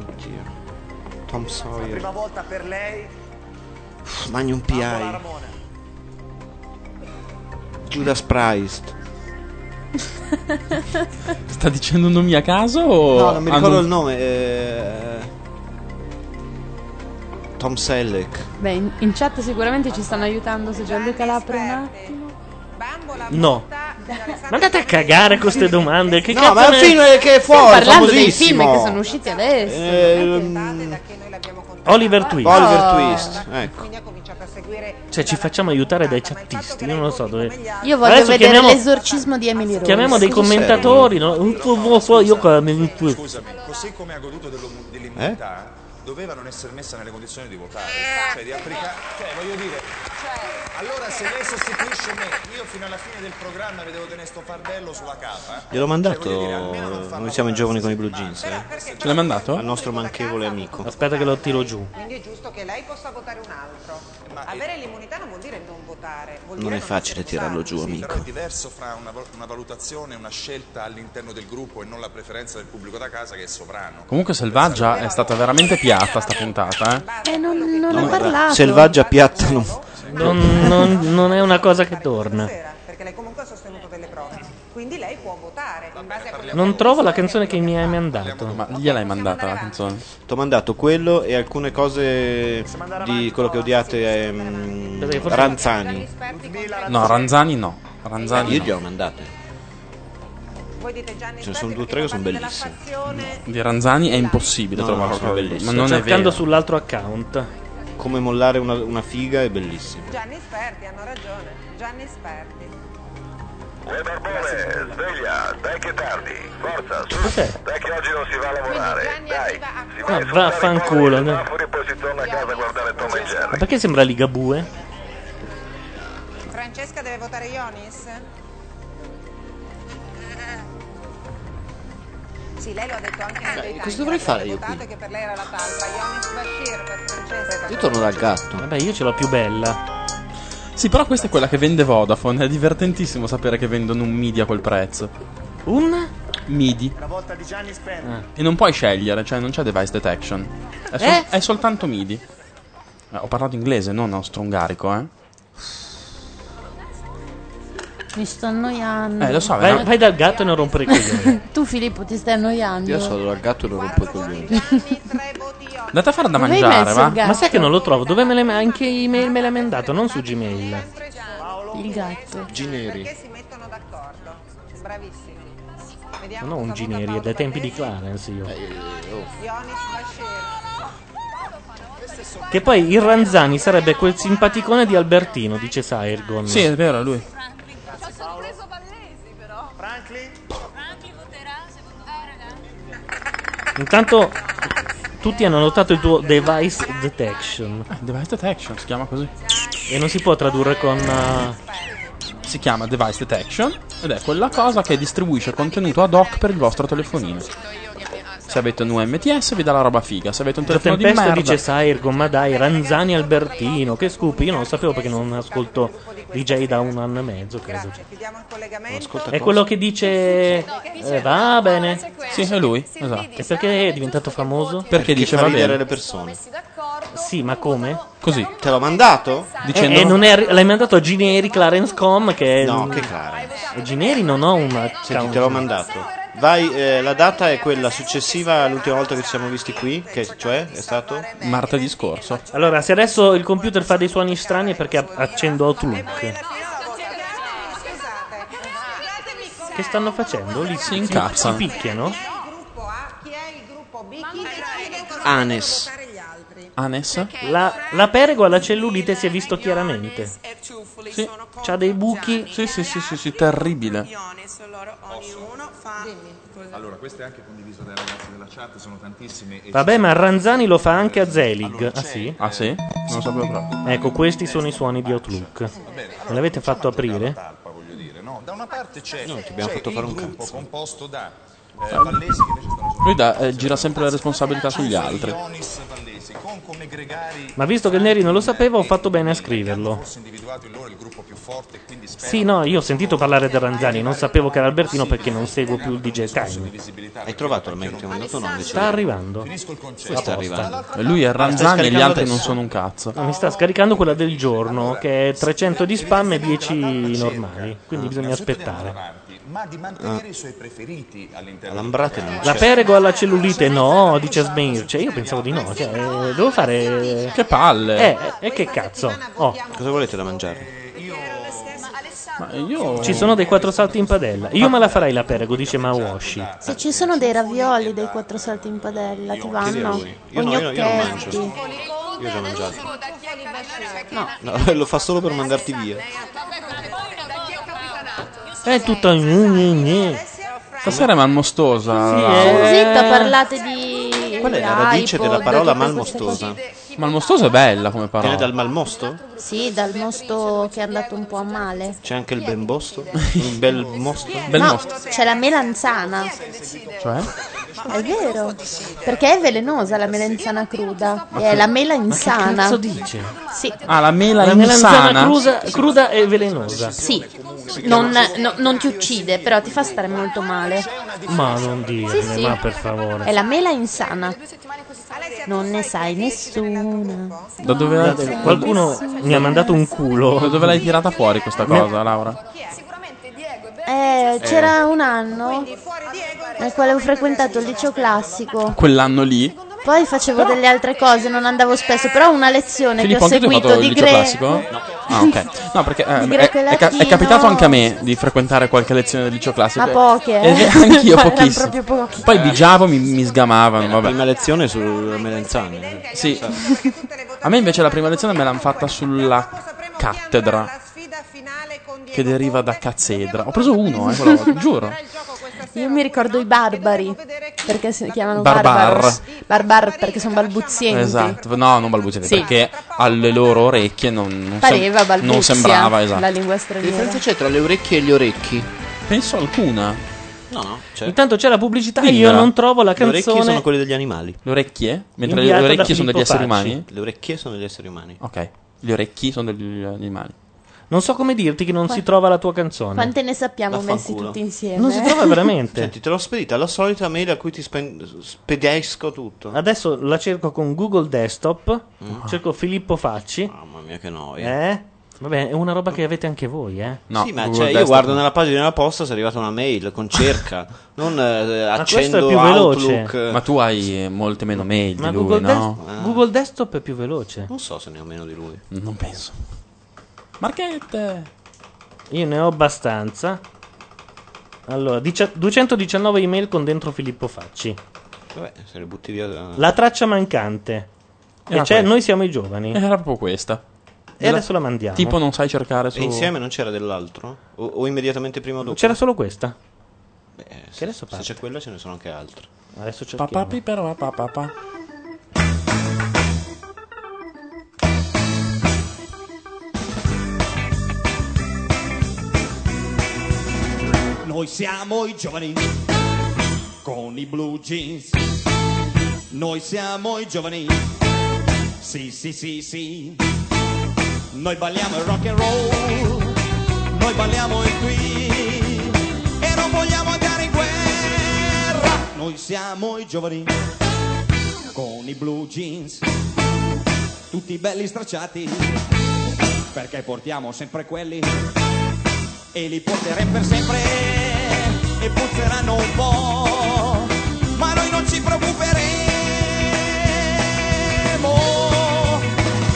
S1: Oddio. Tom
S10: La prima
S1: Sawyer.
S10: volta per lei.
S1: Pff, Magnum
S10: Paola
S1: P.I.
S10: Ramona.
S1: Judas Priest.
S4: Sta dicendo nomi a caso o...
S1: No, non mi
S4: hanno-
S1: ricordo il nome. eh, Tom Selleck.
S7: Beh, in, in chat sicuramente ci stanno aiutando se Gianluca l'apre un attimo.
S2: No. Ma andate a cagare con queste domande. Che
S1: No,
S2: cazzo
S1: ma il
S2: ne-
S1: film è che è fuori,
S7: Stiamo parlando dei
S1: famosissimo. Eh.
S7: film che sono usciti adesso.
S2: Oliver Twist.
S1: Oliver
S7: Ah.
S1: Twist,
S2: ecco. Cioè, ci facciamo aiutare dai chattisti. Io non lo so dove.
S7: Io voglio
S2: Adesso
S7: vedere
S2: chiamiamo-
S7: l'esorcismo di Emily Rose.
S2: Chiamiamo dei commentatori. no? Un po' un po' Io qua.
S6: Scusami, così come ha goduto dello- dell'immunità, doveva non essere messa nelle condizioni di votare. Cioè, di applicare. Cioè, voglio dire. Allora, se lei sostituisce me, io fino alla fine del programma vedevo tenere sto fardello sulla capa.
S1: Gliel'ho mandato. Noi siamo i giovani con i blue jeans. Eh?
S4: Ce l'hai mandato?
S1: Al nostro manchevole amico.
S2: Aspetta che lo tiro giù.
S12: Quindi è giusto che lei possa votare un altro. Avere l'immunità non vuol dire non votare. Vuol
S1: Non
S12: dire
S1: è facile tirarlo giù,
S6: Sì, però
S1: amico.
S6: è diverso fra una, val- una valutazione, una scelta all'interno del gruppo e non la preferenza del pubblico da casa che è sovrano.
S4: Comunque Selvaggia è stata veramente piatta sta puntata, eh.
S7: Eh, non, non ho
S6: No,
S7: parlato.
S1: Selvaggia piatta non.
S2: Non, non- non è una cosa che torna.
S12: perché lei comunque ha sostenuto delle prove. Quindi lei può votare in base a quello
S2: Non trovo la canzone che mi hai mandato.
S4: Ma gliel'hai mandata la canzone?
S1: T'ho mandato quello e alcune cose di quello che odiate ehm,
S4: Perché forse-
S1: Ranzani.
S4: No, Ranzani no. Ranzani
S1: Io
S4: no.
S1: gli ho mandate.
S12: Ce
S1: ne sono due o tre che sono bellissime.
S4: Di Ranzani è impossibile
S1: No,
S4: trovare
S1: no, sono
S4: qualcosa di-
S1: bellissime.
S4: Ma non
S1: Sto
S4: è
S1: cercando
S4: vero.
S2: sull'altro account.
S1: Come mollare una, una figa è bellissimo.
S12: Gianni Sperti hanno ragione. Gianni Sperti.
S8: sveglia, dai che è tardi, forza, su,
S2: Cos'è?
S8: dai che oggi non si va a lavorare, dai, si va
S2: Ma
S8: a insultare i
S2: Ah, vaffanculo. no?
S8: poveri e poi si torna a casa a guardare Tom e Jerry.
S2: Ma perché sembra Ligabue?
S12: Francesca deve votare Ionis? Sì, lei lo ha detto anche nei
S1: Dai,
S12: due
S1: cosa dovrei fare io
S12: votato
S1: qui?
S12: che per lei era la talpa. Ionis Bashir per Francesca.
S1: Io torno dal gatto.
S2: Vabbè, io ce l'ho più bella.
S4: Sì, però questa è quella che vende Vodafone. È divertentissimo sapere che vendono un MIDI a quel prezzo.
S2: Un?
S4: MIDI.
S10: La volta di Gianni Sperti.
S4: E non puoi scegliere, cioè non c'è device detection. È, sol-
S10: Eh?
S4: è soltanto MIDI. Eh, ho parlato inglese, non austro-ungarico, eh.
S7: Mi sto annoiando.
S4: Eh, lo so,
S2: Vai,
S4: no?
S2: vai dal gatto e non rompere i
S7: [LAUGHS]
S2: coglioni.
S7: tu Filippo ti stai annoiando.
S1: Io sono dal gatto e non rompo i coglioni.
S2: [LAUGHS] Andate a fare da
S7: Dove hai mangiare, messo va? il gatto?
S2: Ma sai che non lo trovo? Dove me l'hai anche email me l'hai mandato, non su Gmail.
S7: Il gatto.
S2: Gineri.
S12: Perché si mettono d'accordo? Bravissimo. Vediamo
S2: Non ho un
S12: cosa vota
S2: Gineri, è
S12: Paolo
S2: dai tempi di
S12: Pardesi.
S2: Clarence io.
S1: Eh,
S12: Ionis Bashir.
S2: Che poi il Ranzani sarebbe quel simpaticone di Albertino, dice Sairgon.
S4: Sì, è vero, è lui.
S10: Ho sorpreso Vallesi però. Franklin? Franklin voterà secondo
S2: Intanto tutti hanno notato il tuo device detection.
S4: Ah, device detection, si chiama così.
S2: E non si può tradurre con... eh,
S4: Si chiama Device Detection ed è quella cosa che distribuisce contenuto ad hoc per il vostro telefonino. Se avete un UMTS vi dà la roba figa, se avete un
S2: La
S4: telefono di merda...
S2: tempesta dice Sairgon, ma dai, Ranzani Albertino, che scoop, io non lo sapevo perché non ascolto DJ da un anno e mezzo, credo. È quello che dice... eh, va bene.
S4: Sì, è lui, esatto.
S2: E perché è diventato famoso?
S4: Perché dice
S1: fa
S4: va
S1: ridere
S4: bene.
S1: le persone.
S2: Sì, ma come?
S4: Così.
S1: Te l'ho mandato?
S2: Dicendo...
S1: eh,
S2: E, non è, arri- l'hai mandato a Gineri Clarence Com che è...
S1: No, che Clarence?
S2: E Gineri non ho un
S1: Senti,
S2: account.
S1: te l'ho mandato. Vai, eh, la data è quella successiva all'ultima volta che ci siamo visti qui, che cioè è stato
S4: martedì scorso.
S2: Allora, se adesso il computer fa dei suoni strani è perché a- accendo Outlook. Che stanno facendo? Li si
S4: incazzano.
S2: Si picchiano?
S1: Anes.
S4: Anes?
S2: La, la peregua alla cellulite si è visto chiaramente.
S4: Sì.
S2: C'ha dei buchi.
S4: Sì, sì, sì, sì, sì, terribile.
S6: Allora, questo è anche condiviso dai ragazzi della chat, sono tantissime. e
S2: Vabbè,
S6: ci
S2: ma
S6: sono-
S2: Ranzani lo fa anche a Zelig. Ah sì?
S4: Ah sì? Non lo sapevo proprio.
S2: Ecco, questi sono i suoni di Outlook. Me l'avete fatto aprire?
S6: Voglio dire, no? Da una parte c'è,
S1: abbiamo
S6: c'è
S1: fatto
S6: il
S1: fare un
S6: gruppo
S1: cazzo.
S6: composto da eh, Vallesi che invece stanno
S4: Lui dà- eh, gira sempre la responsabilità sugli altri.
S6: Ionis Vallesi con come gregari
S2: Ma visto che il Neri non lo sapeva, ho fatto bene a scriverlo.
S6: forse individuato in loro il gruppo più forte quindi spero
S2: Sì, no, io ho sentito parlare del Ranzani, non sapevo che era Albertino perché non seguo più il DJ Time.
S1: Hai trovato almeno un minuto no? Ah,
S2: Sta arrivando.
S6: Finisco il concetto.
S1: Sta arrivando.
S4: Lui è Ranzani e gli altri non sono un cazzo.
S2: Ma mi sta scaricando quella del giorno, che è 300 di spam e 10 normali, quindi bisogna aspettare.
S6: ma di
S1: Ah.
S6: mantenere i suoi preferiti all'interno
S1: Lambrate non
S2: La perego alla cellulite no, dice Smirce. Io pensavo di no, cioè, eh, devo fare...
S4: Che palle!
S2: Eh, e che cazzo? Oh.
S1: Cosa volete da mangiare?
S4: io...
S2: Ci sono dei quattro salti in padella. Io me la farei la perego, dice Mawashi.
S7: Se ci sono dei ravioli dei quattro salti in padella, ti vanno?
S1: voi. Io
S7: O
S1: no, io no, io non
S7: gnocchetti.
S1: mangio. Io già ho mangiato. No, [LAUGHS] lo fa solo per mandarti via.
S2: È tutta...
S4: Stasera è malmostosa. la-
S7: eh.
S2: eh.
S7: Zitta, parlate di.
S1: Eh. Qual è la radice
S7: iPod,
S1: della parola
S7: di queste
S1: malmostosa?
S7: cose.
S4: Malmostosa è bella come parola.
S1: Viene dal malmosto?
S7: Sì, dal mosto che è andato un po' a male.
S1: C'è anche il ben bosto? Un bel mosto?
S4: Bel
S7: no,
S4: mosto.
S7: c'è la melanzana.
S4: Cioè?
S7: È vero. Perché è velenosa la melanzana cruda. È la mela insana.
S2: cazzo dice?
S7: Sì.
S4: Ah, la mela
S2: La melanzana
S4: insana.
S2: cruda, cruda e velenosa.
S7: Sì. Non, no- non ti uccide, però ti fa stare molto male.
S2: Ma non dirne,
S7: Sì, sì.
S2: ma per favore.
S7: È la mela insana. Non ne sai nessuna.
S4: Da dove
S2: Da-
S4: da-
S2: qualcuno mi ha mandato un culo.
S4: Da dove l'hai tirata fuori questa
S2: Mi-
S4: cosa, Laura?
S7: Eh, c'era un anno nel quale ho frequentato il liceo classico.
S4: Quell'anno lì.
S7: Poi facevo delle altre cose, non andavo spesso, però una lezione
S4: Filippo,
S7: che ho
S4: anche tu hai
S7: seguito
S4: fatto il
S7: di
S4: liceo classico?
S7: greco.
S4: Ah, ok. No, perché eh,
S7: Di
S4: è,
S7: greco e
S4: è ca- è
S7: latino.
S4: capitato anche a me di frequentare qualche lezione del liceo classico.
S7: Ma poche, eh.
S4: E- e anch'io
S7: [LAUGHS] Ma erano
S4: pochissime.
S7: proprio pochi.
S4: Poi bigiavo, mi, mi sgamavano. Vabbè.
S1: Eh, prima lezione sulla melanzana.
S4: Sì. A me invece la prima lezione me l'hanno fatta sulla cattedra. Che deriva da cazzedra. Ho preso uno, eh, quella volta, giuro.
S7: Io mi ricordo i barbari, perché si chiamano
S4: Barbar.
S7: barbaros. Barbar perché sono balbuzienti.
S4: Esatto, no, non balbuzienti,
S7: Sì.
S4: perché alle loro orecchie non, non sem-
S7: Pareva balbuzia,
S4: non sembrava, esatto.
S7: la lingua
S1: Che
S7: straniera.
S1: differenza c'è tra le orecchie e gli orecchi?
S4: Penso alcuna.
S1: No, no.
S2: Intanto c'è la pubblicità e io non trovo la
S1: Le
S2: canzone.
S1: orecchie sono quelle degli animali.
S4: Le orecchie? Mentre
S2: Inviato
S4: le
S2: da
S4: orecchie sono degli
S2: Filippo
S4: esseri
S2: Facci.
S4: umani?
S1: Le orecchie sono degli esseri umani.
S4: Ok, gli orecchi sono degli animali.
S2: Non so come dirti che non
S7: Qua-
S2: si trova la tua canzone.
S7: Quante ne sappiamo messi
S1: Vaffanculo.
S7: tutti insieme?
S2: Non si
S7: eh? [LAUGHS]
S2: trova veramente.
S1: Senti, te l'ho spedita la solita mail a cui ti spen- spedesco tutto.
S2: Adesso la cerco con Google Desktop. Cerco Filippo Facci.
S1: Mamma mia, che noia.
S2: Eh? Vabbè, è una roba che avete anche voi, eh?
S1: sì, ma cioè, io guardo nella pagina della posta se è arrivata una mail con
S2: [LAUGHS]
S1: cerca, non eh, accendo Outlook.
S4: Ma tu hai eh, molte meno mail
S2: Ma
S4: di lui,
S2: Google,
S4: no?
S2: Des- Google Desktop è più veloce.
S1: Eh. Non so se ne ho meno di lui.
S4: Non penso. Marchette!
S2: Io ne ho abbastanza. Allora, dici- 219 email con dentro Filippo Facci.
S1: Ah. Vabbè, se le butti via. eh.
S2: La traccia mancante. E
S4: Era
S2: c'è
S4: questa.
S2: Noi siamo i
S1: Eh,
S2: giovani.
S4: Eh, Era proprio questa.
S2: E adesso la mandiamo.
S4: Tipo non sai cercare su...
S1: E insieme non c'era dell'altro? O, o immediatamente prima o dopo?
S2: C'era solo questa.
S1: Beh, se, Eh, se c'è quella ce ne sono anche altre.
S2: Adesso
S4: Papà,
S2: eh,
S4: pipero, papà, papà.
S11: Noi siamo i giovani con i blue jeans. Noi siamo i giovani. Sì, sì, sì, sì. Noi balliamo il rock and roll. Noi balliamo il qui. E non vogliamo andare in guerra. Noi siamo i giovani con i blue jeans. Tutti belli stracciati. Perché portiamo sempre quelli. E li porteremo per sempre e puzzeranno un po', ma noi non ci preoccuperemo,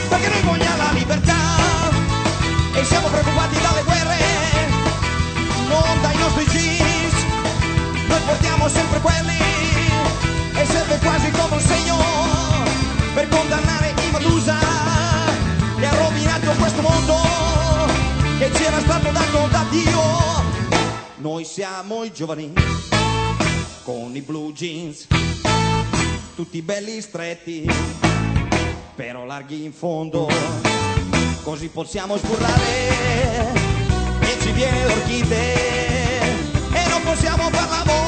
S11: perché noi vogliamo la libertà e siamo preoccupati dalle guerre, non dai nostri jeans, noi portiamo sempre quelli e serve quasi come un segno per condannare i Medusa che ha rovinato questo mondo che ci era stato dato da Dio. Noi siamo i giovani con i blue jeans, tutti belli stretti, però larghi in fondo, così possiamo sburrare e ci viene l'orchide e non possiamo far l'amore.
S13: Ah,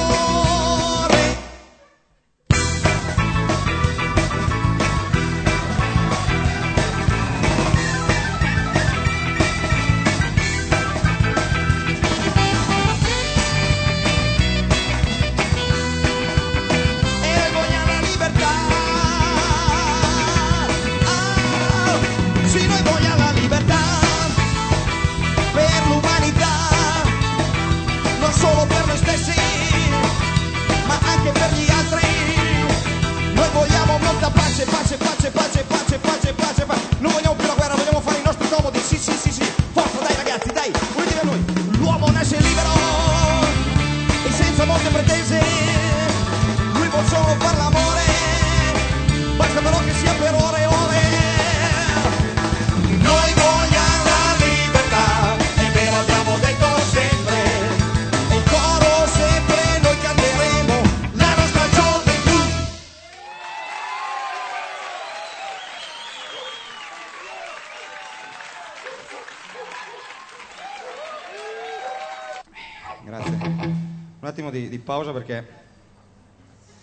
S5: attimo di, di pausa perché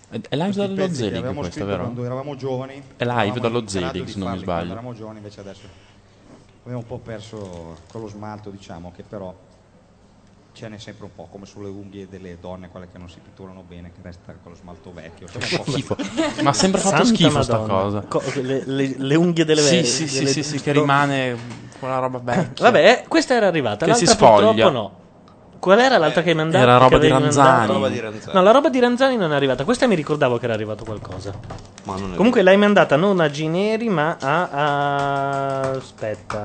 S4: È Eh, è live
S5: questi
S4: dallo
S5: pezzi che
S4: Zelig
S5: avevamo
S4: questo,
S5: scritto
S4: vero?
S5: quando eravamo giovani
S4: È live
S5: avevamo
S4: dallo
S5: imparato
S4: Zelig,
S5: di
S4: se non
S5: farli quando
S4: mi sbaglio.
S5: Eravamo giovani, invece adesso abbiamo un po' perso con lo smalto, diciamo, che però ce n'è sempre un po', come sulle unghie delle donne, quelle che non si pitturano bene, che resta con lo smalto vecchio. Sembra un po'
S4: Schifo.
S5: questo.
S4: Ma ha sempre fatto
S2: Santa
S4: schifo sta
S2: Madonna.
S4: cosa.
S2: Co- le, le- le unghie delle
S4: Sì,
S2: vele-
S4: sì, sì,
S2: delle-
S4: sì, sì, che rimane quella roba vecchia.
S2: Eh, Vabbè, questa era arrivata.
S4: Che
S2: L'altra
S4: si sfoglia.
S2: purtroppo no. Qual era l'altra che mi mandava?
S4: Era roba di Ranzani.
S1: Roba di Ranzani.
S2: No, la roba di Ranzani non è arrivata. Questa mi ricordavo che era arrivato qualcosa.
S1: Ma non è
S2: Comunque l'hai mandata non a Gineri, ma a. a- Aspetta,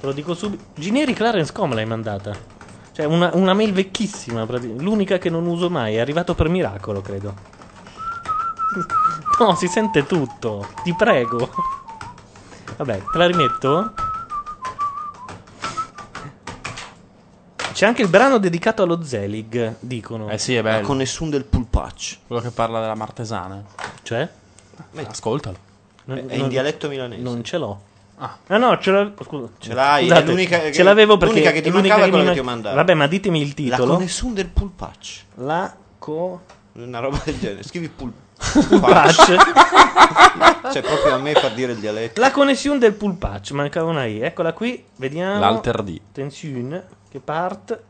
S2: te lo dico subito. Gineri Clarence Com l'hai mandata. Cioè, una, una mail vecchissima, praticamente. l'unica che non uso mai. È arrivato per miracolo, credo. [LAUGHS] No, si sente tutto. Ti prego. Vabbè, te la rimetto? C'è anche il brano dedicato allo Zelig, dicono.
S4: Eh sì, è bello.
S2: con nessun del pulpaccio.
S4: Quello che parla della martesana.
S2: Cioè?
S4: Ascoltalo.
S1: È in dialetto milanese.
S2: Non ce l'ho. Ah, no, ce l'ho. Scusa.
S1: Ce l'hai, è
S2: Scusate,
S1: l'unica che-
S2: ce l'avevo perché
S1: l'unica che ti
S2: è l'unica
S1: mancava
S2: mi
S1: quella che
S2: man-
S1: ti ho mandato.
S2: Vabbè, ma ditemi il
S1: La
S2: titolo.
S1: connesso del pulpaccio.
S2: La co...
S1: Una roba del genere. Scrivi [LAUGHS] pul-
S2: Pulpaccio.
S1: pulpaccio. [LAUGHS] cioè, proprio a me fa dire il dialetto.
S2: La connessione del pulpaccio, mancava una I. Eccola qui, vediamo.
S4: L'alter D.
S2: Tensione, che parte.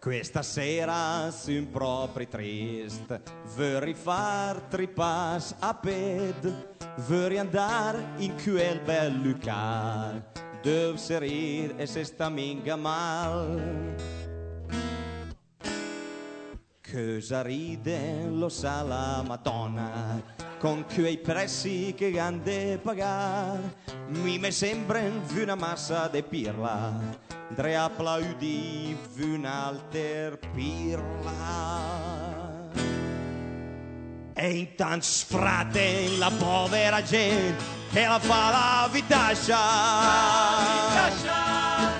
S11: Questa sera sin proprio trist, vorrei far tre passi a ped, vorrei andare in quel bel lucar, dove si ride e se sta minga mal. Cosa ride lo sa la Madonna, con quei prezzi che han de pagar, mi me sembren una massa de pirla, Dre applaudi un'alter pirla. E intanto sfrate la povera gente che la fa la vitaccia.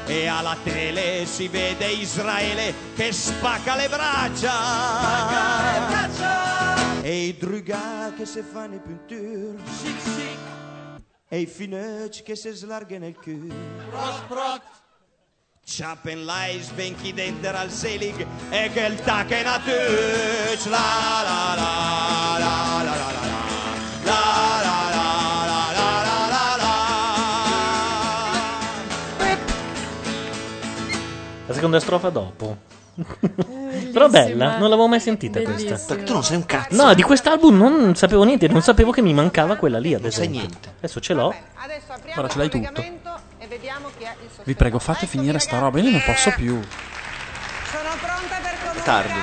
S11: E alla tele si vede Israele che spacca le braccia. E i druga che si fanno i punture. E i finucci che si slargano il cuore. Chappen lei svenchi dentro al selig e che il tacche la tuc. La la la la la la la la.
S2: La seconda strofa dopo. Però bella, non l'avevo mai sentita questa.
S1: Perché tu non sei un cazzo.
S2: No, di quest'album non sapevo niente, non sapevo che mi mancava quella lì, ad esempio. niente. Adesso ce l'ho.
S12: Adesso apriamo
S2: Ora
S12: il
S2: ce l'hai tutto.
S12: collegamento e vediamo chi è il sospetto.
S4: Vi prego, fate finire sta roba. Io non posso più.
S12: Sono pronta per
S4: tardi.
S12: comunicarvi.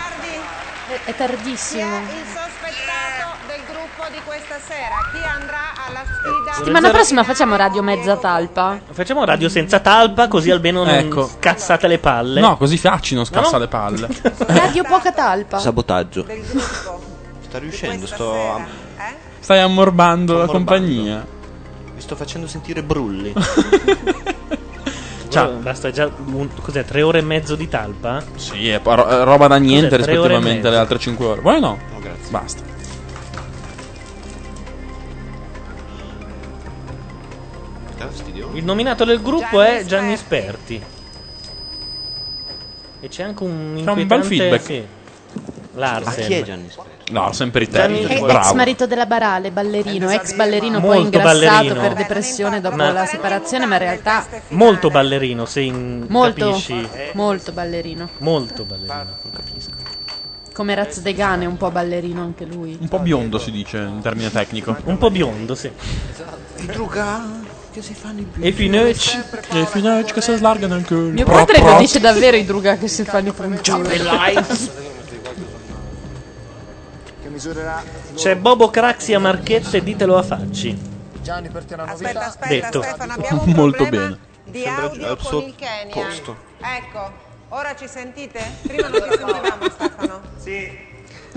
S7: È tardissimo.
S12: Chi è il sospettato del gruppo di questa sera? Chi andrà alla sfida?
S7: Settimana prossima facciamo radio mezza talpa.
S2: Facciamo radio senza talpa, così almeno non
S4: Ecco.
S2: scassate le palle.
S4: No, così facci, non scassa
S2: No, no.
S4: le
S2: [LAUGHS]
S4: palle.
S7: [LAUGHS] Radio poca talpa.
S1: Sabotaggio.
S12: Del gruppo.
S1: Sta riuscendo, sto. a-
S4: Stai ammorbando la
S1: ammorbando.
S4: compagnia.
S1: Mi sto facendo sentire brulli.
S2: [LAUGHS] Ciao, basta già un- cos'è, tre ore e mezzo di talpa?
S4: Sì, è ro- è roba da niente
S2: Cos'è, tre ore e
S4: rispettivamente
S2: mezzo?
S4: alle altre 5 ore. Vuoi o no?
S1: No, grazie.
S4: Basta.
S2: Il nominato del gruppo è Gianni Sperti. E c'è anche un
S4: C'è un bel
S2: inquietante-
S4: feedback.
S2: sì. Larsen.
S1: Ah, chi è Gianni Sperti?
S4: No, sempre i
S2: Gianni-
S4: tempi.
S2: Eh,
S7: Ex
S4: Bravo.
S7: marito della Barale, ballerino, ex ballerino poi
S2: Molto
S7: ingrassato
S2: ballerino.
S7: per depressione dopo
S2: Ma-
S7: la separazione, ma in realtà
S2: Molto ballerino, se in-
S7: molto,
S2: capisci.
S7: molto ballerino.
S2: Molto ballerino.
S1: Eh. Ah, Non capisco.
S7: Come Razzegane, un po' ballerino anche lui.
S4: Un po' biondo si dice in termine tecnico.
S2: Un po' biondo, sì.
S1: I druga che si fanno i più.
S4: E finucci. E finucci che si slargano anche
S7: Mio padre lo dice davvero i druga che si fanno
S1: [LAUGHS]
S7: i punti. [LAUGHS]
S18: che misurerà
S2: C'è Bobo Craxi a Marchette, ditelo a facci.
S18: Gianni per te una novità
S12: Aspetta, aspetta,
S2: Detto.
S12: Stefano, abbiamo
S1: [LAUGHS]
S12: un
S2: Molto
S12: problema
S2: bene.
S12: di
S2: Eh, Sembra
S12: audio
S2: al
S12: con
S2: suo
S12: il Kenya.
S2: posto.
S12: Ecco, ora ci sentite? Prima non [LAUGHS] ci sentivamo, Stefano. Sì.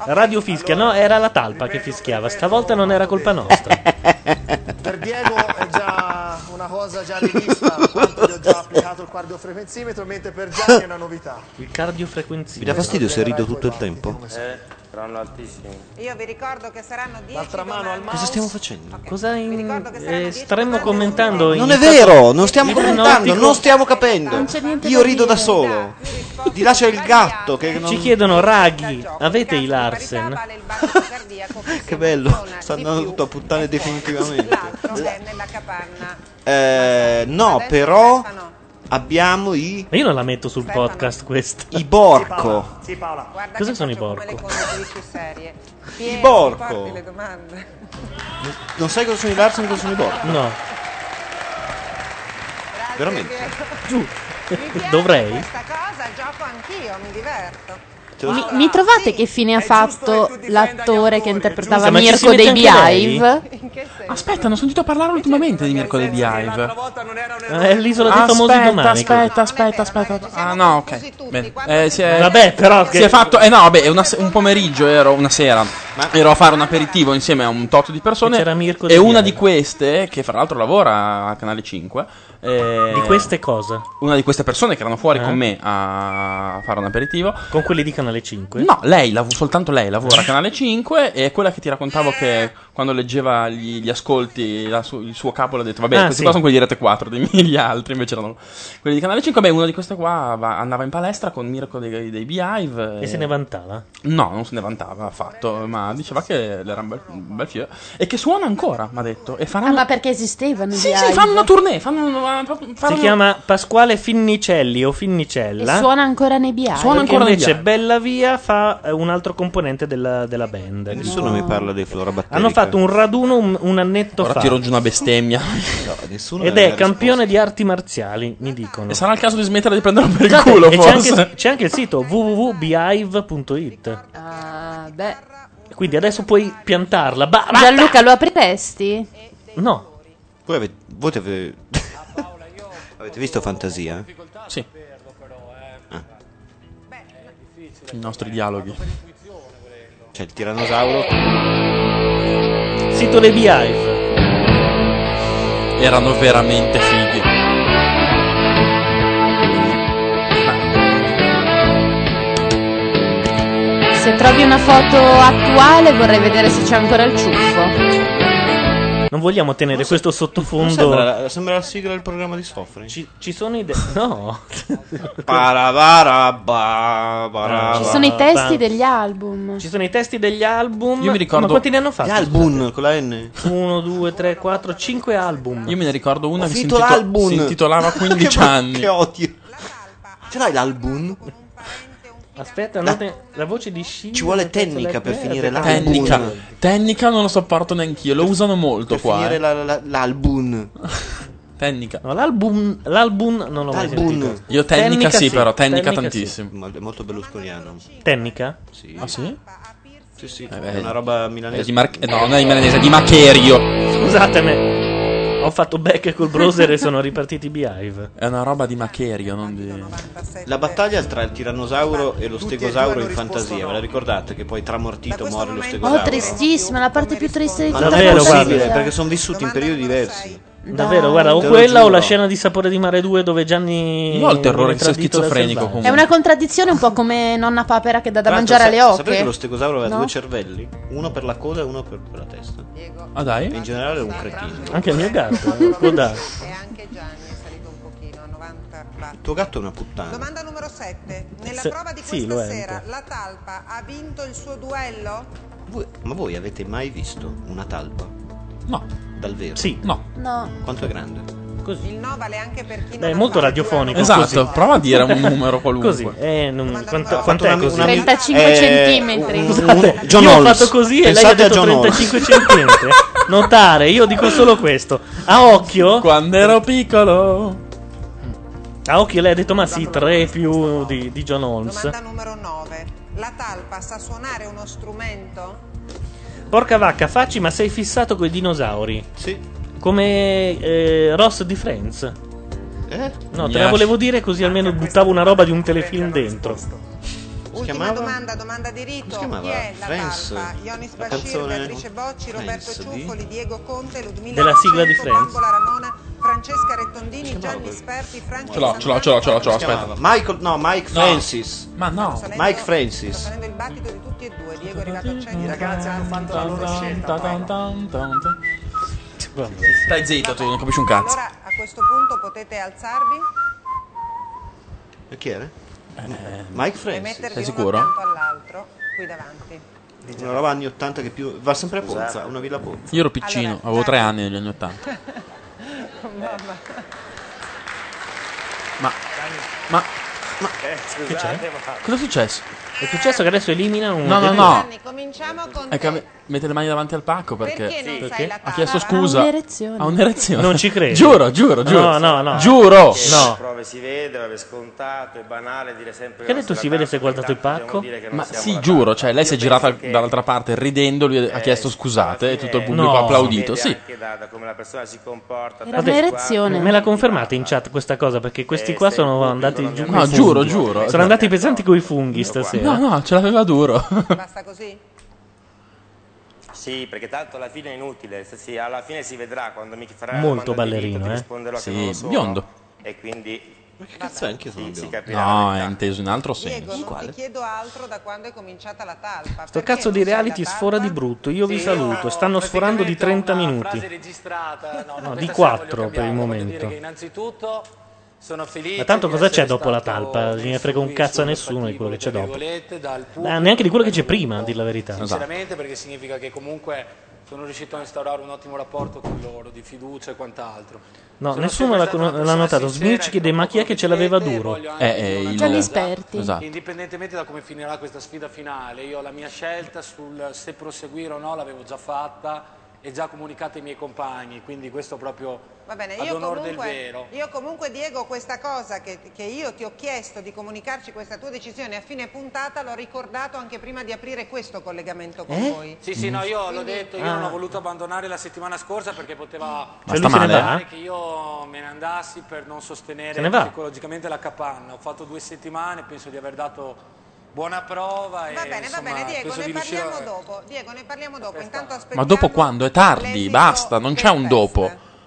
S2: Radio fischia, no, era la talpa che fischiava. Stavolta non era colpa nostra.
S18: [LAUGHS]
S2: Ah.
S18: per Diego è già una cosa già rivista tanto gli ho già applicato il cardiofrequenzimetro mentre per Gianni è una novità
S2: Il cardiofrequenzino.
S1: Mi dà fastidio se rido tutto il tempo.
S24: Saranno altissimi.
S12: Io vi ricordo che saranno 10
S24: L'altra mano al
S1: Cosa stiamo facendo?
S2: Cosa in- eh, staremmo commentando? in-
S1: Non è vero, non stiamo
S2: Eh, no,
S1: commentando,
S2: dico-
S1: non stiamo capendo. Io rido da solo. Di là c'è il gatto che non...
S2: Ci chiedono raghi, avete i Larsen? [LAUGHS]
S1: Che bello, sta andando tutto a puttane definitivamente.
S12: nella capanna.
S1: Eh, no, però abbiamo i...
S2: Ma io non la metto sul podcast questa.
S1: I borco.
S12: Sì, Paola. Guarda
S2: Cosa
S12: che
S2: sono i
S12: faccio come le
S2: borco?
S12: conduci più serie. Piero,
S1: borco.
S12: porti le domande.
S1: Non sai cosa sono i Larsen e cosa sono i borco?
S2: No.
S1: Veramente?
S2: Giù.
S12: Mi piace
S2: Dovrei?
S12: Questa cosa gioco anch'io, mi diverto.
S7: Mi, mi trovate che fine ha fatto l'attore che interpretava
S4: giusto. Ma ci si
S7: Mirko
S4: mette
S7: dei
S4: anche
S7: Beehive?
S4: Aspetta, non ho sentito parlare ultimamente di mercoledì Hive.
S2: È l'isola dei famosi domani.
S4: Aspetta, aspetta, aspetta, aspetta. Ah, no, ok. Bene. Eh, si è-
S2: Vabbè, però
S4: Si
S2: che-
S4: è fatto. Eh, no, vabbè, è una se- un pomeriggio ero, una sera. Ero a fare un aperitivo insieme a un tot di persone.
S2: E c'era Mirko
S4: e
S2: Di
S4: una
S2: Biagio.
S4: di queste, che fra l'altro lavora a Canale 5. eh,
S2: Di queste cosa?
S4: Una di queste persone che erano fuori
S2: Eh?
S4: con me a fare un aperitivo.
S2: Con quelli di Canale Eh. 5?
S4: No, lei, lav- soltanto lei lavora a Canale 5 e è quella che ti raccontavo che quando leggeva gli, gli ascolti la su- il suo capo le ha detto vabbè
S2: Ah,
S4: questi
S2: sì.
S4: qua sono quelli di Rete 4, dei miei [LAUGHS] gli altri invece erano quelli di Canale 5. Beh, uno di questi qua va- andava in palestra con Mirko dei, dei Beehive
S2: E se ne vantava?
S4: No, non se ne vantava affatto, ma diceva che era un bel, un bel figlio e che suona ancora, mi ha detto, e faranno...
S25: Ah, ma perché esistevano?
S4: Sì,
S25: gli
S4: sì,
S25: Hive?
S4: fanno una tournée, fanno
S7: eh,
S4: una...
S2: Si chiama Pasquale Finnicelli o Finnicella.
S25: E suona ancora nei Beehive?
S2: Che invece Bella Via fa eh, un altro componente della, della band.
S1: Nessuno mi parla dei cioè. flora batterica.
S2: Hanno fatto un raduno un, un annetto
S4: Ora
S2: fa.
S4: tiro giù
S1: [LAUGHS]
S4: una bestemmia.
S1: nessuno
S2: Ed è campione di arti marziali, mi dicono.
S4: E sarà il caso di smettere di prenderlo per il
S2: Esatto,
S4: culo,
S2: e c'è
S4: forse.
S2: anche, c'è anche il sito www.behive.it.
S7: Ah, beh.
S2: Quindi adesso puoi piantarla. Ba- ba-
S7: Gianluca, lo apri i testi?
S2: No.
S1: Voi avete, voi avete, [LAUGHS] avete visto Fantasia?
S4: Sì.
S1: Ah,
S4: I nostri dialoghi.
S1: c'è il tirannosauro.
S2: Sito dei Beehive.
S4: Erano veramente fighi.
S7: Se trovi una foto attuale vorrei vedere se c'è ancora il ciuffo.
S2: Non vogliamo tenere questo
S1: Non
S2: sottofondo.
S1: Sembra, sembra la sigla del programma di Sofri.
S2: Ci, ci
S4: [LAUGHS]
S2: sono idee. No.
S1: Ci
S2: Eh,
S7: Ci sono i testi degli album.
S2: Ah, Ci sono i testi degli album.
S4: Io mi ricordo-
S2: Ma quanti ne hanno fatti?
S4: Gli
S1: album con la N.
S2: 1, 2, 3, 4, 5 album.
S4: Io me ne ricordo una
S2: Ho
S4: che si,
S2: finito
S4: intito-
S2: l'album.
S4: si
S1: [LAUGHS]
S4: intitolava 15
S2: Che-
S4: anni.
S2: che
S1: odio. Ce l'hai l'album? Eh.
S2: Aspetta, andate. La voce di Sci.
S1: Ci vuole tecnica per finire l'album.
S4: Tecnica. Tecnica non lo sopporto neanch'io, lo usano molto
S1: Per
S4: qua.
S1: finire
S4: eh.
S1: la- la- l'album.
S4: [LAUGHS] Tecnica.
S2: No, l'album, l'album non l'ho mai
S1: L'album.
S2: sentito.
S4: Io tecnica, sì, però, tecnica,
S2: sì.
S4: tantissimo.
S1: Ma- È molto berlusconiano.
S2: Tecnica?
S1: Sì.
S4: Ah sì?
S1: Sì, sì.
S4: Eh, beh,
S1: è una roba milanese.
S4: È di Mar- eh, no, non è di milanese, è di Macherio.
S2: Scusatemi. Ho fatto back col browser e sono ripartiti i Beehive.
S4: È una roba di Macherio, non di...
S1: La battaglia tra il tirannosauro e lo
S4: Tutti e
S1: stegosauro
S4: due hanno
S1: in fantasia, ve la ricordate? Che poi tramortito muore lo stegosauro.
S25: Oh, tristissima, la parte più triste di
S1: Ma
S25: tutta
S1: non
S25: la
S1: è
S25: possibile.
S1: possibile, perché sono vissuti in periodi diversi.
S2: Davvero, guarda, o
S1: Te lo
S2: quella o la
S1: giuro.
S2: scena di Sapore di Mare 2 dove Gianni.
S4: Io ho il terrore
S2: viene
S4: che sia
S2: tradito dal
S4: schizofrenico,
S2: selvaggio.
S4: comunque.
S25: È una contraddizione un po' come nonna papera che dà da
S1: Tra l'altro,
S25: mangiare
S1: sa-
S25: alle oche.
S1: Sapete che lo stegosauro aveva
S25: No?
S1: due cervelli? Uno per la coda e uno per, per la testa.
S4: Ah dai?
S1: E in generale è un cretino.
S2: Anche il mio gatto, eh, può dare.
S12: E anche Gianni è salito un pochino a 94.
S1: Il tuo gatto è una puttana.
S12: Domanda numero 7. Nella
S1: Se-
S12: prova di
S1: sì,
S12: questa
S1: lo è un
S12: sera
S1: po'.
S12: la talpa ha vinto il suo duello?
S1: Voi- ma voi avete mai visto una talpa?
S4: No.
S1: Dal vero?
S2: Sì.
S4: No.
S25: No.
S1: Quanto è grande?
S12: Il no vale anche per chi
S2: Beh, è
S12: non
S2: molto
S12: ha
S2: radiofonico.
S4: Esatto,
S2: così.
S4: prova a dire un numero qualunque.
S2: [LAUGHS] Così, eh, non- quanta-
S1: Ho fatto
S2: quant'è
S1: una-
S2: così?
S1: una- eh, un-
S2: Scusate,
S1: un- John
S2: io ho
S1: Holmes.
S2: fatto così e lei ha
S1: Pensate a
S2: detto
S1: John Holmes.
S2: 35 centimetri. Notare, io dico solo questo. A occhio.
S4: Quando ero piccolo.
S2: A occhio lei ha detto, ma sì, 3 più di, di John Holmes.
S12: Domanda numero 9. La talpa sa suonare uno strumento?
S2: Porca vacca, facci, ma sei fissato con i dinosauri.
S1: Sì.
S2: Come eh, Ross di Friends.
S1: Eh?
S2: No, te
S4: Mi
S2: la
S4: lasci-
S2: volevo dire così almeno buttavo una roba di un telefilm dentro.
S12: Ultima
S1: chiamava?
S12: domanda, domanda di rito.
S1: chiamava?
S12: Chi è la
S1: Friends?
S12: talpa? Ionis
S1: La
S12: Bashir,
S1: canzone?
S12: Beatrice Bocci, Roberto
S1: Friends di-
S12: Ciuffoli, Diego Conte, Ludmilla
S2: Della sigla di
S12: Francesco,
S2: Friends.
S12: Bambola Ramona, Francesca Rettondini, Gianni Sperti, Franci
S4: Ce l'ho, ce l'ho, ce l'ho, ce l'ho, ce l'ho, aspetta.
S1: Michael, no, Mike
S4: No.
S1: Francis.
S4: Ma no.
S1: Mike Francis.
S12: Sto prendendo il battito di tutti e due. Diego è arrivato a 100.
S18: I ragazzi hanno fatto la loro scelta.
S4: Stai zitto, tu non capisci un cazzo.
S12: Allora a questo punto potete alzarvi
S1: E Chi era? Mike
S12: e
S1: Francis.
S12: mettervi uno accanto all'altro qui davanti.
S1: Una roba anni 80 che più... Va sempre a
S24: Esatto.
S1: Ponza, una villa a Ponza.
S4: Io ero piccino, avevo tre anni negli anni Ottanta.
S12: [LAUGHS] Mamma.
S4: Ma, ma,
S18: Eh, scusate, ma...
S4: cosa è successo?
S2: È successo che adesso elimina un.
S4: No, no, no.
S12: Gianni, cominciamo con
S4: È che ave- mette le mani davanti al pacco perché,
S12: Perché non sai la
S4: ha chiesto
S12: tavola?
S4: scusa.
S12: Ha un'erezione.
S4: Ha un'erezione.
S2: Non ci credo.
S4: Giuro, giuro,
S2: No,
S4: giuro.
S2: no, no.
S4: Giuro.
S2: Sì. No.
S24: Le prove si vedono, è scontato, è banale dire sempre...
S2: Che ha detto si vede se ha guardato il pacco?
S4: Ma sì, giuro, cioè lei si è girata dall'altra parte ridendo, lui
S2: Eh,
S4: ha chiesto scusate e tutto il pubblico
S2: No.
S4: ha applaudito. Sì.
S24: Anche da, da come la persona si comporta.
S25: Era un'erezione.
S2: Me la confermate in chat questa cosa? Perché questi qua sono andati giù.
S4: No,
S2: coi
S4: giuro,
S2: funghi.
S4: giuro.
S2: Sono andati pesanti coi funghi stasera.
S4: No, no, ce l'aveva duro. [LAUGHS]
S12: Basta così?
S24: Sì, perché tanto alla fine è inutile. se- sì, alla fine si vedrà quando mi farà quando ti
S2: Molto
S24: dico,
S2: ballerino,
S24: ti
S2: eh.
S24: risponderò che
S4: Sì,
S24: non lo sono.
S4: biondo.
S24: E quindi... Ma che
S1: cazzo è anche sono
S24: Si
S1: biondo?
S24: capirà.
S4: No, è inteso in altro senso.
S12: Diego, non ti chiedo altro da quando è cominciata la talpa.
S2: Sto cazzo di reality sfora di brutto. Io vi saluto. Stanno sforando di 30
S21: frase
S2: minuti.
S21: registrata. No,
S2: No,
S21: no,
S2: di
S21: questa sera voglio
S2: 4 per il
S21: cambiare. Voglio
S2: momento.
S21: dire che innanzitutto sono felice.
S2: Ma tanto
S21: di
S2: cosa
S21: essere
S2: c'è dopo la
S21: stato
S2: talpa? Ne frega un cazzo a nessuno di quello che c'è dopo.
S21: volete dal pubblico.
S2: Ah, neanche di quello che c'è prima, a dir la verità.
S21: Sinceramente, perché significa che comunque sono riuscito a instaurare un ottimo rapporto con loro, di fiducia e quant'altro.
S2: No,
S21: Sono
S2: nessuno l'ha, l'ha notato. Smirci chiede ma chi è che ce l'aveva duro?
S4: Eh, eh, il- Gianni Sperti. Esatto.
S21: Indipendentemente da come finirà questa sfida finale, io la mia scelta sul se proseguire o no l'avevo già fatta e già comunicata ai miei compagni, quindi questo proprio
S12: Va bene,
S21: ad
S12: io
S21: onor del
S12: comunque,
S21: vero.
S12: io comunque, Diego, questa cosa che, che io ti ho chiesto di comunicarci questa tua decisione a fine puntata l'ho ricordato anche prima di aprire questo collegamento
S2: Eh?
S12: con voi.
S21: Sì, sì, no, io l'ho detto, io
S2: Ah.
S21: non ho voluto abbandonare la settimana scorsa perché poteva
S2: Cioè, lui se ne
S12: eh?
S2: va?
S21: che io me ne andassi per non sostenere
S2: Se ne va?
S21: psicologicamente la capanna. Ho fatto due settimane, penso di aver dato buona prova e
S12: Va bene, va
S21: insomma,
S12: bene, Diego,
S21: penso
S12: ne
S21: di riuscire a-
S12: parliamo dopo. Diego, ne parliamo dopo. Intanto
S4: Ma
S12: aspettiamo.
S4: dopo quando? È tardi,
S12: l'esito
S4: basta, non c'è un
S12: del
S4: dopo.
S12: test.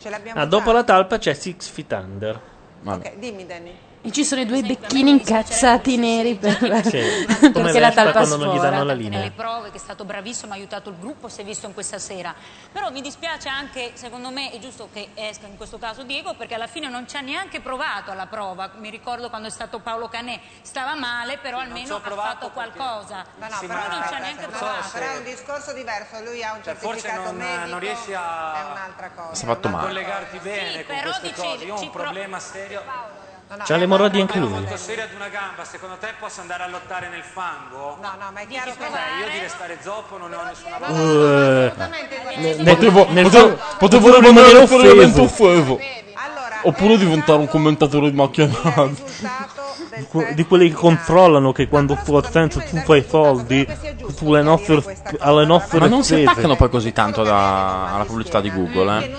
S12: Ce l'abbiamo
S2: Ah, dopo la talpa c'è Six Feet Under.
S12: già. Ok, dimmi, Danny.
S7: E ci sono i due becchini incazzati neri per la, [LAUGHS]
S2: Sì, come
S7: perché la
S2: Vespa
S7: talpa
S2: quando non gli
S7: sfora.
S2: danno la
S28: Perché
S2: linea.
S28: nelle prove che è stato bravissimo, ha aiutato il gruppo, si è visto in questa sera. Però mi dispiace anche, secondo me è giusto che esca in questo caso Diego perché alla fine non ci ha neanche provato alla prova. Mi ricordo quando è stato Paolo Canè, stava male, però almeno ha fatto qualcosa.
S12: No, no,
S28: Lui
S12: però,
S28: non ci ha
S12: aspetta,
S28: neanche
S12: aspetta,
S28: provato.
S12: no, però è un discorso diverso. Lui ha un
S21: Cioè, forse
S12: certificato
S21: non-
S12: medico.
S21: non riesci a-
S12: È un'altra cosa.
S4: Si è fatto
S21: a
S4: male.
S21: collegarti bene con
S28: però
S21: queste
S28: dici-
S21: cose. Io ho
S28: ci
S21: un
S28: pro-
S21: problema serio.
S2: C'ha l'emorragia anche
S21: Ho
S2: lui.
S21: fatto serio ad una gamba, secondo te posso andare a lottare nel fango?
S12: No, no, ma è chiaro che...
S21: Cioè, io di restare zoppo non ne ho nessuna voglia.
S29: Potevo,
S2: nel-
S29: potevo, potevo
S2: nel-
S29: rimanere
S2: nel-
S29: veramente
S2: offeso.
S29: offeso.
S2: Oppure
S29: diventare un commentatore di macchia [LAUGHS]
S2: Di, que- di quelli che controllano che quando fu attento tu fai soldi, tu le nostre alle nostre
S4: Ma non si
S2: spese.
S4: attaccano poi così tanto da- alla pubblicità di Google, eh.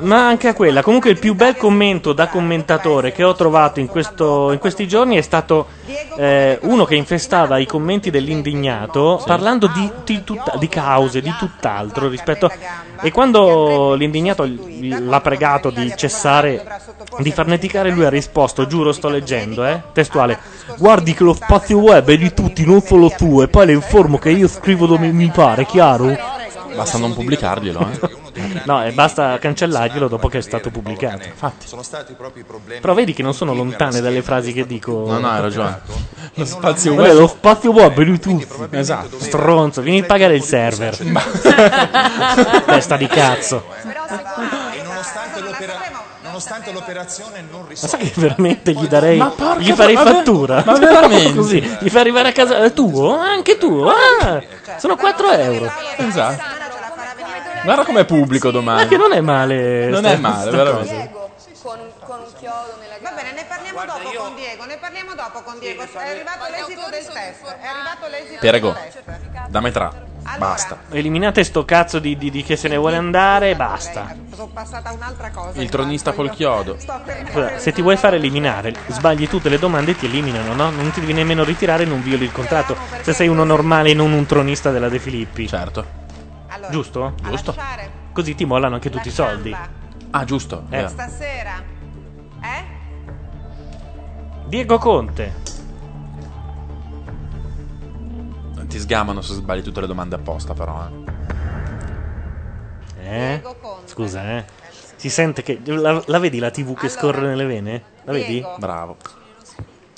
S2: Ma anche a quella. Comunque il più bel commento da commentatore che ho trovato in, questo- in questi giorni è stato eh, uno che infestava i commenti dell'indignato parlando di, di tutta- di cause, di tutt'altro rispetto... E quando l'indignato gli- l'ha pregato di cessare, di farneticare, lui ha risposto, giuro sto leggendo, eh,
S6: Ah,
S2: testuale, guardi che lo spazio web è di tutti, non solo tuo, e poi le informo che io scrivo dove mi pare, chiaro?
S4: Basta non pubblicarglielo, eh.
S2: No, e basta cancellarglielo dopo che è stato pubblicato.
S6: Sono stati proprio i problemi.
S2: Però vedi che non sono lontane dalle frasi che dico.
S4: No, no, hai ragione. Lo spazio
S2: Vabbè,
S4: web.
S2: lo spazio web è di tutti. Esatto. Stronzo, vieni a pagare il server. [LAUGHS] Testa di cazzo.
S6: eh. E nonostante, l'opera- nonostante l'operazione non
S2: Ma
S6: risolta.
S2: sai che veramente gli darei.
S6: Ma porca
S2: gli farei
S6: ma ver-
S2: fattura.
S6: ma veramente?
S2: Così. Gli fai arrivare a casa. eh, Tuo? Ah, Anche tuo? Ah, sono 4 euro.
S4: Esatto. Guarda com'è pubblico
S2: Ma
S4: domani.
S2: che non è male.
S4: Non
S2: sta-
S4: è male,
S2: sta cosa.
S4: veramente.
S12: Con un, chiodo nella Va bene, ne parliamo dopo con Diego, ne parliamo dopo con Diego. È arrivato l'esito del test. È arrivato l'esito
S4: Perego,
S12: del test.
S4: da metà. Basta.
S2: Eliminate sto cazzo di, di- di che se ne vuole andare e basta.
S12: Sono passata un'altra cosa.
S4: Il tronista col chiodo.
S2: Allora, se ti vuoi fare eliminare, sbagli tutte le domande e ti eliminano, no? Non ti devi nemmeno ritirare, non violi il contratto. Se sei uno normale e non un tronista della De Filippi.
S4: Certo.
S2: Giusto? Giusto. Così ti mollano anche tutti i soldi.
S4: Ah, giusto.
S2: Eh.
S12: Stasera, eh?
S2: Diego Conte.
S4: Ti sgamano se sbagli tutte le domande apposta, però. Eh.
S2: Eh? Scusa, eh. Si sente che. La, la vedi la TV che scorre nelle vene? La vedi?
S12: Diego.
S4: Bravo.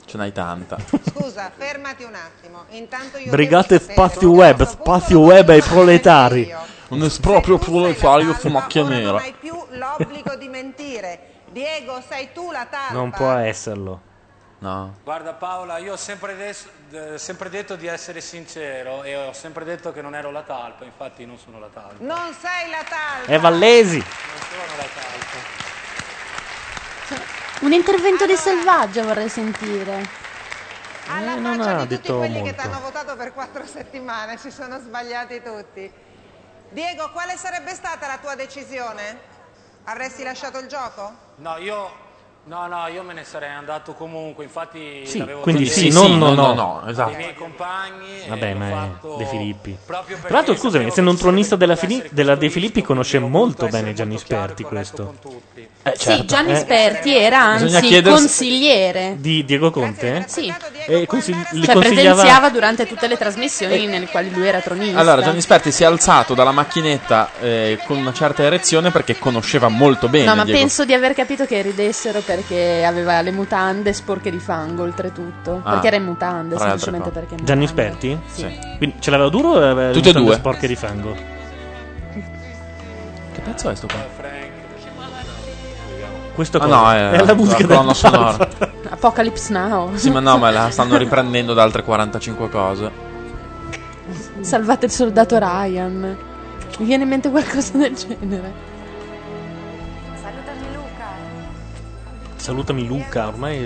S4: Ce n'hai tanta.
S12: Scusa, fermati un attimo. Intanto io
S2: Brigate
S12: devo sapere-
S2: Spazio Web, Spazio Web ai proletari.
S4: Un esproprio proletario fumacchia nera.
S12: hai più l'obbligo di mentire. Diego, sei tu la tarpa.
S2: Non può esserlo.
S4: No.
S21: Guarda Paola, io ho sempre, des- eh, sempre detto di essere sincero e ho sempre detto che non ero la talpa, infatti non sono la talpa.
S12: Non sei la talpa.
S2: È Vallesi.
S25: Un intervento di selvaggio vorrei sentire.
S12: Alla
S2: Eh, non
S12: faccia
S2: ha
S12: di tutti
S2: detto
S12: quelli che
S2: molto.
S12: ti hanno votato per quattro [LAUGHS] settimane, si sono sbagliati tutti. Diego, quale sarebbe stata la tua decisione? Avresti lasciato il gioco?
S21: No, io... No, no, io me ne sarei andato comunque, infatti
S2: Sì,
S21: l'avevo
S2: quindi
S21: già
S2: sì,
S21: detto
S2: no, no, no. esatto.
S21: ai miei compagni e
S2: Vabbè,
S21: l'ho
S2: ma
S21: fatto
S2: è De Filippi.
S21: proprio
S2: Tra l'altro, scusami, essendo un tronista della, Fili- della De Filippi, conosce molto bene Gianni Sperti questo. Eh,
S25: Sì, Gianni Sperti era
S2: Bisogna
S25: anzi
S2: chiedersi-
S25: consigliere.
S2: Di Diego Conte?
S25: Sì,
S2: E consig- li
S25: cioè
S2: consigliava.
S25: presenziava durante tutte le trasmissioni nelle quali lui era tronista.
S4: Eh. Allora, Gianni Sperti si è alzato dalla macchinetta eh, con una certa erezione perché conosceva molto bene
S7: no, ma
S4: Diego
S7: penso di aver capito che ridessero perché aveva le mutande sporche di fango, oltretutto.
S2: Ah.
S7: perché era in mutande,
S2: Tra le altre
S7: semplicemente
S2: cose.
S7: perché. in
S2: Gianni
S7: mutande.
S2: Sperti?
S7: Sì.
S2: Quindi ce l'aveva duro o aveva
S4: Tutte e
S2: le mutande
S4: due.
S2: sporche di fango?
S4: Che pezzo è sto qua?
S2: Questo
S4: Ah,
S2: cosa?
S4: no, è,
S2: È la musica del
S4: colonna
S2: Papa.
S4: sonora.
S7: Apocalypse Now.
S4: Sì, ma no, ma la stanno riprendendo da altre 45 cose.
S7: [LAUGHS] Salvate il soldato Ryan. Mi viene in mente qualcosa del genere.
S17: Salutami Luca.
S2: Salutami Luca, ormai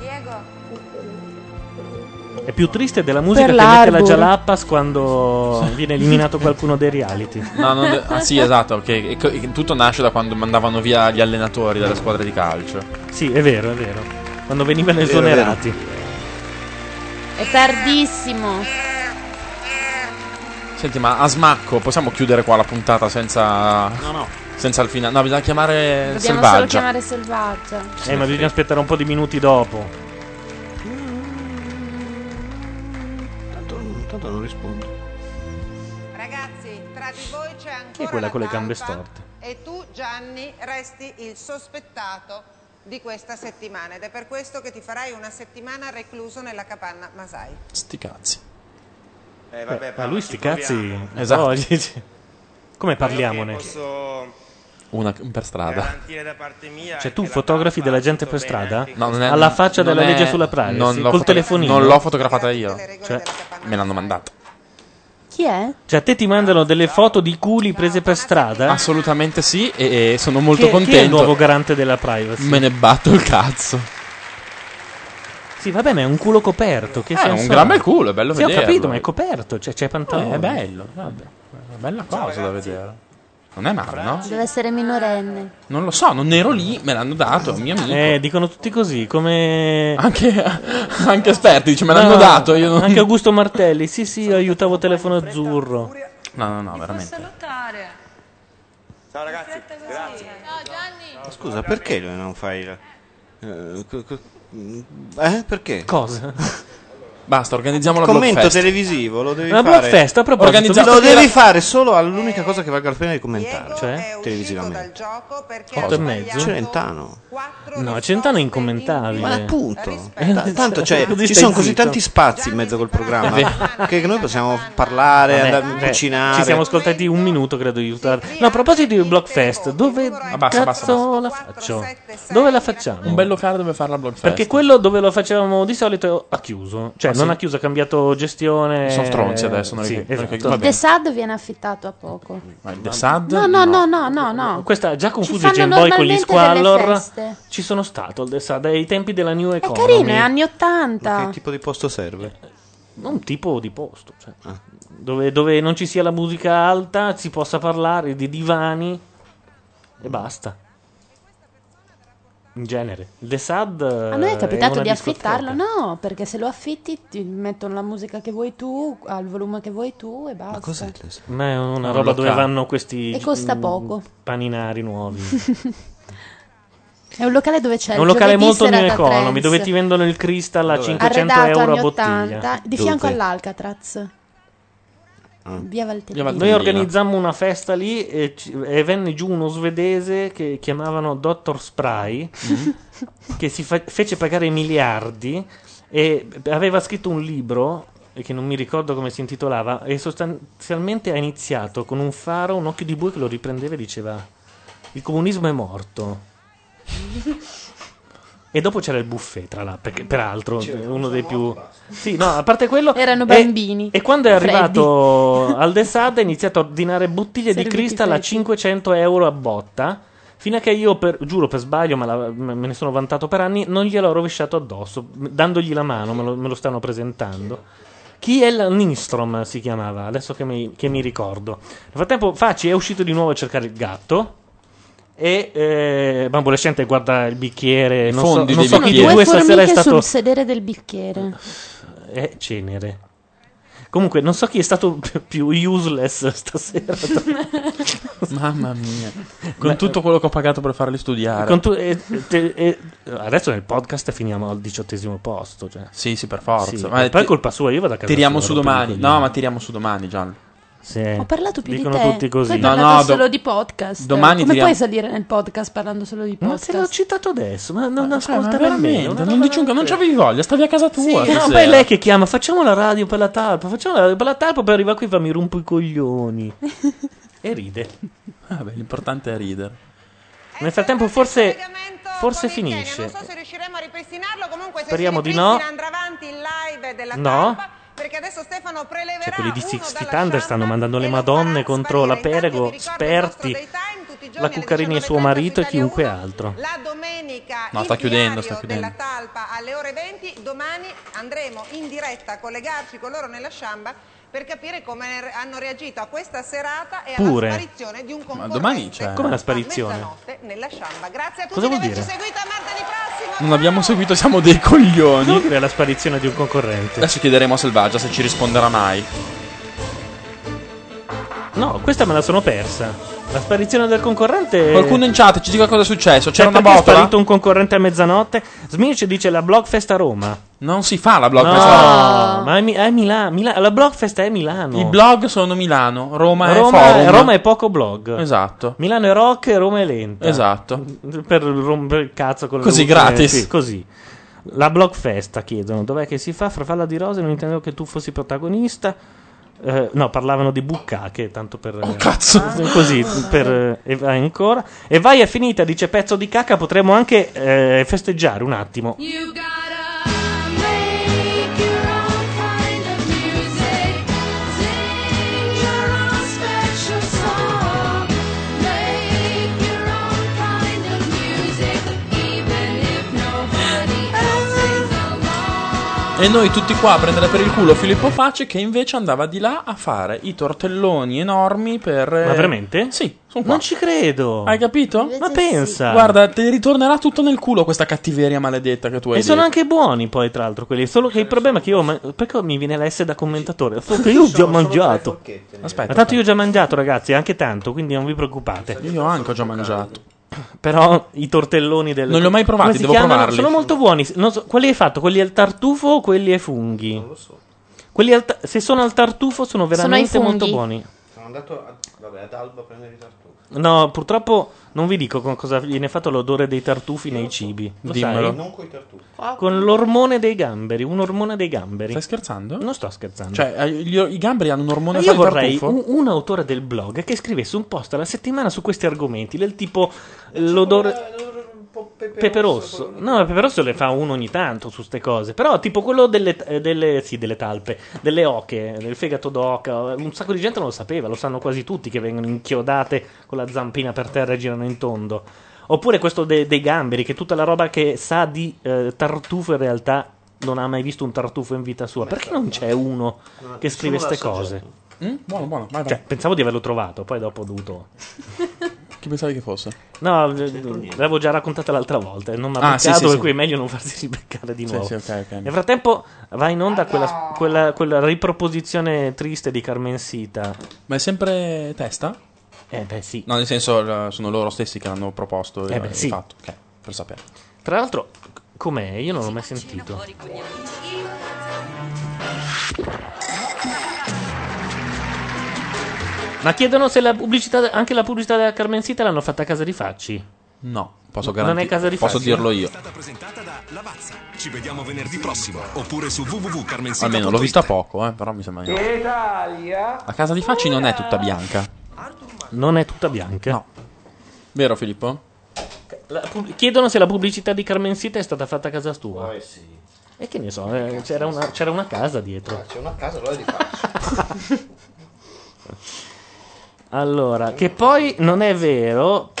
S17: Diego.
S2: è più triste della musica
S7: Per
S2: che mette la
S7: l'Arbor.
S2: Jalapas quando viene eliminato qualcuno dei reality.
S4: [LAUGHS] No, non de- ah, sì, esatto. ok. E co- e tutto nasce da quando mandavano via gli allenatori dalle squadre di calcio.
S2: Sì, è vero, è vero. Quando venivano
S4: È vero, è vero.
S2: esonerati.
S25: È tardissimo.
S4: Senti, ma a smacco possiamo chiudere qua la puntata senza.
S25: No, no.
S4: Senza il finale. No, bisogna chiamare
S25: Dobbiamo solo
S4: Selvaggia.
S25: chiamare selvaggia.
S2: Eh, ma bisogna aspettare un po' di minuti dopo.
S1: Tanto, Mm, tanto non rispondo.
S12: Ragazzi, tra di voi c'è ancora
S2: Chi è quella
S12: la
S2: con le gambe
S12: talpa
S2: storte?
S12: E tu, Gianni, resti il sospettato di questa settimana ed è per questo che ti farai una settimana recluso nella capanna Masai.
S4: Sti cazzi.
S23: Eh,
S2: Eh,
S23: vabbè,
S2: ma
S23: Paolo,
S2: lui Oh,
S23: ci
S2: sti
S23: proviamo.
S2: cazzi.
S4: Esatto.
S2: No, gli- gli- Come parliamone?
S23: Posso
S4: Una per
S2: Eh,
S4: strada.
S23: garantire da parte mia
S2: Cioè, tu fotografi della gente per strada?
S4: No, non è-
S2: Alla faccia
S4: non
S2: della
S4: è-
S2: legge sulla privacy,
S4: non l'ho
S2: col
S4: fotogra-
S2: telefonino.
S4: Non l'ho fotografata io.
S2: Cioè,
S4: me l'hanno mandata.
S25: Chi è?
S2: Cioè, a te ti mandano delle foto di culi prese per strada?
S4: Assolutamente sì, e, e sono molto
S2: Chi è- chi è
S4: contento.
S2: il nuovo garante della privacy?
S4: Me ne batto il cazzo.
S2: Sì, vabbè, ma è un culo coperto. Che
S4: Eh,
S2: senso
S4: un
S2: ha?
S4: gran bel culo, è bello
S2: Sì, ho
S4: vederlo.
S2: capito, ma è coperto, cioè c'è pantalone.
S4: Eh, è bello, vabbè. Una bella cosa da vedere. Non è male, no?
S25: Deve essere minorenne.
S4: Non lo so, non ero lì, me l'hanno dato, è un mio amico. Ah,
S2: Eh, dicono tutti così, come...
S4: Anche, [LAUGHS] anche esperti, dice, me l'hanno
S2: No,
S4: dato. Io non...
S2: Anche Augusto Martelli, sì sì, aiutavo Telefono Azzurro.
S4: No, no, no,
S25: [LAUGHS]
S4: veramente.
S17: Salutare.
S23: Ciao ragazzi, grazie.
S17: Ciao Gianni.
S1: Scusa, perché non fai la... Eh, co- co- eh, perché?
S2: Cosa?
S4: Basta, organizziamo la
S1: Commento
S4: Blockfest.
S1: televisivo, lo devi
S4: La
S1: fare.
S4: Blockfest, a proposito,
S1: Organizzato-
S4: visto
S1: lo
S4: che
S1: devi
S4: la-
S1: fare solo all'unica cosa che valga la pena di commentare,
S2: Cioè?
S1: televisivamente. Cioè,
S2: ha Otto e mezzo? sbagliato
S1: Celentano.
S2: No, Centano è incommentabile.
S1: Ma appunto, Ta- tanto
S2: [LAUGHS]
S1: cioè,
S2: Così
S1: ci
S2: stai
S1: sono così
S2: zitto.
S1: tanti spazi in mezzo col programma che noi possiamo parlare,
S2: Vabbè,
S1: andare a
S2: cioè,
S1: cucinare.
S2: Ci siamo ascoltati un minuto, credo di aiutare. No, a proposito di Blockfest, dove
S4: basta,
S2: cazzo la faccio? Dove la facciamo?
S4: Un bel locale dove fare la Blockfest.
S2: Perché quello dove lo facevamo di solito ha chiuso. Cioè,
S4: Ah, sì?
S2: non ha chiuso, ha cambiato gestione.
S4: Sono stronzi adesso, non li-
S2: sì,
S4: non li-
S2: esatto.
S4: va bene.
S25: The Sad viene affittato a poco.
S4: Ma il The Sad?
S25: No, no, no, no, no, no.
S2: Questa già
S25: Ci
S2: confusa
S25: fanno
S2: Gen Boy con gli
S25: normalmente delle
S2: Squallor.
S25: feste.
S2: Ci sono stato al The Sad, ai tempi della New Economy.
S25: Carino, è anni 80.
S1: Che tipo di posto serve?
S2: Eh,
S1: Ah.
S2: un tipo di posto, cioè, dove, dove non ci sia la musica alta, si possa parlare di divani e basta. In genere. The Sad. eh,
S3: A noi è Ah, capitato di affittarlo, no, perché se lo affitti ti mettono la musica che vuoi tu, al volume che vuoi tu e basta.
S2: Ma è una
S4: Un
S2: roba dove
S4: locale.
S2: vanno questi.
S3: E costa
S2: mm,
S3: poco.
S2: Paninari
S3: [LAUGHS]
S2: nuovi.
S3: È un locale dove c'è
S2: È
S3: Cioè, il
S2: un locale
S3: giovedì
S2: molto new
S3: serata
S2: economy
S3: trance.
S2: dove ti vendono il crystal a 500
S3: Arredato
S2: euro a
S3: anni
S2: bottiglia.
S3: 80, di fianco all'Alcatraz. Via Valtellina.
S2: Noi organizzammo una festa lì e, ci- e venne giù uno svedese che chiamavano Dottor Spray, che si fa- fece pagare miliardi e aveva scritto un libro eh, che non mi ricordo come si intitolava e sostanzialmente ha iniziato con un faro, un occhio di bue che lo riprendeva e diceva il comunismo è morto. E dopo c'era il buffet, tra l'altro, perché, peraltro, uno dei più... Sì, no, a parte quello...
S3: Erano
S2: e-
S3: bambini.
S2: E, quando è
S3: freddi.
S2: arrivato al Desad ha iniziato a ordinare bottiglie di
S3: Serviti
S2: cristal a
S3: freddi.
S2: 500 euro a botta, fino a che io, per- giuro per sbaglio, ma la- me me ne sono vantato per anni, non gliel'ho rovesciato addosso, m- dandogli la mano, me lo, me lo stanno presentando. Chi è la Nistrom si chiamava, adesso che mi, che mi ricordo. Nel frattempo Faci è uscito di nuovo a cercare il gatto. E eh, Bambolescente guarda il bicchiere,
S4: I
S2: non so,
S4: fondi
S2: non
S4: dei
S2: so chi di
S4: bicchieri.
S2: due
S4: Due
S2: stasera è
S3: Formiche
S2: stato
S3: sul sedere del bicchiere.
S2: è cenere. Comunque, non so chi è stato p- più useless stasera.
S4: [LAUGHS] Mamma mia. Con tutto quello che ho pagato per farli studiare.
S2: Con tu- e- te- e- adesso nel podcast finiamo al diciottesimo posto. Cioè.
S4: Sì, sì, per forza.
S2: Sì,
S4: Ma
S2: e poi
S4: ti-
S2: è colpa sua, io vado a casa
S4: Tiriamo su
S2: sua, rompere i
S4: domani.
S2: coglioni.
S4: No, ma tiriamo su domani, Gian.
S2: Ho
S3: parlato più
S2: Dicono
S3: di te.
S2: tutti così.
S3: Poi
S4: No,
S3: parlava
S4: no, do-
S3: solo di podcast.
S4: domani
S3: Come
S4: tiriamo-
S3: puoi salire nel podcast parlando solo di
S2: Ma
S3: podcast?
S2: te l'ho citato adesso, ma non ascolta
S4: ma veramente,
S2: nemmeno.
S4: non dici un ca- non c'avevi voglia, stavi a casa tua.
S2: Sì, Eh, no,
S4: stasera.
S2: poi è lei che chiama, facciamo la radio per la talpa, facciamo la radio per la talpa, poi arriva qui e fa mi rompo i coglioni. e ride. Ah,
S4: Vabbè, l'importante è ridere.
S2: Nel frattempo forse, forse finisce.
S12: riusciremo a ripristinarlo comunque se
S2: Speriamo
S12: si
S2: di no.
S12: ripristina andrà avanti il live della
S2: No.
S12: tappa, perché adesso Stefano preleverà
S2: Cioè, quelli di Six Feet Under stanno mandando le madonne contro la Perego, Sperti, la Cuccarini e suo marito e chiunque altro.
S12: la domenica
S2: No,
S12: il
S2: sta chiudendo,
S12: diario
S2: sta
S12: della
S2: chiudendo.
S12: talpa alle ore 20 domani andremo in diretta a collegarci con loro nella sciamba per capire come re- hanno reagito a questa serata e
S2: Pure.
S12: alla sparizione di un
S4: Ma
S12: concorrente
S4: domani c'è.
S2: Come la sparizione?
S12: a mezzanotte nella sciamba grazie a tutti
S2: Cosa
S12: di
S2: vuol
S12: averci
S2: dire?
S12: seguito
S4: Non abbiamo seguito, siamo dei coglioni.
S2: la sparizione di un concorrente.
S4: Adesso chiederemo a Selvaggia se ci risponderà mai.
S2: No, questa me la sono persa. La sparizione del concorrente.
S4: Qualcuno in chat ci dica cosa è successo. C'era una
S2: C'è Cioè, perché è
S4: botola?
S2: sparito Certo, un concorrente a mezzanotte. Smirci dice la Blockfest a Roma.
S4: Non si fa la blog
S2: No,
S4: questa-
S2: ma è, Mi- è Milano. la Blockfest è Milano.
S4: I blog sono Milano, Roma,
S2: Roma-
S4: è forum.
S2: Roma è poco blog.
S4: Esatto.
S2: Milano è rock e Roma è lenta.
S4: Esatto.
S2: Per rompere il cazzo con le
S4: Così,
S2: ultime-
S4: gratis.
S2: sì, così. La Blockfesta chiedono dov'è che si fa? Farfalla di Rose, non intendevo che tu fossi protagonista. Eh, no, parlavano di buccache, tanto per... Oh,
S4: cazzo!
S2: Così, per... eh, e vai ancora. E vai è finita, dice pezzo di cacca, potremmo anche eh, festeggiare un attimo.
S17: You gotta make your own kind of music. Sing your own special song. Make your own kind of music, even if nobody else sings along.
S4: E noi tutti qua a prendere per il culo Filippo Pace che invece andava di là a fare i tortelloni enormi per... eh,
S2: Ma veramente?
S4: Sì, sono qua.
S2: Non ci credo.
S4: Hai capito?
S2: Ma pensa.
S4: Guarda, ti ritornerà tutto nel culo questa cattiveria maledetta che tu hai
S2: E sono
S4: detto.
S2: anche buoni poi, tra l'altro, quelli. Solo che il problema è che io. ma- Perché mi viene la S da commentatore? Solo eh. che io ho già mangiato.
S4: Aspetta.
S2: Ma tanto io ho già mangiato, ragazzi, anche tanto, quindi non vi preoccupate.
S4: Io anche ho già mangiato.
S2: Però i tortelloni del.
S4: Non li ho mai provati,
S2: Come si
S4: devo
S2: chiamano?
S4: provarli.
S2: Sono molto buoni. Non so- quelli hai fatto? Quelli al tartufo o quelli ai funghi? Non lo so. Quelli al ta- se sono al tartufo sono
S1: ai
S2: veramente molto
S1: funghi.
S2: buoni.
S1: Sono andato a- vabbè, ad Alba a prendere i tartufi.
S2: No, purtroppo non vi dico con cosa viene fatto l'odore dei tartufi nei cibi. Lo
S4: Dimmelo.
S2: sai?
S1: Non coi tartufi.
S2: Con l'ormone dei gamberi, un ormone dei gamberi.
S4: Stai scherzando?
S2: Non sto scherzando.
S4: Cioè, eh, gli- i gamberi hanno un
S2: Ma
S4: ormone
S2: io
S4: al
S2: vorrei
S4: tartufo?
S2: un, un autore del blog che scrivesse un post alla settimana su questi argomenti, del tipo eh, l'odore pepe rosso. No, il pepe rosso le fa uno ogni tanto su ste cose, però tipo quello delle, eh, delle- sì, delle talpe, delle oche, del fegato d'oca, un sacco di gente non lo sapeva, lo sanno quasi tutti che vengono inchiodate con la zampina per terra e girano in tondo. Oppure questo de- dei gamberi, che tutta la roba che sa di eh, tartufo in realtà non ha mai visto un tartufo in vita sua. Perché non c'è uno
S4: No,
S2: che scrive
S4: nessuno l'ha
S2: ste cose?
S4: Mm? Buono, buono, vai, vai.
S2: Cioè, pensavo di averlo trovato, poi dopo ho dovuto
S4: [LAUGHS] Chi pensavi che fosse?
S2: No, l'avevo già raccontata l'altra volta. e Non mi ha
S4: Ah,
S2: beccato,
S4: sì, sì,
S2: per
S4: sì.
S2: cui è meglio non [LAUGHS] farsi ribeccare di
S4: Sì,
S2: nuovo.
S4: sì, ok, ok.
S2: Nel frattempo va in onda quella, quella- quella riproposizione triste di Carmen Sita.
S4: Ma è sempre testa?
S2: Eh beh sì.
S4: No, nel senso eh, sono loro stessi che l'hanno proposto e
S2: Eh, beh,
S4: e
S2: sì.
S4: fatto. Ok, per sapere.
S2: Tra l'altro, c- com'è? Io non l'ho mai sentito. Ma chiedono se la pubblicità, anche la pubblicità della Carmen Sita l'hanno fatta a casa di Facci.
S4: No, posso
S2: Non è
S4: garanti-
S2: casa di eh.
S4: posso
S2: Facci?
S4: dirlo io.
S19: È stata [LAUGHS] presentata da Lavazza. Ci vediamo venerdì prossimo. Oppure su www.carmensita.it.
S4: Almeno l'ho vista poco, eh, però mi sembra. di no.
S19: Italia.
S4: La casa di Facci non è tutta bianca.
S2: Non è tutta bianca.
S4: No. Vero Filippo?
S2: La pub- chiedono se la pubblicità di Carmen Sita è stata fatta a casa tua. E che ne so, eh, c'era, una, c'era una casa dietro.
S20: C'è una casa, allora di faccio.
S2: [LAUGHS] Allora, che poi non è vero.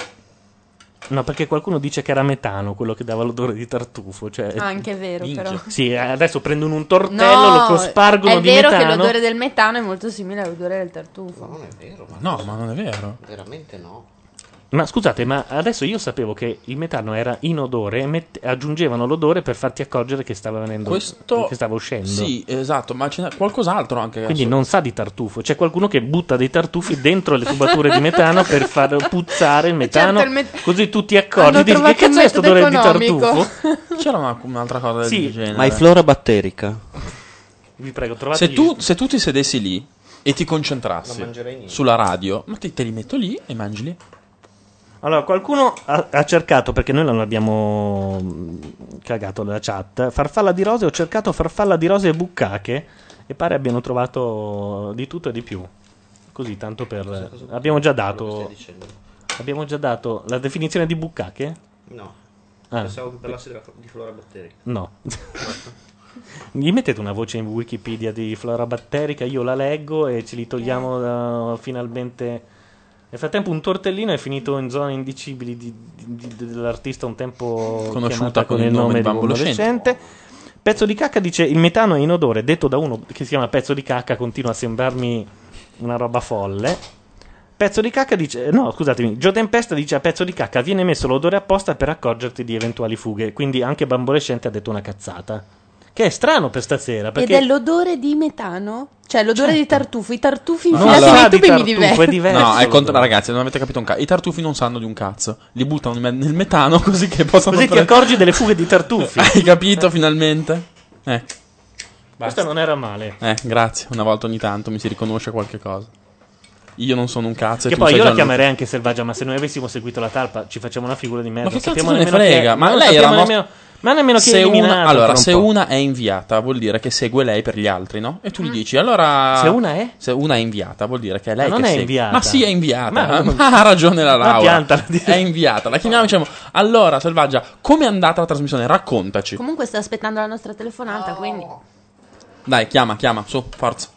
S2: No, perché qualcuno dice che era metano quello che dava l'odore di tartufo. Cioè,
S7: Anche è vero,
S2: Minchia.
S7: Ah, però.
S2: Sì, adesso prendono un tortello, lo cospargono
S7: è
S2: di
S7: vero che
S2: metano.
S7: l'odore del metano è molto simile all'odore del tartufo.
S20: non è vero, ma
S4: No, ma non è vero.
S20: veramente no.
S2: Ma scusate, ma adesso io sapevo che il metano era inodore e mette- aggiungevano l'odore per farti accorgere che stava venendo
S4: Questo-
S2: che stava uscendo.
S4: Sì, esatto, ma c'è qualcos'altro anche.
S2: Quindi
S4: adesso.
S2: non sa di tartufo. C'è qualcuno che butta dei tartufi dentro le tubature di metano per far puzzare il metano.
S4: Certo, il met-
S2: Così tu ti accorgi di che cazzo è sto odore di tartufo.
S4: [LAUGHS] C'era una- un'altra cosa
S2: Sì.
S4: del genere.
S1: Ma è flora batterica?
S2: Vi prego, trovate
S4: Se tu, se tu ti sedessi lì e ti concentrassi
S2: Non mangerei niente.
S4: sulla radio, ma ti- te li metto lì e mangi lì.
S2: Allora, qualcuno ha, ha cercato, perché noi non abbiamo mm, cagato nella chat, farfalla di rose, ho cercato farfalla di rose e buccache e pare abbiano trovato di tutto e di più. Così, tanto per... Abbiamo già dato... Abbiamo già dato la definizione di buccache?
S20: No.
S2: Ah.
S20: Pensavo parlassi della- di flora batterica.
S2: No. [LAUGHS] Gli mettete una voce in Wikipedia di flora batterica, io la leggo e ce li togliamo da- finalmente. Nel frattempo un tortellino è finito in zone indicibili di- di- di- dell'artista un tempo
S4: Conosciuta
S2: chiamata
S4: con il nome di
S2: un
S4: Bambolo
S2: adolescente. Pezzo di cacca dice il metano è inodore, detto da uno che si chiama pezzo di cacca, continua a sembrarmi una roba folle. Pezzo di cacca dice. No, scusatemi. Joe Tempesta dice a pezzo di cacca viene messo l'odore apposta per accorgerti di eventuali fughe. Quindi anche Bambolescente ha detto una cazzata. Che è strano per stasera. Perché Certo.
S7: Ed è l'odore di metano? Cioè l'odore di tartufo. I tartufi
S4: No,
S7: infilati
S4: allora-
S7: nei tubi mi divertono.
S4: No, è contro- ragazzi, non avete capito un cazzo. I tartufi non sanno di un cazzo. Li buttano in me- nel metano [LAUGHS] così che possono
S2: Così ti accorgi delle fughe di tartufi.
S4: [LAUGHS] Hai capito finalmente? Eh,
S2: Questa non era male.
S4: eh, grazie. Una volta ogni tanto mi si riconosce qualche cosa. Io non sono un cazzo. e
S2: Che
S4: tu
S2: poi
S4: sei
S2: io la
S4: Gianluca.
S2: chiamerei anche selvaggia, ma se noi avessimo seguito la talpa ci facciamo una figura di merda.
S4: Ma che
S2: Non
S4: cazzo
S2: sappiamo
S4: ne
S2: nemmeno chi è-
S4: frega? Ma
S2: non
S4: lei era
S2: sappiamo
S4: mostra-
S2: nemmeno- Ma nemmeno chi è
S4: Se una,
S2: eliminato tra
S4: allora,
S2: un
S4: se
S2: po'.
S4: una è inviata, vuol dire che segue lei per gli altri, no? E tu
S2: Mm.
S4: gli dici, allora.
S2: Se una è?
S4: Se una è inviata, vuol dire che è lei
S2: Ma
S4: che
S2: non è
S4: segue.
S2: inviata.
S4: Ma sì, è inviata. [LAUGHS]
S2: Ma-
S4: Ma ha ragione la
S2: Ma
S4: Laura.
S2: piantala,
S4: è inviata. La chiamiamo e diciamo, allora, Selvaggia, com'è andata la trasmissione? Raccontaci.
S7: Comunque sta aspettando la nostra telefonata, quindi...
S4: Dai, chiama, chiama, su, forza.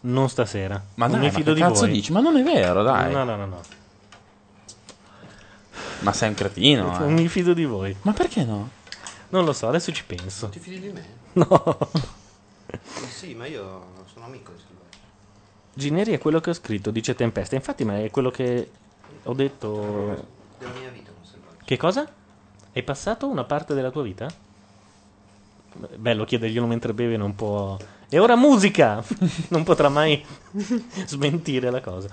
S2: Non stasera.
S4: Ma
S2: Non
S4: dai,
S2: mi fido
S4: ma che
S2: di
S4: cazzo
S2: voi.
S4: dici? Ma non è vero, dai.
S2: No, no, no, no.
S4: Ma sei un cretino.
S2: Non
S4: eh.
S2: Ecco, mi fido di voi.
S4: Ma perché no?
S2: Non lo so, adesso ci penso. Ti
S20: fidi di me?
S2: No. [LAUGHS]
S20: Ma sì, ma io sono amico di Silvestro.
S2: Gineri è quello che ho scritto, dice Tempesta. Infatti, ma è quello che ho detto.
S20: Della mia vita con Silvestro.
S2: Che cosa? Hai passato una parte della tua vita? Bello chiederglielo mentre beve, non può. E ora musica! [LAUGHS] non potrà
S20: [LAUGHS]
S2: mai smentire la cosa.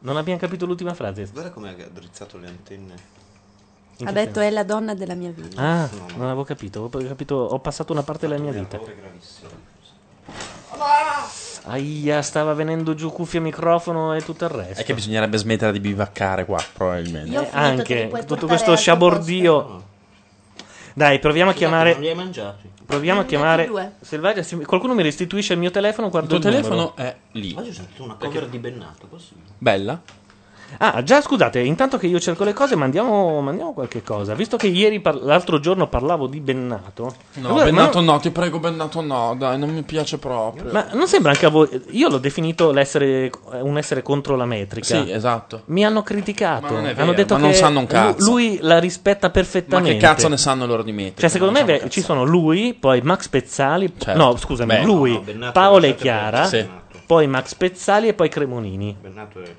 S2: Non abbiamo capito l'ultima frase.
S20: Guarda come ha drizzato le antenne.
S2: In
S7: Ha
S2: che
S7: detto
S2: senso?
S7: è la donna della mia vita.
S2: Ah, non avevo capito. Ho capito, ho passato una parte della mia vita. Aia, stava venendo giù cuffia, microfono e tutto il resto.
S4: È che bisognerebbe smettere di bivaccare qua, probabilmente.
S2: Eh,
S20: te li
S2: anche
S20: puoi
S2: tutto
S20: portare
S2: questo
S20: al tuo
S2: sciabordio. Dai, proviamo a
S20: Non li
S2: chiamare.
S20: hai mangiati.
S2: Proviamo a
S20: Ne ho
S2: chiamare.
S20: Eh, due.
S2: Selvaggia, se qualcuno mi restituisce il mio telefono, guardo
S4: Il tuo
S2: il
S4: telefono
S2: numero.
S4: è lì.
S20: Ma io ho sentito una cover di Bennato, possibile?
S4: Bella.
S2: Ah, già scusate, intanto che io cerco le cose, mandiamo, mandiamo qualche cosa. Visto che ieri, par- l'altro giorno, parlavo di Bennato.
S4: No,
S2: Allora, ma
S4: Bennato no, ti prego, Bennato no, dai, non mi piace proprio.
S2: Ma non sembra anche a voi. Io l'ho definito l'essere, un essere contro la metrica.
S4: Sì, esatto.
S2: Mi hanno criticato.
S4: Ma non è vero,
S2: hanno detto
S4: ma
S2: che
S4: non sanno un cazzo.
S2: Lui la rispetta
S4: Ma
S2: perfettamente.
S4: che cazzo ne sanno loro di mettere?
S2: Cioè, secondo me beh, ci sono lui, poi Max Pezzali.
S4: Certo.
S2: No, scusami,
S4: Beh,
S2: lui,
S4: no, no, Bennato,
S2: Paola e
S4: lasciate
S2: Chiara.
S4: perdere.
S2: Poi Max Pezzali e poi Cremonini.
S20: Bennato è...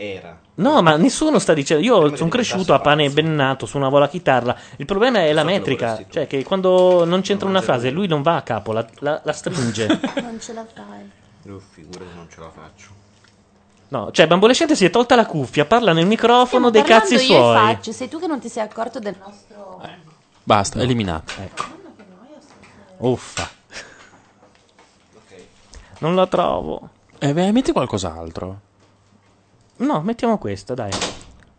S1: Era.
S2: No, ma nessuno sta dicendo. Io sono cresciuto a pane bennato, suonavo la chitarra. Il problema è la metrica, cioè che quando non c'entra una frase, lui non va a capo, la, la- la
S7: [LAUGHS]
S2: stringe. [LAUGHS]
S25: Non ce la fai.
S1: Io figura che non ce la faccio.
S2: No, cioè, Bambolescente si è tolta la cuffia, parla nel microfono dei
S25: Parlando
S2: cazzi
S25: io e
S2: suoi.
S25: faccio, sei tu che non ti sei accorto del nostro...
S4: Basta, eliminato.
S2: Ecco. Uffa. Non la trovo.
S4: Eh, beh, metti qualcos'altro.
S2: No, mettiamo questa, dai.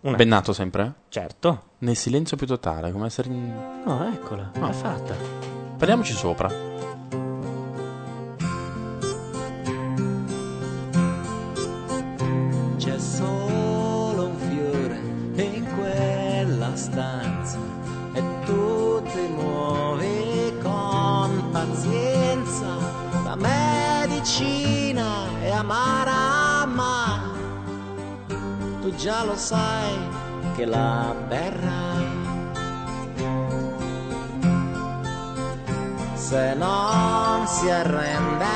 S2: Un
S4: Bennato sempre?
S2: Certo.
S4: Nel silenzio più totale, come essere in...
S2: No, eccola, l'ha fatta.
S4: Parliamoci sopra.
S8: C'è solo un fiore in quella stanza e tu ti muovi con pazienza. La medicina è amara, ma tu già lo sai che la berrai. Se non si arrende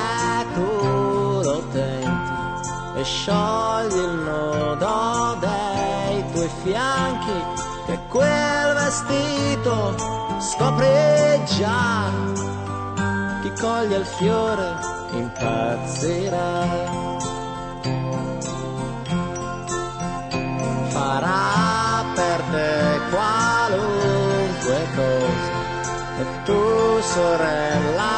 S8: tu lo tenti e sciogli il nodo dei tuoi fianchi che quel vestito scopre già chi coglie il fiore impazzirà farà per te qualunque cosa e tu sorella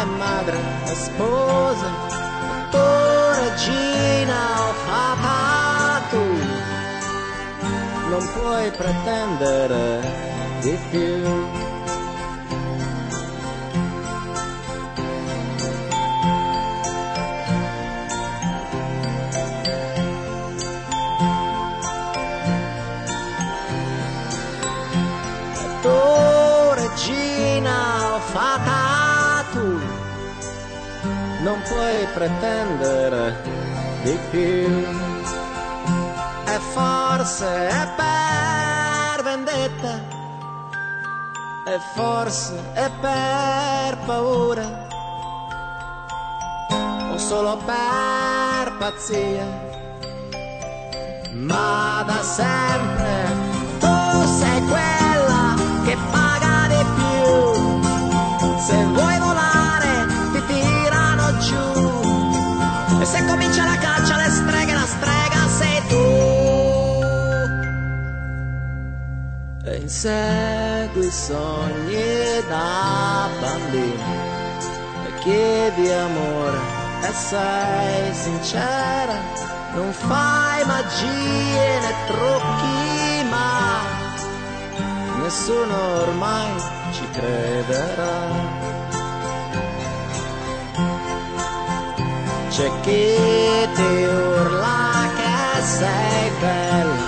S8: e madre e sposa e tu regina o papà tu non puoi pretendere di più tu regina o fata tu non puoi pretendere di più e forse è per vendetta e forse è per paura o solo per pazzia ma da sempre tu sei quella che paga di più. Se vuoi volare ti tirano giù. E se comincia la caccia alle streghe, la strega sei tu. E insegui sogni da bambino. E chiedi amore e sei sincera. Non fai magie né trucchi, ma nessuno ormai ci crederà. C'è chi ti urla che sei bella,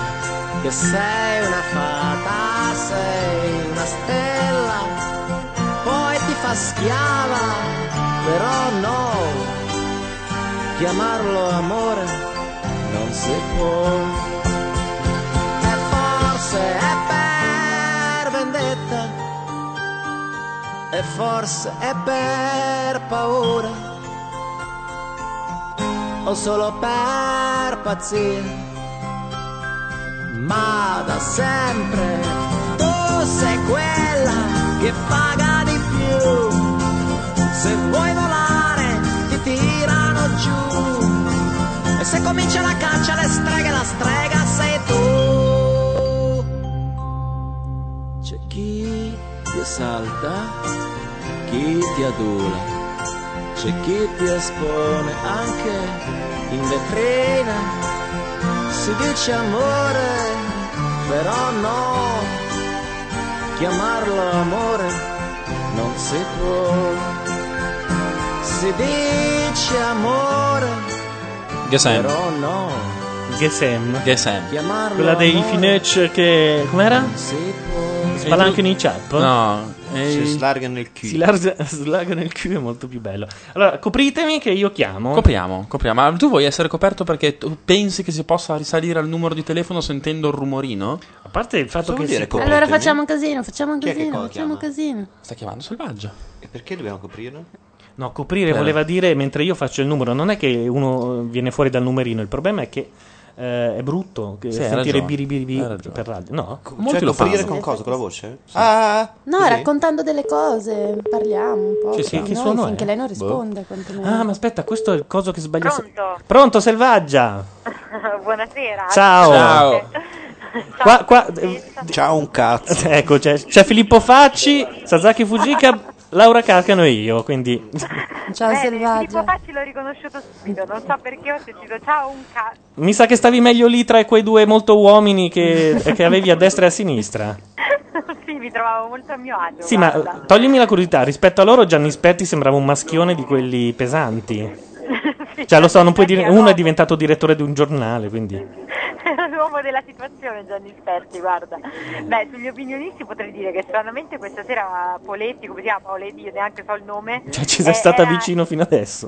S8: che sei una fata, sei una stella, poi ti fa schiava, però no, chiamarlo amore non si può. E forse è per vendetta e forse è per paura o solo per pazzia ma da sempre tu sei quella che paga di più se vuoi volare ti tirano giù e se comincia la caccia alle streghe la strega sei tu c'è chi ti esalta, chi ti adula, c'è chi ti espone anche in vetrina. Si dice amore, però no, chiamarlo amore non si può. Si dice amore,
S4: Gesem.
S8: però no,
S2: Gesem.
S8: Chiamarlo
S2: Quella dei
S8: amore.
S2: Finech che. Com'era? Spalancano i chap?
S1: Si slargano il
S2: Si
S1: culo.
S2: [LAUGHS] lar- slagano il Q è molto più bello. Allora, copritemi che io chiamo.
S4: Copriamo, copriamo. Ma tu vuoi essere coperto perché tu pensi che si possa risalire al numero di telefono sentendo il rumorino? A
S2: parte il fatto
S1: che si-
S25: Allora facciamo un casino, facciamo un
S1: Chi è che
S25: casino,
S1: cosa
S25: facciamo un casino.
S4: Sta chiamando Selvaggia.
S1: E perché dobbiamo coprirlo?
S2: No, coprire
S1: Bene.
S2: eh, voleva dire mentre io faccio il numero. Non è che uno viene fuori dal numerino, il problema è che eh, è brutto che
S4: Sì, hai
S2: sentire
S4: ragione,
S2: biribiribi
S4: hai ragione.
S2: per radio. No,
S4: Cioè, Molti lo coprire fanno. con
S1: cosa? Con la voce?
S25: Ah, no,
S2: così?
S25: raccontando delle cose, parliamo un
S2: Ci
S25: po'. tra
S2: siamo.
S25: noi,
S2: Che suono è?
S25: finché lei non
S2: Boh.
S25: risponde, quantomeno.
S2: Ah, ma aspetta, questo è il coso che sbaglia. se-
S10: Pronto?
S2: Pronto, selvaggia.
S10: [LAUGHS] Buonasera.
S2: Ciao. Ciao. Qua, qua, eh,
S1: Ciao un cazzo.
S2: [LAUGHS] Ecco, c'è, c'è Filippo Facci, Sasaki Fujika, Laura Carcano e io, quindi
S10: Ciao Selvaggia. Filippo Facci l'ho riconosciuto subito, non so perché ho sentito ciao un
S28: [LAUGHS]
S10: cazzo.
S2: mi sa che stavi meglio lì tra quei due molto uomini che, che avevi a destra e a sinistra.
S10: sì, mi trovavo molto a mio agio.
S2: Sì,
S10: guarda.
S2: ma eh,
S28: [LAUGHS]
S2: toglimi la curiosità, rispetto a loro Gianni Spetti sembrava un maschione di quelli pesanti.
S10: Sì,
S2: Cioè, lo so, non puoi dire.
S10: perché
S2: Uno è diventato direttore di un giornale, quindi.
S10: È l'uomo della situazione Gianni Sperti, guarda. Beh, sugli opinionisti potrei dire che stranamente questa sera Poletti, come si chiama Poletti, io neanche so il nome.
S2: Cioè, ci sei
S10: eh,
S2: stata
S10: era-
S2: vicino fino adesso.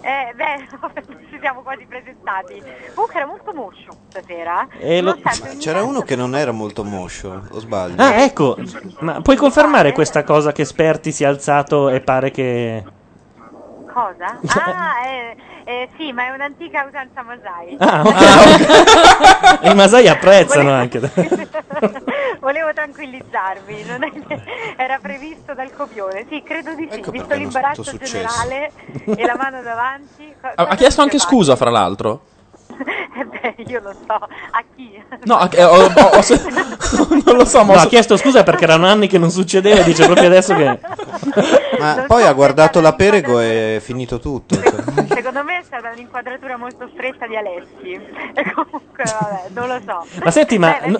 S10: Eh, beh, [LAUGHS] ci siamo quasi presentati. Comunque era molto moscio stasera.
S2: Eh,
S1: E lo-
S10: nonostante
S1: Ma
S2: cioè,
S10: ogni
S1: c'era
S10: tanto-
S1: uno che non era molto [LAUGHS] moscio, o sbaglio?
S2: Ah, ecco. Ma puoi confermare questa cosa che Sperti si è alzato e pare che. [LAUGHS]
S10: Cosa?
S2: Cioè
S10: Ah, eh, eh, sì, ma è un'antica usanza Ah, Masai.
S2: Ah,
S10: [LAUGHS]
S2: ok. I Masai apprezzano anche.
S10: [LAUGHS] Volevo tranquillizzarvi, non è che era previsto dal copione. Sì, credo di sì, visto
S1: perché non è
S10: l'imbarazzo
S1: stato successo.
S10: generale e la mano davanti. co-
S4: Ah, Ha, ha
S10: cosa
S4: chiesto anche
S10: dicevate?
S4: scusa, fra l'altro.
S10: [LAUGHS] Eh beh, io lo so, a chi?
S4: No, a- eh,
S2: Oh,
S4: ho-
S2: boh,
S4: ho- ho se- [LAUGHS] non lo so, ma
S2: No,
S4: ho
S2: ha
S4: se-
S2: chiesto scusa perché erano anni che non succedeva. Dice proprio adesso che.
S1: Ma poi ha guardato la Perego e è finito tutto. cioè.
S10: [LAUGHS]
S1: [LAUGHS]
S10: Secondo me è stata un'inquadratura molto stretta di Alessi. [LAUGHS] E comunque, vabbè, non lo so.
S2: Ma senti, ma.
S10: Beh,
S2: no-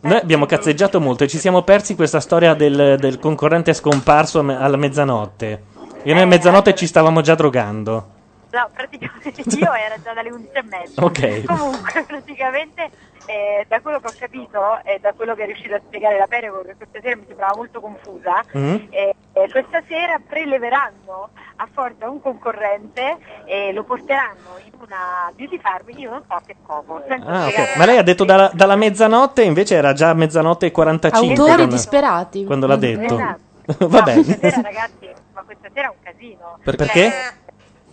S2: Noi abbiamo cazzeggiato molto e ci siamo persi questa storia del, del concorrente scomparso a me- alla mezzanotte. E
S10: Eh,
S2: noi a mezzanotte ci stavamo già drogando.
S10: No,
S2: [LAUGHS]
S10: praticamente io era già dalle 11 e mezza.
S2: Ok.
S10: Comunque, [LAUGHS] praticamente, eh, da quello che ho capito e da quello che è riuscita a spiegare la Perego, che questa sera mi sembrava molto confusa,
S14: Mm.
S10: eh, eh, questa sera preleveranno a forza un concorrente e lo porteranno in una beauty farm, io non so a che scopo. senza
S2: Ah,
S10: spiegare-
S2: ok. Ma lei ha detto dalla, dalla mezzanotte, invece era già mezzanotte e 45.
S10: Autori
S2: quando-
S10: disperati.
S2: Quando l'ha
S10: Mm.
S2: detto. [LAUGHS]
S10: Esatto.
S2: Vabbè.
S10: No, questa sera, ragazzi, ma questa sera è un casino.
S2: Per-
S10: Cioè,
S2: perché?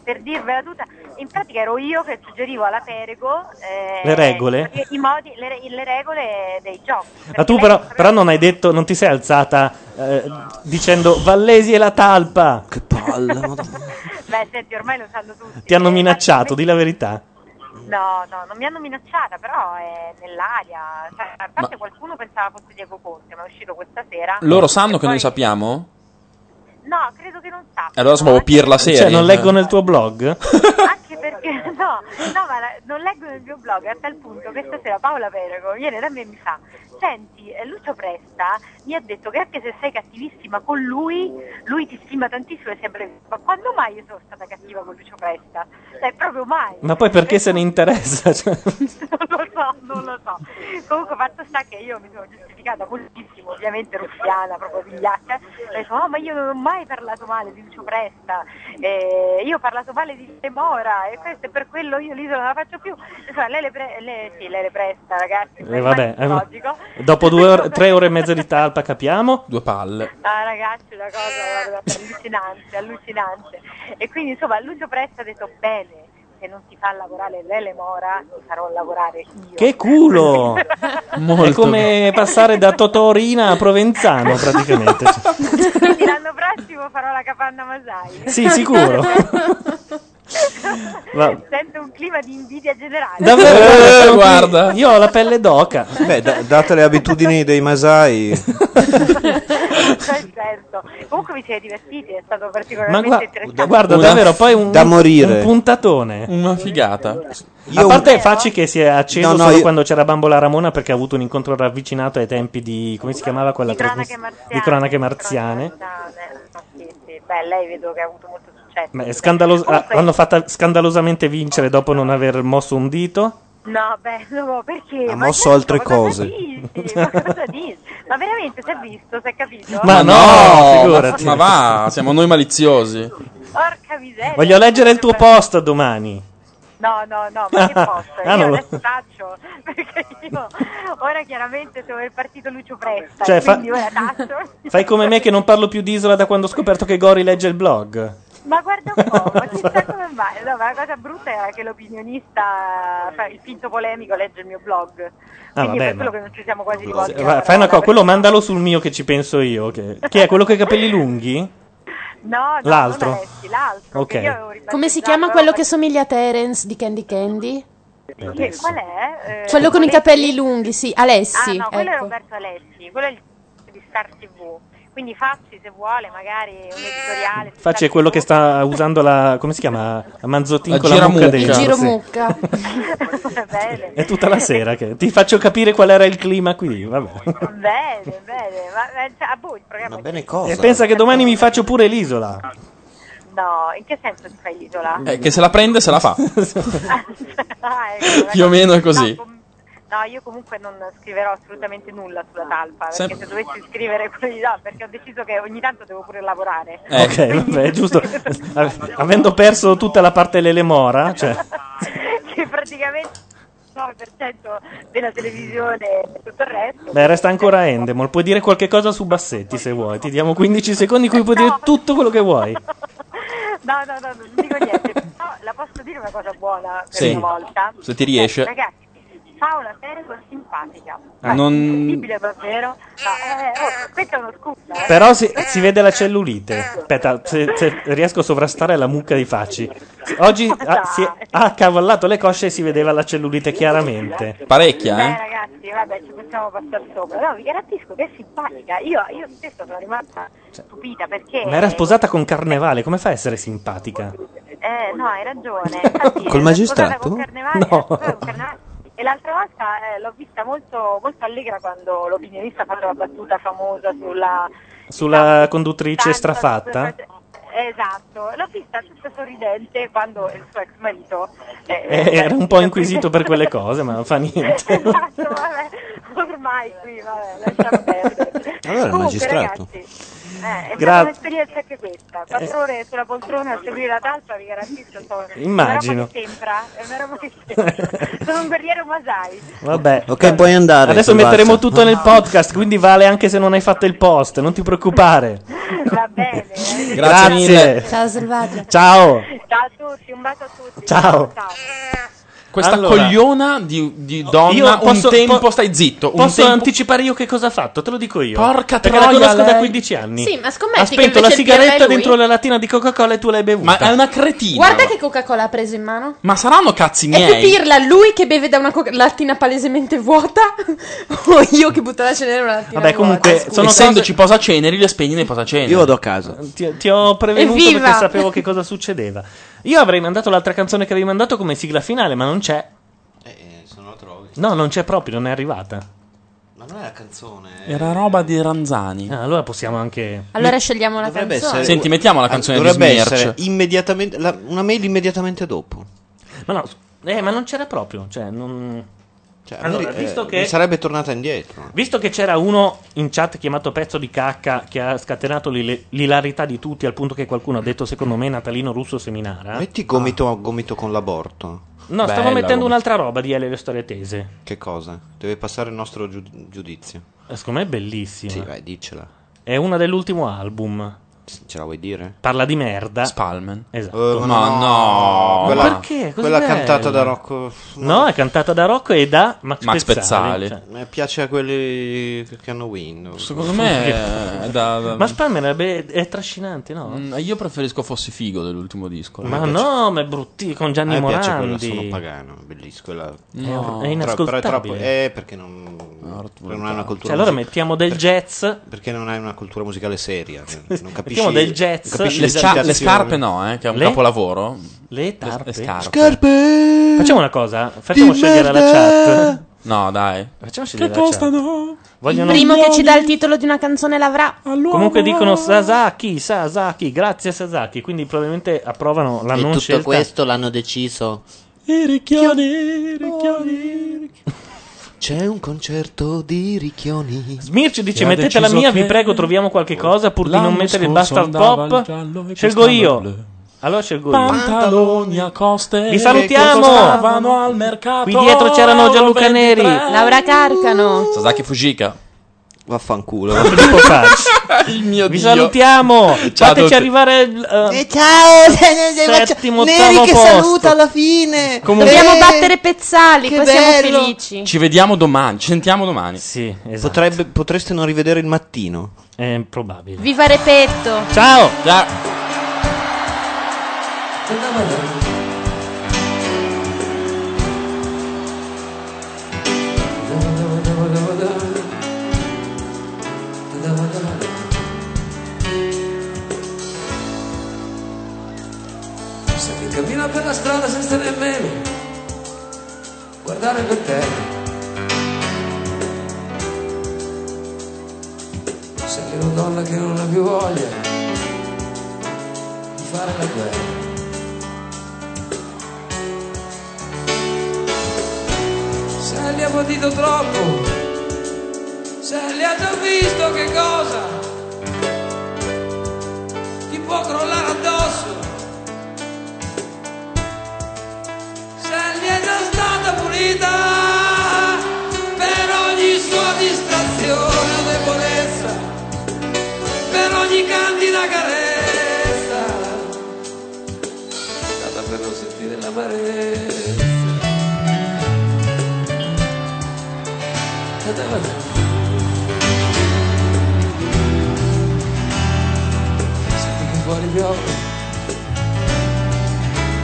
S10: per dirvela tutta, in pratica ero io che suggerivo alla Perego eh,
S2: Le regole?
S10: i- i modi, le, re- le regole dei giochi.
S2: Ma tu
S10: Perché
S2: però,
S10: lei-
S2: però non hai detto, non ti sei alzata eh, dicendo Vallesi e la talpa. Che palle.
S10: [LAUGHS] Beh, senti, ormai lo sanno tutti. eh,
S2: Ti hanno minacciato, di la verità.
S10: No, no, non mi hanno minacciata, però è nell'aria. Cioè, a parte qualcuno pensava fosse Diego Conte, ma è uscito questa sera.
S4: Loro sanno che noi sappiamo?
S10: No, credo che non sa.
S4: E allora siamo pirla serie.
S2: Cioè, non leggono il tuo blog?
S10: Anche perché no, no, ma la- non leggo nel mio blog a tal punto che stasera Paola Perego viene da me e mi fa Senti, eh, Lucio Presta mi ha detto che anche se sei cattivissima con lui, lui ti stima tantissimo e sempre Ma quando mai io sono stata cattiva con Lucio Presta? Cioè, proprio mai.
S2: Ma poi perché se ne interessa? [LAUGHS] Cioè,
S10: [LAUGHS] non lo so, non lo so. Comunque fatto sta che io mi sono giustificata moltissimo, ovviamente ruffiana, proprio vigliacca. Ho detto, "Oh, ma io non ho mai parlato male di Lucio Presta, eh, io ho parlato male di De Mora e questo è per quello io l'isola non la faccio più. Insomma, lei le, pre- le- sì, lei le presta, ragazzi,
S2: eh, vabbè, eh,
S10: logico.
S2: dopo due ore- tre ore e mezza
S10: [LAUGHS]
S2: di talpa capiamo? Due palle.
S10: Ah, ragazzi, una cosa guarda,
S2: [LAUGHS]
S10: allucinante, allucinante. E quindi, insomma, Lucio Presta ha detto bene. Se non ti fa lavorare Lele Mora, ti farò lavorare io.
S2: Che culo! È come passare
S10: [LAUGHS]
S2: da Totorina a Provenzano praticamente. Cioè,
S10: [LAUGHS] Quindi l'anno prossimo farò la capanna Masai.
S2: Sì,
S10: [LAUGHS]
S2: sicuro. va-
S10: Sento un clima di invidia generale. [LAUGHS]
S2: Davvero? Eh, guarda. Io ho la pelle d'oca.
S1: Beh, da- date le abitudini dei Masai,
S10: Beh, certo. Comunque vi siete divertiti, è stato
S2: Ma
S10: particolarmente
S2: gua-
S10: interessante.
S2: da- guarda,
S4: Una-
S2: davvero, poi un,
S1: da morire.
S2: un puntatone.
S4: Una figata.
S2: A parte Facci che si è acceso
S1: No, no,
S2: solo
S1: io-
S2: quando c'era Bambola Ramona perché ha avuto un incontro ravvicinato ai tempi di... come si chiamava quella
S10: Di cronache
S2: trasmiss-
S10: marziane.
S2: Di cronache marziane.
S10: Ah, beh, no, sì, sì. Beh, lei vedo che ha avuto molto successo.
S2: Ma è scandalos- ah,
S10: Comunque-
S2: l'hanno fatta scandalosamente vincere dopo non aver mosso un dito.
S10: No, beh, no, perché?
S2: Ha
S10: Ma
S2: mosso
S10: certo,
S2: altre
S10: ma cosa
S2: cose.
S10: dici? Ma cosa dici? Ma veramente si è visto, si è capito?
S2: Ma no, figurati.
S4: Ma va, siamo noi maliziosi.
S10: Porca miseria.
S2: Voglio leggere il tuo post domani.
S10: No, no, no, ma
S2: [LAUGHS]
S10: che posto?
S2: Ah,
S10: io
S2: no.
S10: adesso taccio, perché io ora chiaramente sono il partito Lucio Presta,
S2: Cioè, fa- [LAUGHS]
S10: quindi ora taccio.
S2: Fai come me che non parlo più di Isola da quando ho scoperto che Gori legge il blog.
S10: Ma guarda un po', ma chissà come mai. No, ma la cosa brutta era che l'opinionista, fa il finto polemico, legge il mio blog. Quindi
S2: Ah, vabbè,
S10: è per
S2: ma-
S10: quello che non ci siamo quasi
S2: Se-
S10: rivolti.
S2: va- Fai una cosa, quello mandalo sul mio che ci penso io. Che, chi è quello con i capelli lunghi?
S10: No, no,
S2: L'altro?
S10: non Alessi, l'altro.
S2: Ok.
S10: che io avevo ribattezzata,
S7: Come si chiama quello che somiglia a Terence di Candy Candy?
S10: Che- Qual è? Eh,
S7: Quello con i
S10: Alessi?
S7: capelli lunghi, sì,
S10: Ah
S7: Alessi.
S10: no, quello è
S7: ecco.
S10: Roberto Alessi, quello è il di Star TV. Quindi facci se vuole magari un editoriale. su
S2: Facci è quello che sta usando la. come si chiama? La manzottin
S4: La
S2: con la mucca
S4: giramucca.
S2: dentro.
S4: Il
S2: sì.
S7: giromucca.
S10: Star- bene,
S2: È tutta la sera che ti faccio capire qual era il clima qui. Vabbè.
S10: bene, [LAUGHS] bene. Ma, ma cioè, ah, boh, il programma
S1: Ma bene cosa?
S2: E pensa che domani mi faccio pure l'isola.
S10: No, in che senso ti fai l'isola?
S4: Eh, che se la prende, se la
S2: [LAUGHS]
S4: fa.
S10: [LAUGHS] Ah, ecco,
S4: Più o meno è così.
S10: No, com- no, io comunque non scriverò assolutamente nulla sulla talpa, perché
S4: Sempre-
S10: se dovessi scrivere quelli no, perché ho deciso che ogni tanto devo pure lavorare.
S2: Eh, Ok, vabbè, è
S10: [LAUGHS]
S2: giusto. Av- Avendo perso tutta la parte dell'elemora, cioè,
S10: che praticamente il 9% della televisione e tutto il resto.
S2: beh, resta ancora Endemol. Puoi dire qualche cosa su Bassetti se vuoi. Ti diamo 15 secondi in cui puoi dire tutto quello che vuoi.
S10: No, no, no, non dico niente, però la posso dire una cosa buona per
S4: Sì.
S10: una volta.
S4: Se ti riesce.
S10: Eh, ragazzi, Paola Perego è simpatica.
S2: Ah,
S10: È
S2: non-
S10: Incredibile davvero. Ma, eh, oh, questa è uno scoop. eh.
S2: Però si, si vede la cellulite. Aspetta, se, se riesco a sovrastare la mucca di facci. Oggi ha, si è- ha accavallato le cosce e si vedeva la cellulite chiaramente.
S10: Beh,
S4: Parecchia, eh?
S10: ragazzi, vabbè, ci possiamo passare sopra. No, vi garantisco che è simpatica. Io, io stessa sono rimasta stupita perché.
S2: Cioè, Ma era sposata con Carnevale, come fa a essere simpatica?
S10: Eh, no,
S2: [LAUGHS]
S10: hai ragione. Infatti,
S2: Col
S10: era
S2: magistrato?
S10: sposata con Carnevale,
S2: No.
S10: era sposata con Carnevale. E l'altra volta eh, l'ho vista molto, molto allegra quando l'opinionista ha fatto la battuta famosa sulla.
S2: Sulla conduttrice strafatta?
S10: Esatto, l'ho vista tutta sorridente quando il suo ex marito. eh,
S2: Eh, era un
S10: [LAUGHS]
S2: po' inquisito per quelle cose, ma non fa niente.
S10: esatto, vabbè, ormai qui, vabbè, lasciamo perdere.
S2: Allora era
S10: Comunque,
S2: magistrato.
S10: ragazzi, eh, è
S2: Gra-
S10: stata un'esperienza anche questa. Quattro ore sulla poltrona a seguire la talpa, vi garantisco, sono
S2: Immagino.
S10: È una roba che sembra, è una roba che sembra. sono un guerriero masai.
S2: Vabbè.
S1: Ok, puoi andare.
S2: Adesso
S1: Salvatore.
S2: metteremo tutto nel podcast, quindi vale anche se non hai fatto il post, non ti preoccupare.
S10: Va bene.
S2: Grazie.
S25: Ciao Selvaggia.
S2: Ciao.
S10: Ciao a tutti, un bacio a tutti.
S2: Ciao.
S4: Questa
S2: Allora.
S4: cogliona di, di donna,
S2: Io posso-
S4: un tempo,
S2: po-
S4: stai zitto. un
S2: Posso
S4: tempo-
S2: anticipare io che cosa ha fatto? Te lo dico io.
S4: Porca
S2: Perché
S4: troia,
S2: la conosco da
S4: lei.
S2: 15 anni.
S7: Sì, ma scommetti
S2: ha
S7: che
S2: spento la
S7: invece il birra
S2: sigaretta
S7: è lui?
S2: dentro la latina di Coca-Cola e tu l'hai
S4: Ma
S2: bevuta.
S4: è una cretina.
S7: Guarda che Coca-Cola ha preso in mano.
S4: Ma saranno cazzi
S7: È più
S4: miei.
S7: pirla lui che beve da una co- lattina palesemente vuota [LAUGHS] o io che butto la cenere in una lattina
S4: Vabbè,
S7: vuota?
S4: comunque,
S7: Scusa.
S4: sono essendoci posaceneri, le spegni nei posaceneri. Io vado
S1: a casa.
S2: Ti, ti ho prevenuto
S7: Evviva!
S2: perché sapevo che cosa succedeva. Io avrei mandato l'altra canzone che avevi mandato come sigla finale, ma non c'è.
S1: se non lo trovi.
S2: No, non c'è proprio, non è arrivata.
S1: Ma non è la canzone. eh.
S4: Era roba di Ranzani.
S2: Ah, allora possiamo anche.
S7: Allora scegliamo la
S1: Dovrebbe
S7: canzone.
S1: essere-
S4: Senti, mettiamo la
S1: Ah,
S4: canzone di
S1: dovrebbe
S4: Smirch.
S1: essere immediatamente la- una mail immediatamente dopo.
S2: Ma no, eh, ma non c'era proprio. Cioè, non.
S1: Cioè, a me
S2: allora,
S1: ri- eh,
S2: visto
S1: mi
S2: che.
S1: sarebbe tornata indietro.
S2: Visto che c'era uno in chat chiamato pezzo di cacca che ha scatenato l'il- l'ilarità di tutti al punto che qualcuno ha detto secondo me Natalino Russo Seminara.
S1: Metti gomito a gomito con l'aborto.
S2: No, stavo mettendo un'altra roba di Ele le storie tese.
S1: Che cosa? Deve passare il nostro giu- giudizio.
S2: Eh, Secondo me è bellissima.
S1: Sì, vai, diccela.
S2: È una dell'ultimo album.
S1: Ce la vuoi dire?
S2: Parla di merda.
S4: Spalman.
S2: Esatto.
S1: Eh, ma Ma no. no.
S2: Ma
S1: Quella-
S2: perché? Così
S1: quella
S2: bella.
S1: cantata da Rocco-
S2: No, è cantata da Rocco e da Max,
S4: Max
S2: Pezzali.
S4: Pezzali.
S2: Cioè,
S1: Mi Eh, piace a quelli che- che hanno Windows.
S4: Secondo me
S1: [LAUGHS]
S4: è- è Eh, da- da-
S2: Ma Spalmer è, be- è trascinante, no?
S4: Mm, io preferisco Fossi Figo dell'ultimo disco.
S2: Ma no, ma è bruttino con
S1: A
S2: Gianni
S1: me piace quella sono
S2: Morandi.
S1: pagano, bellissima Ah, quella.
S2: No. È
S1: Tra-
S2: inascoltabile.
S1: però è troppo- eh, perché non, non hai una cultura
S2: Cioè, allora
S1: musica-
S2: mettiamo del jazz.
S1: Perché non hai una cultura musicale seria.
S4: [LAUGHS]
S1: Non capisci,
S2: Mettiamo del jazz.
S1: non capisci
S4: Le, scia- le
S1: indicazioni.
S4: scarpe no, eh, che è un
S2: Le-
S4: capolavoro.
S2: Le tarpe.
S4: scarpe.
S1: Scarpe!
S2: Facciamo una cosa, facciamo scegliere la chat.
S4: No, dai.
S2: Facciamo
S4: Che
S2: scegliere la chat.
S4: costano?
S25: Il
S2: Vogliono-
S25: primo che ci dà il titolo di una canzone l'avrà.
S2: Comunque dicono Sasaki, Sasaki, grazie Sasaki, quindi probabilmente approvano la non scelta.
S1: l'hanno deciso.
S4: I ricchioni, i ricchioni.
S1: C'è un concerto di ricchioni.
S2: Smirci dice
S1: Che ha
S2: mettete la
S1: deciso
S2: mia,
S1: che-
S2: vi prego troviamo qualche cosa pur di non
S4: L'anno
S2: mettere il
S4: scorso
S2: bastard
S4: andava il giallo
S2: pop.
S4: e
S2: Scelgo
S4: quest'anno
S2: io.
S4: il blu.
S2: Allora scelgo io.
S4: Pantaloni a coste.
S2: Vi salutiamo!
S4: che costavano al mercato.
S2: Qui dietro c'erano Gianluca Neri.
S7: Laura Carcano.
S4: Sasaki Fujika.
S1: Vaffanculo.
S2: Filippo Facci.
S4: Il mio
S2: Vi
S4: Dio.
S2: salutiamo.
S4: Ciao a
S2: Fateci
S4: tutti.
S2: arrivare il eh,
S30: E Eh, ciao, [LAUGHS]
S2: Settimo,
S30: Neri
S2: ottavo
S30: che
S2: posto.
S30: saluta alla fine.
S4: Comunque-
S7: Dobbiamo battere Pezzali,
S30: che
S7: poi siamo
S30: bello.
S7: felici.
S4: Ci vediamo domani, ci sentiamo domani.
S2: Sì, esatto.
S1: Potrebbe- potreste non rivedere il mattino.
S2: È probabile.
S7: Viva Repetto!
S2: Ciao.
S4: Ciao.
S8: Se mi cammina per la strada senza nemmeno guardare per terra. Se è una donna che non ha più voglia di fare la guerra. Se li ha patito troppo, se li ha già visto che cosa ti può crollare addosso. Se gli è già stata pulita per ogni sua distrazione o debolezza, per ogni candida carezza, data per non sentire l'amarezza. Senti che fuori piove,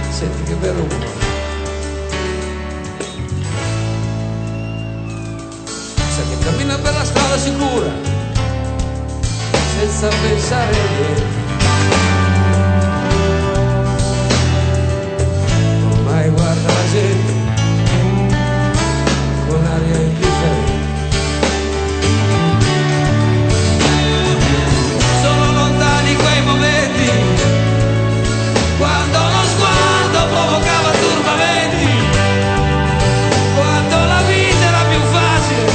S8: senti che bello rumore. Se che cammina per la strada sicura senza pensare a niente ormai guarda la gente con aria indifferente sono lontani quei momenti quando lo sguardo provocava turbamenti quando la vita era più facile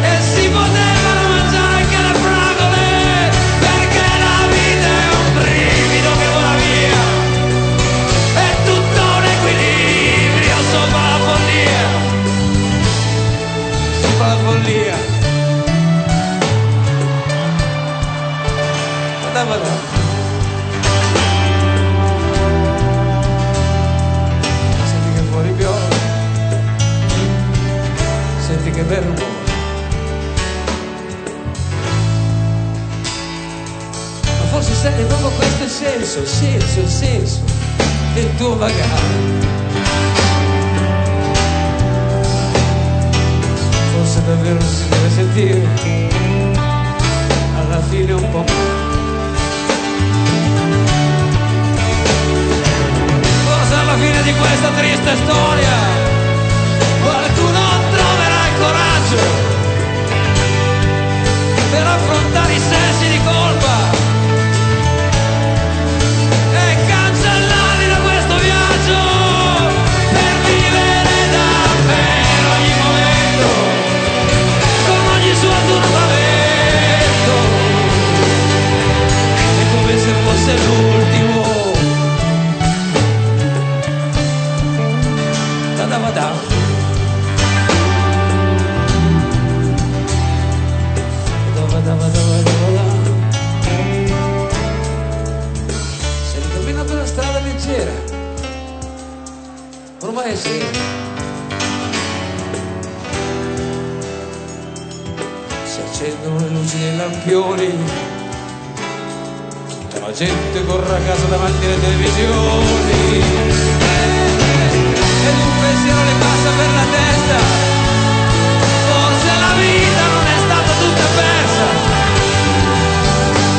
S8: e si potevano mangiare anche le fragole perché la vita è un brivido che vola via è tutto un equilibrio sopra la follia sopra la follia Guarda, guarda. Senti che fuori piove Senti che bel rumore Ma forse sai che proprio questo è il senso, il senso, il senso del tuo vagare. Forse davvero si deve sentire alla fine un po' male. Forse alla fine di questa triste storia qualcuno troverà il coraggio per affrontare i sensi di colpa e cancellarli da questo viaggio per vivere davvero ogni momento con ogni suo turbamento è come se fosse l'ultimo da da da
S2: Eh.
S8: Se ricammina per la strada leggera Ormai è sera Si accendono le luci dei lampioni Tutta la gente corre a casa davanti alle televisioni Ed un pensiero le passa per la testa Forse la vita non è stata tutta persa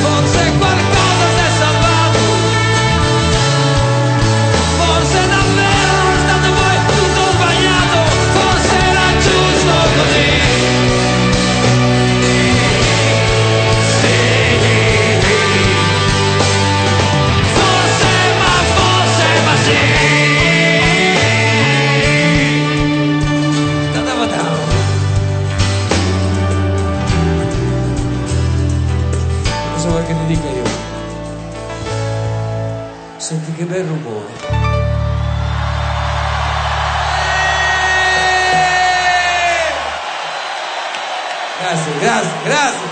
S8: Forse qualcosa si è salvato Forse davvero non è stato poi tutto sbagliato Forse era giusto così Sì Forse ma forse ma sì Da da va da. Cosa vuoi che ti dica io? Senti che bel rumore. Grazie, grazie, grazie.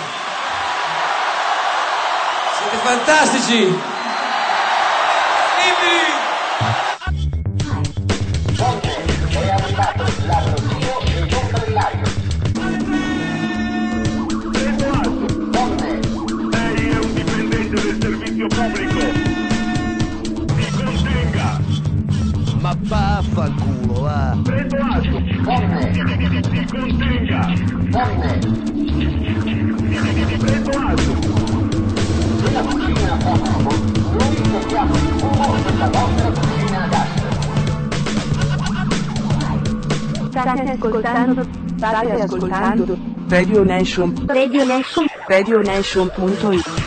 S8: Siete fantastici.
S13: Ma vaffanculo, eh. va. Prendo asco, folle. Ti contenga, folle. Prendo asco. Nella cucina facciamo, noi cerchiamo il fumo della vostra cucina a gas. State ascoltando, state ascoltando. Radio Nation. Radio Nation. Radio Nation.it